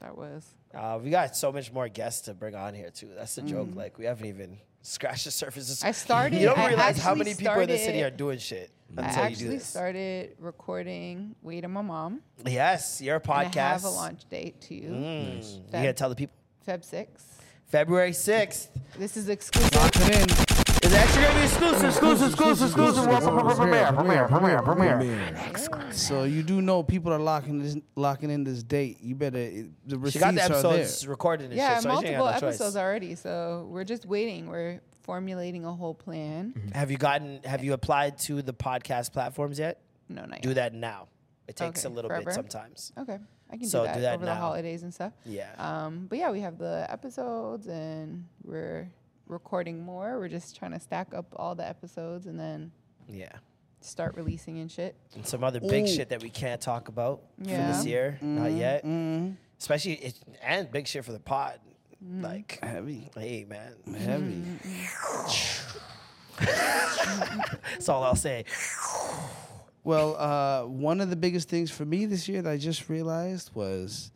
S3: That was.
S1: Uh, we got so much more guests to bring on here too. That's the joke.
S2: Mm.
S3: Mhm.
S1: Like we haven't even scratched the surface.
S3: I started-
S1: You don't
S3: I
S1: realize how
S3: actually
S1: many people in the city
S3: started-
S1: are doing shit until
S3: I
S1: you do
S3: actually
S1: this.
S3: started recording Wait on My Mom.
S1: yes, your podcast.
S3: And I have a launch date too.
S1: Mm. You gotta tell the people
S3: Feb 6.
S1: February sixth.
S3: This is exclusive.
S2: Lock it in.
S1: It's actually gonna be exclusive, exclusive, exclusive, exclusive.
S2: Premiere,
S1: premiere, premiere,
S2: premiere. So you do know people are locking this, locking in this date. You better it- the receipts
S1: She got the
S2: are there.
S1: episodes recorded and
S3: yeah,
S1: shit, so she ain't got
S3: multiple
S1: no choice.
S3: episodes already. So we're just waiting. We're formulating a whole plan.
S1: Have you gotten? Have you applied to the podcast platforms yet?
S3: No, not
S1: Do that now. It takes
S3: Okay,
S1: a little
S3: forever?
S1: bit sometimes.
S3: Okay, I can
S1: So
S3: do, that
S1: do that
S3: over
S1: now.
S3: the holidays and stuff.
S1: Yeah.
S3: Um, but yeah, we have the episodes, and we're recording more. We're just trying to stack up all the episodes and then
S1: Yeah.
S3: start releasing and shit.
S1: And some other big
S3: Ooh.
S1: shit that we can't talk about for
S3: Yeah.
S1: this year, not
S3: Mhm,
S1: yet. Especially it, and big shit for the pod, like heavy. Hey man,
S2: Heavy.
S1: That's all I'll say.
S2: Well, uh, one of the biggest things for me this year that I just realized was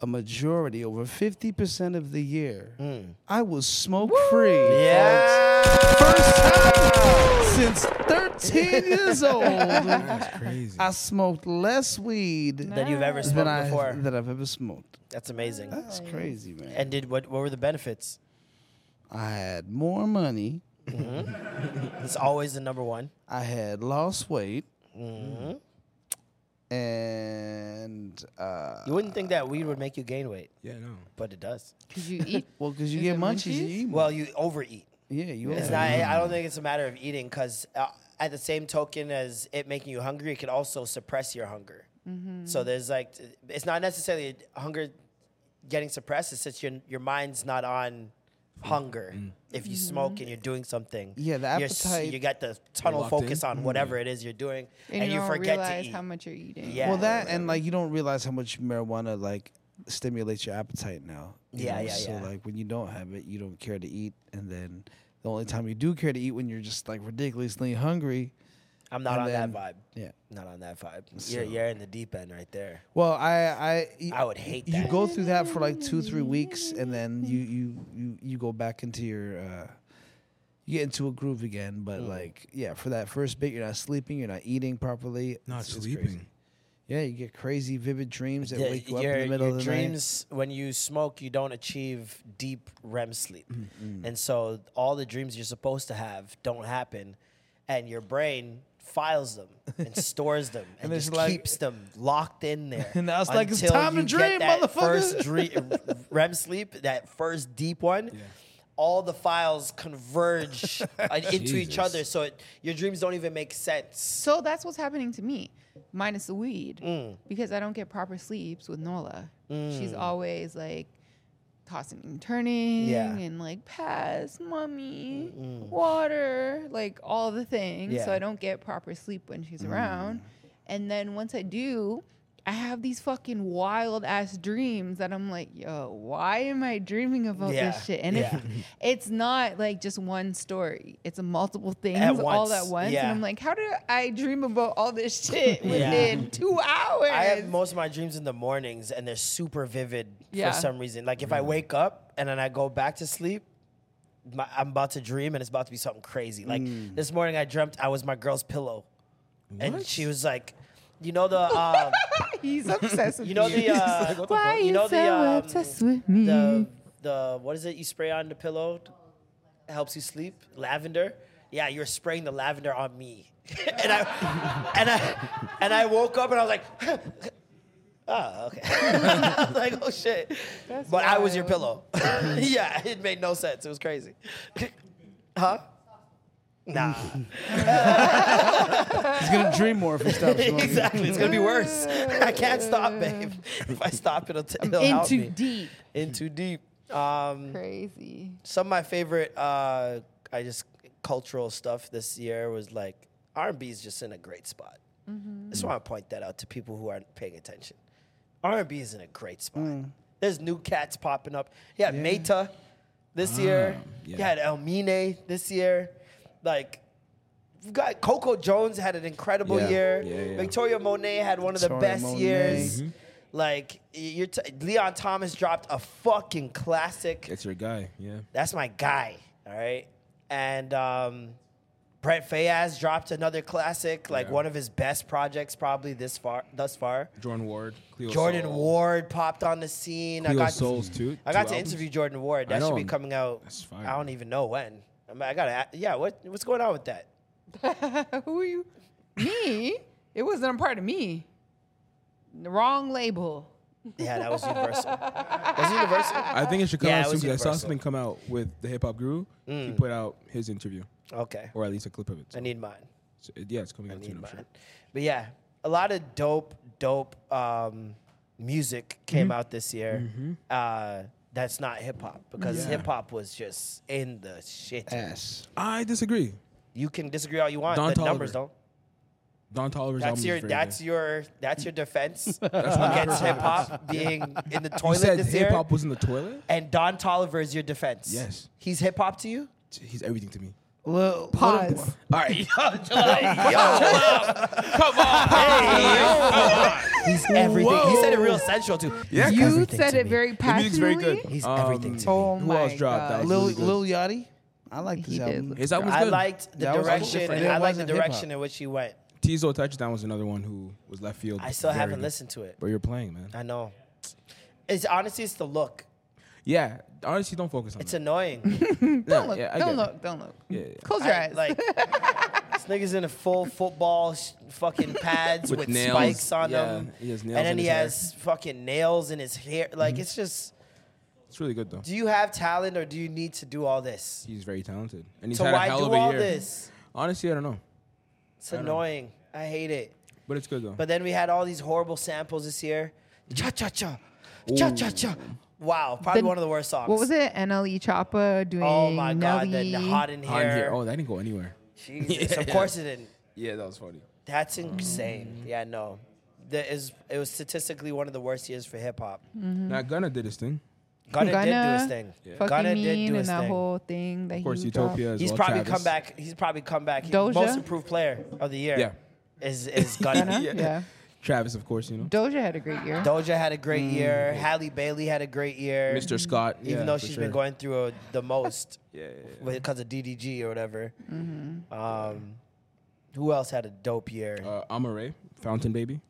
S2: a majority, over 50% of the year,
S1: Mm.
S2: I was smoke free. Yeah. First time since 13 years old. That's crazy. I smoked less weed
S1: Than you've ever
S2: than
S1: smoked
S2: I- Oh.
S1: before.
S2: That I've ever smoked.
S1: That's amazing. That's
S2: crazy, man.
S1: And did what? What were the benefits?
S2: I had more money.
S1: It's always the number one.
S2: I had lost weight.
S1: Mm-hmm.
S2: And uh,
S1: You wouldn't think that weed would make you gain weight.
S4: Yeah, no.
S1: But it does.
S3: Cause you eat.
S2: well, because you get munchies, you eat more.
S1: Well, you overeat.
S2: Yeah, you.
S1: It's
S2: overeat.
S1: not. I don't think it's a matter of eating because uh, at the same token as it making you hungry, it can also suppress your hunger. So there's like, it's not necessarily hunger getting suppressed. It's just your your mind's not on hunger.
S2: Mm.
S1: If you smoke and you're doing something,
S2: Yeah, the
S1: you're s-
S2: appetite-
S1: you got the tunnel focus on
S2: Mm.
S1: whatever it is you're doing, and, you,
S3: don't
S1: forget
S3: realize
S1: to eat.
S3: how much you're eating.
S1: Yeah.
S2: well, that and like you don't realize how much marijuana like stimulates your appetite now. you
S1: Yeah,
S2: know?
S1: yeah,
S2: So
S1: yeah.
S2: like when you don't have it, you don't care to eat, and then the only time you do care to eat when you're just like ridiculously hungry.
S1: I'm not on
S2: and
S1: that
S2: then-
S1: vibe.
S2: Yeah.
S1: Not on that vibe.
S2: So-
S1: You're, you're in the deep end right there.
S2: Well, I I
S1: I would hate
S2: You
S1: that.
S2: go through that for like two three weeks, and then you you you you go back into your. uh you get into a groove again, but
S1: Mm.
S2: like, yeah, for that first bit, you're not sleeping, you're not eating properly.
S4: Not
S2: It's- it's
S4: sleeping.
S2: crazy. yeah, you get crazy, vivid dreams that
S1: Yeah,
S2: wake you up in the middle of the night.
S1: dreams when you smoke you don't achieve deep rem sleep
S2: Mm-hmm,
S1: and so all the dreams you're supposed to have don't happen and your brain files them and stores them and,
S2: it's
S1: just
S2: like-
S1: keeps them locked in there
S2: And now it's like, it's
S1: until
S2: time to
S1: you get
S2: dream,
S1: that
S2: motherfucker.
S1: first dream, rem sleep that first deep one all the files converge uh, into each
S4: Jesus.
S1: other so it, your dreams don't even make sense
S3: So that's what's happening to me, minus the weed, because I don't get proper sleeps with Nola. She's
S1: Mm.
S3: always like tossing and turning
S1: Yeah.
S3: and like pass mommy water like all the things so
S1: Yeah. Mm.
S3: i don't get proper sleep when she's around and then once i do i have these fucking wild ass dreams that i'm like yo why am i dreaming about
S1: Yeah.
S3: this shit and
S1: Yeah.
S3: if, it's not like just one story it's a multiple things
S1: At
S3: all
S1: once.
S3: at once and
S1: Yeah.
S3: i'm like how did i dream about all this shit
S1: Yeah.
S3: within two hours
S1: I have most of my dreams in the mornings, and they're super vivid
S3: Yeah.
S1: for some reason. Like if I wake up and then I go back to sleep, my, I'm about to dream, and it's about to be something crazy. Like this morning, I dreamt I was my girl's pillow, and she was like, "You know the, um,
S3: he's obsessed with
S1: you know
S3: me.
S1: the, uh,
S3: why
S1: you know
S3: so
S1: the, um,
S3: obsessed with me
S1: the, the what is it you spray on the pillow? It helps you sleep. Lavender. Yeah, you're spraying the lavender on me, and I, and I, and I woke up and I was like." Oh, okay. I was like, oh shit. but I was your pillow. yeah, it made no sense. It was crazy. huh? Nah.
S2: He's gonna dream more if he stops smoking.
S1: exactly. It's gonna be worse. I can't stop, babe. If I stop, it'll, t- it'll
S3: in
S1: help
S3: too
S1: me.
S3: deep
S1: In too deep. Um,
S3: crazy
S1: some of my favorite, uh, I just cultural stuff this year was like R and B is just in a great spot. I just want to point that out to people who aren't paying attention. R and B is in a great spot.
S4: Mm.
S1: There's new cats popping up. You had Meta this year. You
S4: Ah, yeah.
S1: had Elmine this year. Like, you got Coco Jones had an incredible
S4: Yeah,
S1: year.
S4: yeah, yeah. Mm-hmm.
S1: Victoria Monet had one of the
S2: Victoria
S1: best
S2: Monet.
S1: years. Like, y- you're t- Leon Thomas dropped a fucking classic.
S4: It's your guy. Yeah.
S1: That's my guy. All right. And um, Brett Fayaz dropped another classic, like one of his best projects probably this far thus far.
S4: Jordan Ward. Cleo
S1: Jordan
S4: Soul.
S1: Ward popped on the scene. I
S4: Cleo
S1: got
S4: Soul's too-
S1: I got
S4: two
S1: to
S4: albums?
S1: interview Jordan Ward.
S4: I
S1: That
S4: know
S1: should be
S4: him.
S1: coming out.
S4: That's fire.
S1: I don't even know when. I'm, I gotta. a- Yeah. What what's going on with that?
S3: Who are you? Me? It wasn't a part of me. The wrong label.
S1: Yeah, that was Universal.
S3: was
S1: Universal?
S4: I think it should come
S1: Yeah,
S4: out
S1: it
S4: soon
S1: was
S4: because I saw
S1: Universal.
S4: something come out with the hip hop guru. He
S1: Mm.
S4: put out his interview.
S1: Okay.
S4: Or at least a clip of it.
S1: I need mine.
S4: So, yeah, it's coming out soon. I'm sure.
S1: But yeah, a lot of dope, dope um, music came
S4: Mhm.
S1: out this year.
S4: Mhm.
S1: Uh, that's not hip hop because
S4: Yeah.
S1: hip hop was just in the shit.
S2: Eh.
S4: Ass. I disagree.
S1: You can disagree all you want.
S4: Don
S1: the
S4: Tolliver.
S1: numbers don't.
S4: Don Tolliver's album
S1: That's
S4: is
S1: your
S4: very
S1: that's
S4: good.
S1: your that's your defense
S4: That's my
S1: against
S4: preference.
S1: hip hop being in the
S4: You
S1: toilet
S4: said
S1: this year.
S4: hip-hop was in the toilet?
S1: And Don Tolliver is your defense.
S4: Yes.
S1: He's hip hop to you?
S4: He's everything to me.
S2: Well,
S3: pause.
S4: All right.
S1: Come on. Hey, yo. He's everything. He said it real
S3: Whoa.
S1: sensual too.
S4: Yeah,
S1: He's
S4: You
S1: everything
S3: said
S1: to
S3: it
S1: me.
S3: very The music's very good. passionately.
S1: He's
S4: Um,
S1: everything to me.
S3: Oh
S4: Who else
S3: my
S4: dropped
S3: God.
S4: that? was
S2: Lil,
S4: really good?
S2: Lil Yachty. I liked his album.
S4: His album's
S1: I
S4: good.
S1: liked the
S2: That was
S1: direction.
S2: different.
S1: I
S2: It
S1: liked the
S2: wasn't hip-hop.
S1: direction in which he went.
S4: Tizo Touchdown was another one who was left field.
S1: I still
S4: Very
S1: haven't
S4: good.
S1: listened to it.
S4: But you're playing, man.
S1: I know. It's honestly, it's the look.
S4: Yeah. Honestly, don't focus on
S1: It's
S4: that.
S1: annoying.
S4: Don't
S3: look,
S4: Yeah, I
S3: don't
S4: get it.
S3: look, don't look.
S4: Yeah, yeah.
S3: Close your
S1: I-
S3: eyes.
S1: Like this nigga's in a full football sh- fucking pads
S4: With
S1: with,
S4: nails,
S1: spikes on
S4: yeah.
S1: them,
S4: He has nails
S1: and then
S4: in
S1: he
S4: his hair. Mm-hmm.
S1: has fucking nails in his hair. Like it's just,
S4: It's really good, though.
S1: do you have talent or do you need to do all this?
S4: He's very talented. And he's
S1: So
S4: had a
S1: why
S4: hell
S1: do
S4: of a
S1: all
S4: year.
S1: this?
S4: Honestly, I don't know.
S1: It's
S4: I don't know.
S1: annoying. I hate it.
S4: But it's good, though.
S1: But then we had all these horrible samples this year.
S4: Mm-hmm.
S1: Cha cha cha, cha cha cha. Wow, probably
S3: The-
S1: one of the worst songs.
S3: What was it? NLE Choppa doing
S1: Oh my god, the, the
S3: Nelly.
S1: hot in
S4: Hot in here.
S1: here.
S4: Oh, that didn't go anywhere.
S1: Jesus, of
S4: Yeah.
S1: course it didn't.
S4: Yeah, that was funny.
S1: That's insane. Yeah, no. That is it was statistically one of the worst years for hip hop.
S4: Now, Gunna did his thing.
S1: Gunna, did do his
S3: Gunna,
S1: thing.
S3: Fucking
S1: Gunna
S3: mean
S1: did do his
S3: and that
S1: thing.
S3: whole thing that
S4: Of course,
S3: he dropped.
S4: Utopia as
S1: Mm, he's
S4: well.
S1: probably
S4: Travis.
S1: come back. He's probably come back. He-
S3: Doja?
S1: Most improved player of the year.
S4: Yeah.
S1: Is is Gunna.
S3: Yeah. yeah.
S4: Travis, of course, you know.
S3: Doja had a great year.
S1: Doja had a great year.
S4: Mm.
S1: Halle Bailey had a great year.
S4: Mr. Scott,
S1: Even
S4: yeah,
S1: though
S4: for
S1: she's
S4: sure.
S1: been going through a, the most
S4: Yeah, yeah, yeah.
S1: because of DDG or whatever. Um, who else had a dope year?
S4: Uh, Amare, Fountain Baby.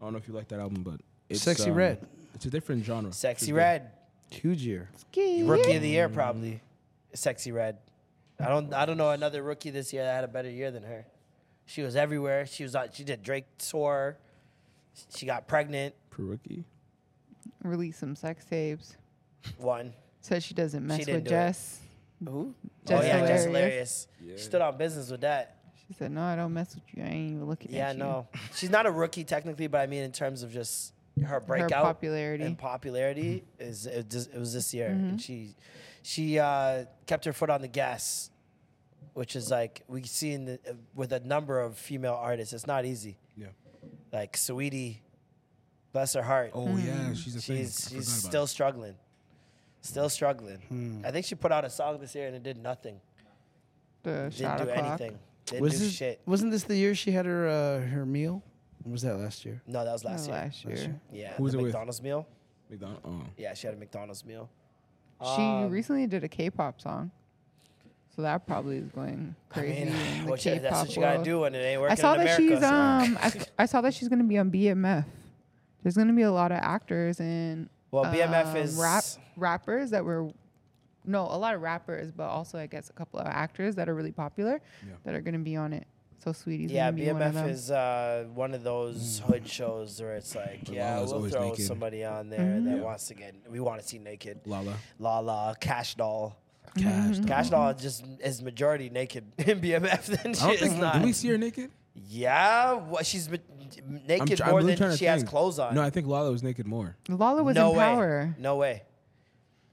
S4: I don't know if you like that album, but it's
S2: Sexy
S4: um,
S2: Red.
S4: It's a different genre.
S1: Sexy
S4: It's good.
S1: Red.
S2: Huge year.
S1: Rookie of the
S4: Mm.
S1: year, probably. Sexy Red. I don't. I don't know another rookie this year that had a better year than her. She was everywhere. She was. on She did Drake tour. She got pregnant.
S4: Peruki.
S3: Released some sex tapes.
S1: One.
S3: Said she doesn't mess
S1: didn't
S3: with
S1: do it.
S3: Jess.
S1: Who?
S3: Jess
S1: oh yeah,
S3: hilarious.
S1: that's hilarious. She stood on business with that.
S3: She said, "No, I don't mess with you. I ain't even looking
S1: Yeah,
S3: at you."
S1: no. She's not a rookie technically, but I mean in terms of just her breakout
S3: popularity. Mm-hmm.
S1: and popularity
S4: Mm-hmm.
S1: is it, just, it was this year, and she she uh, kept her foot on the gas, which is like we see in the, with a number of female artists. It's not easy.
S4: Yeah.
S1: Like Sweetie, bless her heart.
S4: Oh
S3: Mm-hmm.
S4: yeah, she's a thing.
S1: she's she's
S4: I forgot about Hmm.
S1: still
S4: it.
S1: struggling, still struggling. I think she put out a song this year and it did nothing.
S3: The
S1: Didn't
S3: shot
S1: do
S3: o'clock.
S1: anything. Didn't
S2: Was
S1: do
S2: this,
S1: shit.
S2: Wasn't this the year she had her uh, her meal? Or was that last year?
S1: No, that was last
S3: Last
S1: year.
S3: year.
S1: Yeah,
S4: Who was
S1: the
S4: it with?
S1: McDonald's meal.
S4: McDonald. Oh.
S1: Yeah, she had a McDonald's meal.
S3: She
S1: Um,
S3: recently did a K-pop song, so that probably is going crazy in the
S1: what you-
S3: K-pop
S1: that's what you gotta
S3: world.
S1: do, and it ain't working
S3: I saw
S1: in
S3: that
S1: America.
S3: she's
S1: so-
S3: um, I, I saw that she's gonna be on BMF. There's gonna be a lot of actors and
S1: Well, BMF
S3: um,
S1: is-
S3: rap rappers that were, no, a lot of rappers, but also I guess a couple of actors that are really popular that are gonna be on it. So Sweetie's
S1: yeah,
S3: gonna be one of
S1: BMF
S3: them.
S1: is uh, one of those hood shows where it's like, yeah,
S4: Mm. Lala's
S1: we'll
S4: always
S1: throw
S4: naked. Mm-hmm.
S1: somebody on there that wants to get, we want to see naked.
S4: Lala.
S1: Lala, Cash Doll.
S4: Cash. Doll.
S1: Cash Doll just is majority naked in BMF than
S4: I
S1: she
S4: don't
S1: is
S4: think.
S1: not.
S4: Did we see her naked?
S1: yeah, well, she's ma-
S4: I'm
S1: naked
S4: tr- I'm
S1: more
S4: really
S1: than
S4: trying to
S1: she has
S4: think.
S1: clothes on.
S4: No, I think Lala was naked more.
S3: Lala was
S1: no
S3: in
S1: way.
S3: Power.
S1: No way.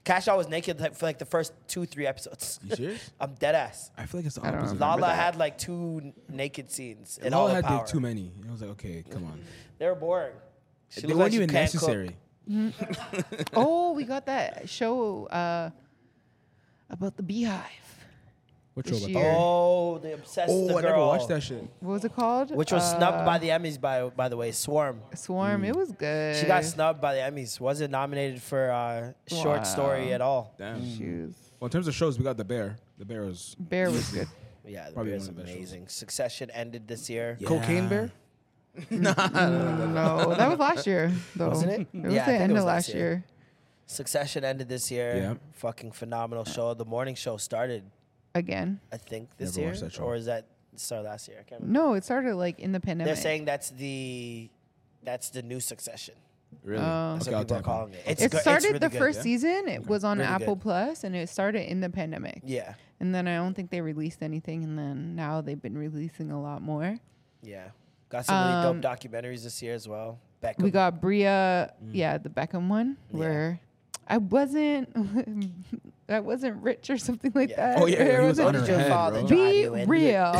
S1: Cash Doll was naked like, for like the first two, three episodes.
S4: You serious?
S1: I'm dead ass.
S4: I feel like it's the
S3: I don't
S4: opposite.
S1: Lala had like two n- naked scenes in all
S4: Lala
S1: of
S4: had
S1: Power.
S4: like, too many. It was like, okay, come on.
S1: They were boring. She
S4: They
S1: looked like
S4: weren't
S1: she
S4: even
S1: can't cook.
S4: necessary.
S3: oh, we got that show uh, about the beehive.
S4: What show
S3: This
S4: about
S3: year.
S4: that?
S1: Oh, they obsessed the
S4: Oh,
S1: girl.
S4: I never watched that shit.
S3: What was it called?
S1: Which was snubbed
S3: Uh,
S1: by the Emmys, by by the way, Swarm.
S3: Swarm. It was good.
S1: Mm. She got snubbed by the Emmys. Wasn't nominated for uh, short
S3: Wow.
S1: story at all.
S4: Damn.
S3: Shoes.
S4: Well, in terms of shows, we got The Bear. The Bear was.
S3: Bear was good.
S1: Yeah, the
S4: Probably
S1: Bear's
S4: one of the best shows.
S1: amazing. Succession ended this year.
S2: Cocaine
S4: Yeah.
S2: Bear?
S3: no, that was last year though.
S1: Wasn't it?
S3: It was
S1: Yeah, I
S3: the
S1: think
S3: end
S1: it was
S3: of
S1: last
S3: last
S1: year.
S3: year.
S1: Succession ended this year.
S4: Yeah.
S1: Fucking phenomenal show. The morning show started
S3: again?
S1: I think this
S3: Never
S1: year,
S3: watched that show.
S1: or is that started last year? I can't remember.
S3: No, it started like in the pandemic.
S1: They're saying that's the that's the new Succession.
S3: Really? Oh.
S1: That's
S3: Okay, I'll
S1: what people are
S3: type it.
S1: calling it. It's
S3: it
S1: go- it's
S3: started
S1: really
S3: the
S1: good.
S3: first season. It was on
S1: Really good.
S3: Apple Plus, and it started in the pandemic.
S1: Yeah.
S3: And then I don't think they released anything, and then now they've been releasing a lot more.
S1: Yeah, got some really
S3: Um,
S1: dope documentaries this year as well. Beckham.
S3: We got Bria,
S1: Mm.
S3: yeah, the Beckham one, where I wasn't, I wasn't rich or something like that.
S4: Oh, yeah,
S3: or
S4: he
S3: I
S4: was
S3: wasn't-
S4: on her What did your head, father bro. drive
S3: Be
S4: you into?
S3: real.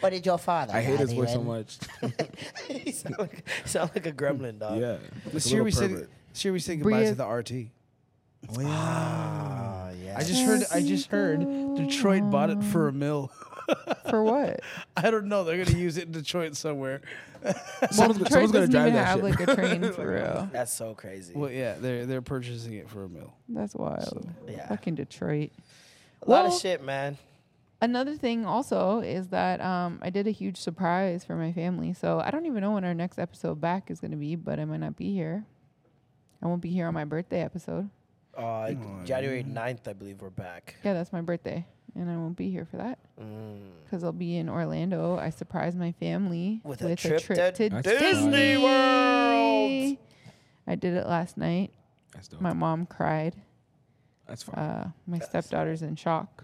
S1: what did your father?
S4: I hate his voice so much.
S1: he sound like, sound like a gremlin dog.
S4: Yeah.
S2: This year we said this year we said goodbye
S1: Bria-
S2: to the RT.
S1: Ah, yeah.
S2: I just heard. I just heard Detroit bought it for a mill.
S3: for what?
S2: I don't know. They're gonna use it in Detroit somewhere.
S3: Someone's- Detroit someone's gonna doesn't drive even that have, shit. like, a train for real.
S1: That's so crazy.
S2: Well, yeah, they're they're purchasing it for a mill.
S3: That's wild.
S1: yeah.
S3: Fucking Detroit.
S1: A lot
S3: Well,
S1: of shit, man.
S3: Another thing also is that um, I did a huge surprise for my family. So I don't even know when our next episode back is going to be, but I might not be here. I won't be here on my birthday episode.
S1: Uh, January 9th, I believe we're back.
S3: Yeah, that's my birthday. And I won't be here for that
S1: Mm.
S3: because I'll be in Orlando. I surprised my family
S1: With a trip to
S3: to,
S1: Disney
S3: Disney
S1: World.
S3: I did it last night.
S4: Oh.
S3: My mom cried.
S4: That's fine.
S3: Uh, my stepdaughter's in shock.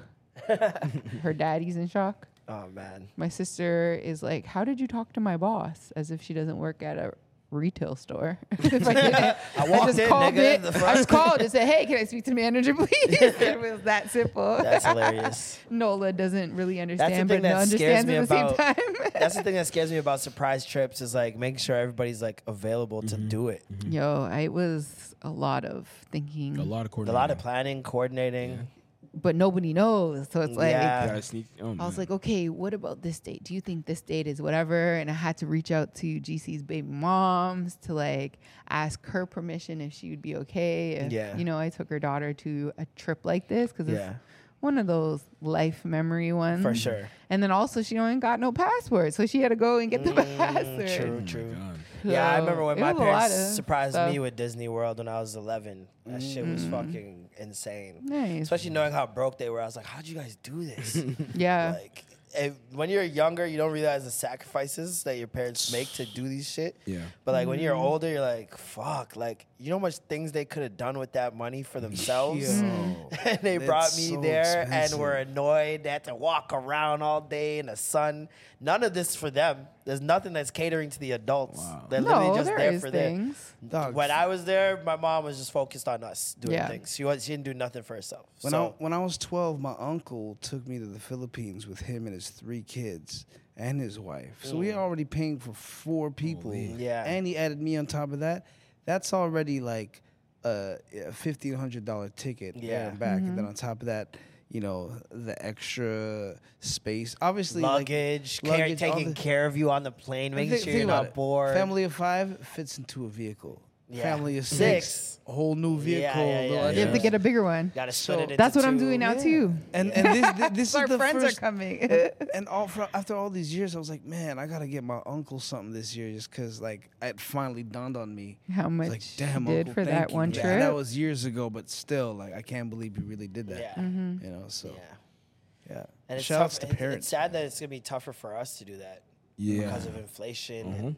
S3: Her daddy's in shock.
S1: Oh man.
S3: My sister is like, "How did you talk to my boss?" As if she doesn't work at a retail store. If I, didn't-
S1: I walked in,
S3: called
S1: nigga,
S3: it.
S1: the
S3: I
S1: fuck?
S3: just called and said, "Hey, can I speak to the manager, please?" it was that simple.
S1: That's hilarious.
S3: Nola doesn't really
S1: That's the
S3: understand,
S1: thing
S3: but
S1: that scares
S3: understands
S1: me
S3: at the same
S1: about.
S3: time.
S1: that's the thing that scares me about surprise trips is like making sure everybody's like available to do it.
S3: Yo, I- it was a lot of thinking, a lot of
S1: A lot of planning, coordinating.
S3: but nobody knows. So it's like
S1: Yeah. Gotta
S4: sneak- oh,
S3: I was like, okay, what about this date? Do you think this date is whatever? And I had to reach out to GC's baby moms to like ask her permission if she would be okay. If,
S1: Yeah.
S3: You know, I took her daughter to a trip like this because
S1: Yeah.
S3: it's one of those life memory ones.
S1: sure.
S3: And then also, she only got no password. So she had to go and get the password.
S1: Mm, True, true. Yeah, I remember when
S3: it
S1: my
S3: was a lot
S1: parents
S3: of
S1: surprised me
S3: stuff. Mm-hmm.
S1: with Disney World when I was 11. That shit was fucking insane.
S3: Nice.
S1: Especially knowing how broke they were. I was like, how'd you guys do this?
S3: Yeah.
S1: Like, if- when you're younger, you don't realize the sacrifices that your parents make to do these shit.
S4: Yeah.
S1: But like when you're
S4: Mhm.
S1: older, you're like, fuck, like you know how much things they could have done with that money for themselves. and they
S2: That's
S1: brought me
S2: so
S1: there
S2: expensive.
S1: and were annoyed. They had to walk around all day in the sun. None of this for them. There's nothing that's catering to the adults. They're
S3: No,
S1: literally just
S3: there
S1: there
S3: is
S1: for
S3: things.
S1: them.
S2: Dog.
S1: When I was there, my mom was just focused on us doing
S2: Yeah.
S1: things. She was she didn't do nothing for herself.
S2: When
S1: so
S2: I when I was twelve, my uncle took me to the Philippines with him and his three kids and his wife. So we
S1: Mm.
S2: are already paying for four people.
S1: Yeah.
S2: and he added me on top of that. That's already like a fifteen hundred dollar ticket there
S1: Yeah.
S2: and back,
S1: Mhm.
S2: and then on top of that. You know the extra space. Obviously, like,
S1: luggage, care,
S2: all
S1: taking
S2: the-
S1: care of you on the plane, making sure
S2: Thi- think
S1: you're
S2: about
S1: not
S2: it.
S1: bored.
S2: Family of five fits into a vehicle.
S1: Yeah.
S2: Family of six,
S1: Six.
S2: a whole new vehicle.
S1: yeah, yeah, yeah.
S2: little
S3: You have to
S2: extra-
S3: get a bigger one.
S1: Gotta split it
S3: That's
S1: into
S3: what I'm
S1: two.
S3: doing now
S1: Yeah.
S3: too.
S2: And and this thi- this
S3: Our
S2: is the
S3: friends are
S2: first,
S3: coming.
S2: and- and all fro- after all these years, I was like, man, I gotta get my uncle something this year, just cause like it finally dawned on me
S3: How
S2: It's
S3: much
S2: like,
S3: you
S2: damn,
S3: did
S2: uncle,
S3: for
S2: thank
S3: that
S2: you."
S3: one
S2: Yeah,
S3: trip.
S2: That was years ago, but still, like I can't believe you really did that.
S1: Yeah.
S3: Mhm.
S2: You know, so yeah, yeah.
S1: And it's
S2: Shout
S1: tough.
S2: outs to
S1: it-
S2: parents.
S1: It's sad that it's gonna be tougher for us to do that.
S2: Yeah.
S1: Because of inflation
S2: Mhm.
S1: and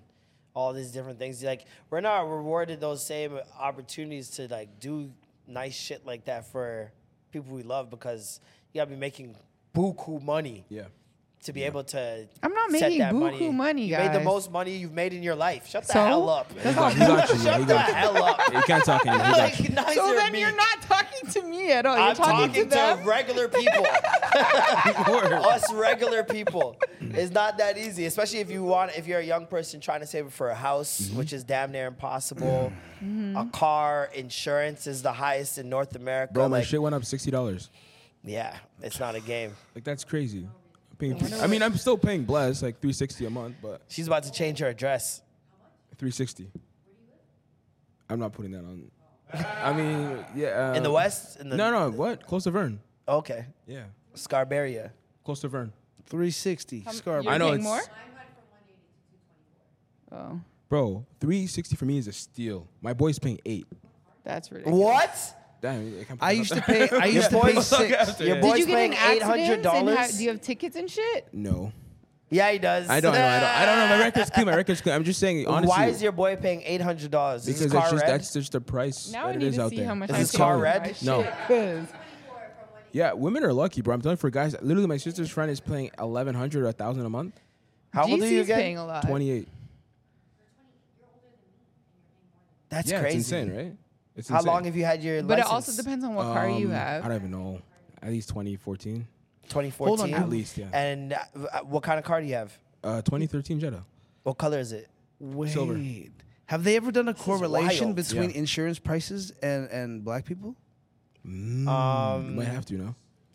S1: all these different things. Like we're not rewarded those same opportunities to like do nice shit like that for people we love because you gotta be making buku money.
S4: Yeah.
S1: To be able to,
S3: I'm not
S1: set
S3: making
S1: that
S3: buku money,
S1: You made
S3: guys.
S1: the most money you've made in your life. Shut the
S3: So?
S1: hell up.
S3: He got- he
S4: got you, yeah, he
S1: Shut the
S4: got you.
S1: hell up.
S4: You can't talk anymore. He got
S1: Like,
S4: you.
S1: nice
S3: So
S1: you're
S3: then
S1: mean.
S3: you're not talking to me at all. You're
S1: I'm
S3: talking, to them.
S1: regular people. Us regular people. It's not that easy, especially if you want if you're a young person trying to save up for a house, which is damn near impossible. A car, insurance is the highest in North America.
S4: Bro, my
S1: like,
S4: shit went up sixty dollars.
S1: yeah, it's not a game.
S4: Like that's crazy. I'm paying- I mean, I'm still paying Bless like three sixty a month, but
S1: she's about to change her address.
S4: Three sixty. I'm not putting that on. I mean, yeah. Uh,
S1: In the West? In the-
S4: no, no. What? Close to Vern.
S1: Okay.
S4: Yeah.
S1: Scarberia.
S4: Close to Vern.
S2: Three sixty.
S3: Um,
S2: Scarberia.
S4: I know it's
S3: Oh,
S4: bro. Three sixty for me is a steal. My boy's paying eight.
S3: that's ridiculous.
S1: What?
S4: Damn, I, can't
S2: I
S4: it
S2: used
S4: up.
S2: to pay. I used to pay six.
S4: Your
S3: Did you get in accidents? And how, do you have tickets and shit?
S4: No.
S1: Yeah, he does.
S4: I don't know. I don't, I don't know. My record's clean. My record's clean. I'm just saying, honestly.
S1: Why is your boy paying eight hundred dollars? Is
S4: because
S1: his
S4: that's
S1: car
S4: just,
S1: red?
S4: that's just the price
S3: Now I
S4: that it
S3: need
S4: is
S3: to
S4: out
S3: see
S4: there.
S3: how much
S4: Is
S3: I
S4: this
S3: can
S4: car
S3: afford.
S4: red?
S3: Oh,
S4: No.
S3: shit, 'cause-
S4: Yeah, women are lucky, bro. I'm telling you, for guys. Literally, my sister's friend is playing 1100 or 1000 a month.
S1: How old are you GC's again?
S3: paying a lot.
S4: 28.
S1: That's
S4: yeah,
S1: crazy.
S4: It's insane, right? It's
S1: How
S4: insane.
S1: long have you had your?
S3: But it
S1: license?
S3: also depends on what car you
S4: Um,
S3: have.
S4: I don't even know. At least 2014.
S1: 2014.
S4: At least, yeah.
S1: And uh, uh, what kind of car do you have?
S4: Uh, 2013 Jetta.
S1: What color is it?
S2: Wait.
S4: Silver.
S2: Have they ever done a
S1: wild.
S2: correlation between
S4: Yeah.
S2: insurance prices and, and black people?
S4: Mm,
S1: Um,
S4: might have to, no?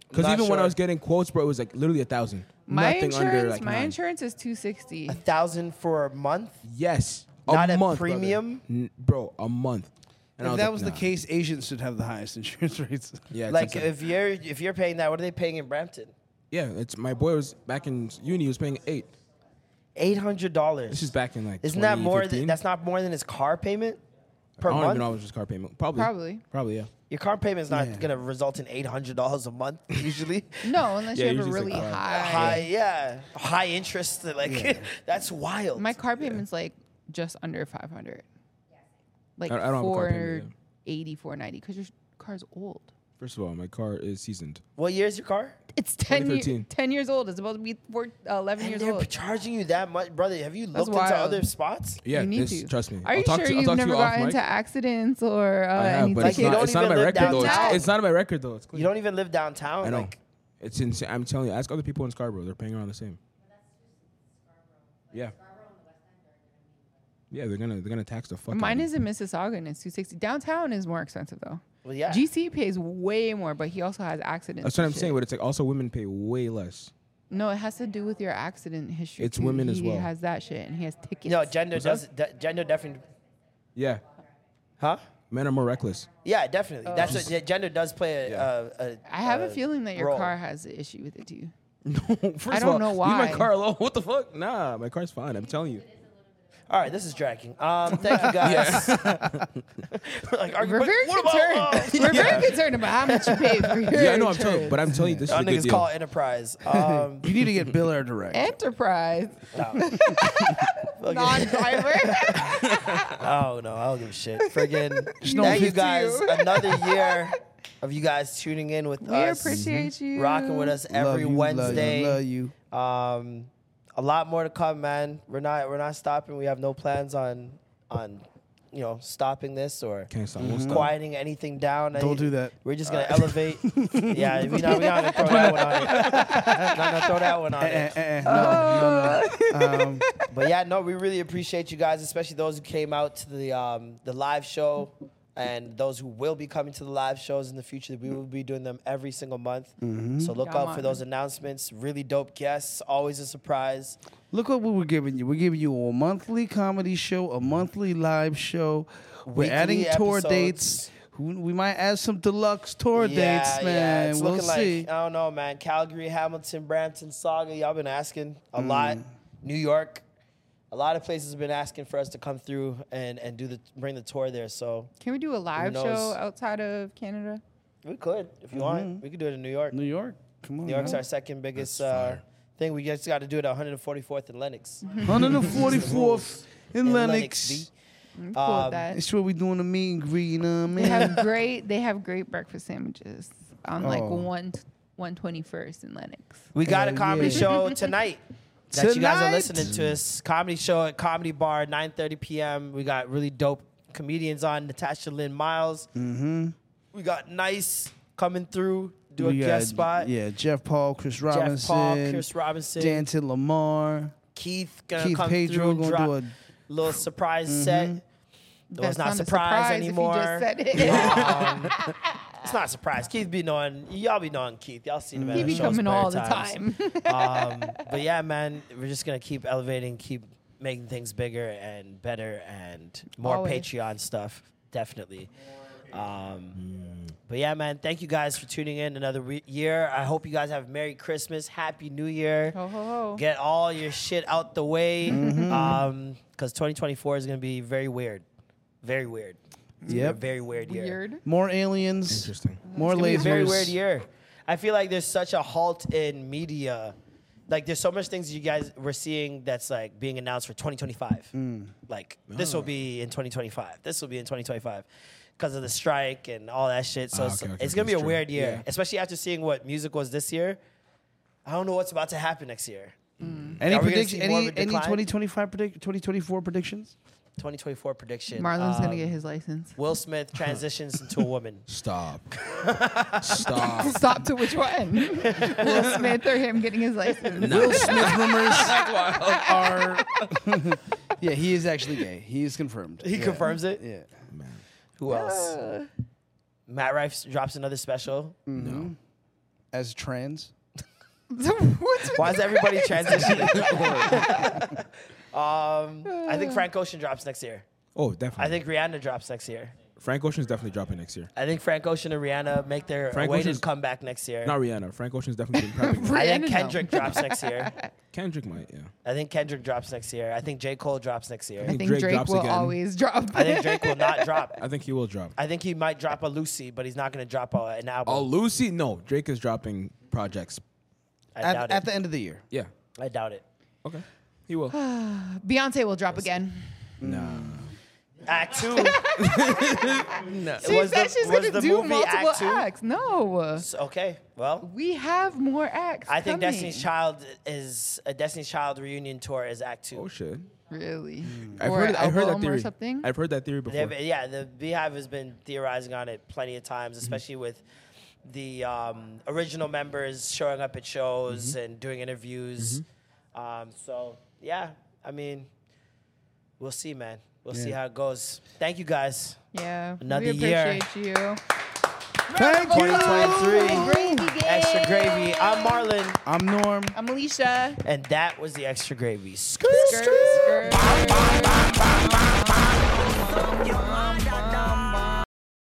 S4: Because
S1: not
S4: even when I
S1: sure.
S4: was getting quotes, bro, it was like literally a thousand.
S3: My
S4: Nothing
S3: insurance,
S4: under like
S3: my
S4: nine.
S3: insurance is two sixty.
S1: A thousand for a month?
S4: Yes.
S1: Not
S4: a
S1: a
S4: month, brother.
S1: premium?
S4: N- bro, a month. And I
S2: if that was
S4: like,
S2: the
S4: nah.
S2: case, Asians should have the highest insurance rates.
S4: yeah, it's
S1: like
S4: insane.
S1: if you're if you're paying that, what are they paying in Brampton?
S4: yeah, it's my boy was back in uni. He was paying eight.
S1: Eight hundred
S4: This
S1: dollars.
S4: is back in like.
S1: Isn't that more? Than,
S4: 2015?
S1: that's not more than his car payment per
S4: I don't
S1: month.
S4: even know how much his car payment. Probably.
S3: Probably.
S4: Probably yeah.
S1: Your car payment's not gonna result in eight hundred dollars a month usually.
S3: No, unless
S4: Yeah,
S3: you have a really
S4: usually it's like uh,
S3: high.
S1: high, yeah, high interest. Like that's wild.
S3: My car payment's like just under five hundred, like
S4: I- I don't have a car
S3: four
S4: payment,
S3: eighty, four ninety, because your car's old.
S4: First of all, my car is seasoned.
S1: what year is your car?
S3: It's 10, year,
S4: 2013.
S3: 10 years old. It's supposed to be four, uh, 11
S1: And
S3: years
S1: they're
S3: old.
S1: charging you that much, brother. Have you
S3: That's
S1: looked into
S3: wild.
S1: other spots?
S4: Yeah,
S3: you need
S4: this,
S3: to.
S4: trust me.
S3: Are you
S4: I'll talk
S3: sure
S4: to, I'll
S3: you've
S4: talk to
S3: never
S4: you off
S3: gotten
S4: mic.
S3: into accidents or uh,
S4: I have,
S3: anything
S4: but
S1: Like,
S4: it's
S1: you
S4: not.
S1: don't
S4: It's not in
S1: even
S4: my
S1: live
S4: record though. It's,
S1: downtown.
S4: it's not in my record though. It's
S1: You
S4: clean.
S1: don't even live downtown.
S4: I know.
S1: Like,
S4: It's insane. I'm telling you. Ask other people in Scarborough. They're paying around the same. Yeah. Yeah, they're gonna they're gonna tax the fuck. out
S3: Mine
S4: of
S3: is in Mississauga and it's 260. Downtown is more expensive though.
S1: well, yeah.
S3: GC pays way more, but he also has accidents.
S4: That's what
S3: and
S4: I'm
S3: shit.
S4: saying. But it's like also women pay way less.
S3: No, it has to do with your accident history.
S4: It's
S3: too.
S4: women as
S3: He
S4: well.
S3: has that shit and he has tickets.
S1: no, gender does de- gender definitely,
S4: Yeah,
S1: huh?
S4: men are more reckless.
S1: Yeah, definitely. That's what yeah, gender does play. A, a, a,
S3: Oh. I have a
S1: uh,
S3: feeling that your
S1: role.
S3: car has an issue with it too.
S4: First
S3: I
S4: of
S3: don't
S4: all,
S3: know
S4: Leave
S3: why.
S4: my car alone. What the fuck? Nah, my car's fine. I'm telling you.
S1: All right, this is dragging. Um, thank you guys. like, are you,
S3: We're
S1: but
S3: very
S1: what about, uh,
S3: concerned. We're very concerned about how much you pay for your
S4: Yeah, I know. I'm telling. you, But I'm telling you, this
S1: uh,
S4: is a
S1: y'all
S4: good
S1: niggas
S4: deal.
S1: call it enterprise. Um,
S2: You need to get Bill Air Direct.
S3: enterprise
S1: okay.
S3: non-driver.
S1: Oh no, I don't give a shit. Friggin'
S2: no
S1: thank you
S2: fifty.
S1: guys. Another year of you guys tuning in with
S3: we
S1: us,
S3: appreciate you.
S1: rocking with us every
S2: Love you, love you,
S1: Wednesday.
S2: Love you.
S1: Um, a lot more to come, man. We're not we're not stopping. We have no plans on on you know stopping this or
S4: Can't stop, won't
S2: Mm-hmm.
S4: stop.
S1: quieting anything down.
S2: Don't do that.
S1: We're just gonna elevate. yeah, we not we not gonna throw that one on it. Not gonna throw that one on
S2: Eh,
S1: it.
S2: eh, eh, no, no,
S1: uh.
S2: no. Um,
S1: But yeah, no, we really appreciate you guys, especially those who came out to the um, the live show and those who will be coming to the live shows in the future. We will be doing them every single month.
S2: Mm-hmm.
S1: So look
S3: Yeah,
S1: out for
S3: man.
S1: those announcements. Really dope guests, always a surprise.
S2: Look what we were giving you. We're giving you a monthly comedy show, a monthly live show. We're
S1: Weekly
S2: adding tour
S1: episodes.
S2: dates. Who- We might add some deluxe tour dates, man.
S1: it's
S2: we'll
S1: looking
S2: see.
S1: like uh, I don't know, man. Calgary, Hamilton, Brampton, Saga. Y'all been asking
S2: Hmm.
S1: a lot. New York, a lot of places have been asking for us to come through and and do the bring the tour there. So
S3: Can we do a live show
S1: knows?
S3: outside of Canada?
S1: we could, if you want, we could do it in New York.
S2: Mm-hmm. New York. Come on.
S1: New York's
S2: man.
S1: our second biggest uh, thing. We just got to do it at 144th and Lennox.
S2: 144th in
S1: In
S2: Lennox.
S3: I'm cool
S1: Um,
S3: with that.
S2: It's where we're doing a mean green, you know what I
S3: They
S2: mean?
S3: have great. They have great breakfast sandwiches on like
S2: Oh.
S3: one one twenty first in Lennox.
S1: We got a
S2: Hell
S1: comedy
S2: yeah.
S1: show tonight. That you guys
S2: Tonight?
S1: are listening to us. Comedy show at Comedy Bar, 9.30 p.m. We got really dope comedians on, Natasha Lynn Miles. Mm-hmm. We got Nice coming through, do a
S2: We got,
S1: guest spot.
S2: Yeah, Jeff Paul, Chris Robinson.
S1: Jeff Paul, Chris Robinson,
S2: Danton Lamar.
S1: Keith gonna
S2: Keith
S1: come
S2: Pedro
S1: through,
S2: gonna
S1: drop
S2: do
S1: a
S2: a- Mm-hmm.
S1: little surprise set. Though it's
S3: That's
S1: not,
S3: a
S1: surprise,
S3: surprise
S1: anymore.
S3: If you just said it.
S1: It's not a surprise. Keith be knowing. Y'all be knowing Keith. Y'all seen him. at
S3: he
S1: our
S3: be
S1: shows
S3: coming
S1: prior
S3: all the
S1: times.
S3: time.
S1: um, but yeah, man, we're just gonna keep elevating, keep making things bigger and better, and more
S3: Always.
S1: Patreon stuff, definitely. Um, But yeah, man, thank you guys for tuning in another re- year. I hope you guys have a Merry Christmas, Happy New Year.
S3: Ho, ho, ho.
S1: Get all your shit out Um, the way, because 2024 is gonna be very weird, very weird.
S11: Yep.
S1: A very weird year.
S3: Weird.
S2: More aliens. Interesting. More
S1: It's gonna be
S2: lasers.
S1: a very weird year. I feel like there's such a halt in media. Like there's so much things you guys were seeing that's like being announced for 2025.
S11: Mm.
S1: Like this
S11: Oh.
S1: will be in 2025. This will be in 2025 because of the strike and all that shit. So
S11: Ah,
S1: it's,
S11: okay, okay,
S1: it's gonna be a
S11: that's true.
S1: weird year,
S11: Yeah.
S1: especially after seeing what music was this year. I don't know what's about to happen next year. Are
S2: Any
S1: we gonna
S2: prediction?
S1: see more
S2: Any
S1: of a
S2: any
S1: decline?
S2: 2025 predict 2024 predictions?
S1: 2024 prediction.
S3: Marlon's
S1: Um,
S3: gonna get his license.
S1: Will Smith transitions into a woman.
S4: Stop. Stop.
S3: Stop to which one? Will Smith or him getting his license?
S2: Will Smith rumors are. yeah, he is actually gay. He is confirmed.
S1: He
S2: Yeah.
S1: confirms it.
S2: Yeah.
S1: Who else? Matt Rife drops another special.
S2: No. As trans.
S1: Why is everybody transitioning? um, I think Frank Ocean drops next year.
S4: Oh, definitely.
S1: I think Rihanna drops next year.
S4: Frank Ocean's definitely dropping next year.
S1: I think Frank Ocean and Rihanna make their
S4: Frank
S1: awaited
S4: Ocean's-
S1: comeback next year.
S4: Not Rihanna. Frank Ocean's definitely been prepping.
S1: I think
S4: Rihanna, no.
S1: Kendrick drops next year.
S4: Kendrick might, yeah.
S1: I think Kendrick drops next year. I think J. Cole drops next year.
S3: I think Drake, will always drop.
S1: I think Drake will not drop.
S4: I think he will drop.
S1: I think he might drop a Lucy, but he's not going to drop a, an album.
S4: Oh, Lucy? No, Drake is dropping projects.
S1: I doubt it.
S2: at the end of the year.
S4: Yeah,
S1: I doubt it.
S4: Okay. he will.
S3: Beyonce will drop again.
S4: Nah.
S1: Act two. no.
S3: She said she's gonna do multiple acts. No.
S1: Okay, well,
S3: We have more acts.
S1: I think
S3: coming.
S1: Destiny's Child is a Destiny's Child reunion tour is Act Two.
S4: Oh shit!
S3: Really?
S1: Hmm.
S4: I've
S3: Or
S4: heard, I heard that
S3: album or
S4: theory.
S3: something?
S4: I've heard that theory before.
S1: They've- yeah, the Beehive has been theorizing on it plenty of times, especially with the um, original members showing up at shows and doing interviews. Um, so yeah, I mean, we'll see, man. We'll see
S3: Yeah.
S1: how it goes. Thank you guys.
S3: Yeah.
S1: Another
S3: we
S1: year.
S3: appreciate you.
S2: Thank you.
S1: 2023. Extra gravy. I'm Marlon.
S2: I'm Norm.
S3: I'm Alicia.
S1: And that was the extra gravy. Skirt,
S3: skirt.
S1: skirt.
S12: Your mind, I